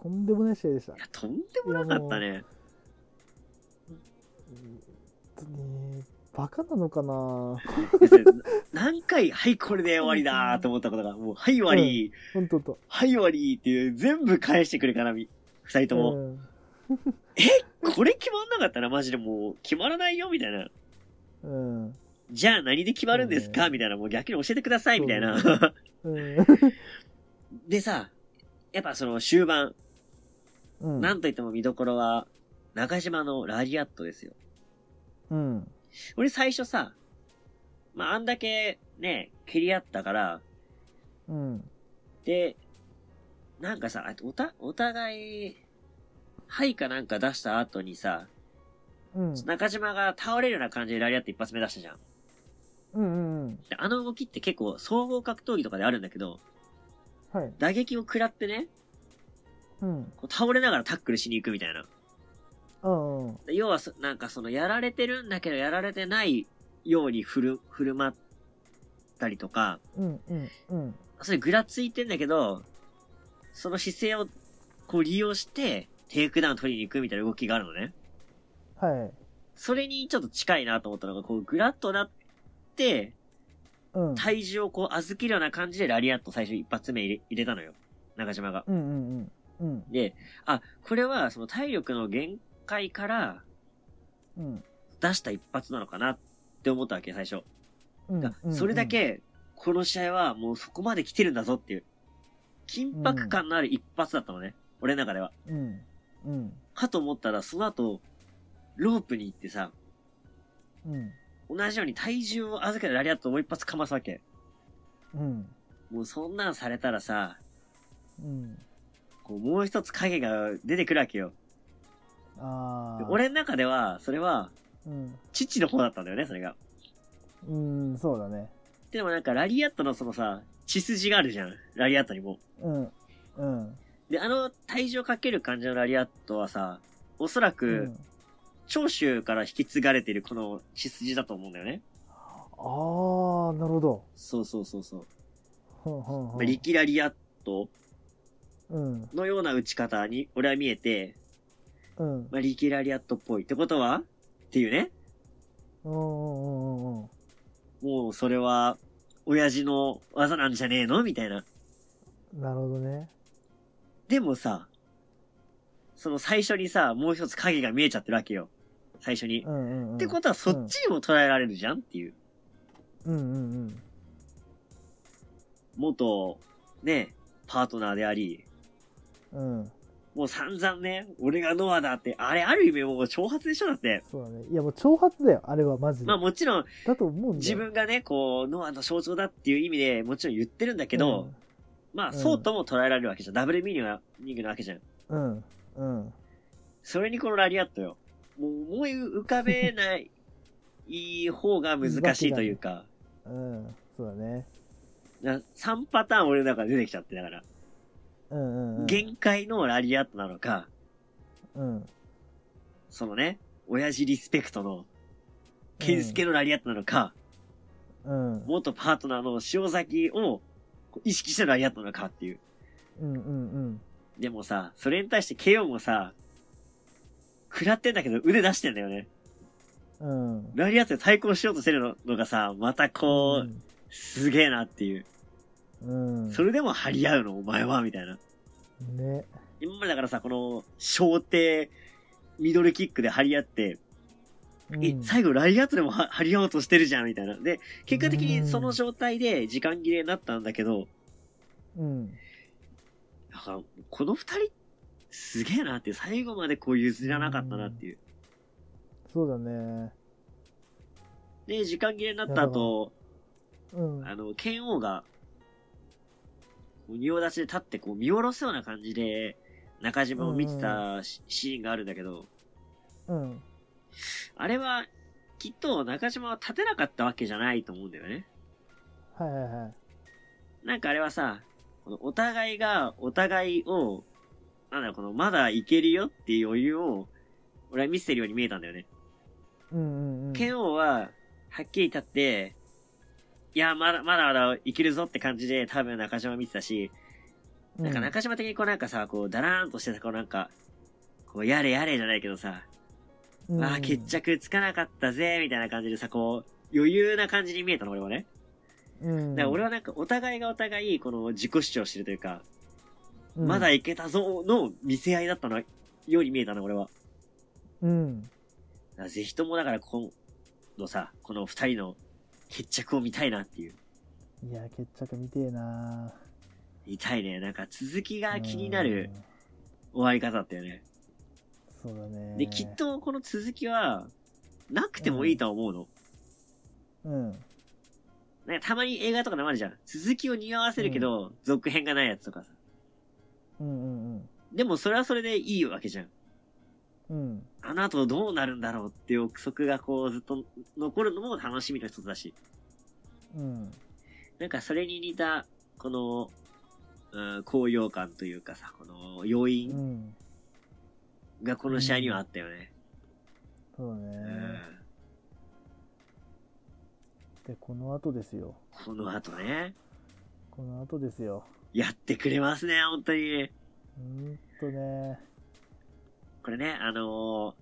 Speaker 2: とんでもない試合でした。
Speaker 1: いや、とんでもなかったね。
Speaker 2: 本当に、バカなのかな
Speaker 1: 何回、はい、これで終わりだーと思ったことが、もう、はい、終わり、
Speaker 2: 本当と。
Speaker 1: はい、終わりっていう、全部返してくるから、み二人とも。
Speaker 2: うん
Speaker 1: これ決まんなかったら、マジでもう、決まらないよ、みたいな。
Speaker 2: うん。
Speaker 1: じゃあ何で決まるんです
Speaker 2: う
Speaker 1: か
Speaker 2: ん
Speaker 1: みたいな、もう逆に教えてください、みたいな。
Speaker 2: そううん。
Speaker 1: でさ、やっぱその終盤、
Speaker 2: うん
Speaker 1: なんといっても見どころは、中島のラリアットですよ。
Speaker 2: うん。
Speaker 1: 俺最初さ、まあ、あんだけね、蹴り合ったから、
Speaker 2: うん。
Speaker 1: で、なんかさ、あおた、お互い、はいかなんか出した後にさ、
Speaker 2: うん。
Speaker 1: 中島が倒れるような感じでラリアット一発目出したじゃん。
Speaker 2: うん。うん。
Speaker 1: であの動きって結構総合格闘技とかであるんだけど、
Speaker 2: はい。
Speaker 1: 打撃を食らってね、
Speaker 2: うん。
Speaker 1: こう倒れながらタックルしに行くみたいな。
Speaker 2: うん。うん。
Speaker 1: 要はそ、なんかその、やられてるんだけど、やられてないように振る、振る舞ったりとか、
Speaker 2: うん。うん。うん。
Speaker 1: それぐらついてんだけど、その姿勢を、こう利用して、テイクダウン取りに行くみたいな動きがあるのね。
Speaker 2: はい。
Speaker 1: それにちょっと近いなと思ったのが、こう、グラッとなって、
Speaker 2: うん。
Speaker 1: 体重をこう、預けるような感じでラリアット最初一発目入れ入れたのよ。中島が。
Speaker 2: うんうんうん。うん。
Speaker 1: で、あ、これはその体力の限界から
Speaker 2: うん。
Speaker 1: 出した一発なのかなって思ったわけ、最初。
Speaker 2: うん
Speaker 1: だそれだ、け、この試合はもうそこまで来てるんだぞっていう、緊迫感のある一発だったのね。俺の中では。
Speaker 2: うん。うん。
Speaker 1: かと思ったら、その後、ロープに行ってさ、
Speaker 2: うん。
Speaker 1: 同じように体重を預けてラリアットをもう一発かますわけ。
Speaker 2: うん。
Speaker 1: もうそんなんされたらさ、
Speaker 2: うん。
Speaker 1: こうもう一つ影が出てくるわけよ。
Speaker 2: あ
Speaker 1: で
Speaker 2: あ。、
Speaker 1: 俺の中では、それは、
Speaker 2: うん。
Speaker 1: 父の方だったんだよね、それが。
Speaker 2: うん、そうだね。
Speaker 1: でもなんか、ラリアットのそのさ、血筋があるじゃん。ラリアットにも。
Speaker 2: うん。うん。
Speaker 1: で、あの、体重をかける感じのラリアットはさ、おそら
Speaker 2: う
Speaker 1: く、
Speaker 2: ん。
Speaker 1: 長州から引き継がれてるこの血筋だと思うんだよね。
Speaker 2: ああ、なるほど。
Speaker 1: そうそうそうそう。
Speaker 2: ほんほんほ
Speaker 1: まあ
Speaker 2: ん。
Speaker 1: 力ラリアット
Speaker 2: うん。
Speaker 1: のような打ち方に、俺は見えて、
Speaker 2: うん。
Speaker 1: まあ、力ラリアットっぽい。ってことはっていうね。
Speaker 2: うんうんうんうん。
Speaker 1: もう、それは、親父の技なんじゃねえのみたいな。
Speaker 2: なるほどね。
Speaker 1: でもさ、その最初にさ、もう一つ影が見えちゃってるわけよ。最初に。
Speaker 2: うんうん、うん。
Speaker 1: ってことはそっちにも捉えられるじゃんっていう。
Speaker 2: うんうん
Speaker 1: 元、ね、パートナーであり、
Speaker 2: うん。うん。
Speaker 1: もう散々ね、俺がノアだって、あれある意味もう挑発でしょだって。
Speaker 2: そうだね。いやもう挑発だよ、あれはマジで。
Speaker 1: まあもちろん、
Speaker 2: だと思うんだ
Speaker 1: 自
Speaker 2: よ。
Speaker 1: 分がね、こう、ノアの象徴だっていう意味でもちろん言ってるんだけど、まあそうとも捉えられるわけじゃん。ダブルミーニングなミーニングなわけじゃん。
Speaker 2: うん、うん、うん。
Speaker 1: それにこのラリアットよ。もう思い浮かべないいい方が難しいというか。
Speaker 2: うん、そうだね。
Speaker 1: な3パターン俺の中で出てきちゃって、だから、
Speaker 2: うんうんうん。
Speaker 1: 限界のラリアットなのか、
Speaker 2: うん。
Speaker 1: そのね、親父リスペクトの、ケンスケのラリアットなのか、
Speaker 2: うん。うん
Speaker 1: 元パートナーの塩崎をこう意識してのラリアットなのかっていう。
Speaker 2: うんうん。
Speaker 1: でもさ、それに対して KO もさ、食らってんだけど腕出してんだよね。
Speaker 2: うん。
Speaker 1: ラリアットで対抗しようとしてるののがさ、またこう、すげえなっていう。
Speaker 2: うん。うん。
Speaker 1: それでも張り合うの、お前は、みたいな。
Speaker 2: ね。
Speaker 1: 今までだからさ、この、小手、ミドルキックで張り合って、
Speaker 2: うん
Speaker 1: え、最後ライアットでもは張り合おうとしてるじゃん、みたいな。で、結果的
Speaker 2: う
Speaker 1: に
Speaker 2: ん
Speaker 1: その状態で時間切れになったんだけど、
Speaker 2: うん。
Speaker 1: なんか、この二人、すげえなって、最後までこう譲らなかったなっていう。
Speaker 2: そうだね。
Speaker 1: で、時間切れになった後、
Speaker 2: うん。
Speaker 1: あの、剣王が、こう仁王立ちで立って、こう見下ろすような感じで、中島を見てたしシーンがあるんだけど、
Speaker 2: うん。
Speaker 1: あれは、きっと中島は立てなかったわけじゃないと思うんだよね。
Speaker 2: はいはいはい。
Speaker 1: なんかあれはさ、このお互いがお互いを、なんだろう、このまだいけるよっていう余裕を、俺は見せてるように見えたんだよね。
Speaker 2: うんうんうん。
Speaker 1: 剣王は、はっきり立って、いや、まだ、まだまだいけるぞって感じで多分中島見てたし、なんか中島的にこうなんかさ、こうだらーんとしてた、こうなんか、こうやれやれじゃないけどさ、
Speaker 2: うん、
Speaker 1: ああ、決着つかなかったぜ、みたいな感じでさ、こう、余裕な感じに見えたの、俺はね。
Speaker 2: うん。
Speaker 1: だから俺はなんかお互いがお互い、この自己主張してるというか、
Speaker 2: うん、
Speaker 1: まだいけたぞの見せ合いだったのように見えたな、俺は。だ
Speaker 2: うん。
Speaker 1: からぜひともだから今度さ、この二人の決着を見たいなっていう。
Speaker 2: いや、決着見てえな
Speaker 1: 見たいね。なんか続きが気になる。終わり方だったよね。
Speaker 2: うんそうだね。
Speaker 1: で、きっ。とこの続きは、なくてもいいとは思うの。
Speaker 2: うん。
Speaker 1: なんかたまに映画とかでもあるじゃん。続きを匂わせるけど、続編がないやつとかさ。
Speaker 2: うんうん
Speaker 1: でもそれはそれでいいわけじゃん。
Speaker 2: うん。うん。
Speaker 1: あの後どうなるんだろうっていう憶測がこうずっと残るのも楽しみの一つだし。
Speaker 2: うん。
Speaker 1: なんかそれに似た、この、うん、高揚感というかさ、この要
Speaker 2: う
Speaker 1: 因
Speaker 2: ん。
Speaker 1: がこの試合にはあったよね。
Speaker 2: そうだ
Speaker 1: う
Speaker 2: ね。
Speaker 1: ん。
Speaker 2: で、この後ですよ。
Speaker 1: この後ね、
Speaker 2: この後ですよ。
Speaker 1: やってくれますね、本当に。
Speaker 2: うーんとね。
Speaker 1: これね、あのー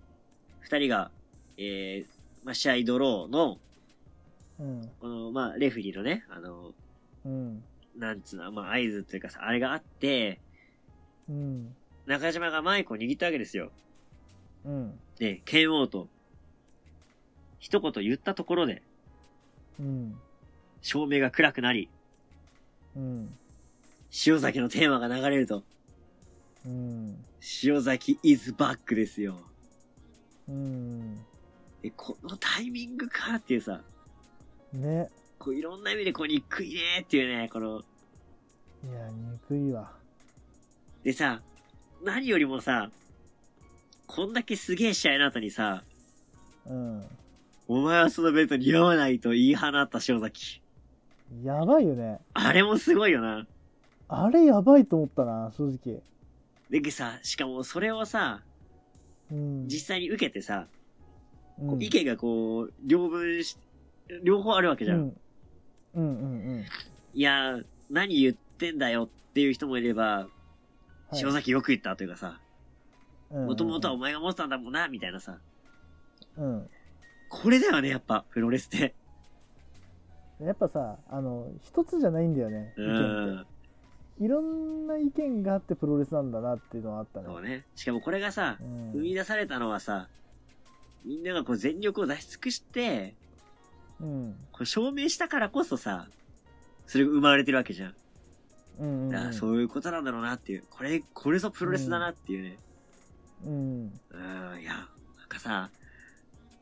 Speaker 1: 二人が、えー、まあ、試合ドローの、
Speaker 2: うん
Speaker 1: この、まあ、レフェリーのね、あの、
Speaker 2: うん
Speaker 1: なんつうの、まあ、合図というかさ、あれがあって、
Speaker 2: うん
Speaker 1: 中島がマイクを握ったわけですよ。
Speaker 2: うん
Speaker 1: で、剣王と、一言言ったところで、
Speaker 2: うん
Speaker 1: 照明が暗くなり、
Speaker 2: うん
Speaker 1: 塩崎のテーマが流れると、
Speaker 2: うん
Speaker 1: 塩崎 is back ですよ。
Speaker 2: うん
Speaker 1: で、このタイミングからっていうさ、
Speaker 2: ね
Speaker 1: こういろんな意味でこう憎いねーっていうね、この、
Speaker 2: いや憎いわ
Speaker 1: でさ、何よりもさ、こんだけすげえ試合の後にさ、
Speaker 2: うん
Speaker 1: お前はそのベルトに合わないと言い放った塩崎。
Speaker 2: やばいよね
Speaker 1: あれもすごいよな。
Speaker 2: あれやばいと思ったな正直
Speaker 1: でさ、しかもそれをさ、
Speaker 2: うん
Speaker 1: 実際に受けてさ、こう
Speaker 2: うん
Speaker 1: 意見がこう、両分し、両方あるわけじゃん。
Speaker 2: うんうんうんうん
Speaker 1: いやー、何言ってんだよっていう人もいれば、
Speaker 2: はい
Speaker 1: 塩崎よく言ったというかさ、
Speaker 2: うんうん
Speaker 1: もともとはお前が持ってたんだもんな、みたいなさ。
Speaker 2: うん
Speaker 1: これだよね、やっぱ、プロレスって。
Speaker 2: やっぱさあの一つじゃないんだよね意
Speaker 1: う
Speaker 2: 見っ
Speaker 1: ん。
Speaker 2: ていろんな意見があってプロレスなんだなっていうのはあったね
Speaker 1: そうね。しかもこれがさ
Speaker 2: う、
Speaker 1: 生み
Speaker 2: ん
Speaker 1: 出されたのはさ、みんながこう全力を出し尽くして、
Speaker 2: うん
Speaker 1: こう証明したからこそさ、それが生まれてるわけじゃん。
Speaker 2: うんうん
Speaker 1: ああそういうことなんだろうなっていう。これ、これぞプロレスだなっていうね。
Speaker 2: うん
Speaker 1: うん、いや、なんかさ、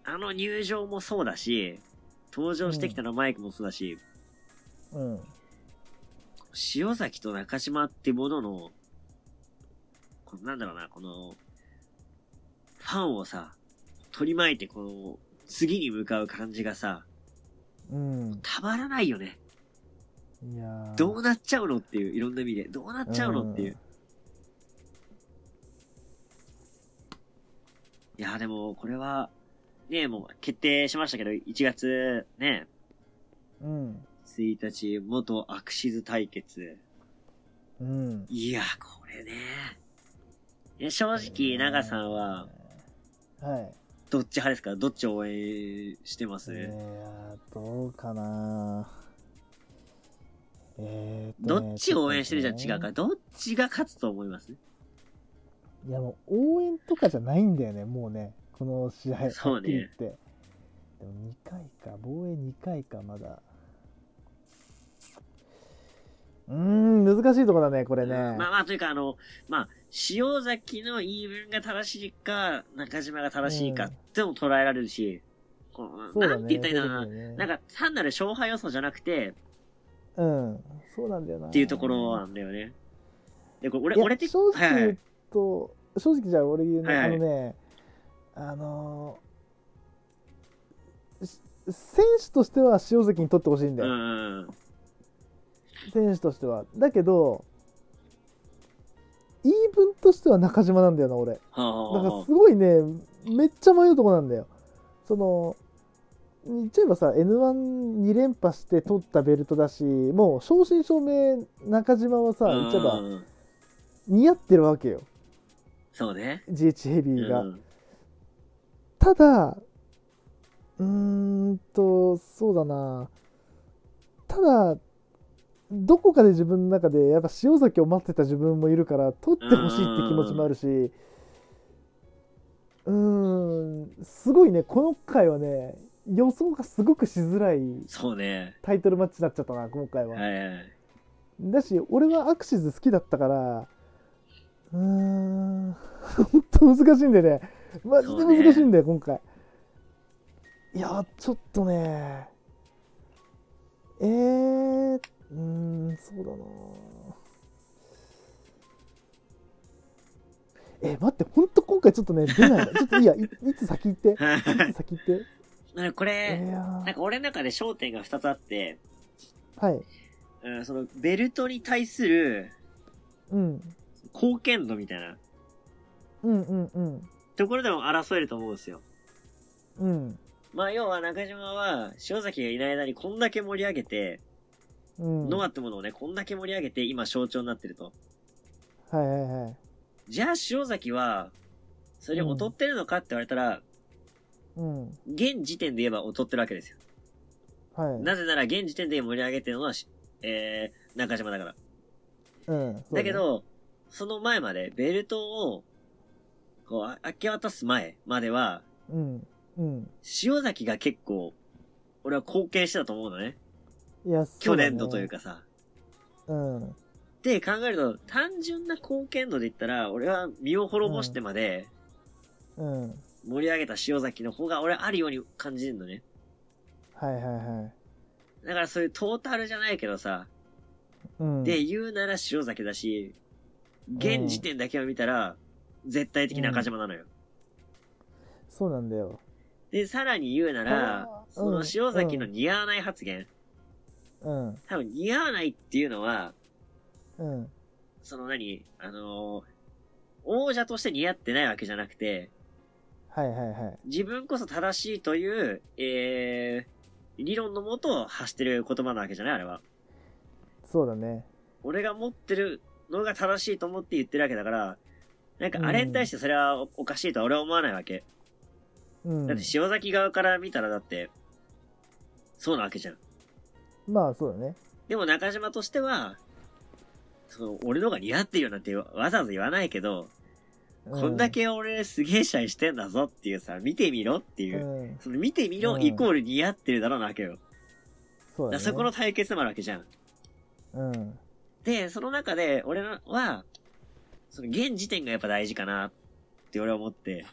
Speaker 1: あの入場もそうだし、登場してきたのマイクもそうだし、
Speaker 2: うん
Speaker 1: 塩崎と中島ってものの、このなんだろうな、この、ファンをさ、取り巻いて、この、次に向かう感じがさ、
Speaker 2: うん
Speaker 1: たまらないよね。
Speaker 2: いやー
Speaker 1: どうなっちゃうのっていう、いろんな意味で。どうなっちゃうのっていう。いや、でも、これは、ね、もう決定しましたけど、1月、ね、
Speaker 2: うん
Speaker 1: 1日、元アクシズ対決。
Speaker 2: うん
Speaker 1: いや、これね。いや、正直、長さんは、
Speaker 2: はい
Speaker 1: どっち派ですかどっちを応援してま
Speaker 2: い
Speaker 1: す、
Speaker 2: やーどうかなえーとね
Speaker 1: どっちを応援してるじゃん
Speaker 2: ちょ
Speaker 1: 違
Speaker 2: っ
Speaker 1: う
Speaker 2: と
Speaker 1: か。
Speaker 2: ね
Speaker 1: どっちが勝つと思います
Speaker 2: いやもう応援とかじゃないんだよねもうねこの試合
Speaker 1: そうね
Speaker 2: はっきり言ってでも2回か防衛2回かまだうーん難しいとこだねこれね、
Speaker 1: まあまあ、というか、あの、まあ、塩崎の言い分が正しいか、中島が正しいかっても捉えられるし、こう
Speaker 2: そうだ
Speaker 1: な
Speaker 2: ね
Speaker 1: んて言ったらいいんだろう
Speaker 2: そうだね
Speaker 1: な。なんか、単なる勝敗予想じゃなくて、
Speaker 2: うんそうなんだよな
Speaker 1: っていうところなんだよね。で、これ、
Speaker 2: い
Speaker 1: 俺、
Speaker 2: や
Speaker 1: 俺的
Speaker 2: 正直
Speaker 1: はい
Speaker 2: 言
Speaker 1: は
Speaker 2: う
Speaker 1: い
Speaker 2: と、正直じゃあ俺言うね、
Speaker 1: はいはい
Speaker 2: あのねあのーし選手としては塩崎に取ってほしいんだ
Speaker 1: う
Speaker 2: よ、
Speaker 1: ん。
Speaker 2: 選手としてはだけど言い分としては中島なんだよな俺
Speaker 1: はあは
Speaker 2: だ
Speaker 1: あ
Speaker 2: か
Speaker 1: は
Speaker 2: ら
Speaker 1: あ
Speaker 2: すごいねめっちゃ迷うとこなんだよその言っちゃえばさ n 1 2連覇して取ったベルトだしもう正真正銘中島はさ言っちゃえば
Speaker 1: うん
Speaker 2: 似合ってるわけよ
Speaker 1: そうね。
Speaker 2: GH ヘビーが、
Speaker 1: うん
Speaker 2: ただうーんとそうだなただどこかで自分の中でやっぱ塩崎を待ってた自分もいるから取ってほしいって気持ちもあるしうーんすごいねこの回はね予想がすごくしづらい
Speaker 1: そうね。
Speaker 2: タイトルマッチになっちゃったな今回は、
Speaker 1: はいはい。
Speaker 2: だし俺はアクシズ好きだったからうーんほんと難しいんだよねマジで難しいんだよ、今回いやちょっとねえー、うーんそうだなえ待ってほんと今回ちょっとね出ないの ちょっといいやいいつ先行っていつ先行 って
Speaker 1: なんかこれ、
Speaker 2: いや
Speaker 1: なんか俺の中で焦点が2つあって、
Speaker 2: ーはい
Speaker 1: うん、そのベルトに対する
Speaker 2: うん
Speaker 1: 貢献度みたいな
Speaker 2: うんうんうん
Speaker 1: ところでも争えると思うんですよ。
Speaker 2: うん
Speaker 1: まあ要は中島は塩崎がいない間にこんだけ盛り上げて、
Speaker 2: うん
Speaker 1: ノア
Speaker 2: はい
Speaker 1: ってものをね、こんだけ盛り上げて今象徴になってると。
Speaker 2: はいはい
Speaker 1: じゃあ塩崎は、それを劣ってるのかって言われたら、
Speaker 2: うん。
Speaker 1: 現時点で言えば劣ってるわけですよ。
Speaker 2: はい。
Speaker 1: なぜなら現時点で盛り上げてるのはし、えー、中島だから。
Speaker 2: うん。そう
Speaker 1: だけ、ど、その前まで、ベルトを、こう、あ明け渡す前までは、
Speaker 2: うん。うん。
Speaker 1: 塩崎が結構、俺は貢献してたと思うのね。
Speaker 2: いや、
Speaker 1: 去年度という
Speaker 2: か。
Speaker 1: かさ。
Speaker 2: うん。
Speaker 1: で、考えると、単純な貢献度で言ったら、俺は身を滅ぼしてまで、
Speaker 2: うん。
Speaker 1: 盛り上げた塩崎の方が俺あるように感じるのね。
Speaker 2: はいはいはい。
Speaker 1: だからそういうトータルじゃないけどさ、
Speaker 2: うん。
Speaker 1: で、言うなら塩崎だし、現時点だけを見たら、絶対的中島なのよ。
Speaker 2: そうなんだよ。
Speaker 1: で、さらに言うなら
Speaker 2: あ、ー
Speaker 1: その
Speaker 2: うん
Speaker 1: 塩崎の似合わない発言。
Speaker 2: うん。
Speaker 1: 多分似合わないっていうのは、
Speaker 2: うん。
Speaker 1: その何、あのー王者として似合ってないわけじゃなくて、
Speaker 2: はいはいはい。
Speaker 1: 自分こそ正しいという、えー、理論のもと発してる言葉なわけじゃないあれは。
Speaker 2: そうだね。
Speaker 1: 俺が持ってるのが正しいと思って言ってるわけだから、なんかあれに対してそれはおおかしいとは俺は思わないわけ。
Speaker 2: うん
Speaker 1: だっ。て塩崎側から見たらだって、そうなわけじゃん。
Speaker 2: まあそうだね。
Speaker 1: でも中島としては、その俺のが似合ってるよなんてわわざわざ言わないけど、
Speaker 2: う
Speaker 1: こんだけ俺すげえ試合してんだぞっていうさ、見てみろっていうう。
Speaker 2: ん。
Speaker 1: その見てみろ
Speaker 2: うん
Speaker 1: イコール似合ってるだろうなわけよ。
Speaker 2: そう
Speaker 1: だ
Speaker 2: だ
Speaker 1: から
Speaker 2: ね。
Speaker 1: そこの対決でもあるわけじゃん。
Speaker 2: うん。
Speaker 1: で、その中で俺のは、その現時点がやっぱ大事かなって俺は思って、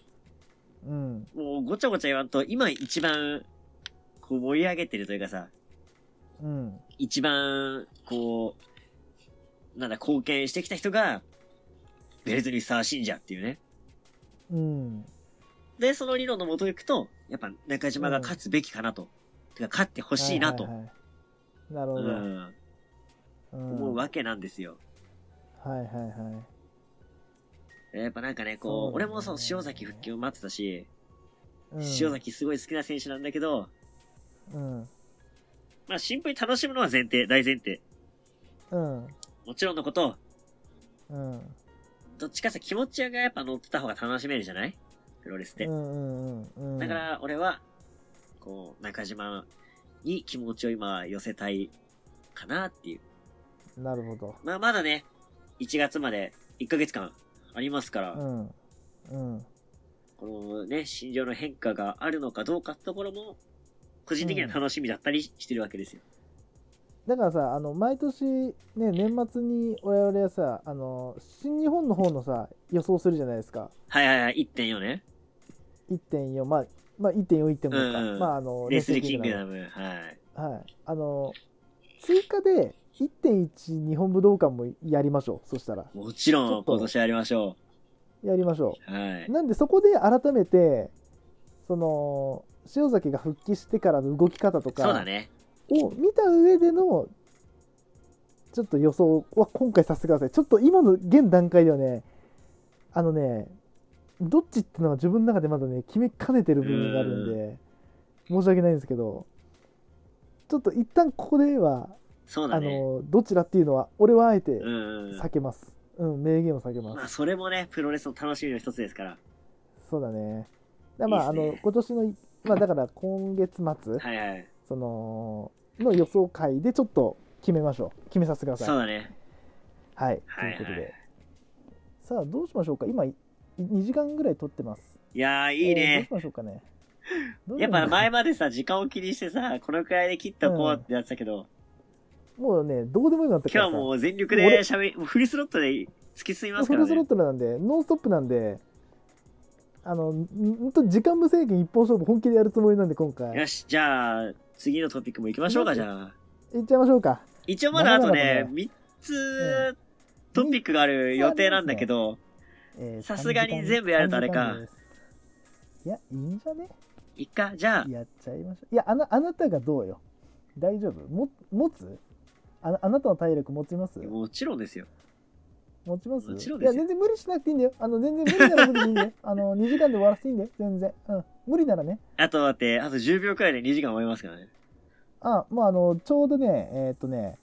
Speaker 2: うん。
Speaker 1: もうごちゃごちゃ言わんと、今一番、こう盛り上げてるというかさ、
Speaker 2: うん。
Speaker 1: 一番、こう、なんだ、貢献してきた人が、ベルトにふさわしいんじゃっていうね。
Speaker 2: うん。
Speaker 1: で、その理論のもと行くと、やっぱ中島が勝つべきかなと。てか、勝ってほしいなと。
Speaker 2: はいはいはいなるほど。
Speaker 1: うん。
Speaker 2: うん
Speaker 1: 思うわけなんですよ。
Speaker 2: はいはいはい。
Speaker 1: やっぱなんかね、こう、
Speaker 2: そうだ
Speaker 1: 俺
Speaker 2: ね
Speaker 1: もそう、塩崎復帰を待ってたし、
Speaker 2: うん
Speaker 1: 塩。崎すごい好きな選手なんだけど、
Speaker 2: うん。
Speaker 1: まあ、シンプルに楽しむのは前提、大前提。
Speaker 2: うん。
Speaker 1: もちろんのこと、
Speaker 2: うん。
Speaker 1: どっちかさ、気持ちがやっぱ乗ってた方が楽しめるじゃないプロレスって
Speaker 2: う。んうんうん。
Speaker 1: だか、ら、俺は、こう、中島に気持ちを今寄せたいかなっていう。
Speaker 2: なるほど。
Speaker 1: まあ、まだね、1月まで1ヶ月間ありますから、
Speaker 2: うん。うん。
Speaker 1: このね、心情の変化があるのかどうかってところも、個人的には楽しみだったりしてるわけですよ。
Speaker 2: だからさ、あの、毎年、ね、年末に我々はさ、あの、新日本の方のさ、予想するじゃないですか。
Speaker 1: はいはいはい、1.4ね。
Speaker 2: 1.4、まあ、まあ、1.4、1.5か。
Speaker 1: うんうん
Speaker 2: まあ、あの、
Speaker 1: レスリーキング
Speaker 2: レ
Speaker 1: ダム。はい。
Speaker 2: スリーキングダムはい。あの、追加で、1.1日本武道館もやりましょう。そしたら。
Speaker 1: もちろ
Speaker 2: ちょ
Speaker 1: ん、
Speaker 2: っと
Speaker 1: 今年やりましょ
Speaker 2: やりましょ
Speaker 1: う。は
Speaker 2: う。
Speaker 1: い。
Speaker 2: なんで、そこで改めて、その、塩崎が復帰してからの動き方とか、
Speaker 1: そうだね。
Speaker 2: を見た上でのちょっと予想は今回させてくださいちょっと今の現段階ではねあのねどっちってのは自分の中でまだね決めかねてる部分があるんで申し訳ないんですけどちょっと一旦ここでは、
Speaker 1: そうだ
Speaker 2: あ
Speaker 1: ね。
Speaker 2: のどちらっていうのは俺はあえて
Speaker 1: うんうん。
Speaker 2: 避けます、うん明言を避けます、
Speaker 1: まあ、それもね、プロレスの楽しみの一つですから。
Speaker 2: そうだねだまあ
Speaker 1: いいっすね
Speaker 2: あの今年のいまあだから今月末、
Speaker 1: はいはい。
Speaker 2: そのの予想会でちょっと決めましょう決めさせてください
Speaker 1: そうだね。
Speaker 2: はい、
Speaker 1: はい
Speaker 2: ということ
Speaker 1: はい
Speaker 2: で。さあ、どうしましょうか今、い2時間ぐらい撮ってます。
Speaker 1: いやー、いい
Speaker 2: えーどう
Speaker 1: ね
Speaker 2: し。ましょうかね。どうし
Speaker 1: やっ
Speaker 2: まし
Speaker 1: ぱ
Speaker 2: ょうか
Speaker 1: 前までさ、時間を気にしてさ、このくらいで切ったこうってやってたけど、
Speaker 2: もうね、どうでもよくなって
Speaker 1: 今日はもう全力
Speaker 2: 俺
Speaker 1: で喋り、もうフリースロットで突き進み
Speaker 2: も
Speaker 1: ますか
Speaker 2: フ
Speaker 1: ら
Speaker 2: ルスロ
Speaker 1: ね
Speaker 2: ッ。トルなんで、ノンストップなんで、あの、んんと時間無制限一本勝負本気でやるつもりなんで、今回。
Speaker 1: よ
Speaker 2: い
Speaker 1: し、じゃあ、次のトピックも行きましょうか、じゃあ。
Speaker 2: っちゃいましょうか。
Speaker 1: 一応まだあと
Speaker 2: なかな
Speaker 1: ね、
Speaker 2: か
Speaker 1: 3つトピックがある予定なんだけど、
Speaker 2: えー
Speaker 1: さすがに
Speaker 2: 3時間
Speaker 1: 全部やるとあれか
Speaker 2: 3時間ですいや、いいんじゃね
Speaker 1: いっか、じゃあ、
Speaker 2: やっちゃいましょう。いや、あなあなたがどうよ。大丈夫も持つあなあなたの体力持ちます
Speaker 1: もちろんですよ。
Speaker 2: 持ちます
Speaker 1: もちろん
Speaker 2: い
Speaker 1: ですよ
Speaker 2: や、全然無理しなくていいんだよ。あの、全然無理なら無理でいいん だよ。あの、2時間で終わらせていいんだよ。全然。うん。無理ならね。
Speaker 1: あとだって、あと10秒くらいで2時間終わりますからね。
Speaker 2: あ、もうあの、ちょうどね、えーっとね、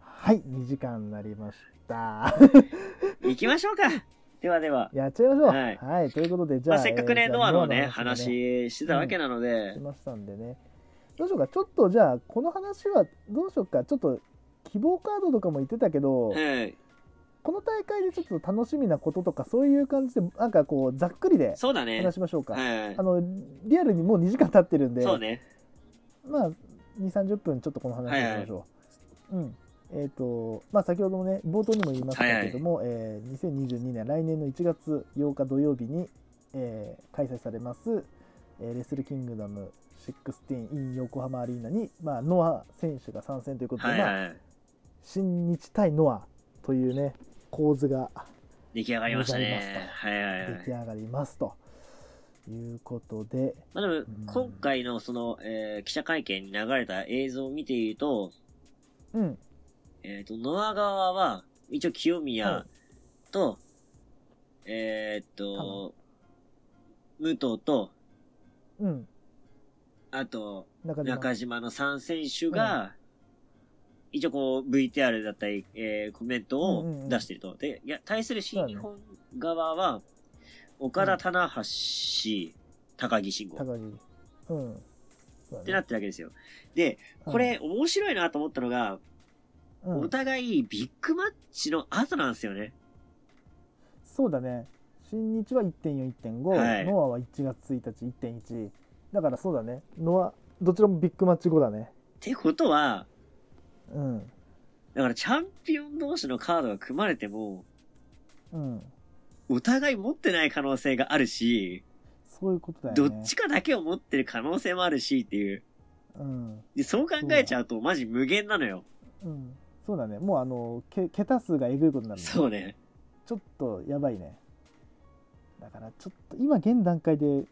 Speaker 2: はい、2時間になりました。
Speaker 1: 行きましょうか。 ではでは、
Speaker 2: やっちゃいましょう。
Speaker 1: はい
Speaker 2: はい。ということで、じゃ
Speaker 1: ま
Speaker 2: あ。
Speaker 1: あ、せっかく
Speaker 2: え
Speaker 1: ね、
Speaker 2: ー
Speaker 1: ノアの
Speaker 2: じゃ
Speaker 1: ね、
Speaker 2: あ
Speaker 1: 話してたわけなので
Speaker 2: し、ましたんでね。どうしようか、ちょっとじゃあ、この話はどうしようか、ちょっと希望カードとかも言ってたけど、
Speaker 1: はい。
Speaker 2: この大会でちょっと楽しみなこととか、そういう感じで、なんかこう、ざっくりで
Speaker 1: そうだね
Speaker 2: 話。しましょうか。
Speaker 1: はい
Speaker 2: あ。の、リアルにもう2時間経ってるんで、
Speaker 1: そうね。
Speaker 2: まあ、2、30分ちょっとこの話をしましょう。うん。えっ、と、まあ、先ほどもね、冒頭にも言いましたけれども、えー2022年、来年の1月8日土曜日に、えー開催されます、えーレスルキングダム16 in 横浜アリーナに、まあ、ノア選手が参戦ということで、
Speaker 1: はい
Speaker 2: まあ、
Speaker 1: はい。
Speaker 2: 新日対ノアというね、構図が
Speaker 1: 出来上がりました
Speaker 2: わかりま
Speaker 1: ね
Speaker 2: し。た
Speaker 1: はいはいは
Speaker 2: 出
Speaker 1: い
Speaker 2: 来。上がりますということで、
Speaker 1: まあでも、今回のその、えー記者会見に流れた映像を見ていると、
Speaker 2: うん、
Speaker 1: えっ、と、ノア側は、一応清宮と、えーっと、武藤と、
Speaker 2: うん、
Speaker 1: あと、
Speaker 2: 中島。
Speaker 1: 中島の3選手が、一応こう VTR だったり、えーコメント
Speaker 2: うんうんう
Speaker 1: を
Speaker 2: ん
Speaker 1: 出してると。で、いや、対する新日本側は、岡田、棚橋、高木慎吾。っ
Speaker 2: 高木。うん。そうだね
Speaker 1: てなってるわけですよ。で、これ、面白いなと思ったのが、
Speaker 2: うん
Speaker 1: お互いビッグマッチの後なんですよね。
Speaker 2: そうだね新日は1.4、1.5、
Speaker 1: はい
Speaker 2: ノアは1月1日、1.1だからそうだねノアどちらもビッグマッチ後だね
Speaker 1: ってことは、
Speaker 2: うん
Speaker 1: だからチャンピオン同士のカードが組まれても、
Speaker 2: うん
Speaker 1: お互い持ってない可能性があるし、
Speaker 2: そういうことだ
Speaker 1: ど
Speaker 2: よね
Speaker 1: っちかだけを持ってる可能性もあるしっていう。
Speaker 2: うん、
Speaker 1: で、そう考えちゃうとマジ無限なのよ。
Speaker 2: うん、そうだねもうあのけ桁数がえぐいことになるね
Speaker 1: そうね。
Speaker 2: ちょっとやばいねだからちょっと今現段階で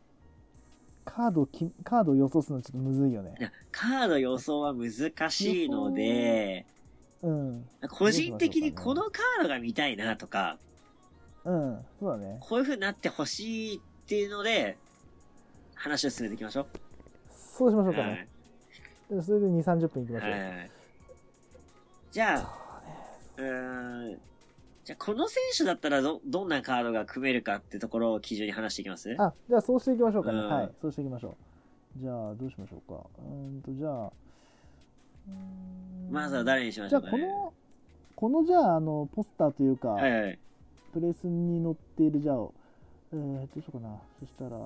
Speaker 2: カードをきカードを予想するのちょっとむずいよね
Speaker 1: いやカード予想は難しいので、
Speaker 2: うん
Speaker 1: 個人的にこのカードが見たいなとか、
Speaker 2: うんそうだね
Speaker 1: こういう風になってほしいっていうので、話を進めていきましょ
Speaker 2: そうしましょ
Speaker 1: う。
Speaker 2: うかね、それで2 3 0分いきましょう、
Speaker 1: はいはいじゃあ、うーん。じゃあ、この選手だったらど、どんなカードが組めるかってところを基準に話していきます
Speaker 2: あじゃあそうしていきましょうかね、
Speaker 1: うん
Speaker 2: はいそうしていきましょうじゃあどうしましょうかうーんとじゃあうーん
Speaker 1: まずは誰にしまし
Speaker 2: じ
Speaker 1: ょ
Speaker 2: ゃあ
Speaker 1: うか
Speaker 2: こ
Speaker 1: ね。
Speaker 2: のこのじゃああのポスターというか、
Speaker 1: はいはい。
Speaker 2: プレスに載っているじゃあえー、どうしようかなそしたら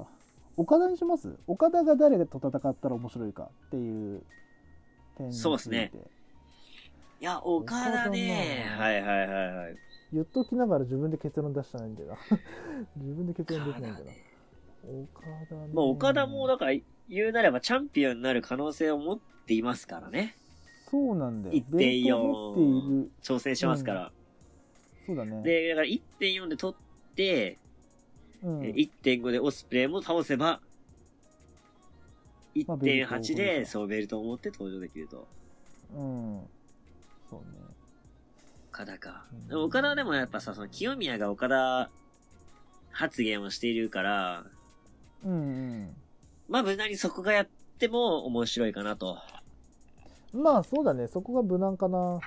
Speaker 2: 岡田にします岡田が誰と戦ったら面白いかっていう点について
Speaker 1: そうっすねいや、岡田ね。
Speaker 2: 岡田な
Speaker 1: はいはいはいはい。
Speaker 2: 言っときながら自分で結論出したないんだよな 自分で結論できないんだよな岡田ね
Speaker 1: まあ、岡田も、だから、言うなればチャンピオンになる可能性を持っていますからね。
Speaker 2: そうなんだよベルトを持って
Speaker 1: 1.4
Speaker 2: いる。
Speaker 1: 挑戦しますから。
Speaker 2: そうだね
Speaker 1: で、だから1.4で取って、
Speaker 2: うん
Speaker 1: え1.5でオスプレイも倒せば、
Speaker 2: まあベルトを
Speaker 1: 1.8
Speaker 2: 取
Speaker 1: で、
Speaker 2: る
Speaker 1: そう、ベルトを持って登場できると。
Speaker 2: うんそうね。
Speaker 1: 岡田か
Speaker 2: うん。
Speaker 1: でも岡田はでもやっぱさ、その清宮が岡田発言をしているから、
Speaker 2: うん
Speaker 1: まあ無難にそこがやっても面白いかなと
Speaker 2: うん。まあそうだね、そこが無難かな。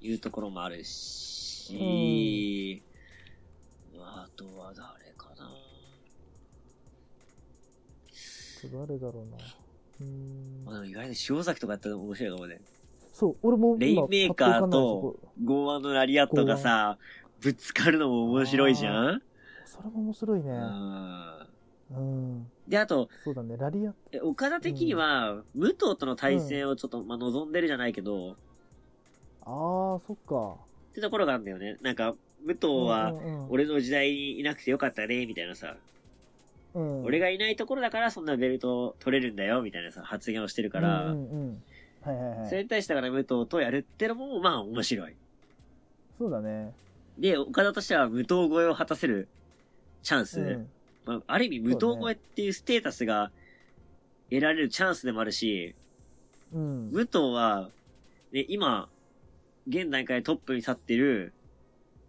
Speaker 1: いうところもあるし、あとは誰かな。
Speaker 2: ちょっと誰だろうな。う
Speaker 1: まあで
Speaker 2: ん
Speaker 1: も意外に塩崎とかやったら面白いかもね。
Speaker 2: そう、俺も
Speaker 1: レインメーカ
Speaker 2: パッ
Speaker 1: ー
Speaker 2: と
Speaker 1: と剛腕のラリアットがさ、ぶつかるのも面白いじゃん
Speaker 2: 浮かんないそこそれも面白い
Speaker 1: う
Speaker 2: ね。
Speaker 1: ん。
Speaker 2: うん。
Speaker 1: で、あと、
Speaker 2: そうだね、ラリアット。
Speaker 1: え岡田的には、武藤との対戦をちょっと、まあ、望んでるじゃないけど、
Speaker 2: ああ、そっか。
Speaker 1: ってところがあるんだよね。なんか、武藤
Speaker 2: う
Speaker 1: は、
Speaker 2: んうんうん、
Speaker 1: 俺の時代にいなくてよかったね、みたいなさ。
Speaker 2: うん、
Speaker 1: 俺がいないところだからそんなベルトを取れるんだよ、みたいなさ、発言をしてるから。
Speaker 2: うんうんうん。はいはいはい。
Speaker 1: それに対してだから武藤とやるってのも、まあ面白い。
Speaker 2: そうだね。
Speaker 1: で、岡田としては武藤越えを果たせるチャンス。
Speaker 2: うん。
Speaker 1: まあ、ある意味武藤越えっていうステータスが得られるチャンスでもあるし、
Speaker 2: うん。
Speaker 1: 武藤は、ね、今、現段階でトップに立ってる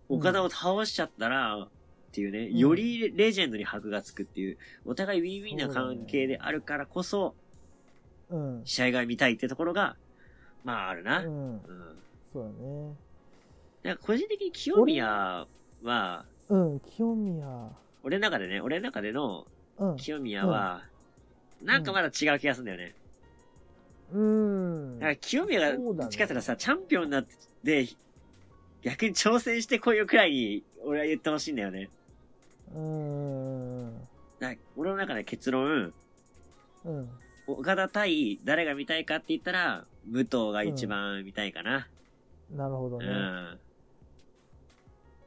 Speaker 1: 岡田を倒しちゃったら、っていうね、
Speaker 2: ん
Speaker 1: よりレジェンドに箔がつくっていう、お互いウィンウィンな関係であるからこそ、
Speaker 2: うん。
Speaker 1: 試合が見たいってところが、まああるな。
Speaker 2: う
Speaker 1: うん。
Speaker 2: ん。そうだね。
Speaker 1: なんか個人的に清宮は、
Speaker 2: うん、清宮。
Speaker 1: 俺の中でね、俺の中での
Speaker 2: うん。
Speaker 1: 清宮は、なんかまだ違う気がするんだよね。
Speaker 2: うん
Speaker 1: だから清宮が、
Speaker 2: そ
Speaker 1: ど
Speaker 2: うだね
Speaker 1: っちかっていうとさ、チャンピオンになって、で、逆に挑戦してこいよくらいに、俺は言ってほしいんだよね。
Speaker 2: うん。
Speaker 1: だから俺の中で結論、
Speaker 2: うん。
Speaker 1: 岡田対誰が見たいかって言ったら、武藤が一番見たいかな。
Speaker 2: なるほど
Speaker 1: う
Speaker 2: ね。
Speaker 1: ん。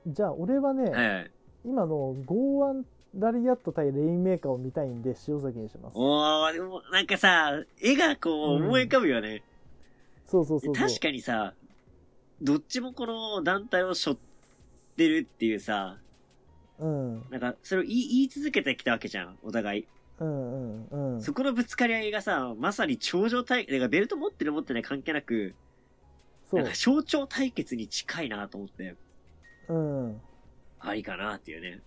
Speaker 2: じゃあ、俺はね、
Speaker 1: はい。
Speaker 2: 今の剛腕ラリアット対レインメーカーを見たいんで、塩崎にします。
Speaker 1: おー、でもなんかさ、絵がこう
Speaker 2: うん
Speaker 1: 思い浮かぶよね。
Speaker 2: そうそうそうそう。
Speaker 1: 確かにさ、どっちもこの団体を背負ってるっていうさ、
Speaker 2: うん。
Speaker 1: なんかそれを言い言い続けてきたわけじゃん、お互い。
Speaker 2: うんうんうん。
Speaker 1: そこのぶつかり合いがさ、まさに頂上対、なんかベルト持ってる持ってない関係なく、
Speaker 2: そ
Speaker 1: なん
Speaker 2: う
Speaker 1: か。象徴対決に近いなと思って、
Speaker 2: うん。
Speaker 1: ありかなっていうね。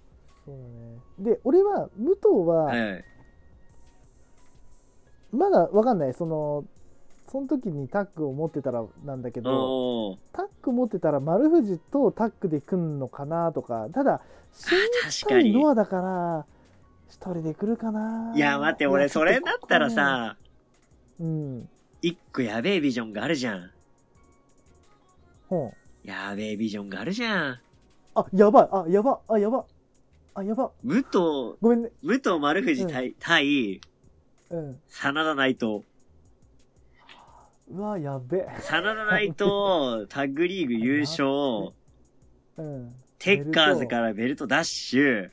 Speaker 2: そうだね。で、俺は、武藤
Speaker 1: は
Speaker 2: は、
Speaker 1: い。
Speaker 2: まだわかんない。その、その時にタッグを持ってたらなんだけど、
Speaker 1: おー。
Speaker 2: タッグ持ってたら丸藤とタッグで組むのかなとか、ただ、新
Speaker 1: 確か
Speaker 2: 対
Speaker 1: に。
Speaker 2: ノアだから、一人で来るかない
Speaker 1: や、待って、俺、それだったら、さ、
Speaker 2: ちょっとここうん、
Speaker 1: 一個やべえビジョンがあるじゃん。
Speaker 2: ほん。
Speaker 1: やべえビジョンがあるじゃん。
Speaker 2: あ、やばい、あ、やば、あ、やば、あ、やば、
Speaker 1: 武藤、
Speaker 2: ごめんね。
Speaker 1: 武藤丸藤対、対、
Speaker 2: うん。
Speaker 1: 真田内藤。
Speaker 2: うわ、やべ。
Speaker 1: 真田内藤、タッグリーグ優勝、
Speaker 2: うん。
Speaker 1: テッカーズからベルトダッシュ、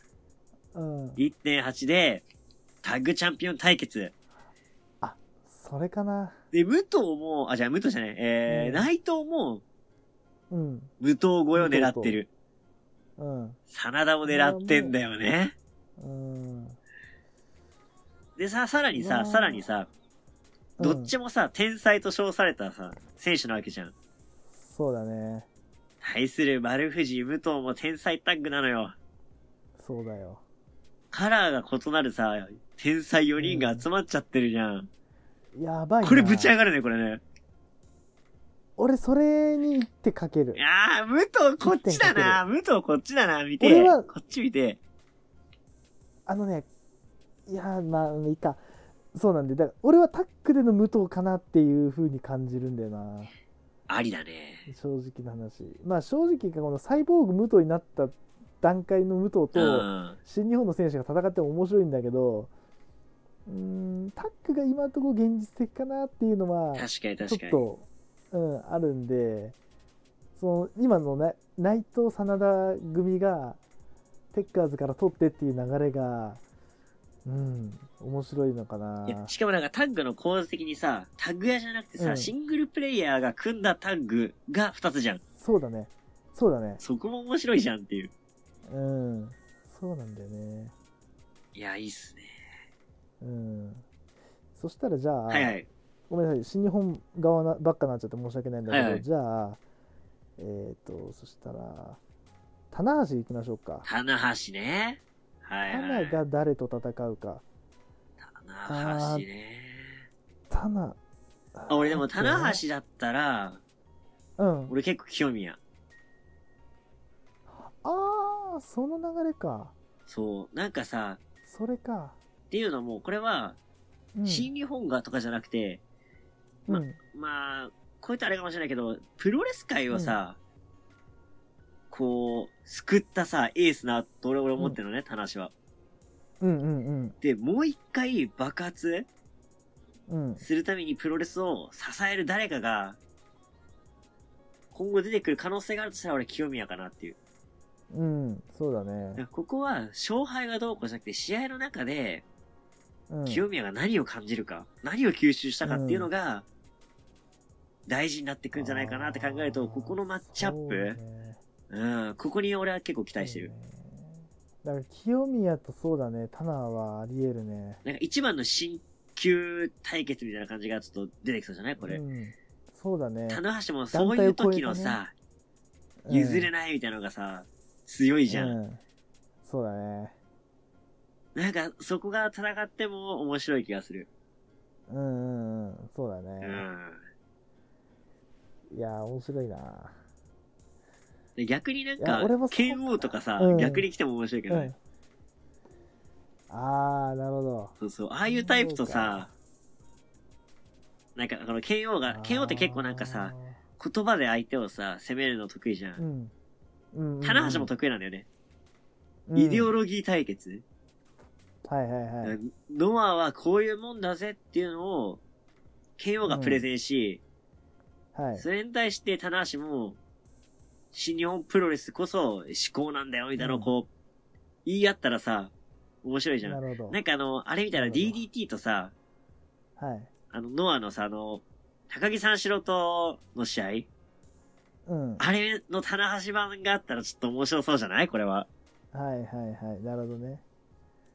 Speaker 2: うん。
Speaker 1: 1.8で、タッグチャンピオン対決。
Speaker 2: それかな。
Speaker 1: で、武藤も、あ、じゃあ武藤じゃない、えー、
Speaker 2: うん
Speaker 1: 内藤も、
Speaker 2: うん。
Speaker 1: 武藤越えを狙ってる。
Speaker 2: うん。
Speaker 1: 真田も狙ってんだよね。
Speaker 2: うん。
Speaker 1: でさ、さらに
Speaker 2: う
Speaker 1: さ、
Speaker 2: わー
Speaker 1: さらにさ、どっち
Speaker 2: も。
Speaker 1: もさ、天才と称されたさ、選手なわけじゃん。
Speaker 2: そうだね。
Speaker 1: 対する丸藤、武藤も天才タッグなのよ。
Speaker 2: そうだよ。
Speaker 1: カラーが異なるさ、天才4人が集まっちゃってるじゃん。
Speaker 2: やばいな。
Speaker 1: これぶち上がるね、これね。
Speaker 2: 俺、それに行ってかける
Speaker 1: い。やー、武藤こっちだな、武藤こっちだな、見て。
Speaker 2: 俺は
Speaker 1: こっち見て。
Speaker 2: あのね、いやー、まあ、いいか。そうなんで、だから俺はタックでの武藤かなっていう風に感じるんだよな。
Speaker 1: ありだね。
Speaker 2: 正直な話。まあ、正直、このサイボーグ武藤になった段階の武藤
Speaker 1: う
Speaker 2: と、
Speaker 1: ん。
Speaker 2: 新日本の選手が戦っても面白いんだけど、うーん、タックが今のところ現実的かなっていうのは、
Speaker 1: 確かに
Speaker 2: ち
Speaker 1: 確かに。。
Speaker 2: ょっと、うん、あるんで、その今のな内藤真田組が、テッカーズから取ってっていう流れが、うん、面白いのかない
Speaker 1: やしかもなんかタッグの構図的にさ、タッグ屋じゃなくてさ、
Speaker 2: うん
Speaker 1: シングルプレイヤーが組んだタッグが2つじゃん。
Speaker 2: そうだね。そうだね。
Speaker 1: そこも面白いじゃんっていう。
Speaker 2: うん。そうなんだよね。
Speaker 1: いや、いいっすね。
Speaker 2: うん。そしたらじゃあ、
Speaker 1: はいはい。
Speaker 2: ごめんなさい、新日本側なばっかなっちゃって申し訳ないんだけど、
Speaker 1: はいはい
Speaker 2: じゃあ、えっ、と、そしたら、棚橋行きましょうか。
Speaker 1: 棚橋ね。はい、は
Speaker 2: 棚
Speaker 1: い。
Speaker 2: が誰と戦うか。
Speaker 1: 棚橋ね。
Speaker 2: 棚。
Speaker 1: あ、俺でも棚橋だったら、
Speaker 2: 橋。うん。
Speaker 1: 俺結構清宮。
Speaker 2: ああ、その流れか。
Speaker 1: そう。なんかさ、
Speaker 2: それか。
Speaker 1: っていうのも、これは、
Speaker 2: うん。
Speaker 1: 新日本がとかじゃなくて、
Speaker 2: うん、
Speaker 1: まあ、こういったらあれかもしれないけど、プロレス界をさ、こう、救ったさ、エースな、と俺俺思ってるのね、棚橋は。
Speaker 2: うんうん
Speaker 1: で、もう一回爆発
Speaker 2: うん。うん。
Speaker 1: するためにプロレスを支える誰かが、今後出てくる可能性があるとしたら俺清宮かなっていう。
Speaker 2: うん。そうだ
Speaker 1: だから
Speaker 2: ね。
Speaker 1: ここは勝敗がどうこうじゃなくて試合の中で
Speaker 2: うん。
Speaker 1: 清宮が何を感じるか、何を吸収したかっていうのが大事になってくんじゃないかなって考える
Speaker 2: あ
Speaker 1: と、
Speaker 2: ー
Speaker 1: ここのマッチアップ、
Speaker 2: そうね
Speaker 1: うん、ここに俺は結構期待してる。
Speaker 2: そうねだから清宮とそうだね、棚はありえるね。
Speaker 1: なんか一番の新旧対決みたいな感じがちょっと出てきそうじゃないこれ
Speaker 2: う。ん、そうだね。
Speaker 1: 棚橋もそういう時の
Speaker 2: 団
Speaker 1: さ、譲れ
Speaker 2: な
Speaker 1: ないみたいなのがさ、強いじゃん。
Speaker 2: そうだね。
Speaker 1: なんか、そこが戦っても面白い気がする。
Speaker 2: うんうんうん、そうだ
Speaker 1: う
Speaker 2: ね。
Speaker 1: ん。
Speaker 2: いやー、面白いな。
Speaker 1: で逆になん
Speaker 2: い
Speaker 1: か
Speaker 2: や俺も、そう
Speaker 1: KO とかさ、
Speaker 2: うん
Speaker 1: 逆に来ても面白いけどね、
Speaker 2: うん、ああなるほど
Speaker 1: そうそう、ああいうタイプと
Speaker 2: そう
Speaker 1: さ
Speaker 2: か、
Speaker 1: なんか、この KO が、KO って結構なんかさ、言葉で相手をさ、攻めるの得意じゃ。
Speaker 2: あーうんん、うんうん
Speaker 1: 棚橋も得意なんだよね。
Speaker 2: うん
Speaker 1: イデオロギー対決。
Speaker 2: はいはいはい
Speaker 1: ノアはこういうもんだぜっていうのを、KO がプレゼンし、
Speaker 2: はい
Speaker 1: それに対して棚橋も、新日本プロレスこそ思考なんだよ、みたいなのをこう、言い合ったらさ、面白いじゃ。
Speaker 2: なんるほど
Speaker 1: なんかあの、あれみたいな
Speaker 2: なるほど
Speaker 1: DDT とさ、
Speaker 2: はい
Speaker 1: あの、ノアのさ、あの、高木三四郎との試合
Speaker 2: うんはい
Speaker 1: あれの棚橋版があったらちょっと面白そうじゃないこれは。
Speaker 2: はいはいなるほどね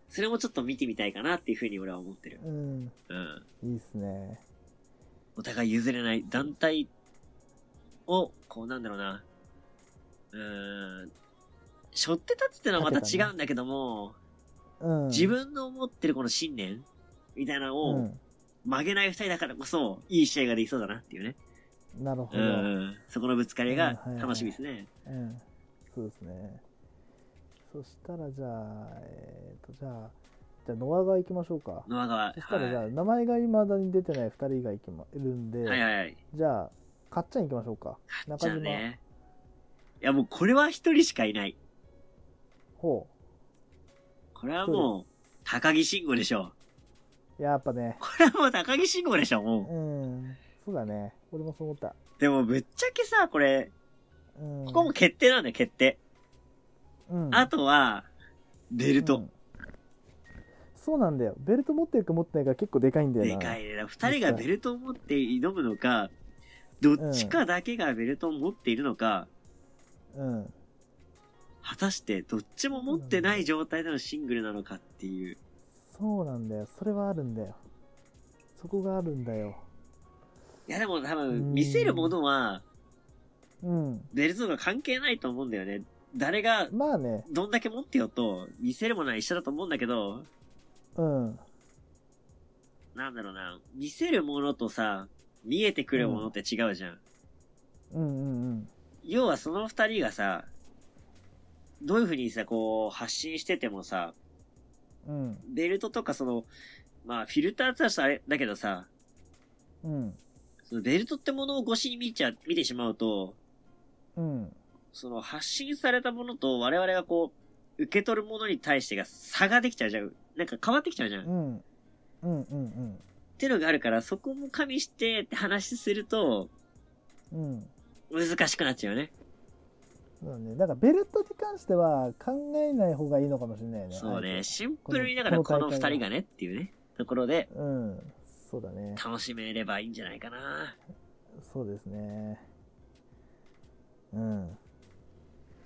Speaker 1: それもちょっと見てみたいかなっていうふうに俺は思ってる。
Speaker 2: うん
Speaker 1: うん。
Speaker 2: いいっすね
Speaker 1: お互い譲れない団体を、こうなんだろうな。うーん。背負って立つってのはまた違うんだけども、
Speaker 2: うん
Speaker 1: 自分の思ってるこの信念みたいなの
Speaker 2: う
Speaker 1: を
Speaker 2: ん
Speaker 1: 曲げない二人だからこそ、いい試合ができそうだなっていうね。
Speaker 2: なるほ
Speaker 1: う
Speaker 2: ど
Speaker 1: ん。そこのぶつかりが楽しみですね。
Speaker 2: うん、そうですね。そしたらじゃあ、えー、と、じゃあ、じゃあ、ノア側行きましょうか。
Speaker 1: ノア側。
Speaker 2: そしたらじゃあ、
Speaker 1: はい
Speaker 2: 名前が未だに出てない2人がいきまいるんで、
Speaker 1: はいはいはい。
Speaker 2: じゃあ、かっちゃん行きましょうか。
Speaker 1: じゃあね。いやもうこれは一人しかいない。
Speaker 2: ほ
Speaker 1: これはもう、高木慎吾でしょ
Speaker 2: う。やっぱね
Speaker 1: う。、これはもう高木慎吾でしょう、も
Speaker 2: うん、そうだね。俺もそう思った。
Speaker 1: う。でもぶっちゃけさ、これ、
Speaker 2: うん、
Speaker 1: ここも決定なんだよ、決定。
Speaker 2: うん、
Speaker 1: あとは、ベル
Speaker 2: う
Speaker 1: ト
Speaker 2: ん。そうなんだよ。ベルト持ってるか持ってないか結構でかいんだよ
Speaker 1: で
Speaker 2: な。
Speaker 1: かいね。二人がベルトを持って挑むのか、どっちかだけがベルトを持っているのか、
Speaker 2: うん。
Speaker 1: 果たしてどっちも持ってない状態でのシングルなのかっていう。
Speaker 2: そうなんだよ。それはあるんだよ。そこがあるんだよ。
Speaker 1: いやでも多分、見せるものは、
Speaker 2: うん。
Speaker 1: ベルトが関係ないと思うんだよね。誰が
Speaker 2: まあね、
Speaker 1: どんだけ持ってようと、見せるものは一緒だと思うんだけど、
Speaker 2: うん。
Speaker 1: なんだろうな、見せるものとさ、見えてくるものって違うじゃん。
Speaker 2: うんうんうん。
Speaker 1: 要はその二人がさ、どういう風にさ、こう、発信しててもさ、
Speaker 2: うん
Speaker 1: ベルトとかその、まあ、フィルターってさ、あれだけどさ、
Speaker 2: うん
Speaker 1: そのベルトってものを越しに見ちゃ、見てしまうと、
Speaker 2: うん
Speaker 1: その発信されたものと我々がこう、受け取るものに対してが差ができちゃうじゃん。なんか変わってきちゃうじゃん。
Speaker 2: う
Speaker 1: っ
Speaker 2: んうんうん
Speaker 1: てのがあるから、そこも加味してって話すると、
Speaker 2: うん
Speaker 1: 難しくなっちゃうよね。
Speaker 2: そうだね、なんかベルトに関しては考えない方がいいのかもしれないよね。
Speaker 1: そう
Speaker 2: あえ
Speaker 1: ね。
Speaker 2: て
Speaker 1: シンプルにだからこ
Speaker 2: こ
Speaker 1: の
Speaker 2: の
Speaker 1: 二
Speaker 2: 大会
Speaker 1: 人がねっていうね、ところで
Speaker 2: うん、そうだね。
Speaker 1: 楽しめればいいんじゃないかな。
Speaker 2: そうですね。うん。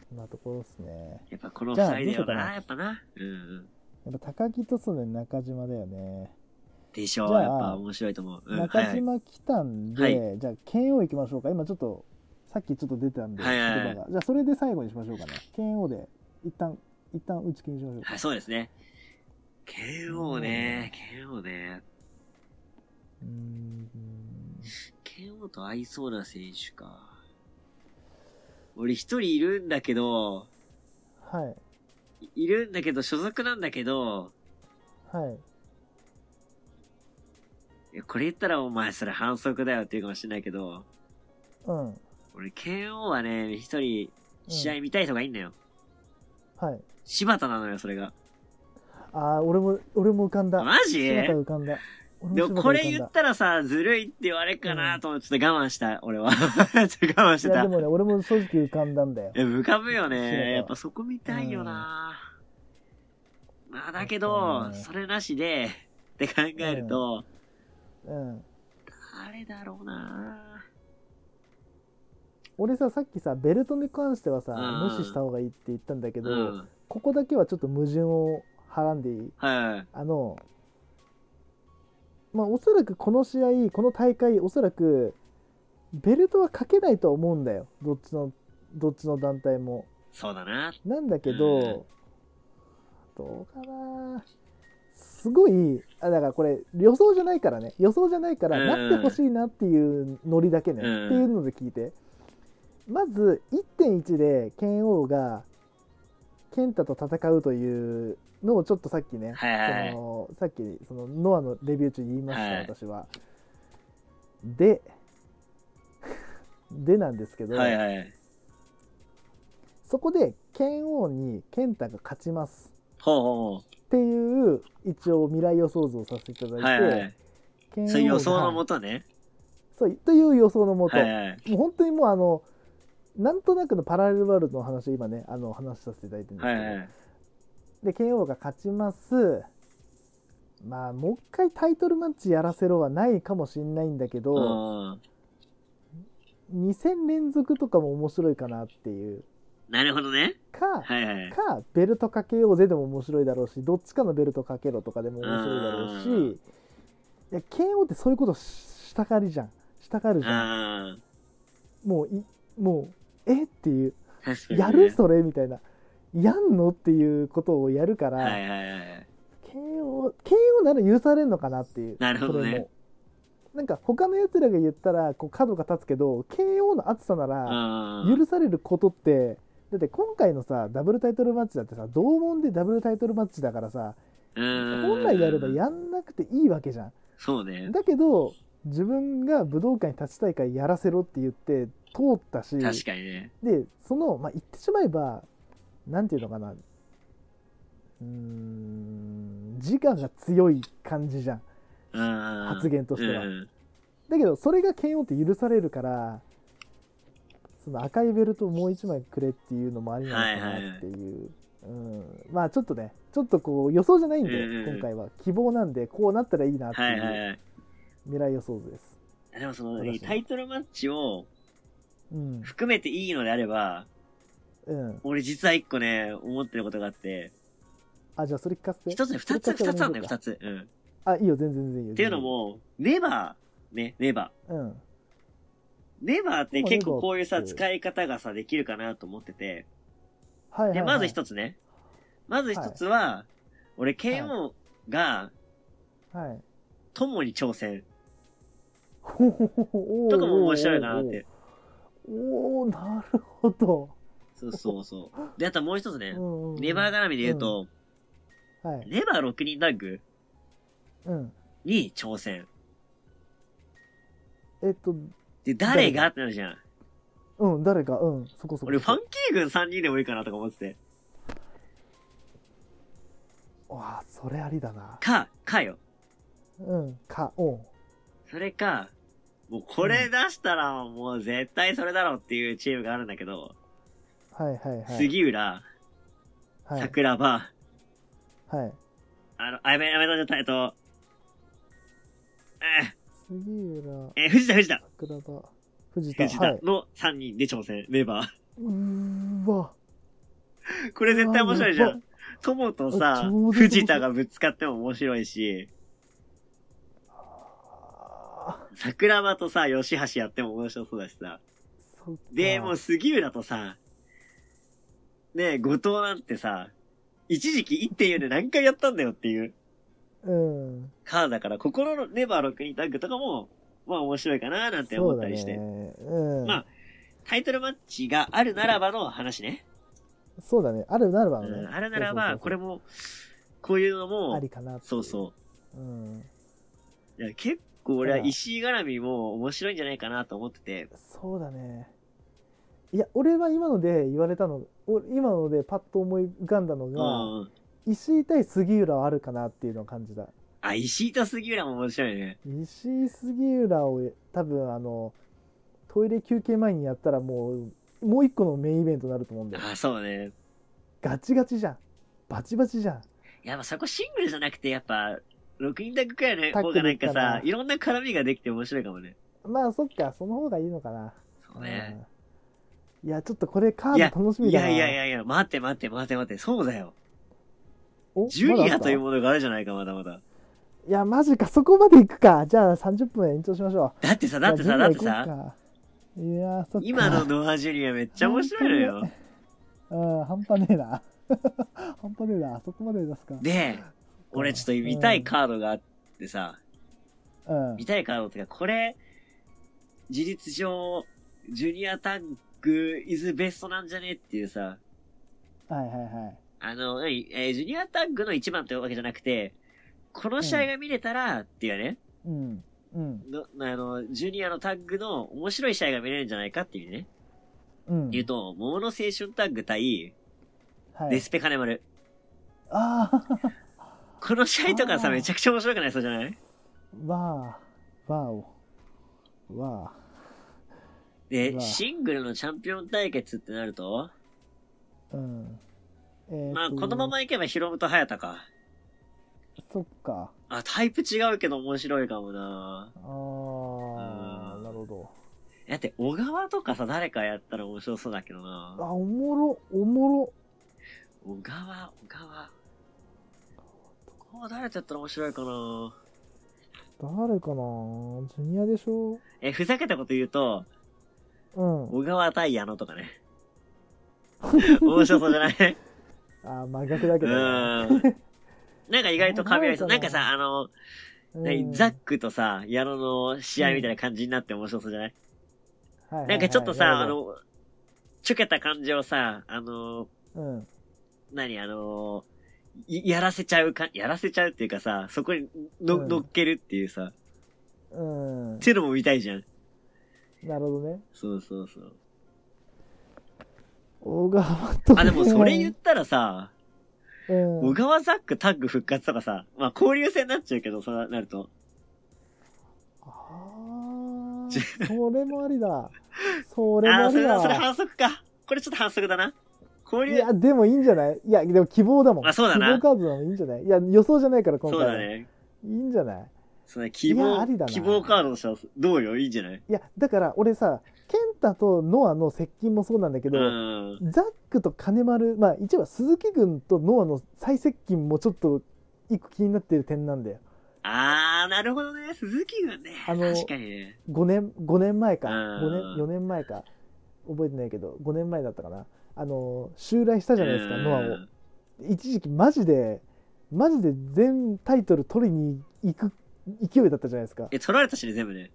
Speaker 2: そんなところですね。
Speaker 1: やっぱこの
Speaker 2: じゃ
Speaker 1: 二
Speaker 2: あ
Speaker 1: 人だよ
Speaker 2: どうしようか
Speaker 1: な、
Speaker 2: な
Speaker 1: やっぱな。うんうん。
Speaker 2: やっぱ高木とそうだね、中島だよね。
Speaker 1: でしょ
Speaker 2: じ
Speaker 1: う。
Speaker 2: ゃあ
Speaker 1: やっぱ面白いと思う。うん、はい
Speaker 2: 中
Speaker 1: はい。
Speaker 2: 島来たんで、
Speaker 1: は
Speaker 2: じゃあ、剣王行きましょうか。今ちょっと、さっきちょっと出てたんで、
Speaker 1: はいはいはい
Speaker 2: 言葉が。じゃあ、それで最後にしましょうかね。剣王で、一旦、一旦打ち切りにしましょうか
Speaker 1: はい、。そうですね。剣王ね、剣王ね。
Speaker 2: うーん。
Speaker 1: 剣王と合いそうな選手か。俺一人いるんだけど、
Speaker 2: はい。
Speaker 1: いいるんだけど、所属なんだけど、
Speaker 2: はい。
Speaker 1: いやこれ言ったらお前それ反則だよっていうかもしれないけど、
Speaker 2: うん。
Speaker 1: 俺剣王はね、一人試合見たい人がいいんだよ。
Speaker 2: はい。
Speaker 1: 柴田なのよ、それが。
Speaker 2: ああ、俺も、俺も浮かんだ。
Speaker 1: マジ
Speaker 2: 柴田
Speaker 1: で
Speaker 2: 浮かんだ。俺
Speaker 1: もこれ言っ
Speaker 2: だ。
Speaker 1: たらさ、ずるいって言われっかなと思って、ちょっと我慢した、俺は。ちょ っと我慢して
Speaker 2: い
Speaker 1: た。
Speaker 2: や、
Speaker 1: い
Speaker 2: でもね、俺も正直浮かんだんだよ。
Speaker 1: や、浮かぶよ
Speaker 2: そうだ
Speaker 1: ね。やっぱそこ見たいよな。まあ、だけど、
Speaker 2: そうね
Speaker 1: それなしで、って考えると、
Speaker 2: うん。
Speaker 1: 誰だろうな。
Speaker 2: 俺さ、さっきさ、ベルトに関してはさ、
Speaker 1: うん
Speaker 2: 無視した方がいいって言ったんだけど、
Speaker 1: うん。
Speaker 2: ここだけはちょっと矛盾をはらんでいい。
Speaker 1: はい。
Speaker 2: あの、まあ、おそらくこの試合、この大会、おそらく、ベルトはかけないとは思うんだよ。どっちの、どっちの団体も。
Speaker 1: そうだな。
Speaker 2: なんだけ
Speaker 1: うん
Speaker 2: ど、どうかなすごい、あ、だからこれ予想じゃないからね。予想じゃないから、
Speaker 1: うん
Speaker 2: なってほしいなっていうノリだけね。
Speaker 1: うん
Speaker 2: っていうので聞いて。まず1.1で剣王が健太と戦うというのをちょっとさっきね、
Speaker 1: はいはいはい
Speaker 2: そのさっきそのノアのレビュー中に言いました、
Speaker 1: はい
Speaker 2: 私は。で でなんですけど、
Speaker 1: はいはい。
Speaker 2: そこで剣王に健太が勝ちます
Speaker 1: ほうほ
Speaker 2: っていう一応未来予想図をさせていただ
Speaker 1: うほう。
Speaker 2: いて、
Speaker 1: はいはい。
Speaker 2: 剣王が
Speaker 1: そういう予想のもとね。
Speaker 2: そうという予想のもと、
Speaker 1: はいはい。
Speaker 2: もう本当にもうあのなんとなくのパラレルワールドの話を今ねあの話させていただいてるんです
Speaker 1: は
Speaker 2: けど、
Speaker 1: いはい。
Speaker 2: で KO が勝ちますまあもう一回タイトルマッチやらせろはないかもしんないんだけ
Speaker 1: う
Speaker 2: ど、
Speaker 1: ん。
Speaker 2: 2戦連続とかも面白いかなっていう
Speaker 1: なるほどね。
Speaker 2: か、
Speaker 1: はいはい。
Speaker 2: かベルトかけようぜでも面白いだろうしどっちかのベルトかけろとかでも面白いだろうし、
Speaker 1: うん
Speaker 2: いや KO ってそういうことししたがりじゃんしたがるじゃん、
Speaker 1: あ
Speaker 2: もういもうえっていう
Speaker 1: あ。確かにね。
Speaker 2: やるそれみたいなやんのっていうことをやるから、
Speaker 1: はいはいはい。
Speaker 2: KO, KO なら許されるのかなっていう
Speaker 1: なるほどね
Speaker 2: それもなんか他のやつらが言ったらこう角が立つけど KO の厚さなら
Speaker 1: うん。
Speaker 2: 許されることってだって今回のさダブルタイトルマッチだってさ同門でダブルタイトルマッチだからさ本
Speaker 1: 本
Speaker 2: 来であればやんなくていいわけじゃ
Speaker 1: そうんね。
Speaker 2: だけど自分が武道館に立ちたいからやらせろって言って通ったし
Speaker 1: 確かにね。
Speaker 2: でその、まあ、言ってしまえばなんていうのかなうーん自我が強い感じじゃん
Speaker 1: 発
Speaker 2: 発言としては
Speaker 1: うん
Speaker 2: だけどそれが剣王って許されるからその赤いベルトをもう一枚くれっていうのもありなのかなっていう、うん、まあちょっとねちょっとこう予想じゃないんで、
Speaker 1: うんうん
Speaker 2: 今回は希望なんでこうなったらいいなって
Speaker 1: はいはいいうはい。
Speaker 2: 未来予想図です、
Speaker 1: でもそ
Speaker 2: 私
Speaker 1: の、
Speaker 2: も
Speaker 1: タイトルマッチを
Speaker 2: うん
Speaker 1: 含めていいのであれば、
Speaker 2: うん、
Speaker 1: 俺実は一個ね、思ってることがあって、
Speaker 2: あじゃあそれ聞かせて
Speaker 1: 一つね、二つ、
Speaker 2: それ
Speaker 1: 二
Speaker 2: 聞
Speaker 1: つな
Speaker 2: かせても
Speaker 1: ん
Speaker 2: ら
Speaker 1: だ
Speaker 2: おう
Speaker 1: よ、
Speaker 2: か
Speaker 1: 二つ。うん。っ
Speaker 2: あいいよ全然全然いいよ
Speaker 1: ていうのも、ネバー、ね、ネバー。
Speaker 2: うん
Speaker 1: ネバーって結構こういう
Speaker 2: ネ
Speaker 1: さ、
Speaker 2: バーって
Speaker 1: 使い方がさ、できるかなと思ってて。
Speaker 2: はいはい、はい、
Speaker 1: で、まず一つね。まず一つは、俺、剣王が、
Speaker 2: はい
Speaker 1: 友に挑戦
Speaker 2: ほほほほ
Speaker 1: とかも面白いかなって。。
Speaker 2: おーおーなるほど。
Speaker 1: そうそうそう。で、あともう一つね、ネ
Speaker 2: ネ
Speaker 1: バー絡みで言うと、
Speaker 2: はい。
Speaker 1: ネバー6人タッグ
Speaker 2: うん。
Speaker 1: に挑戦。
Speaker 2: えっと、
Speaker 1: で、誰がってなるじゃん。
Speaker 2: うん、誰か、うん、そこそこ。
Speaker 1: 俺、ファンキー軍3人でもいいかなとか思ってて。
Speaker 2: わあ、それありだな。
Speaker 1: か、かよ。
Speaker 2: うん、か、うん。
Speaker 1: それか、もうこれ出したらもう絶対それだろうっていうチームがあるんだけど、
Speaker 2: はいはいはい。
Speaker 1: 杉浦、
Speaker 2: はい。
Speaker 1: 桜庭、
Speaker 2: はい。
Speaker 1: あの、あ、やめ、やめた、えっと、
Speaker 2: 杉浦、
Speaker 1: えー、えー、藤田、藤田、
Speaker 2: 桜庭、藤田。
Speaker 1: 藤
Speaker 2: は
Speaker 1: 田
Speaker 2: い。
Speaker 1: の3人で挑戦、メンバ
Speaker 2: うーわ。
Speaker 1: ー。これ絶対面白いじゃ
Speaker 2: うわ
Speaker 1: ん。。友とさ
Speaker 2: ちょうど、
Speaker 1: 藤田がぶつかっても面白いし、
Speaker 2: あ
Speaker 1: 桜庭とさ、吉橋やっても面白そうだしさ。
Speaker 2: ーそっか
Speaker 1: で、もう杉浦とさ、ねえ、後藤なんてさ、一時期1.4で何回やったんだよっていう
Speaker 2: うん。
Speaker 1: カードだから、心のネバー6人タッグとかも、まあ面白いかななんて
Speaker 2: そ
Speaker 1: 思っ
Speaker 2: うだ
Speaker 1: たり
Speaker 2: ね
Speaker 1: して。
Speaker 2: うん。
Speaker 1: まあタイトルマッチがあるならばの話ね。
Speaker 2: そうだね。あるならば
Speaker 1: う
Speaker 2: ね
Speaker 1: ん。あるならば、これ
Speaker 2: も。
Speaker 1: も、こういうの
Speaker 2: あ
Speaker 1: も
Speaker 2: り、かなってい。。
Speaker 1: そうそう
Speaker 2: うん。
Speaker 1: う。いや結構俺は石井絡みも面白いんじゃないかなと思ってて。
Speaker 2: そうだねいや俺は今ので言われたのお今のでパッと思い浮かんだの
Speaker 1: う
Speaker 2: が、
Speaker 1: ん。
Speaker 2: 石井対杉浦はあるかなっていうのを感じた
Speaker 1: あ、石井と杉浦も面白いね。
Speaker 2: 石井杉浦を多分あのトイレ休憩前にやったらもうもう一個のメインイベントになると思うんだよ
Speaker 1: あ、そうね。
Speaker 2: ガチガチじゃんバチバチじゃん
Speaker 1: いや、まあそこシングルじゃなくて、やっぱ、6人タッグくらい
Speaker 2: タ
Speaker 1: の方
Speaker 2: ッグ
Speaker 1: がなんか
Speaker 2: だから
Speaker 1: さ、いろんな絡みができて面白いかもね。
Speaker 2: まあそっかその方がいいのかな、
Speaker 1: そうね。
Speaker 2: うんいやちょっとこれカード楽しみ
Speaker 1: い
Speaker 2: だな
Speaker 1: やいやいやいや、待って待って待って待って、そうだよ。
Speaker 2: お
Speaker 1: ジュ
Speaker 2: まだ
Speaker 1: ニ
Speaker 2: あっ
Speaker 1: ア
Speaker 2: た
Speaker 1: というものがあるじゃないか、まだまだ。
Speaker 2: いやマジかそこまで行くかじゃあ30分延長しましょう
Speaker 1: だってさ、だってさ、だってさ、
Speaker 2: いやーそっか
Speaker 1: 今のノアジュニアめっちゃ面白いのよ。
Speaker 2: うん半端ねえな 半端ねえなあそこまで出すか
Speaker 1: で、俺ちょっと見たいカードがあってさ、
Speaker 2: うん
Speaker 1: 見たいカードってか、これ、事実上、ジュニアタックイズベストなんじゃねっていうさ、
Speaker 2: はいはいはい。
Speaker 1: あの、何、えージュニアタッグの一番というわけじゃなくて、この試合が見れたら、っていうね、
Speaker 2: うん。うん。
Speaker 1: のあの、ジュニアのタッグの面白い試合が見れるんじゃないかっていうね。
Speaker 2: うん。
Speaker 1: 言うと、桃の青春タッグ対、
Speaker 2: はい、
Speaker 1: デスペカネマル。
Speaker 2: ああ、
Speaker 1: この試合とかさ、
Speaker 2: あー
Speaker 1: めちゃくちゃ面白くないそうじゃない
Speaker 2: わあ、わお。わう
Speaker 1: で、
Speaker 2: わ
Speaker 1: シングルのチャンピオン対決ってなると、
Speaker 2: あ。うん。えーと
Speaker 1: まあ、このま。まいけばヒロムとハヤタか。
Speaker 2: そっか。
Speaker 1: あ、タイプ違うけど面白いかもな
Speaker 2: ああ
Speaker 1: う、ん
Speaker 2: なるほど。
Speaker 1: だって、小川とかさ、誰かやったら面白そうだけどな
Speaker 2: あ、おもろ、おも
Speaker 1: 小川、小川。こう誰とやったら面白いかな
Speaker 2: ろ。誰かなジュニアでしょ
Speaker 1: え、ふざけたこと言うと、
Speaker 2: うん。
Speaker 1: 小川対矢野とかね。 面白そうじゃない
Speaker 2: あー、真逆だけ
Speaker 1: う
Speaker 2: ど。
Speaker 1: ん。なんか意外と噛み合いそう。
Speaker 2: な
Speaker 1: なんん
Speaker 2: か
Speaker 1: か
Speaker 2: な
Speaker 1: さ、あの、
Speaker 2: うん
Speaker 1: ザックとさ、矢野の試合みたいな感じになって面白そうじゃない、
Speaker 2: はいはいはい
Speaker 1: なんかちょっとさ、
Speaker 2: な
Speaker 1: あ
Speaker 2: るほ
Speaker 1: の、ちょけた感じをさ、あの、
Speaker 2: どうん。
Speaker 1: 何、あの、いやらせちゃうか、やらせちゃうっていうかさ、そこにの、
Speaker 2: うん
Speaker 1: 乗っけるっていうさ、
Speaker 2: うん
Speaker 1: っ。ていうのも見たいじゃん。
Speaker 2: なるほどね。
Speaker 1: そうそうそう。
Speaker 2: 小川とね。
Speaker 1: あ、でもそれ言ったらさ、
Speaker 2: うん。
Speaker 1: 小川ザックタッグ復活とかさ、まあ交流戦になっちゃうけど、そうなると。
Speaker 2: ああ、それもありだ。それも
Speaker 1: あ
Speaker 2: あ
Speaker 1: あ、そ
Speaker 2: り
Speaker 1: れだ、それ
Speaker 2: だ。
Speaker 1: 反則か。これちょっと反則だな。交
Speaker 2: い
Speaker 1: 流、
Speaker 2: や、でもいいんじゃないいや、でも希望だもん。
Speaker 1: あそうだな
Speaker 2: 希望カードだもんいいんじゃないいや、予想じゃないから、今
Speaker 1: そ
Speaker 2: 回
Speaker 1: う
Speaker 2: は。
Speaker 1: だね。
Speaker 2: いいんじゃない
Speaker 1: そうね、希
Speaker 2: いや
Speaker 1: 望
Speaker 2: ありだ、な
Speaker 1: 希望カードとしてはどうよいいんじゃない
Speaker 2: いや、だから俺さ、ケンタとノアの接近もそうなんだけ
Speaker 1: う
Speaker 2: ど、
Speaker 1: ん。
Speaker 2: ザックと金丸、まあ一応は鈴木軍とノアの再接近もちょっと一個気になってる点なんだよ。
Speaker 1: あー、なるほどね。鈴木がね。
Speaker 2: あの
Speaker 1: 確かにね。
Speaker 2: 5年、5年前か。
Speaker 1: うん
Speaker 2: 五年、4年前か。覚えてないけど、5年前だったかな。あの、襲来したじゃないですか、
Speaker 1: うん
Speaker 2: ノアを。一時期マジでマジで全タイトル取りに行く勢いだったじゃないですか
Speaker 1: え、取られたしね、全部ね。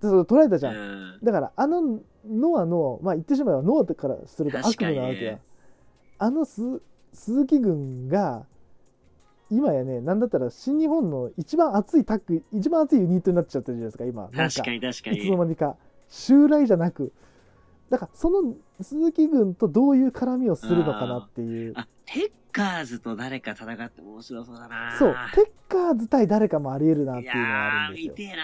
Speaker 2: でそれ取られたじ
Speaker 1: う
Speaker 2: ゃん、
Speaker 1: ん。
Speaker 2: だからあのノアのまあ言ってしまえばノアからすると
Speaker 1: 確
Speaker 2: 悪
Speaker 1: か
Speaker 2: 夢
Speaker 1: にね
Speaker 2: なわけや、あのす鈴木軍が今やねなんだったら新日本の一番熱いタッグ一番熱いユニットになっちゃってるじゃないですか今なん
Speaker 1: 確かに確か
Speaker 2: いつの
Speaker 1: に。
Speaker 2: 間にか襲来じゃなくだからその鈴木軍とどういう絡みをするのかなっていう
Speaker 1: あ、テッカーズと誰か戦っても面白そうだな
Speaker 2: そう、テッカーズ対誰かもありえるなって
Speaker 1: い
Speaker 2: いうのはあ
Speaker 1: やー、
Speaker 2: るんです
Speaker 1: 見
Speaker 2: よ。
Speaker 1: てえな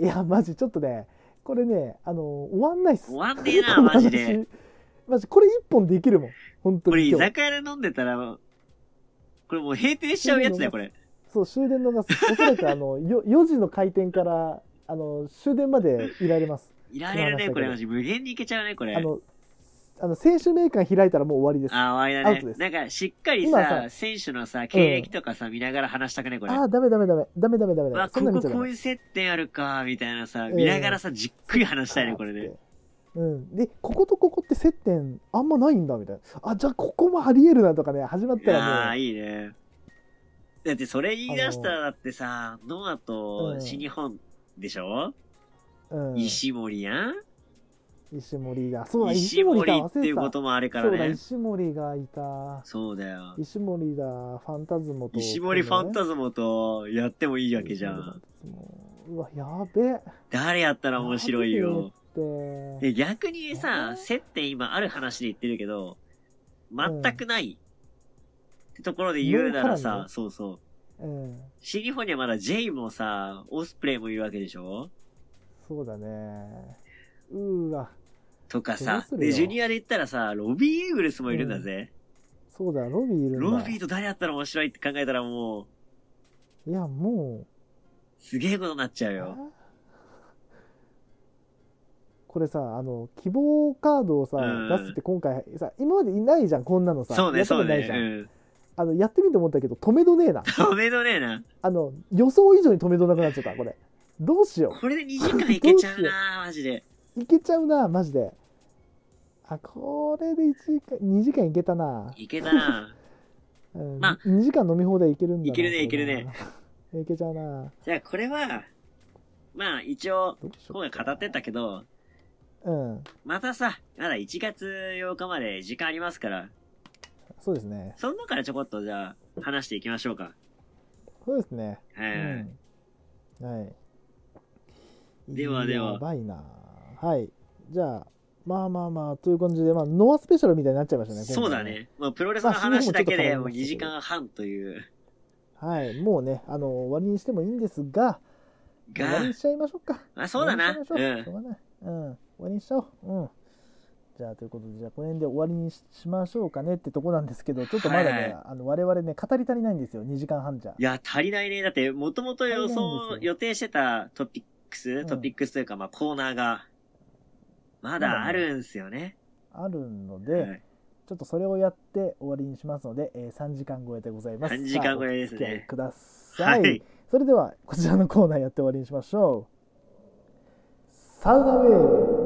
Speaker 2: やマジちょっとね、これね、あのー終わんないっす。
Speaker 1: 終わんねえな
Speaker 2: この話
Speaker 1: マジで。
Speaker 2: マジ、これ一本できるもん。本当
Speaker 1: これ
Speaker 2: に
Speaker 1: 居
Speaker 2: 今日。
Speaker 1: 酒屋で飲んでたら、これもう閉店しちゃうやつだよ、これ。
Speaker 2: そう、終電逃す。おそらくあの、よ4時の開店から、あの、終電までいられます。
Speaker 1: いられるね、
Speaker 2: こ
Speaker 1: こ
Speaker 2: の話だけど
Speaker 1: れマジ。無限にいけちゃうね、これ。
Speaker 2: あの、あの、選手名鑑開いたらもう終わりです。あ
Speaker 1: あー、終わ
Speaker 2: ア
Speaker 1: りだ
Speaker 2: ウトで
Speaker 1: ね
Speaker 2: す。
Speaker 1: なんか、しっかり
Speaker 2: 今
Speaker 1: さ、
Speaker 2: さ
Speaker 1: 選手のさ、経歴とかさ、見ながら話したくね、これ。
Speaker 2: あー、ダメダメダメ。ダメダメダメダ
Speaker 1: わ、
Speaker 2: メ。そ
Speaker 1: こ
Speaker 2: んな
Speaker 1: こ
Speaker 2: 見ちゃダ
Speaker 1: こ
Speaker 2: メ
Speaker 1: ういう接点あるか、みたいなさ、
Speaker 2: うん
Speaker 1: 見ながらさ、じっくり話したいね、これね。
Speaker 2: うん、でこことここって接点あんまないんだみたいなあじゃあここもありえるなとかね始まっ
Speaker 1: い
Speaker 2: た
Speaker 1: や
Speaker 2: ら
Speaker 1: ー、
Speaker 2: も
Speaker 1: いいね。だって、それ言い出したらだってさ、ノア
Speaker 2: う
Speaker 1: と
Speaker 2: ん
Speaker 1: 新日本でしょ、
Speaker 2: う、うん、
Speaker 1: 石森やん
Speaker 2: 石森がそうだ
Speaker 1: 石
Speaker 2: 石森
Speaker 1: 森
Speaker 2: が
Speaker 1: っていうこともあれから
Speaker 2: そうだ
Speaker 1: ね。
Speaker 2: 石森がいた
Speaker 1: そうだよ。
Speaker 2: 石森だファンタズモと
Speaker 1: 石森ファン
Speaker 2: ズ
Speaker 1: タズモとやってもいいわけじゃん。
Speaker 2: うわやべ
Speaker 1: 誰やったら面白いよ。
Speaker 2: なんでって
Speaker 1: で逆にさ
Speaker 2: え、
Speaker 1: 接点今ある話で言ってるけど、全くない、ってところで言うなら
Speaker 2: ノーカラー
Speaker 1: さ
Speaker 2: ね、
Speaker 1: そうそう。
Speaker 2: うん
Speaker 1: 新日本にはまだジェイもさ、オスプレイもいるわけでしょ
Speaker 2: そうだねうーわ
Speaker 1: とかさ、
Speaker 2: どうするよ
Speaker 1: で、ジュニアで言ったらさ、ロビー・イーグルスもいるんだぜ。
Speaker 2: そうだロビーいるんだ
Speaker 1: ロビーと誰やったら面白いって考えたらもう、
Speaker 2: いやも
Speaker 1: すげえことになっちゃう
Speaker 2: う
Speaker 1: よ。
Speaker 2: これさあの希望カードをさ、
Speaker 1: うん
Speaker 2: 出すって今回さ今までいないじゃんこんなのさ
Speaker 1: そう
Speaker 2: や
Speaker 1: ね、
Speaker 2: った
Speaker 1: そ
Speaker 2: こ
Speaker 1: う
Speaker 2: とな
Speaker 1: ね
Speaker 2: い。じゃん
Speaker 1: うん。
Speaker 2: あのやってみて思ったけど止めどねえな
Speaker 1: 止めどねえな。
Speaker 2: あの、予想以上に止めどなくなっちゃった、これ。どうしよ
Speaker 1: これで2時間いけちゃうなマジで。
Speaker 2: う。いけちゃうな、マジで。あ、これで1時間、2時間いけたな。
Speaker 1: いけたな
Speaker 2: うん、
Speaker 1: まあ
Speaker 2: 2時間飲み放題いけるんだな。
Speaker 1: いけるね
Speaker 2: これない
Speaker 1: ける
Speaker 2: いけちゃうな。
Speaker 1: じゃあこれは、まあ一応、
Speaker 2: どうしよう。
Speaker 1: 今回語ってたけど、
Speaker 2: うん、
Speaker 1: またさ、まだ1月8日まで時間ありますから、
Speaker 2: そうですね。
Speaker 1: その中からちょこっとじゃあ、話していきましょうか。
Speaker 2: そうですね。
Speaker 1: はい、
Speaker 2: うん、はい。
Speaker 1: ではでは
Speaker 2: やばいな。はい。じゃあ、まあまあまあ、という感じで、まあ、ノアスペシャルみたいになっちゃいましたね。今回
Speaker 1: そうだ。ね。まあ、プロレスの話だけでもう2時間半という、
Speaker 2: はい。もうね、あの、終わりにしてもいいんですが、終わ
Speaker 1: が
Speaker 2: りに、しちゃいましょうか。
Speaker 1: あ、そうだな。
Speaker 2: 終わりにしちゃ
Speaker 1: う
Speaker 2: いましょうしょうがない。うん。終わりにしちゃおう。うん。じゃあ、ということで、じゃあ、この辺で終わりにししましょうかねってとこなんですけど、ちょっとまだね、
Speaker 1: はいはい
Speaker 2: あの、我々ね、語り足りないんですよ。2時間半じゃ。
Speaker 1: いや、足りないね。だって、もともと予
Speaker 2: 足りないん
Speaker 1: 想
Speaker 2: で、すよ
Speaker 1: 予定してたトピック
Speaker 2: ん
Speaker 1: ス、トピックスというか、まあ、コーナーが、まだあるんすよね。
Speaker 2: あるので、
Speaker 1: はい
Speaker 2: ちょっとそれをやって終わりにしますので、えー3時間超えでございます。
Speaker 1: 3時間超えですね
Speaker 2: さあお付き合いください。
Speaker 1: はい
Speaker 2: それでは、こちらのコーナーやって終わりにしましょう。サウナウェーブ。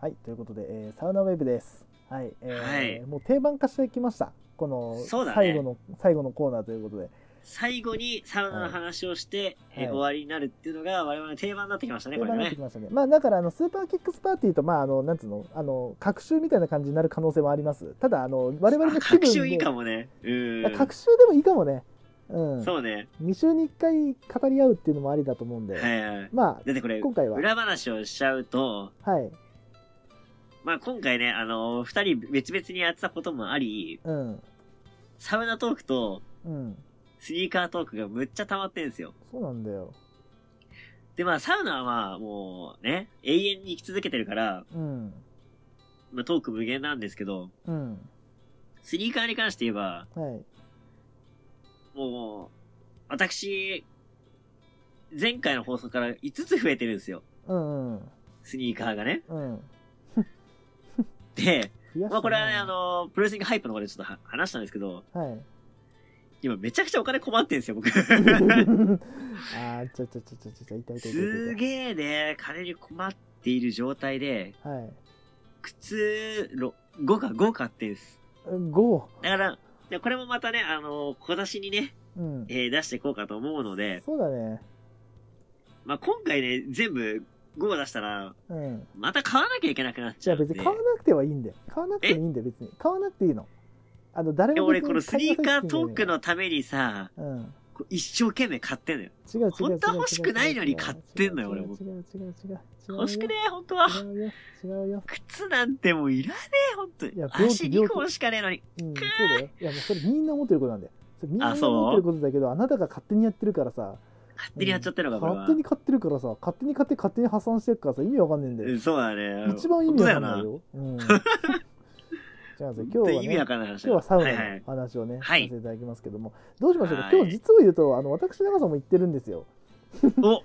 Speaker 2: はい、ということで、えーサウナウェーブです。はい、えー
Speaker 1: はい
Speaker 2: もう定番化してきました。この
Speaker 1: そうだね
Speaker 2: 最後の、最後のコーナーということで。
Speaker 1: 最後にサウナの話をして、
Speaker 2: はい
Speaker 1: えー終わりになるっていうのが我々の定番になってきましたね、
Speaker 2: 定
Speaker 1: これ
Speaker 2: 番になって
Speaker 1: ね
Speaker 2: き。ましたね。まあだからあのスーパーキックスパーティーとまああのなんつうのあの隔週みたいな感じになる可能性もあります。ただあの我々の気分
Speaker 1: 各
Speaker 2: で
Speaker 1: 週いいかもね。う
Speaker 2: い
Speaker 1: ん
Speaker 2: や。隔週でもいいかもね。うん。
Speaker 1: そうね。
Speaker 2: 2週に1回語り合うっていうのもありだと思うんで。
Speaker 1: はいはい。
Speaker 2: まあ
Speaker 1: だってこれ、
Speaker 2: 今回は
Speaker 1: 裏話をしちゃうと、
Speaker 2: はい。
Speaker 1: まあ今回ね、あのー二人別々にやってたこともあり、
Speaker 2: うん
Speaker 1: サウナトークと
Speaker 2: うん
Speaker 1: スニーカートークがむっちゃ溜まってんですよ。
Speaker 2: そうなんだよ。
Speaker 1: で、まあサウナはまあもうね、永遠に生き続けてるから、
Speaker 2: うん
Speaker 1: まあトーク無限なんですけど、
Speaker 2: うん
Speaker 1: スニーカーに関して言えば、
Speaker 2: はい
Speaker 1: もう、私、前回の放送から5つ増えてるんですよ。
Speaker 2: うんうん
Speaker 1: スニーカーがね。
Speaker 2: うん。
Speaker 1: で、
Speaker 2: 増やしたな
Speaker 1: まあこれはね、あの、プロレスリングハイプの方でちょっとは話したんですけど、
Speaker 2: はい。
Speaker 1: 今めちゃくちゃお金困ってんですよ、僕。
Speaker 2: あーちょちょちょちょちょ痛い痛い痛い痛い痛い。
Speaker 1: すげえね、金に困っている状態で、
Speaker 2: はい。
Speaker 1: 靴、ろ5か5買ってんです。
Speaker 2: 5。
Speaker 1: だから、でこれもまたね、あの、小出しにね、
Speaker 2: うん。
Speaker 1: えー出していこうかと思うので、
Speaker 2: そうだね。
Speaker 1: まあ今回ね、全部5出したら、
Speaker 2: うん。
Speaker 1: また買わなきゃいけなくなっち
Speaker 2: じ
Speaker 1: ゃ
Speaker 2: ゃ
Speaker 1: う
Speaker 2: あ
Speaker 1: ん
Speaker 2: 別
Speaker 1: で。
Speaker 2: に買わなくてはいいんだよ。買わなくてもいいんだよ、別に。買わなくていいの。あの、誰
Speaker 1: で
Speaker 2: も
Speaker 1: 俺
Speaker 2: 別
Speaker 1: この
Speaker 2: に
Speaker 1: ス
Speaker 2: 買
Speaker 1: ニ
Speaker 2: い
Speaker 1: ー
Speaker 2: な
Speaker 1: カ
Speaker 2: さいっ
Speaker 1: ー
Speaker 2: て言
Speaker 1: ト
Speaker 2: う
Speaker 1: ー
Speaker 2: んじゃ
Speaker 1: ク
Speaker 2: ない
Speaker 1: のためにさ、
Speaker 2: うん。
Speaker 1: こう一生懸命買ってんのよ。
Speaker 2: 違う違う違う。
Speaker 1: 本当は欲しくないのに買ってんのよ
Speaker 2: 違う
Speaker 1: 俺も
Speaker 2: 違う違う違う違う。
Speaker 1: 欲しくねえ、本当は。
Speaker 2: 違うよ。違うよ。違うよ。
Speaker 1: 靴なんてもういらねえ、本当に
Speaker 2: いや。病気
Speaker 1: 足2本しかねえのに。
Speaker 2: うん、そうだよ。いや、もうそれみんな思ってることなんだよ。それみんな
Speaker 1: あそう
Speaker 2: 思ってることだけど、あなたが勝手にやってるからさ。
Speaker 1: 勝手にやっちゃってるのか、これは
Speaker 2: 勝手。に買ってるからさ。勝手に買って勝手に破産してるからさ。意味わかんねえんだ
Speaker 1: う
Speaker 2: よ
Speaker 1: ん。そうだね。
Speaker 2: 一番意味わかんない
Speaker 1: 本
Speaker 2: よ。うん。 違うんですよ。
Speaker 1: 当だよな。
Speaker 2: 今日は
Speaker 1: 意味
Speaker 2: ね
Speaker 1: わ。かんない話だ
Speaker 2: 今日はサウナ
Speaker 1: い
Speaker 2: の
Speaker 1: い。
Speaker 2: お話をね、
Speaker 1: はい
Speaker 2: させていただきますけども、どうしましょうか、
Speaker 1: はい
Speaker 2: 今日実を言うと、あの私、長さんも言ってるんですよ。
Speaker 1: お、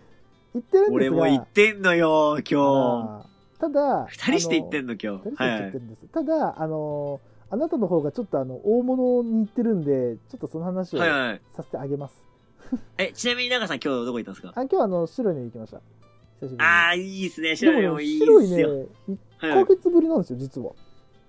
Speaker 2: 言ってるんで
Speaker 1: 俺
Speaker 2: すが、
Speaker 1: も行ってんのよ、今日。
Speaker 2: あーただ、
Speaker 1: 二人して行ってん
Speaker 2: の
Speaker 1: の、今日。
Speaker 2: 二人して
Speaker 1: は
Speaker 2: 言っ
Speaker 1: い
Speaker 2: て。るんです、ただ、あのあなたの方がちょっとあの大物に行ってるんで、ちょっとその話を
Speaker 1: はい
Speaker 2: さ
Speaker 1: はい。
Speaker 2: せてあげます。
Speaker 1: え、ちなみに長さん今日どこ行ったんですか
Speaker 2: あ今日はあの白いに行きました。久しぶりに。
Speaker 1: あー、いいっすね。
Speaker 2: で
Speaker 1: 白
Speaker 2: もね
Speaker 1: いもいい
Speaker 2: 白
Speaker 1: っ
Speaker 2: い
Speaker 1: す
Speaker 2: ね
Speaker 1: よ。、
Speaker 2: 1
Speaker 1: はいはい
Speaker 2: ヶ。月ぶりなんですよ、実は。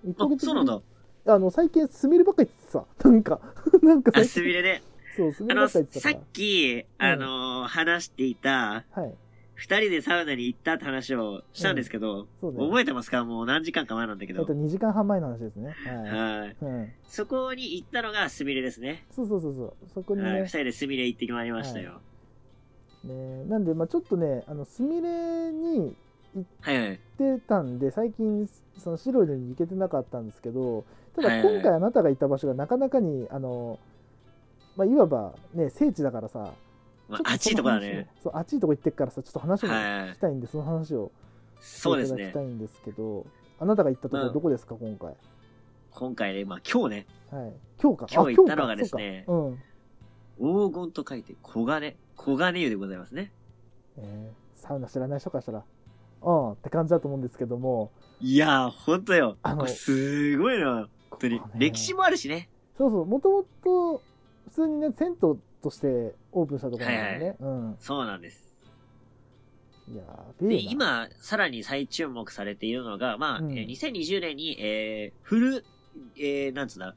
Speaker 2: 1ヶ
Speaker 1: あ、
Speaker 2: 月
Speaker 1: そう
Speaker 2: ぶ
Speaker 1: なん
Speaker 2: り
Speaker 1: だ。
Speaker 2: あの最近、スミレばっかり言ってた。なんか、 なんか
Speaker 1: あ、
Speaker 2: 最
Speaker 1: す
Speaker 2: 近、
Speaker 1: みれね。
Speaker 2: そう、スミ
Speaker 1: あ
Speaker 2: レば
Speaker 1: の、
Speaker 2: っか
Speaker 1: さ
Speaker 2: り言ってた
Speaker 1: っ
Speaker 2: か
Speaker 1: き、あのー、話していた、
Speaker 2: ら。はい、
Speaker 1: 二人でサウナに行ったって話をしたんですけど、
Speaker 2: そうね。
Speaker 1: 覚えてますかもう何時間か前なんだけ
Speaker 2: えっ
Speaker 1: ど
Speaker 2: と、。2時間半前の話ですね。は
Speaker 1: はい。
Speaker 2: い。うん。
Speaker 1: そこに行ったのがスミレですね。
Speaker 2: そうそうそうそう。そこに
Speaker 1: はい。二
Speaker 2: ね。
Speaker 1: 人でスミレ行ってまいりましたよ。
Speaker 2: ねなんで、まあちょっとね、あの、すみれに
Speaker 1: はいはい。
Speaker 2: 行ってたんで、最近、その白いのに行けてなかったんですけど、ただ
Speaker 1: はいはい
Speaker 2: 今回あなたが行った場所がなかなかに、あの、まあいわばね、聖地だからさ、
Speaker 1: ま
Speaker 2: ちょっ
Speaker 1: あ、あっちいとこだね。。
Speaker 2: そう、あっちいとこ行ってっからさ、ちょっと話も
Speaker 1: はいはい
Speaker 2: 聞きたいんで、その話をして
Speaker 1: そうで
Speaker 2: い
Speaker 1: す
Speaker 2: ただき
Speaker 1: ね
Speaker 2: た。いんですけど、あなたが行ったとこ
Speaker 1: う
Speaker 2: ろ
Speaker 1: ん
Speaker 2: どこですか、今回。
Speaker 1: 今回ね、まあ今日ね、
Speaker 2: はい。今日か。
Speaker 1: 今日行ったの
Speaker 2: あ
Speaker 1: が
Speaker 2: 今日か
Speaker 1: ですね
Speaker 2: そうかうん。
Speaker 1: 黄金と書いて黄金。黄金湯でございますね。
Speaker 2: えーサウナ知らない人からしたら、うんって感じだと思うんですけども、
Speaker 1: いやー、ほんとよ。
Speaker 2: あの
Speaker 1: これすごいのよ。本当に
Speaker 2: ここ。ね
Speaker 1: 歴史もあるしね。
Speaker 2: そうそう、もともと普通にね、銭湯としてオープンしたところなんだよね。うん。
Speaker 1: そうなんです。
Speaker 2: やべえな
Speaker 1: で、今、さらに再注目されているのが、まあ、
Speaker 2: うん
Speaker 1: えー2020年に、えーフル、えーなんつうんだ、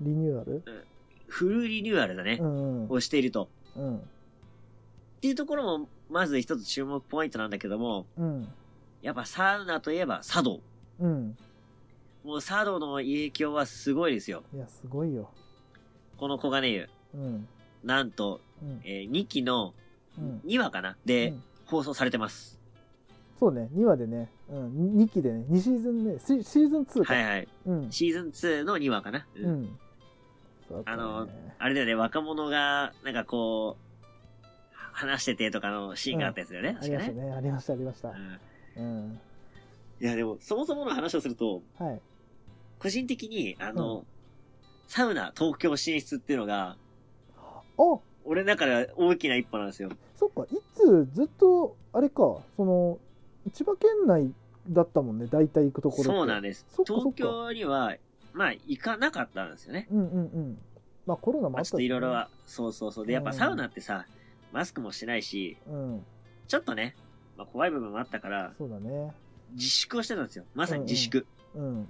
Speaker 2: リニューアル
Speaker 1: フルリニューアルだね
Speaker 2: う、んうん
Speaker 1: をしていると。
Speaker 2: うん
Speaker 1: っていうところも、まず一つ注目ポイントなんだけども、
Speaker 2: うん
Speaker 1: やっぱサウナといえば茶道。
Speaker 2: うん
Speaker 1: もう茶道の影響はすごいですよ。
Speaker 2: いやすごいよ
Speaker 1: この小金湯。
Speaker 2: うん
Speaker 1: なんと、
Speaker 2: うん
Speaker 1: え2期の
Speaker 2: うん
Speaker 1: 2話かな
Speaker 2: う
Speaker 1: で
Speaker 2: ん
Speaker 1: 放送されてます。
Speaker 2: そうね2話でね、うん、2期でね2シーズンねシシーズン2か、
Speaker 1: はいはい。
Speaker 2: うん
Speaker 1: シーズン2の2話かな。うん
Speaker 2: うんそうだったね
Speaker 1: あのあれだよね、若者が、なんかこう、話しててとかのシーンがあったやつだよね。
Speaker 2: あ
Speaker 1: 確
Speaker 2: り
Speaker 1: か
Speaker 2: ました
Speaker 1: ね。
Speaker 2: ねありましたありました
Speaker 1: うん
Speaker 2: うん
Speaker 1: いや、でも、そもそもの話をすると、
Speaker 2: はい
Speaker 1: 個人的に、あの、サウナ東京進出っていうのが、
Speaker 2: あ
Speaker 1: 俺の中では大きな一歩なんですよ。
Speaker 2: そっかいつずっとあれかその千葉県内だったもんね大体行くところって
Speaker 1: そうなんです
Speaker 2: そっ。かそっ
Speaker 1: 東
Speaker 2: か
Speaker 1: 京には、まあ、行かなかったんですよね。
Speaker 2: うんうんうんまあコロナも
Speaker 1: ま
Speaker 2: あ
Speaker 1: あ、
Speaker 2: っ
Speaker 1: ちょっ
Speaker 2: た
Speaker 1: とい
Speaker 2: しね
Speaker 1: ろいろは、そうそうそう。で、やっぱサウナってさ、マスクもしないし、
Speaker 2: うん
Speaker 1: ちょっとね、まあ、怖い部分もあったから、
Speaker 2: そうだね
Speaker 1: 自粛をしてたんですよ。まさに自粛。
Speaker 2: うん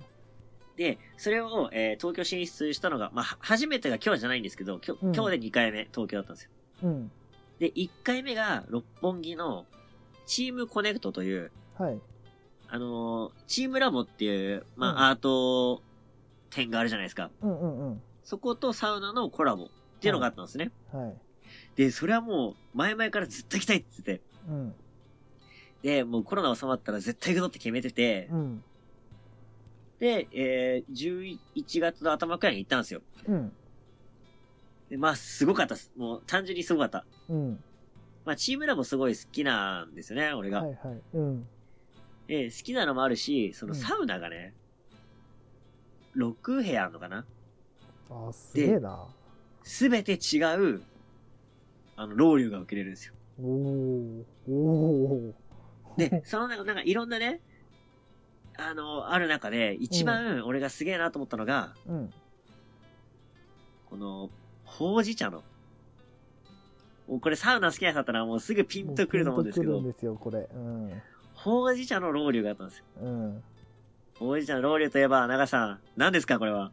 Speaker 1: で、それを、えー東京進出したのが、まあ、は初めてが今日じゃないんですけど、今日,、
Speaker 2: うん
Speaker 1: 今日で2回目、東京だったんですよ。
Speaker 2: うん
Speaker 1: で、1回目が、六本木の、チームコネクトという、
Speaker 2: はい
Speaker 1: あのーチームラボっていう、まあ、
Speaker 2: うん
Speaker 1: アート展があるじゃないですか。
Speaker 2: うんうんうん
Speaker 1: そことサウナのコラボっていうのがあったんですね。
Speaker 2: はい
Speaker 1: で、それはもう、前々からずっと行きたいって言って
Speaker 2: うん
Speaker 1: て、で、もうコロナ収まったら絶対行くぞって決めてて、
Speaker 2: うん
Speaker 1: で、えー、11月の頭くらいに行ったんですよ。
Speaker 2: うん
Speaker 1: で、まあ、すごかったです。もう、単純にすごかった。
Speaker 2: うん
Speaker 1: まあ、チームラボすごい好きなんですよね、俺が。
Speaker 2: はいはいうん
Speaker 1: えー好きなのもあるし、その
Speaker 2: うん
Speaker 1: サウナがね、6部屋あるのかな
Speaker 2: あーすげえな
Speaker 1: すべて違う、あの、ロウリュが受けれるんですよ。
Speaker 2: おーおー
Speaker 1: で、その中、なんかいろんなね、あの、ある中で、一番俺がすげえなと思ったのが、
Speaker 2: うん
Speaker 1: この、ほうじ茶の。もうこれサウナ好きな人だったらもうすぐピンとくると思うんですけ
Speaker 2: ピン
Speaker 1: ど
Speaker 2: とくるん、ですよこれうん
Speaker 1: ほうじ茶のロウリュがあったんですよ。
Speaker 2: うん
Speaker 1: ほうじ茶のロウリュといえば、長さん、何ですかこれは。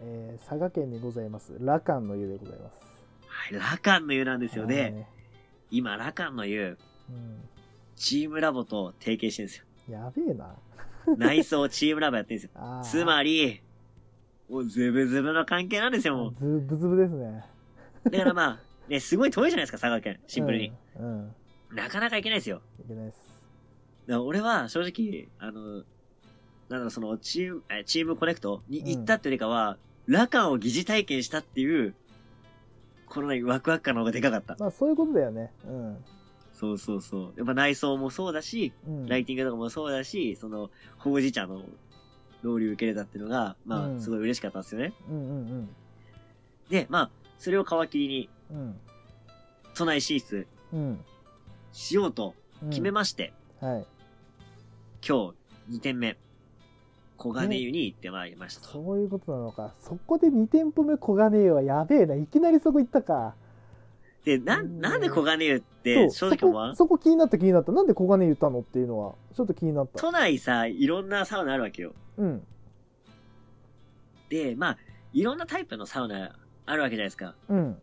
Speaker 2: えー佐賀県にございます羅漢の湯でございます
Speaker 1: はい、ラカンの湯なんですよ
Speaker 2: はい
Speaker 1: ね。今、ラカンの湯、
Speaker 2: うん
Speaker 1: チームラボと提携してるんですよ。
Speaker 2: やべえな
Speaker 1: 内装チームラボやってるんですよ。
Speaker 2: あー
Speaker 1: つまり、もうズブズブの関係なんですよ、も
Speaker 2: ズブズブですね
Speaker 1: う。だからまあ、ね、すごい遠いじゃないですか、佐賀県。シンプルに。
Speaker 2: うん、うん
Speaker 1: なかなか行けないですよ。
Speaker 2: いけないです
Speaker 1: だから俺は正直、あの、なんだろう、その、チーム、えチームコネクトに行ったっていうよりかは、ラカンを疑似体験したっていう、このね、ワクワク感の方がでかかった。
Speaker 2: まあそういうことだよねうん、
Speaker 1: そうそうそう。やっぱ内装もそうだし、
Speaker 2: うん、
Speaker 1: ライティングとかもそうだし、その、ほうじ茶の、ロウリュ受けれたっていうのが、
Speaker 2: う
Speaker 1: まあ、
Speaker 2: ん
Speaker 1: すごい嬉しかったんですよね。
Speaker 2: うんうん
Speaker 1: で、まあ、それを皮切りに、
Speaker 2: うんうん
Speaker 1: 都内進出
Speaker 2: うん
Speaker 1: しようと
Speaker 2: うん
Speaker 1: 決めまして、
Speaker 2: はい
Speaker 1: 今日、2点目、小金湯に行ってまいりましたと。
Speaker 2: そういうことなのかそこで2店舗目小金井はやべえないきなりそこ行ったか
Speaker 1: で、なん、なんで小金湯っ
Speaker 2: そ
Speaker 1: て正
Speaker 2: うそ
Speaker 1: 直思わ
Speaker 2: こ
Speaker 1: ん
Speaker 2: そこ気になった気になったなんで小金井言ったのっていうのはちょっと気になった
Speaker 1: 都内さ、いろんなサウナあるわけよ。
Speaker 2: うん
Speaker 1: で、まあ、いろんなタイプのサウナあるわけじゃないですか。
Speaker 2: うん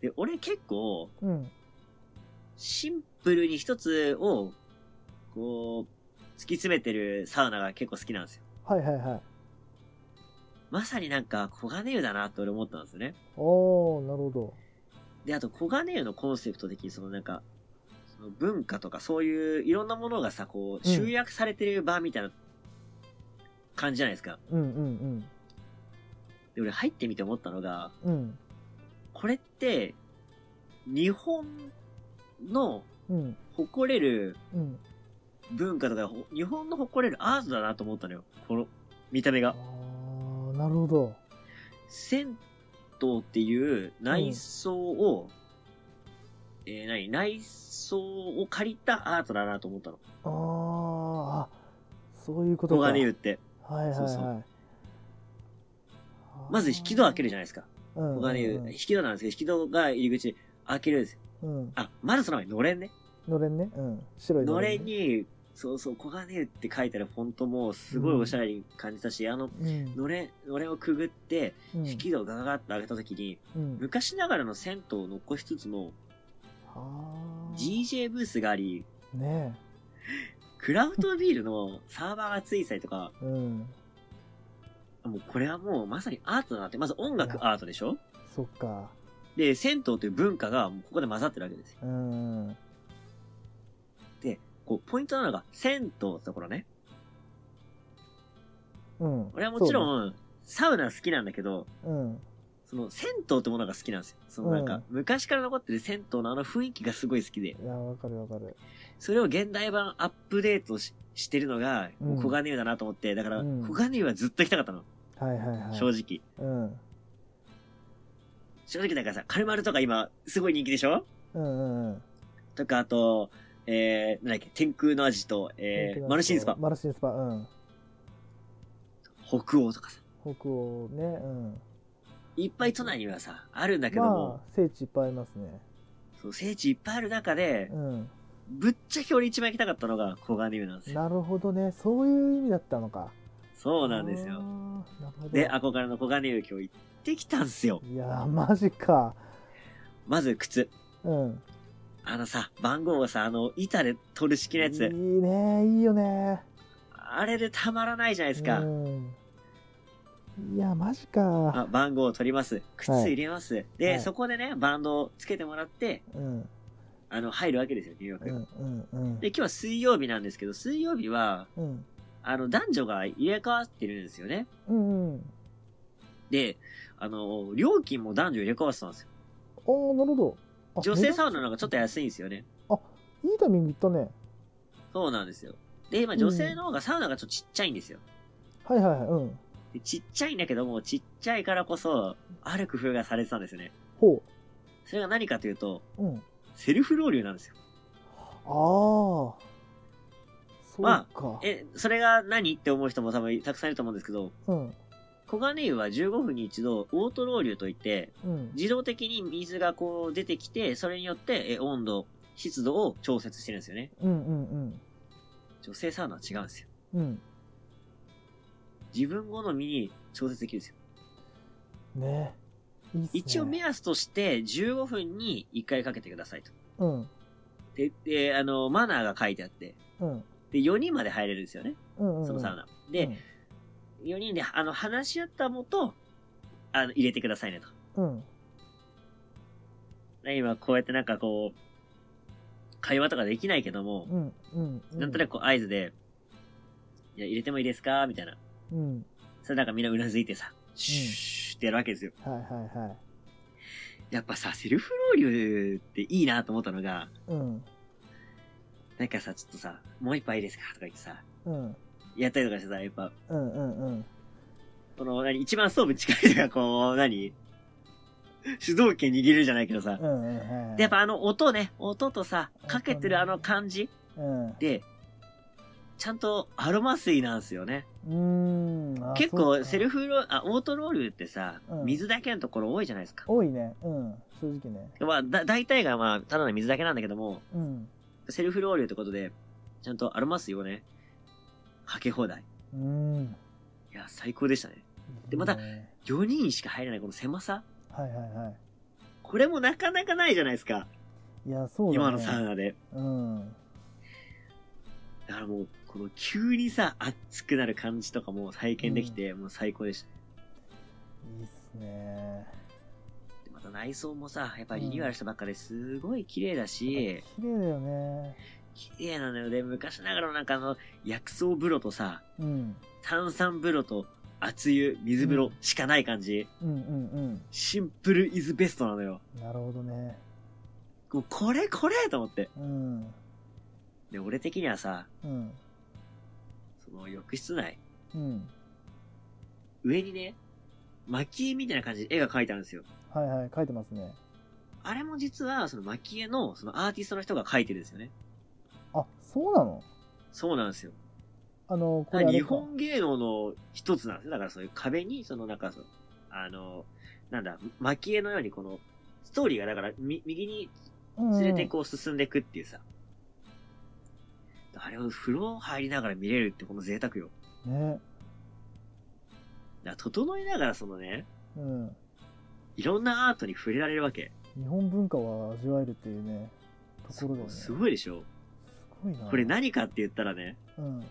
Speaker 1: で、俺結構、
Speaker 2: うん
Speaker 1: シンプルに一つを、こう、突き詰めてるサウナが結構好きなんですよ。
Speaker 2: はいはいはい
Speaker 1: まさになんか小金湯だなって俺思ったんですよね。
Speaker 2: おーなるほど
Speaker 1: で、あと小金湯のコンセプト的にそのなんか、その文化とかそういういろんなものがさ、こう、
Speaker 2: うん
Speaker 1: 集約されてる場みたいな感じじゃないですか。
Speaker 2: うんうん
Speaker 1: で、俺入ってみて思ったのが、
Speaker 2: うんうん
Speaker 1: これって、日本の
Speaker 2: うん
Speaker 1: 誇れる
Speaker 2: うん
Speaker 1: 文化とか、ほ日本の誇れるアートだなと思ったのよ。この見た目
Speaker 2: あ
Speaker 1: が。
Speaker 2: ーなるほど
Speaker 1: 銭湯っていう内装を、えー何内装を借りたアートだなと思ったの。
Speaker 2: あーあそういうこと
Speaker 1: 小
Speaker 2: か
Speaker 1: 金湯って。
Speaker 2: はいはいはい
Speaker 1: そうそうまず引き戸開けるじゃないですか。
Speaker 2: うん
Speaker 1: 小金湯、引き戸なんですけど、引き戸が入り口で開けるんですよ。
Speaker 2: うん
Speaker 1: あ、まずその前にのれんね。
Speaker 2: のれんね。うん。白い
Speaker 1: のれん
Speaker 2: ね。
Speaker 1: に、そうそう、小金湯って書いてあるフォントもすごいおしゃれに感じたし、あの、
Speaker 2: うん。
Speaker 1: のれん、のれんをくぐって、
Speaker 2: うん
Speaker 1: 引き戸をガガガッと上げた時に、
Speaker 2: うん。
Speaker 1: 昔ながらの銭湯を残しつつも、
Speaker 2: はあ
Speaker 1: DJ ブースがあり、
Speaker 2: ね
Speaker 1: クラフトビールのサーバーがついたりとか、
Speaker 2: え。うん。
Speaker 1: もうこれはもうまさにアートだなって、まず音楽
Speaker 2: い
Speaker 1: アートでしょ
Speaker 2: そっか。
Speaker 1: で、銭湯という文化がもうここで混ざってるわけですよ。
Speaker 2: うん。うん。
Speaker 1: で、こう、ポイントなのが、銭湯ってところね。俺はもちろん、サウナ好きなんだけど、
Speaker 2: そうね。うん。
Speaker 1: その銭湯ってものが好きなんですよ。そのなんか、昔から残ってる銭湯のあの雰囲気がすごい好きで、
Speaker 2: いや、わかるわかる。
Speaker 1: それを現代版アップデートししてるのが、
Speaker 2: うん
Speaker 1: 小金湯だなと思って、だから、
Speaker 2: うん
Speaker 1: 小金湯はずっと行きたかったの、
Speaker 2: はいはいはい。
Speaker 1: 正直。
Speaker 2: うん。
Speaker 1: 正直だからさ、カルマルとか今、すごい人気でしょ
Speaker 2: うんうんうん。
Speaker 1: とか、あと、えー、なんだっけ、天空のアジと、えー、マルシンスパ、
Speaker 2: マルシンスパ、うん。
Speaker 1: 北欧とかさ、
Speaker 2: 北欧ね、うん。
Speaker 1: いっぱい都内にはさ、あるんだけども、
Speaker 2: まあ、聖地いっぱいありますね。
Speaker 1: そう聖地いっぱいある中で、
Speaker 2: うん。
Speaker 1: ぶっちゃけ俺一番行きたかったのが小金湯なんですよ。
Speaker 2: なるほどね。そういう意味だったのか。
Speaker 1: そうなんですよ。
Speaker 2: あー。なるほど。
Speaker 1: で、憧れの小金湯今日行ってきたんすよ。
Speaker 2: いやー、マジか。
Speaker 1: まず靴。
Speaker 2: うん。
Speaker 1: あのさ、番号をさ、あの、板で取る式のや
Speaker 2: いい
Speaker 1: つ。
Speaker 2: ね、いいよね。
Speaker 1: あれでたまらないじゃないですか
Speaker 2: う。ん。いや、マジか。
Speaker 1: あ番号を取ります。靴入れます。で、
Speaker 2: はい
Speaker 1: そこでね、バンドをつけてもらって、
Speaker 2: うん。
Speaker 1: あの、入るわけですよ、ニューヨー
Speaker 2: う
Speaker 1: ク。
Speaker 2: ん。うん。うん
Speaker 1: で、。今日は水曜日なんですけど、水曜日は、
Speaker 2: うん。
Speaker 1: あの、男女が入れ替わってるんですよね。
Speaker 2: うん。うん。
Speaker 1: で、あの、料金も男女入れ替わってたんですよ。
Speaker 2: おー、なるほど。あ
Speaker 1: 女性サウナの方がちょっと安いんですよね。
Speaker 2: いいタイミングいったね。
Speaker 1: そうなんですよ。で、今女性の方がサウナがちょっとちっちゃいんですよ。
Speaker 2: はいはいはい。うん。
Speaker 1: でちっちゃいんだけども、ちっちゃいからこそ、ある工夫がされてたんですよね。
Speaker 2: ほ
Speaker 1: それが何かというと、
Speaker 2: う。うん。
Speaker 1: セルフロウリュなんですよ。
Speaker 2: ああ。そう
Speaker 1: ま
Speaker 2: か。
Speaker 1: え、それが何って思う人も多分たくさんいると思うんですけど、
Speaker 2: うん。
Speaker 1: 小金湯は15分に一度、オートロウリュといって、
Speaker 2: うん。
Speaker 1: 自動的に水がこう出てきて、それによってえ温度、湿度を調節してるんですよね。
Speaker 2: うんうん
Speaker 1: 女性サウナは違うんですよ。
Speaker 2: うん。うん。
Speaker 1: 自分好みに調節できるんですよ。
Speaker 2: ねいいっすね。
Speaker 1: 一応目安として15分に1回かけてくださいと。
Speaker 2: うん。
Speaker 1: で、であの、マナーが書いてあって、
Speaker 2: うん。
Speaker 1: で、4人まで入れるんですよね。
Speaker 2: うん。うん。
Speaker 1: そのサウナ。で、4人で、あの、話し合ったもと、あの、入れてくださいねと。
Speaker 2: うん。うん。
Speaker 1: ね今、こうやってなんかこう、会話とかできないけども、
Speaker 2: うん。うん。う
Speaker 1: なんとなくこう合図で、いや、入れてもいいですかみたいな。
Speaker 2: うん。
Speaker 1: それなんかみんなうなずいてさ、シューってやるわけですよ。
Speaker 2: はいはいはい。
Speaker 1: やっぱさ、セルフロウリュっていいなと思ったのが、
Speaker 2: うん。
Speaker 1: なんかさ、ちょっとさ、もう一杯いいですかとか言ってさ、
Speaker 2: うん。
Speaker 1: やったりとかしてさ、やっぱ、
Speaker 2: うんうんうん。
Speaker 1: この、何、一番ストーブ近いのがこう、何主導権握るじゃないけどさ、
Speaker 2: うんうんうん。
Speaker 1: で、やっぱあの音ね、音とさ、かけてるあ
Speaker 2: 音ね
Speaker 1: の感じ
Speaker 2: うん。う
Speaker 1: で、ちゃんとアロマ水なんですよね。
Speaker 2: ーん。あ
Speaker 1: 結
Speaker 2: そう
Speaker 1: 構
Speaker 2: か
Speaker 1: セルフロー、あ、オートロールってさ
Speaker 2: う、ん
Speaker 1: 水だけのところ多いじゃないですか。
Speaker 2: 多いね。うん。正直ね。
Speaker 1: まあ、だ、大体がまあ、ただの水だけなんだけども、
Speaker 2: うん。
Speaker 1: セルフロールってことで、ちゃんとアロマ水をね、かけ放題。
Speaker 2: うん。
Speaker 1: いや、最高でしたね。でまた
Speaker 2: いいね
Speaker 1: 4人しか入れないこの狭さ
Speaker 2: はいはいは
Speaker 1: これもなかなかないじゃないですか。
Speaker 2: い。いや、そうだね。
Speaker 1: 今のサウナで。
Speaker 2: うん。
Speaker 1: だからもう、この急にさ、熱くなる感じとかも体験できて、もう最高でした。
Speaker 2: いいっすね。
Speaker 1: でまた内装もさ、やっぱリニューアルしたばっかですごい綺麗だし、
Speaker 2: 綺麗だよね。
Speaker 1: 綺麗なのよ。で、昔ながらのなんかあの、薬草風呂とさ、
Speaker 2: うん。
Speaker 1: 炭酸風呂と熱湯、水風呂しかない感じ。
Speaker 2: うんうん
Speaker 1: シンプルイズベストなのよ。
Speaker 2: うん。なるほどね。
Speaker 1: もうこれこれと思って。
Speaker 2: うん。
Speaker 1: で、俺的にはさ、
Speaker 2: うん。
Speaker 1: その浴室内、
Speaker 2: うん。
Speaker 1: 上にね、蒔絵みたいな感じで絵が描いてあるんですよ。
Speaker 2: はいはい、書いてますね。
Speaker 1: あれも実は、その蒔絵の、そのアーティストの人が描いてるんですよね。
Speaker 2: あ、そうなの
Speaker 1: そうなんですよ。
Speaker 2: あの、こ
Speaker 1: だ
Speaker 2: れ
Speaker 1: か
Speaker 2: あ
Speaker 1: ら
Speaker 2: れ
Speaker 1: 日
Speaker 2: か
Speaker 1: 本芸能の一つなんですよ。だからそういう壁に、そのなんかそう、あの、なんだ、蒔絵のようにこの、ストーリーがだからみ、右に
Speaker 2: うんうん
Speaker 1: 連れてこう進んでいくっていうさ、あれを風呂入りながら見れるってこの贅沢よ。
Speaker 2: ね
Speaker 1: だから整えながらそのね、
Speaker 2: うん
Speaker 1: いろんなアートに触れられるわけ。
Speaker 2: 日本文化は味わえるっていうねところだよね
Speaker 1: すごいでしょ
Speaker 2: すごいな
Speaker 1: これ何かって言ったらね、
Speaker 2: うん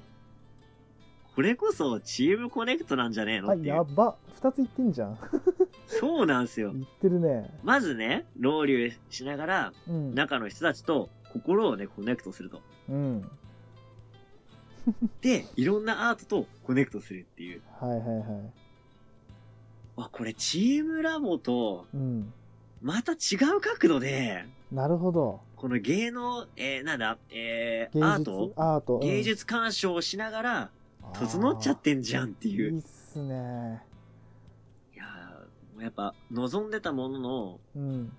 Speaker 1: これこそチームコネクトなんじゃねえの
Speaker 2: あ
Speaker 1: ってい
Speaker 2: や
Speaker 1: う。
Speaker 2: ば2つ言ってんじゃん
Speaker 1: そうなんですよ
Speaker 2: 言。ってるね
Speaker 1: まずね、老流しながら、
Speaker 2: うん
Speaker 1: 中の人たちと心をね、コネクトすると。
Speaker 2: うん
Speaker 1: で、いろんなアートとコネクトするっていう。
Speaker 2: はいはいは
Speaker 1: わ、これチームラボと、
Speaker 2: いうん
Speaker 1: また違う角度で、
Speaker 2: なるほど
Speaker 1: この芸能、えーなんだ、え
Speaker 2: 芸
Speaker 1: ー、
Speaker 2: 術
Speaker 1: アート
Speaker 2: アートうん
Speaker 1: 芸術鑑賞をしながら、整っちゃってんじゃんって
Speaker 2: い
Speaker 1: いう。
Speaker 2: いっすね
Speaker 1: いやーもうやっぱ、望んでたものの、
Speaker 2: うん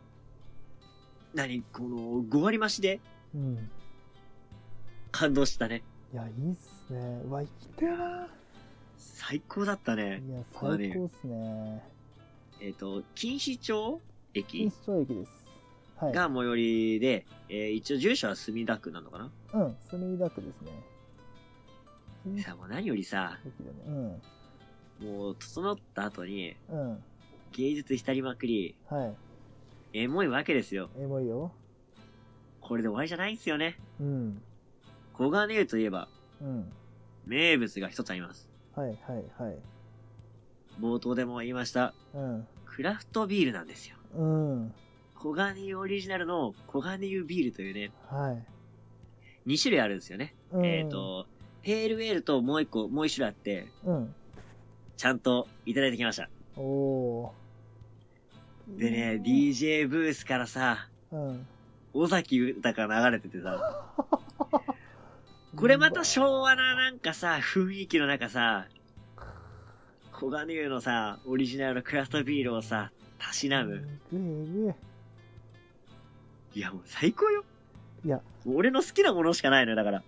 Speaker 1: 何、この、5割増しで
Speaker 2: うん
Speaker 1: 感動したね。
Speaker 2: いやいいっすねうわ行きたいな
Speaker 1: 最高だったね。
Speaker 2: いや
Speaker 1: これ
Speaker 2: 最高っすね
Speaker 1: えっ、と、錦糸町駅
Speaker 2: 錦糸町駅ですはい
Speaker 1: が最寄りで、えー一応住所は墨田区なのかな
Speaker 2: うん墨田区ですね錦糸
Speaker 1: さあ、もう何よりさ、
Speaker 2: 駅だね
Speaker 1: もう整った後に、
Speaker 2: うんうん
Speaker 1: 芸術浸りまくり、
Speaker 2: はい
Speaker 1: エモいわけですよ。
Speaker 2: エモいよ
Speaker 1: これで終わりじゃないんですよね。
Speaker 2: うん
Speaker 1: 小金湯といえば、
Speaker 2: うん
Speaker 1: 名物が一つあります。
Speaker 2: はいはいはい
Speaker 1: 冒頭でも言いました、
Speaker 2: うん
Speaker 1: クラフトビールなんですよ。
Speaker 2: うん
Speaker 1: 小金湯オリジナルの小金湯ビールというね、
Speaker 2: はい
Speaker 1: 2種類あるんですよね。
Speaker 2: うん
Speaker 1: えっ、と、ヘールウェールともう一個、もう一種類あって、
Speaker 2: うん
Speaker 1: ちゃんといただいてきました。
Speaker 2: おおー
Speaker 1: でね、DJ ブースからさ、
Speaker 2: うん
Speaker 1: 尾崎豊が流れててさ、これまた昭和ななんかさ、雰囲気の中さ、小金湯のさ、オリジナルのクラフトビールをさ、たしなむ。
Speaker 2: えぐいえぐい
Speaker 1: いや、もう最高よ。
Speaker 2: いや。
Speaker 1: 俺の好きなものしかないのよ、だから。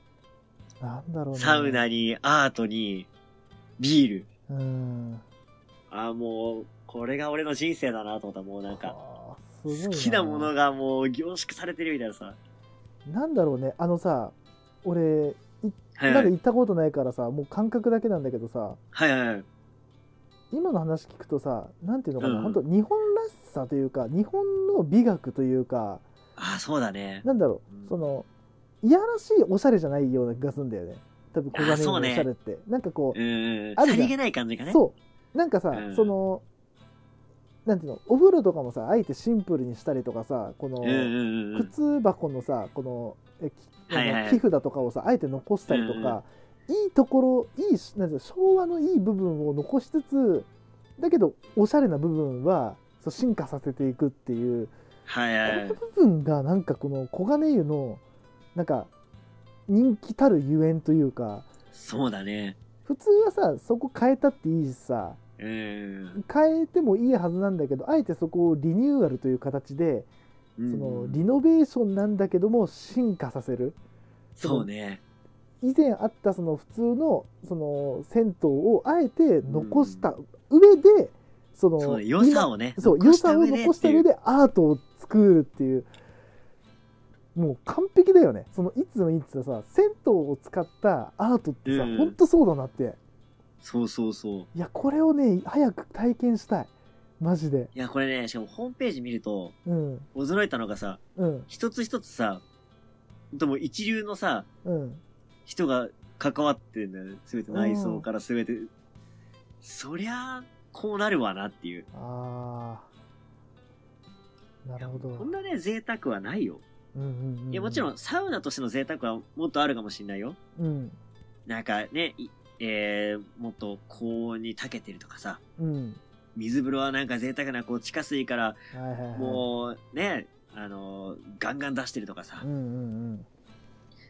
Speaker 2: なんだろうね
Speaker 1: サウナに、アートに、ビール。
Speaker 2: うん
Speaker 1: ああ、もう、これが俺の人生だなと思った、もうなんか。
Speaker 2: あーすごい
Speaker 1: 好きなもの
Speaker 2: が
Speaker 1: がもう凝縮されてるみたいなさ。
Speaker 2: なんだろうねあのさ俺
Speaker 1: はい
Speaker 2: ま
Speaker 1: は
Speaker 2: だ
Speaker 1: い。
Speaker 2: 行ったことないからさもう感覚だけなんだけどさ
Speaker 1: はいはいはい。
Speaker 2: 今の話聞くとさなんていうのかな、
Speaker 1: うん
Speaker 2: 本当日本らしさというか日本の美学というか
Speaker 1: ああ、そうだね。
Speaker 2: なんだろう、
Speaker 1: うん
Speaker 2: そのいやらしいおしゃれじゃないような気がするんだよね多分小金井の
Speaker 1: あそ
Speaker 2: お
Speaker 1: うね
Speaker 2: しゃれって、なんかこ
Speaker 1: うんうんうん。
Speaker 2: あるじゃ
Speaker 1: さ
Speaker 2: ん
Speaker 1: りげない感じ
Speaker 2: う、
Speaker 1: がね。
Speaker 2: そうなんかさ、
Speaker 1: うん
Speaker 2: そのなんていうのお風呂とかもさあえてシンプルにしたりとかさこの、
Speaker 1: うんうんうんうん。
Speaker 2: 靴箱のさこのえき
Speaker 1: はいはい
Speaker 2: あの木札とかをさあえて残したりとか、いいところいいしなんていうの昭和のいい部分を残しつつだけどおしゃれな部分はそう進化させていくっていう、
Speaker 1: はいはいはい
Speaker 2: こ。の部分がなんかこの黄金湯のなんか人気たるゆえんというか
Speaker 1: そうだね。
Speaker 2: 普通はさそこ変えたっていいしさ
Speaker 1: うん。
Speaker 2: 変えてもいいはずなんだけどあえてそこをリニューアルという形で
Speaker 1: そ
Speaker 2: そのリノベーションなんだけども進化させる。
Speaker 1: そうね。
Speaker 2: 以前あったその普通のその銭湯をあえて残した上で、その
Speaker 1: そうね良さをね。
Speaker 2: 今そう
Speaker 1: 残
Speaker 2: 良
Speaker 1: した
Speaker 2: さを
Speaker 1: 上で
Speaker 2: 残
Speaker 1: っ
Speaker 2: してた
Speaker 1: い
Speaker 2: 上
Speaker 1: う。
Speaker 2: でアートを作るっていうもう完璧だよねそのいつもいつもさ銭湯を使ったアートってさ、
Speaker 1: うん
Speaker 2: ほんとそうだなって
Speaker 1: そうそうそう。
Speaker 2: いやこれをね早く体験したいマジで
Speaker 1: いや、これね、しかもホームページ見ると、
Speaker 2: うん
Speaker 1: 驚いたのがさ、
Speaker 2: うん
Speaker 1: 一つ一つさ、ほんともう一流のさ、
Speaker 2: うん
Speaker 1: 人が関わってるんだよね。すべて内装からすべて。そりゃ、こうなるわなっていう。
Speaker 2: あーないる
Speaker 1: や
Speaker 2: ほど
Speaker 1: こんなね、贅沢はないよ。
Speaker 2: うんうんうん
Speaker 1: いや、もちろん、サウナとしての贅沢はもっとあるかもしんないよ。
Speaker 2: うん
Speaker 1: なんかね、いえー、もっと高温に長けてるとかさ、
Speaker 2: うん
Speaker 1: 水風呂はなんか贅沢な、こう、地下水から、
Speaker 2: はいはいはい
Speaker 1: もう、ね、あのー、ガンガン出してるとかさ
Speaker 2: うん、うん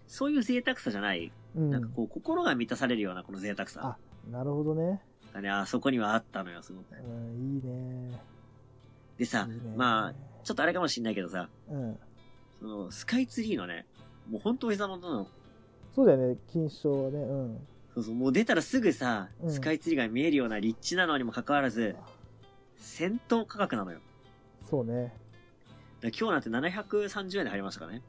Speaker 1: そういう贅沢さじゃない。
Speaker 2: うんうん
Speaker 1: なんかこう、心が満たされるような、この贅沢さ
Speaker 2: あなるほどね、
Speaker 1: がね、あそこにはあったのよ、すごく。
Speaker 2: うん、いいね
Speaker 1: でさ
Speaker 2: いい、ね
Speaker 1: まあ、ちょっとあれかもしんないけどさ、
Speaker 2: うん、
Speaker 1: その、スカイツリーのね、もう本当お膝元なの。
Speaker 2: そうだよね金賞はねうん
Speaker 1: そうそう、もう出たらすぐさ、
Speaker 2: うん
Speaker 1: スカイツリーが見えるような立地なのにもかかわらず、戦闘価格なのよ。
Speaker 2: そうね
Speaker 1: だから今日なんて730円で入りましたからね。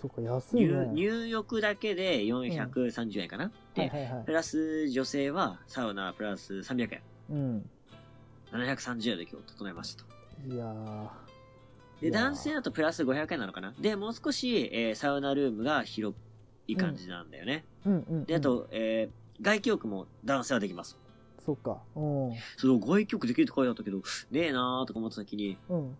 Speaker 2: そうか、安い
Speaker 1: 入
Speaker 2: ね。
Speaker 1: 入浴だけで430円かな、
Speaker 2: はい
Speaker 1: で、
Speaker 2: はいはい
Speaker 1: プ。ラス女性はサウナプラス300円。
Speaker 2: うん。
Speaker 1: 730円で今日整えましたと。
Speaker 2: いやー。
Speaker 1: で、
Speaker 2: いやー
Speaker 1: 男性だとプラス500円なのかなで、もう少し、えーサウナルームが広い感じなんだよね。
Speaker 2: うんうん、うん。
Speaker 1: で、あ、と、えー外気浴も男性はできます。
Speaker 2: そうか。うん。
Speaker 1: そう、外気浴できるって書いてあったけど、ねえなーとか思ってた時に、
Speaker 2: うん。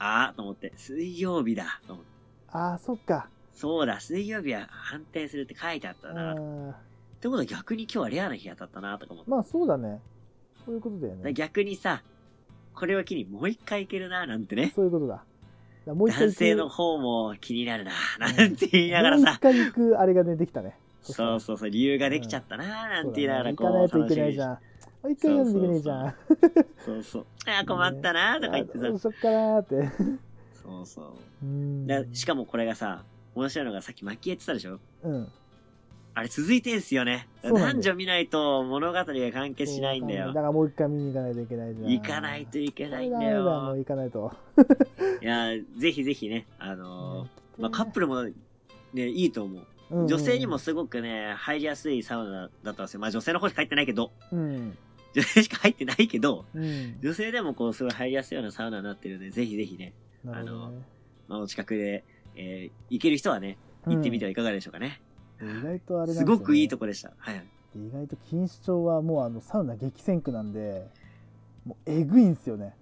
Speaker 1: あーと思って、水曜日だと思って。
Speaker 2: ああ、そっか。
Speaker 1: そうだ、水曜日は反転するって書いてあっ
Speaker 2: う
Speaker 1: たな。っ
Speaker 2: ん。
Speaker 1: てことは逆に今日はレアな日当たったなとか思って。
Speaker 2: まあ、そうだね。そういうこと
Speaker 1: だ
Speaker 2: だよ
Speaker 1: から
Speaker 2: ね。
Speaker 1: 逆にさ、これを機にもう一回行けるななんてね。
Speaker 2: そういうことだ。だからもう一回
Speaker 1: 男
Speaker 2: 行く
Speaker 1: 性の方も気になるな
Speaker 2: うん
Speaker 1: なんて言いながら
Speaker 2: もう一
Speaker 1: さ、
Speaker 2: 回行くあれがね、できたね。
Speaker 1: そうそうそう、理由ができちゃったななんて言いながらこ
Speaker 2: そうだね
Speaker 1: う、
Speaker 2: 行かないといけない
Speaker 1: に
Speaker 2: じゃん。もう一回やんなきゃいけないじゃん。
Speaker 1: そうそう。あー困ったなとか言ってさ
Speaker 2: あ、そっからーって。
Speaker 1: そうそう。
Speaker 2: うん
Speaker 1: だしかもこれがさ、面白いのがさっき巻き絵って言ったでしょ
Speaker 2: うん。
Speaker 1: あれ続いてんすよね。
Speaker 2: そうなんだよ
Speaker 1: 男女見ないと物語が完結しないんだ
Speaker 2: そう
Speaker 1: よ
Speaker 2: だ。からもう一回見に行かないといけないじゃん。
Speaker 1: 行かないといけないんだ
Speaker 2: これダメも
Speaker 1: よ
Speaker 2: う。行かないと。
Speaker 1: いや、ぜひぜひね、あのー、まあ、カップルもね、いいと思う。
Speaker 2: うん
Speaker 1: 女性にも、すごくね、入りやすいサウナだったんですよ。まあ女性の方しか入ってないけど、
Speaker 2: うん。
Speaker 1: 女性しか入ってないけど、
Speaker 2: うん。
Speaker 1: 女性でもこう、すごい入りやすいようなサウナになってるんで、ぜひぜひね、
Speaker 2: なるほどね
Speaker 1: まあお近くで、えー行ける人はね、行ってみてはいかがでしょうかね。
Speaker 2: うん意外とあれなんですよね
Speaker 1: ごくいいとこでした。はい。
Speaker 2: 意外と錦糸町はもうあのサウナ激戦区なんでもうえぐいんすよね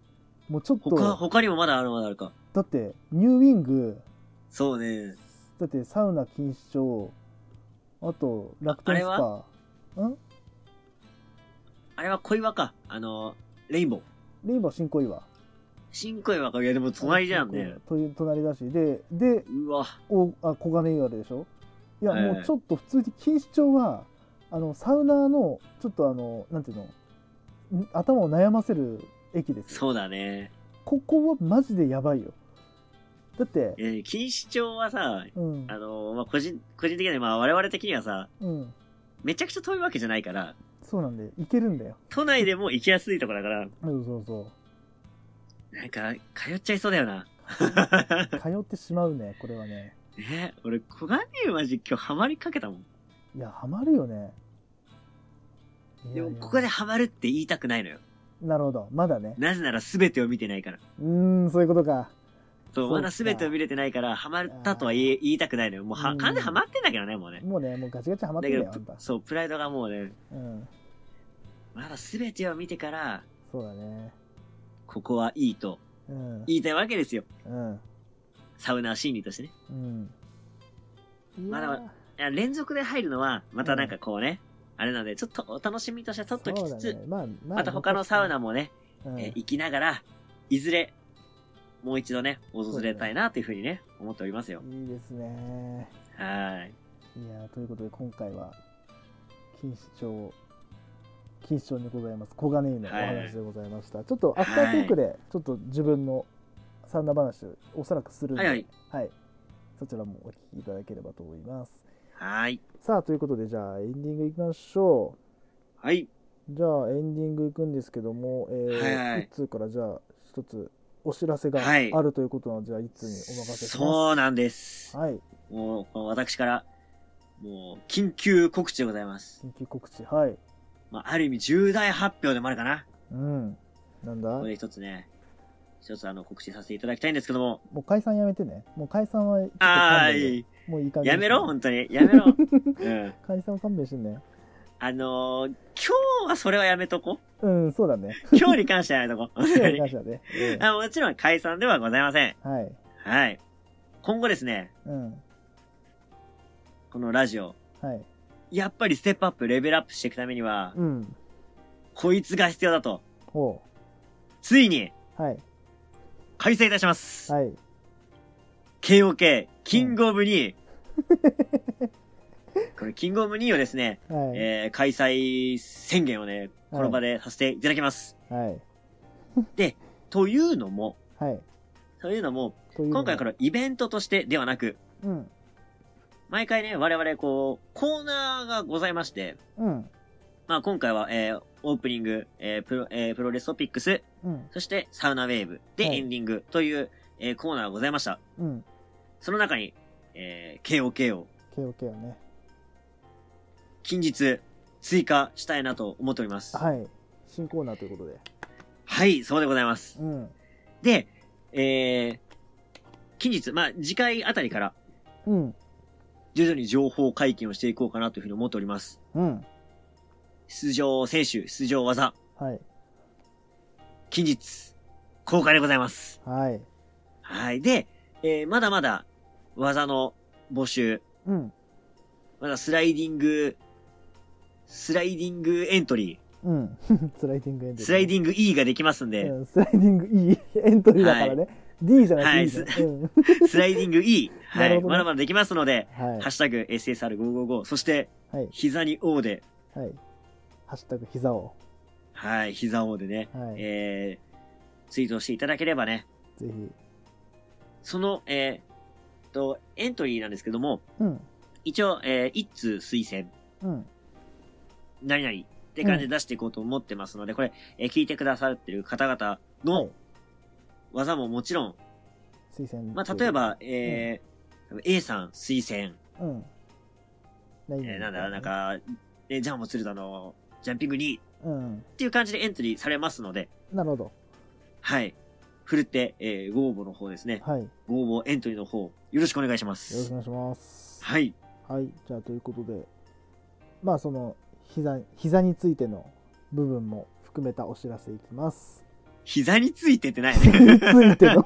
Speaker 2: もうちょっと
Speaker 1: 他、他にもまだあるまだあるか。
Speaker 2: だってニューウィング
Speaker 1: そうね。
Speaker 2: だってサウナ錦糸町あと楽天ス
Speaker 1: ああれ
Speaker 2: パん
Speaker 1: あれは小岩か。あの、レインボー。
Speaker 2: レイバー新小岩
Speaker 1: 新小岩か。いや、でも隣じゃんね。
Speaker 2: という隣だしでで
Speaker 1: うわ。
Speaker 2: おあ小金井あるでしょいや、
Speaker 1: ええ
Speaker 2: もうちょっと普通に錦糸町はあのサウナーのちょっとあのなんていうのん頭を悩ませる駅ですよ
Speaker 1: そうだね。
Speaker 2: ここはマジでやばいよだって
Speaker 1: えー、錦糸町はさ、
Speaker 2: うん
Speaker 1: あのまあ、個人、個人的には、まあ、我々的にはさ、
Speaker 2: うん
Speaker 1: めちゃくちゃ遠いわけじゃないから、
Speaker 2: そうなんだよ行けるんだよ
Speaker 1: 都内でも行きやすいとこだから、
Speaker 2: そうそ うそ
Speaker 1: なんか、通っちゃいそうだよな。
Speaker 2: う通ってしまうねこれはね
Speaker 1: ね俺、小金井マジ今日ハマりかけたもん。
Speaker 2: いやハマるよねいや
Speaker 1: でも
Speaker 2: い、や
Speaker 1: ここでハマるって言いたくないのよ。
Speaker 2: なるほどまだね
Speaker 1: なぜなら全てを見てないから。
Speaker 2: うーんそういうことか
Speaker 1: そう、
Speaker 2: そう
Speaker 1: ま
Speaker 2: か
Speaker 1: だ全てを見れてないから、ハマったとは言い言いたくないのよ。もうは、
Speaker 2: うん
Speaker 1: 完全にハマってんだけどね、もうね。
Speaker 2: もうねもうガチガチハマっ
Speaker 1: だ
Speaker 2: て
Speaker 1: け
Speaker 2: る
Speaker 1: ど
Speaker 2: よあんた、
Speaker 1: そう、プライドがもうね、
Speaker 2: うん
Speaker 1: まだ全てを見てから、
Speaker 2: そうだね
Speaker 1: ここはいいと
Speaker 2: うん
Speaker 1: 言いたいわけですよ。
Speaker 2: うん
Speaker 1: サウナー心理としてね。
Speaker 2: うん
Speaker 1: まだまだいや連続で入るのは、またなんかこうね、あれなので、ちょっとお楽しみとして取っときつつ、
Speaker 2: そうだねまあまあ
Speaker 1: また他のサウナもね、
Speaker 2: うん
Speaker 1: えー行きながら、いずれ、もう一度ね、訪れたいなというふうにね、思っておりますよ。
Speaker 2: いいですね
Speaker 1: はーい。
Speaker 2: いやーということで今回は錦糸町錦糸町にございます小金井のお話でございました、ちょっとアフタートークでちょっと自分のサウナ話をおそらくするので、
Speaker 1: はいはい
Speaker 2: はいそちらもお聞きいただければと思います
Speaker 1: はーい。
Speaker 2: さあということでじゃあエンディングいきましょう
Speaker 1: はい。
Speaker 2: じゃあエンディングいくんですけども、えー
Speaker 1: はいはい
Speaker 2: 一通からじゃあ一つお知らせが
Speaker 1: はい
Speaker 2: あるということなので、じゃあ一通にお任せします
Speaker 1: そうなんです。
Speaker 2: はい
Speaker 1: もう、この私から、もう、緊急告知でございます。
Speaker 2: 緊急告知はい
Speaker 1: まあ、ある意味、重大発表でもあるかな。
Speaker 2: うんなんだ
Speaker 1: これ一つね、一つあの、告知させていただきたいんですけども。
Speaker 2: もう解散やめてねもう解散はちょっと
Speaker 1: あ
Speaker 2: 勘
Speaker 1: ーい
Speaker 2: 弁でもういい感じ
Speaker 1: やめろ、本当に。やめ ろ。うん。
Speaker 2: 解散を勘弁してね
Speaker 1: あのー今日はそれはやめとこ。
Speaker 2: うんそ うだね
Speaker 1: 今日に関してはやめとこ。本当
Speaker 2: 手に
Speaker 1: に
Speaker 2: 関してはね、うん
Speaker 1: あもちろん解散ではございません。
Speaker 2: はい
Speaker 1: はい。今後ですね、
Speaker 2: うん
Speaker 1: このラジオ、
Speaker 2: はい
Speaker 1: やっぱりステップアップ、レベルアップしていくためには、
Speaker 2: うん
Speaker 1: こいつが必要だと、
Speaker 2: ほ
Speaker 1: ついに、
Speaker 2: うはい
Speaker 1: 開催いたします。
Speaker 2: はい
Speaker 1: KOK、キングオブ2。これ、キングオブ2をですね、
Speaker 2: はい、
Speaker 1: えー、開催宣言をね、この場でさせていただきます。
Speaker 2: はい
Speaker 1: というのも、
Speaker 2: はい
Speaker 1: というのも、
Speaker 2: という
Speaker 1: 今回こ
Speaker 2: ら
Speaker 1: のイベントとしてではなく、
Speaker 2: うん
Speaker 1: 毎回ね、我々こう、コーナーがございまして、
Speaker 2: うん
Speaker 1: まあ今回は、えー、オープニング、えープロ、えープロレストピックス、
Speaker 2: うん
Speaker 1: そしてサウナウェーブで
Speaker 2: はい
Speaker 1: エンディングという、えーコーナーがございました。
Speaker 2: うん
Speaker 1: その中に、えー、KOK を
Speaker 2: KOK はね。
Speaker 1: 近日追加したいなと思っております。はい、
Speaker 2: はい。新コーナーということで。
Speaker 1: そうでございます。
Speaker 2: うん。
Speaker 1: で、えー、近日、まあ、次回あたりから
Speaker 2: うん。
Speaker 1: 徐々に情報解禁をしていこうかなというふうに思っております。
Speaker 2: うん。
Speaker 1: 出場選手、出場技、
Speaker 2: はい。
Speaker 1: 近日、公開でございます。
Speaker 2: はい。
Speaker 1: はい。で、えーまだまだ、技の募集、
Speaker 2: うん。
Speaker 1: まだスライディング、スライディングエントリ
Speaker 2: うん。 スライディングエ
Speaker 1: ー、
Speaker 2: ントリー。
Speaker 1: スライディング E ができますんで、
Speaker 2: うんスライディングいいエントリーだからね。D じゃなく
Speaker 1: は
Speaker 2: て
Speaker 1: い
Speaker 2: E じゃない。 うん
Speaker 1: スライディング E、は
Speaker 2: なる
Speaker 1: い、
Speaker 2: ほどね
Speaker 1: まだまだできますので、
Speaker 2: はい
Speaker 1: ハッ。シュタグ SSR555、そして、
Speaker 2: はい。
Speaker 1: 膝に O で、
Speaker 2: はい。ハッシュタグ膝を。
Speaker 1: はい、膝 O でね、
Speaker 2: はい。
Speaker 1: えー、ツイートしていただければね、
Speaker 2: ぜひ。
Speaker 1: その、えー、と、エントリーなんですけども、
Speaker 2: うん。
Speaker 1: 一応、えー、一通推薦、
Speaker 2: うん。
Speaker 1: 何々って感じで出していこうと思ってますので、これ、えー聞いてくださってる方々
Speaker 2: は
Speaker 1: の
Speaker 2: い。
Speaker 1: 技ももちろん、
Speaker 2: 推薦。
Speaker 1: まあ、例え。ば、えー A さん推薦、
Speaker 2: うん。何
Speaker 1: えーなんだ、なん。か、えージャンボ鶴田のジャンピング2っ
Speaker 2: うん。
Speaker 1: ていう感じでエントリーされますので、
Speaker 2: なるほど。
Speaker 1: はい。振るって、えーご応募の方ですね。
Speaker 2: はい。よ
Speaker 1: ご応募エントリーの方、よろしくお願いしま
Speaker 2: ろしくお
Speaker 1: す。
Speaker 2: 願いします。
Speaker 1: はい。
Speaker 2: はい、じゃあということで、まあその膝膝についての部分も含めたお知らせいきます。
Speaker 1: 膝についてってない
Speaker 2: 膝 に
Speaker 1: ね
Speaker 2: つ。いての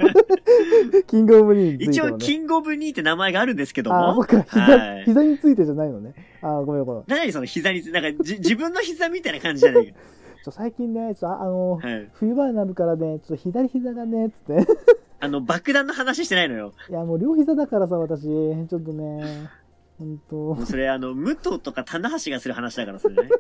Speaker 2: キングオブリーグについ
Speaker 1: 一
Speaker 2: ての、ね
Speaker 1: 応、。キングオブ2って名前があるんですけど
Speaker 2: あー、そ
Speaker 1: も
Speaker 2: っ、か、
Speaker 1: はい
Speaker 2: 膝膝についてじゃないのね。あー、ごめんごめん。
Speaker 1: 何その膝について、なんかじ自分の膝みたいな感じじゃ ないか。
Speaker 2: ちょ最近ね、ちょっとああの、
Speaker 1: はい。
Speaker 2: 冬場になるからね、ちょっと左膝がね、つって。
Speaker 1: あの、爆弾の話してないのよ。
Speaker 2: いや、もう両膝だからさ、私。ちょっとね、ほんと
Speaker 1: も。うそれ、あの、武藤とか棚橋がする話だから、それね。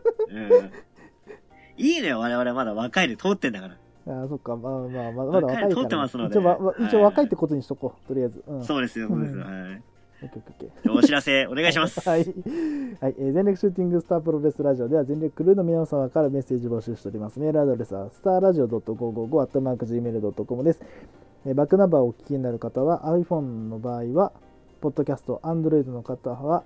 Speaker 1: うん。いいのよ、我々まだ若いで通ってんだから。
Speaker 2: あー、そっか、まあまあ、まだまだ若いから、
Speaker 1: 通ってますので
Speaker 2: 一応わわ一応
Speaker 1: はい
Speaker 2: 若いってことにしとこう、とりあえず。うん。
Speaker 1: そうですよ、そうですよ。
Speaker 2: う
Speaker 1: はい。
Speaker 2: オッケーオッケーオッケー。
Speaker 1: お知らせ、お願いします。
Speaker 2: はい、はいえー全力シューティングスタープロレスラジオでは全力クルーの皆様からメッセージ募集しております。メールアドレスはスターラジオ .555-gmail.com です。えーバックナンバーをお聞きになる方は iPhone の場合は、ポッドキャスト、Android の方は、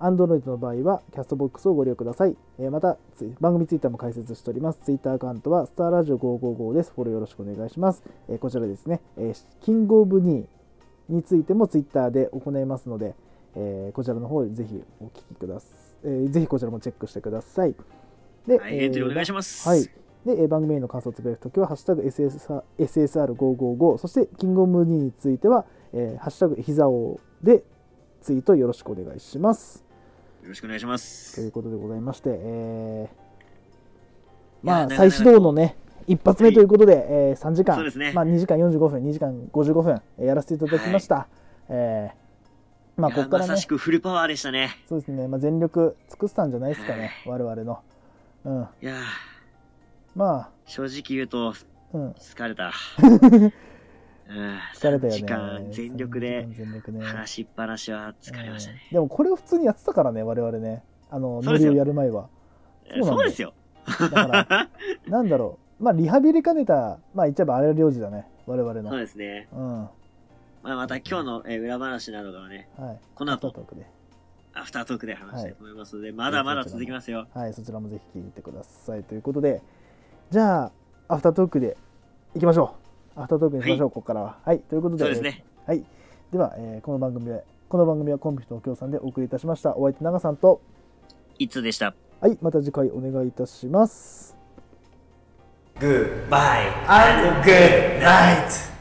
Speaker 2: Android の場合は、キャストボックスをご利用ください。えーまた、ツイ番組ツイッターも開設しております。ツイッターアカウントは、スターラジオ555です。フォローよろしくお願いします。えーこちらですね、えーキングオブニーについてもツイッターで行いますので、えーこちらの方ぜひお聞きください、えーぜひこちらもチェックしてください。で
Speaker 1: はい、エントリーお願いします。
Speaker 2: はい。で、えー番組への感想をつぶやくときは、ハッシュタグ SSR SSR555、そして、キングオブニーについては、えーハッシュタグ膝をでツイートよろしくお願いします。
Speaker 1: よろしくお願いしま
Speaker 2: という
Speaker 1: す。
Speaker 2: ことでございまして、えー
Speaker 1: い
Speaker 2: ま
Speaker 1: や
Speaker 2: あ、
Speaker 1: なかなか
Speaker 2: 再始動のね、一発目ということで、えー3時間、
Speaker 1: そうですね
Speaker 2: まあ、2時間45分、2時間55分、えーやらせていただきました。えーまあ、
Speaker 1: い
Speaker 2: こ
Speaker 1: や
Speaker 2: こから
Speaker 1: ま
Speaker 2: ね
Speaker 1: さし、くフルパワーでしたね。
Speaker 2: そうですね、まあ、全力尽くしたんじゃないですかね、我々の。うん、
Speaker 1: いやー
Speaker 2: まあ、
Speaker 1: 正直言うと、
Speaker 2: うん、
Speaker 1: 疲れ た。うん、
Speaker 2: 疲れたよね。
Speaker 1: 時間全力で
Speaker 2: 3時間全力で
Speaker 1: 話しっぱなしは疲れましたね。
Speaker 2: うんでもこれを普通にやってたからね、我々ね。あの、
Speaker 1: そう
Speaker 2: ノ
Speaker 1: です
Speaker 2: リ
Speaker 1: よ
Speaker 2: をやる 前は。
Speaker 1: えそうですよ。
Speaker 2: だから、なんだろう。まあ、リハビリ兼ねた、まあ、言っちゃえばあれは領事だね。我々
Speaker 1: そう
Speaker 2: の。
Speaker 1: ですね。
Speaker 2: うん。は
Speaker 1: まあ、また今日のえー裏話などがね、
Speaker 2: い。
Speaker 1: この
Speaker 2: アフター
Speaker 1: 後
Speaker 2: ト、ークで。
Speaker 1: アフタートークで話したいと思いますので、まだまだ続きますよ。
Speaker 2: はい、そちらもぜひ聞いてください。ということで、じゃあ、アフタートークで行きましょう。アフタートークにしましょう、ここからは。はい、ということで。
Speaker 1: そうですね。
Speaker 2: はい。では、えーこの番組は、この番組はコンビと協賛でお送りいたしました。お相手長さんと、
Speaker 1: いつでした。
Speaker 2: はい、また次回お願いいたします。
Speaker 4: Goodbye and good night.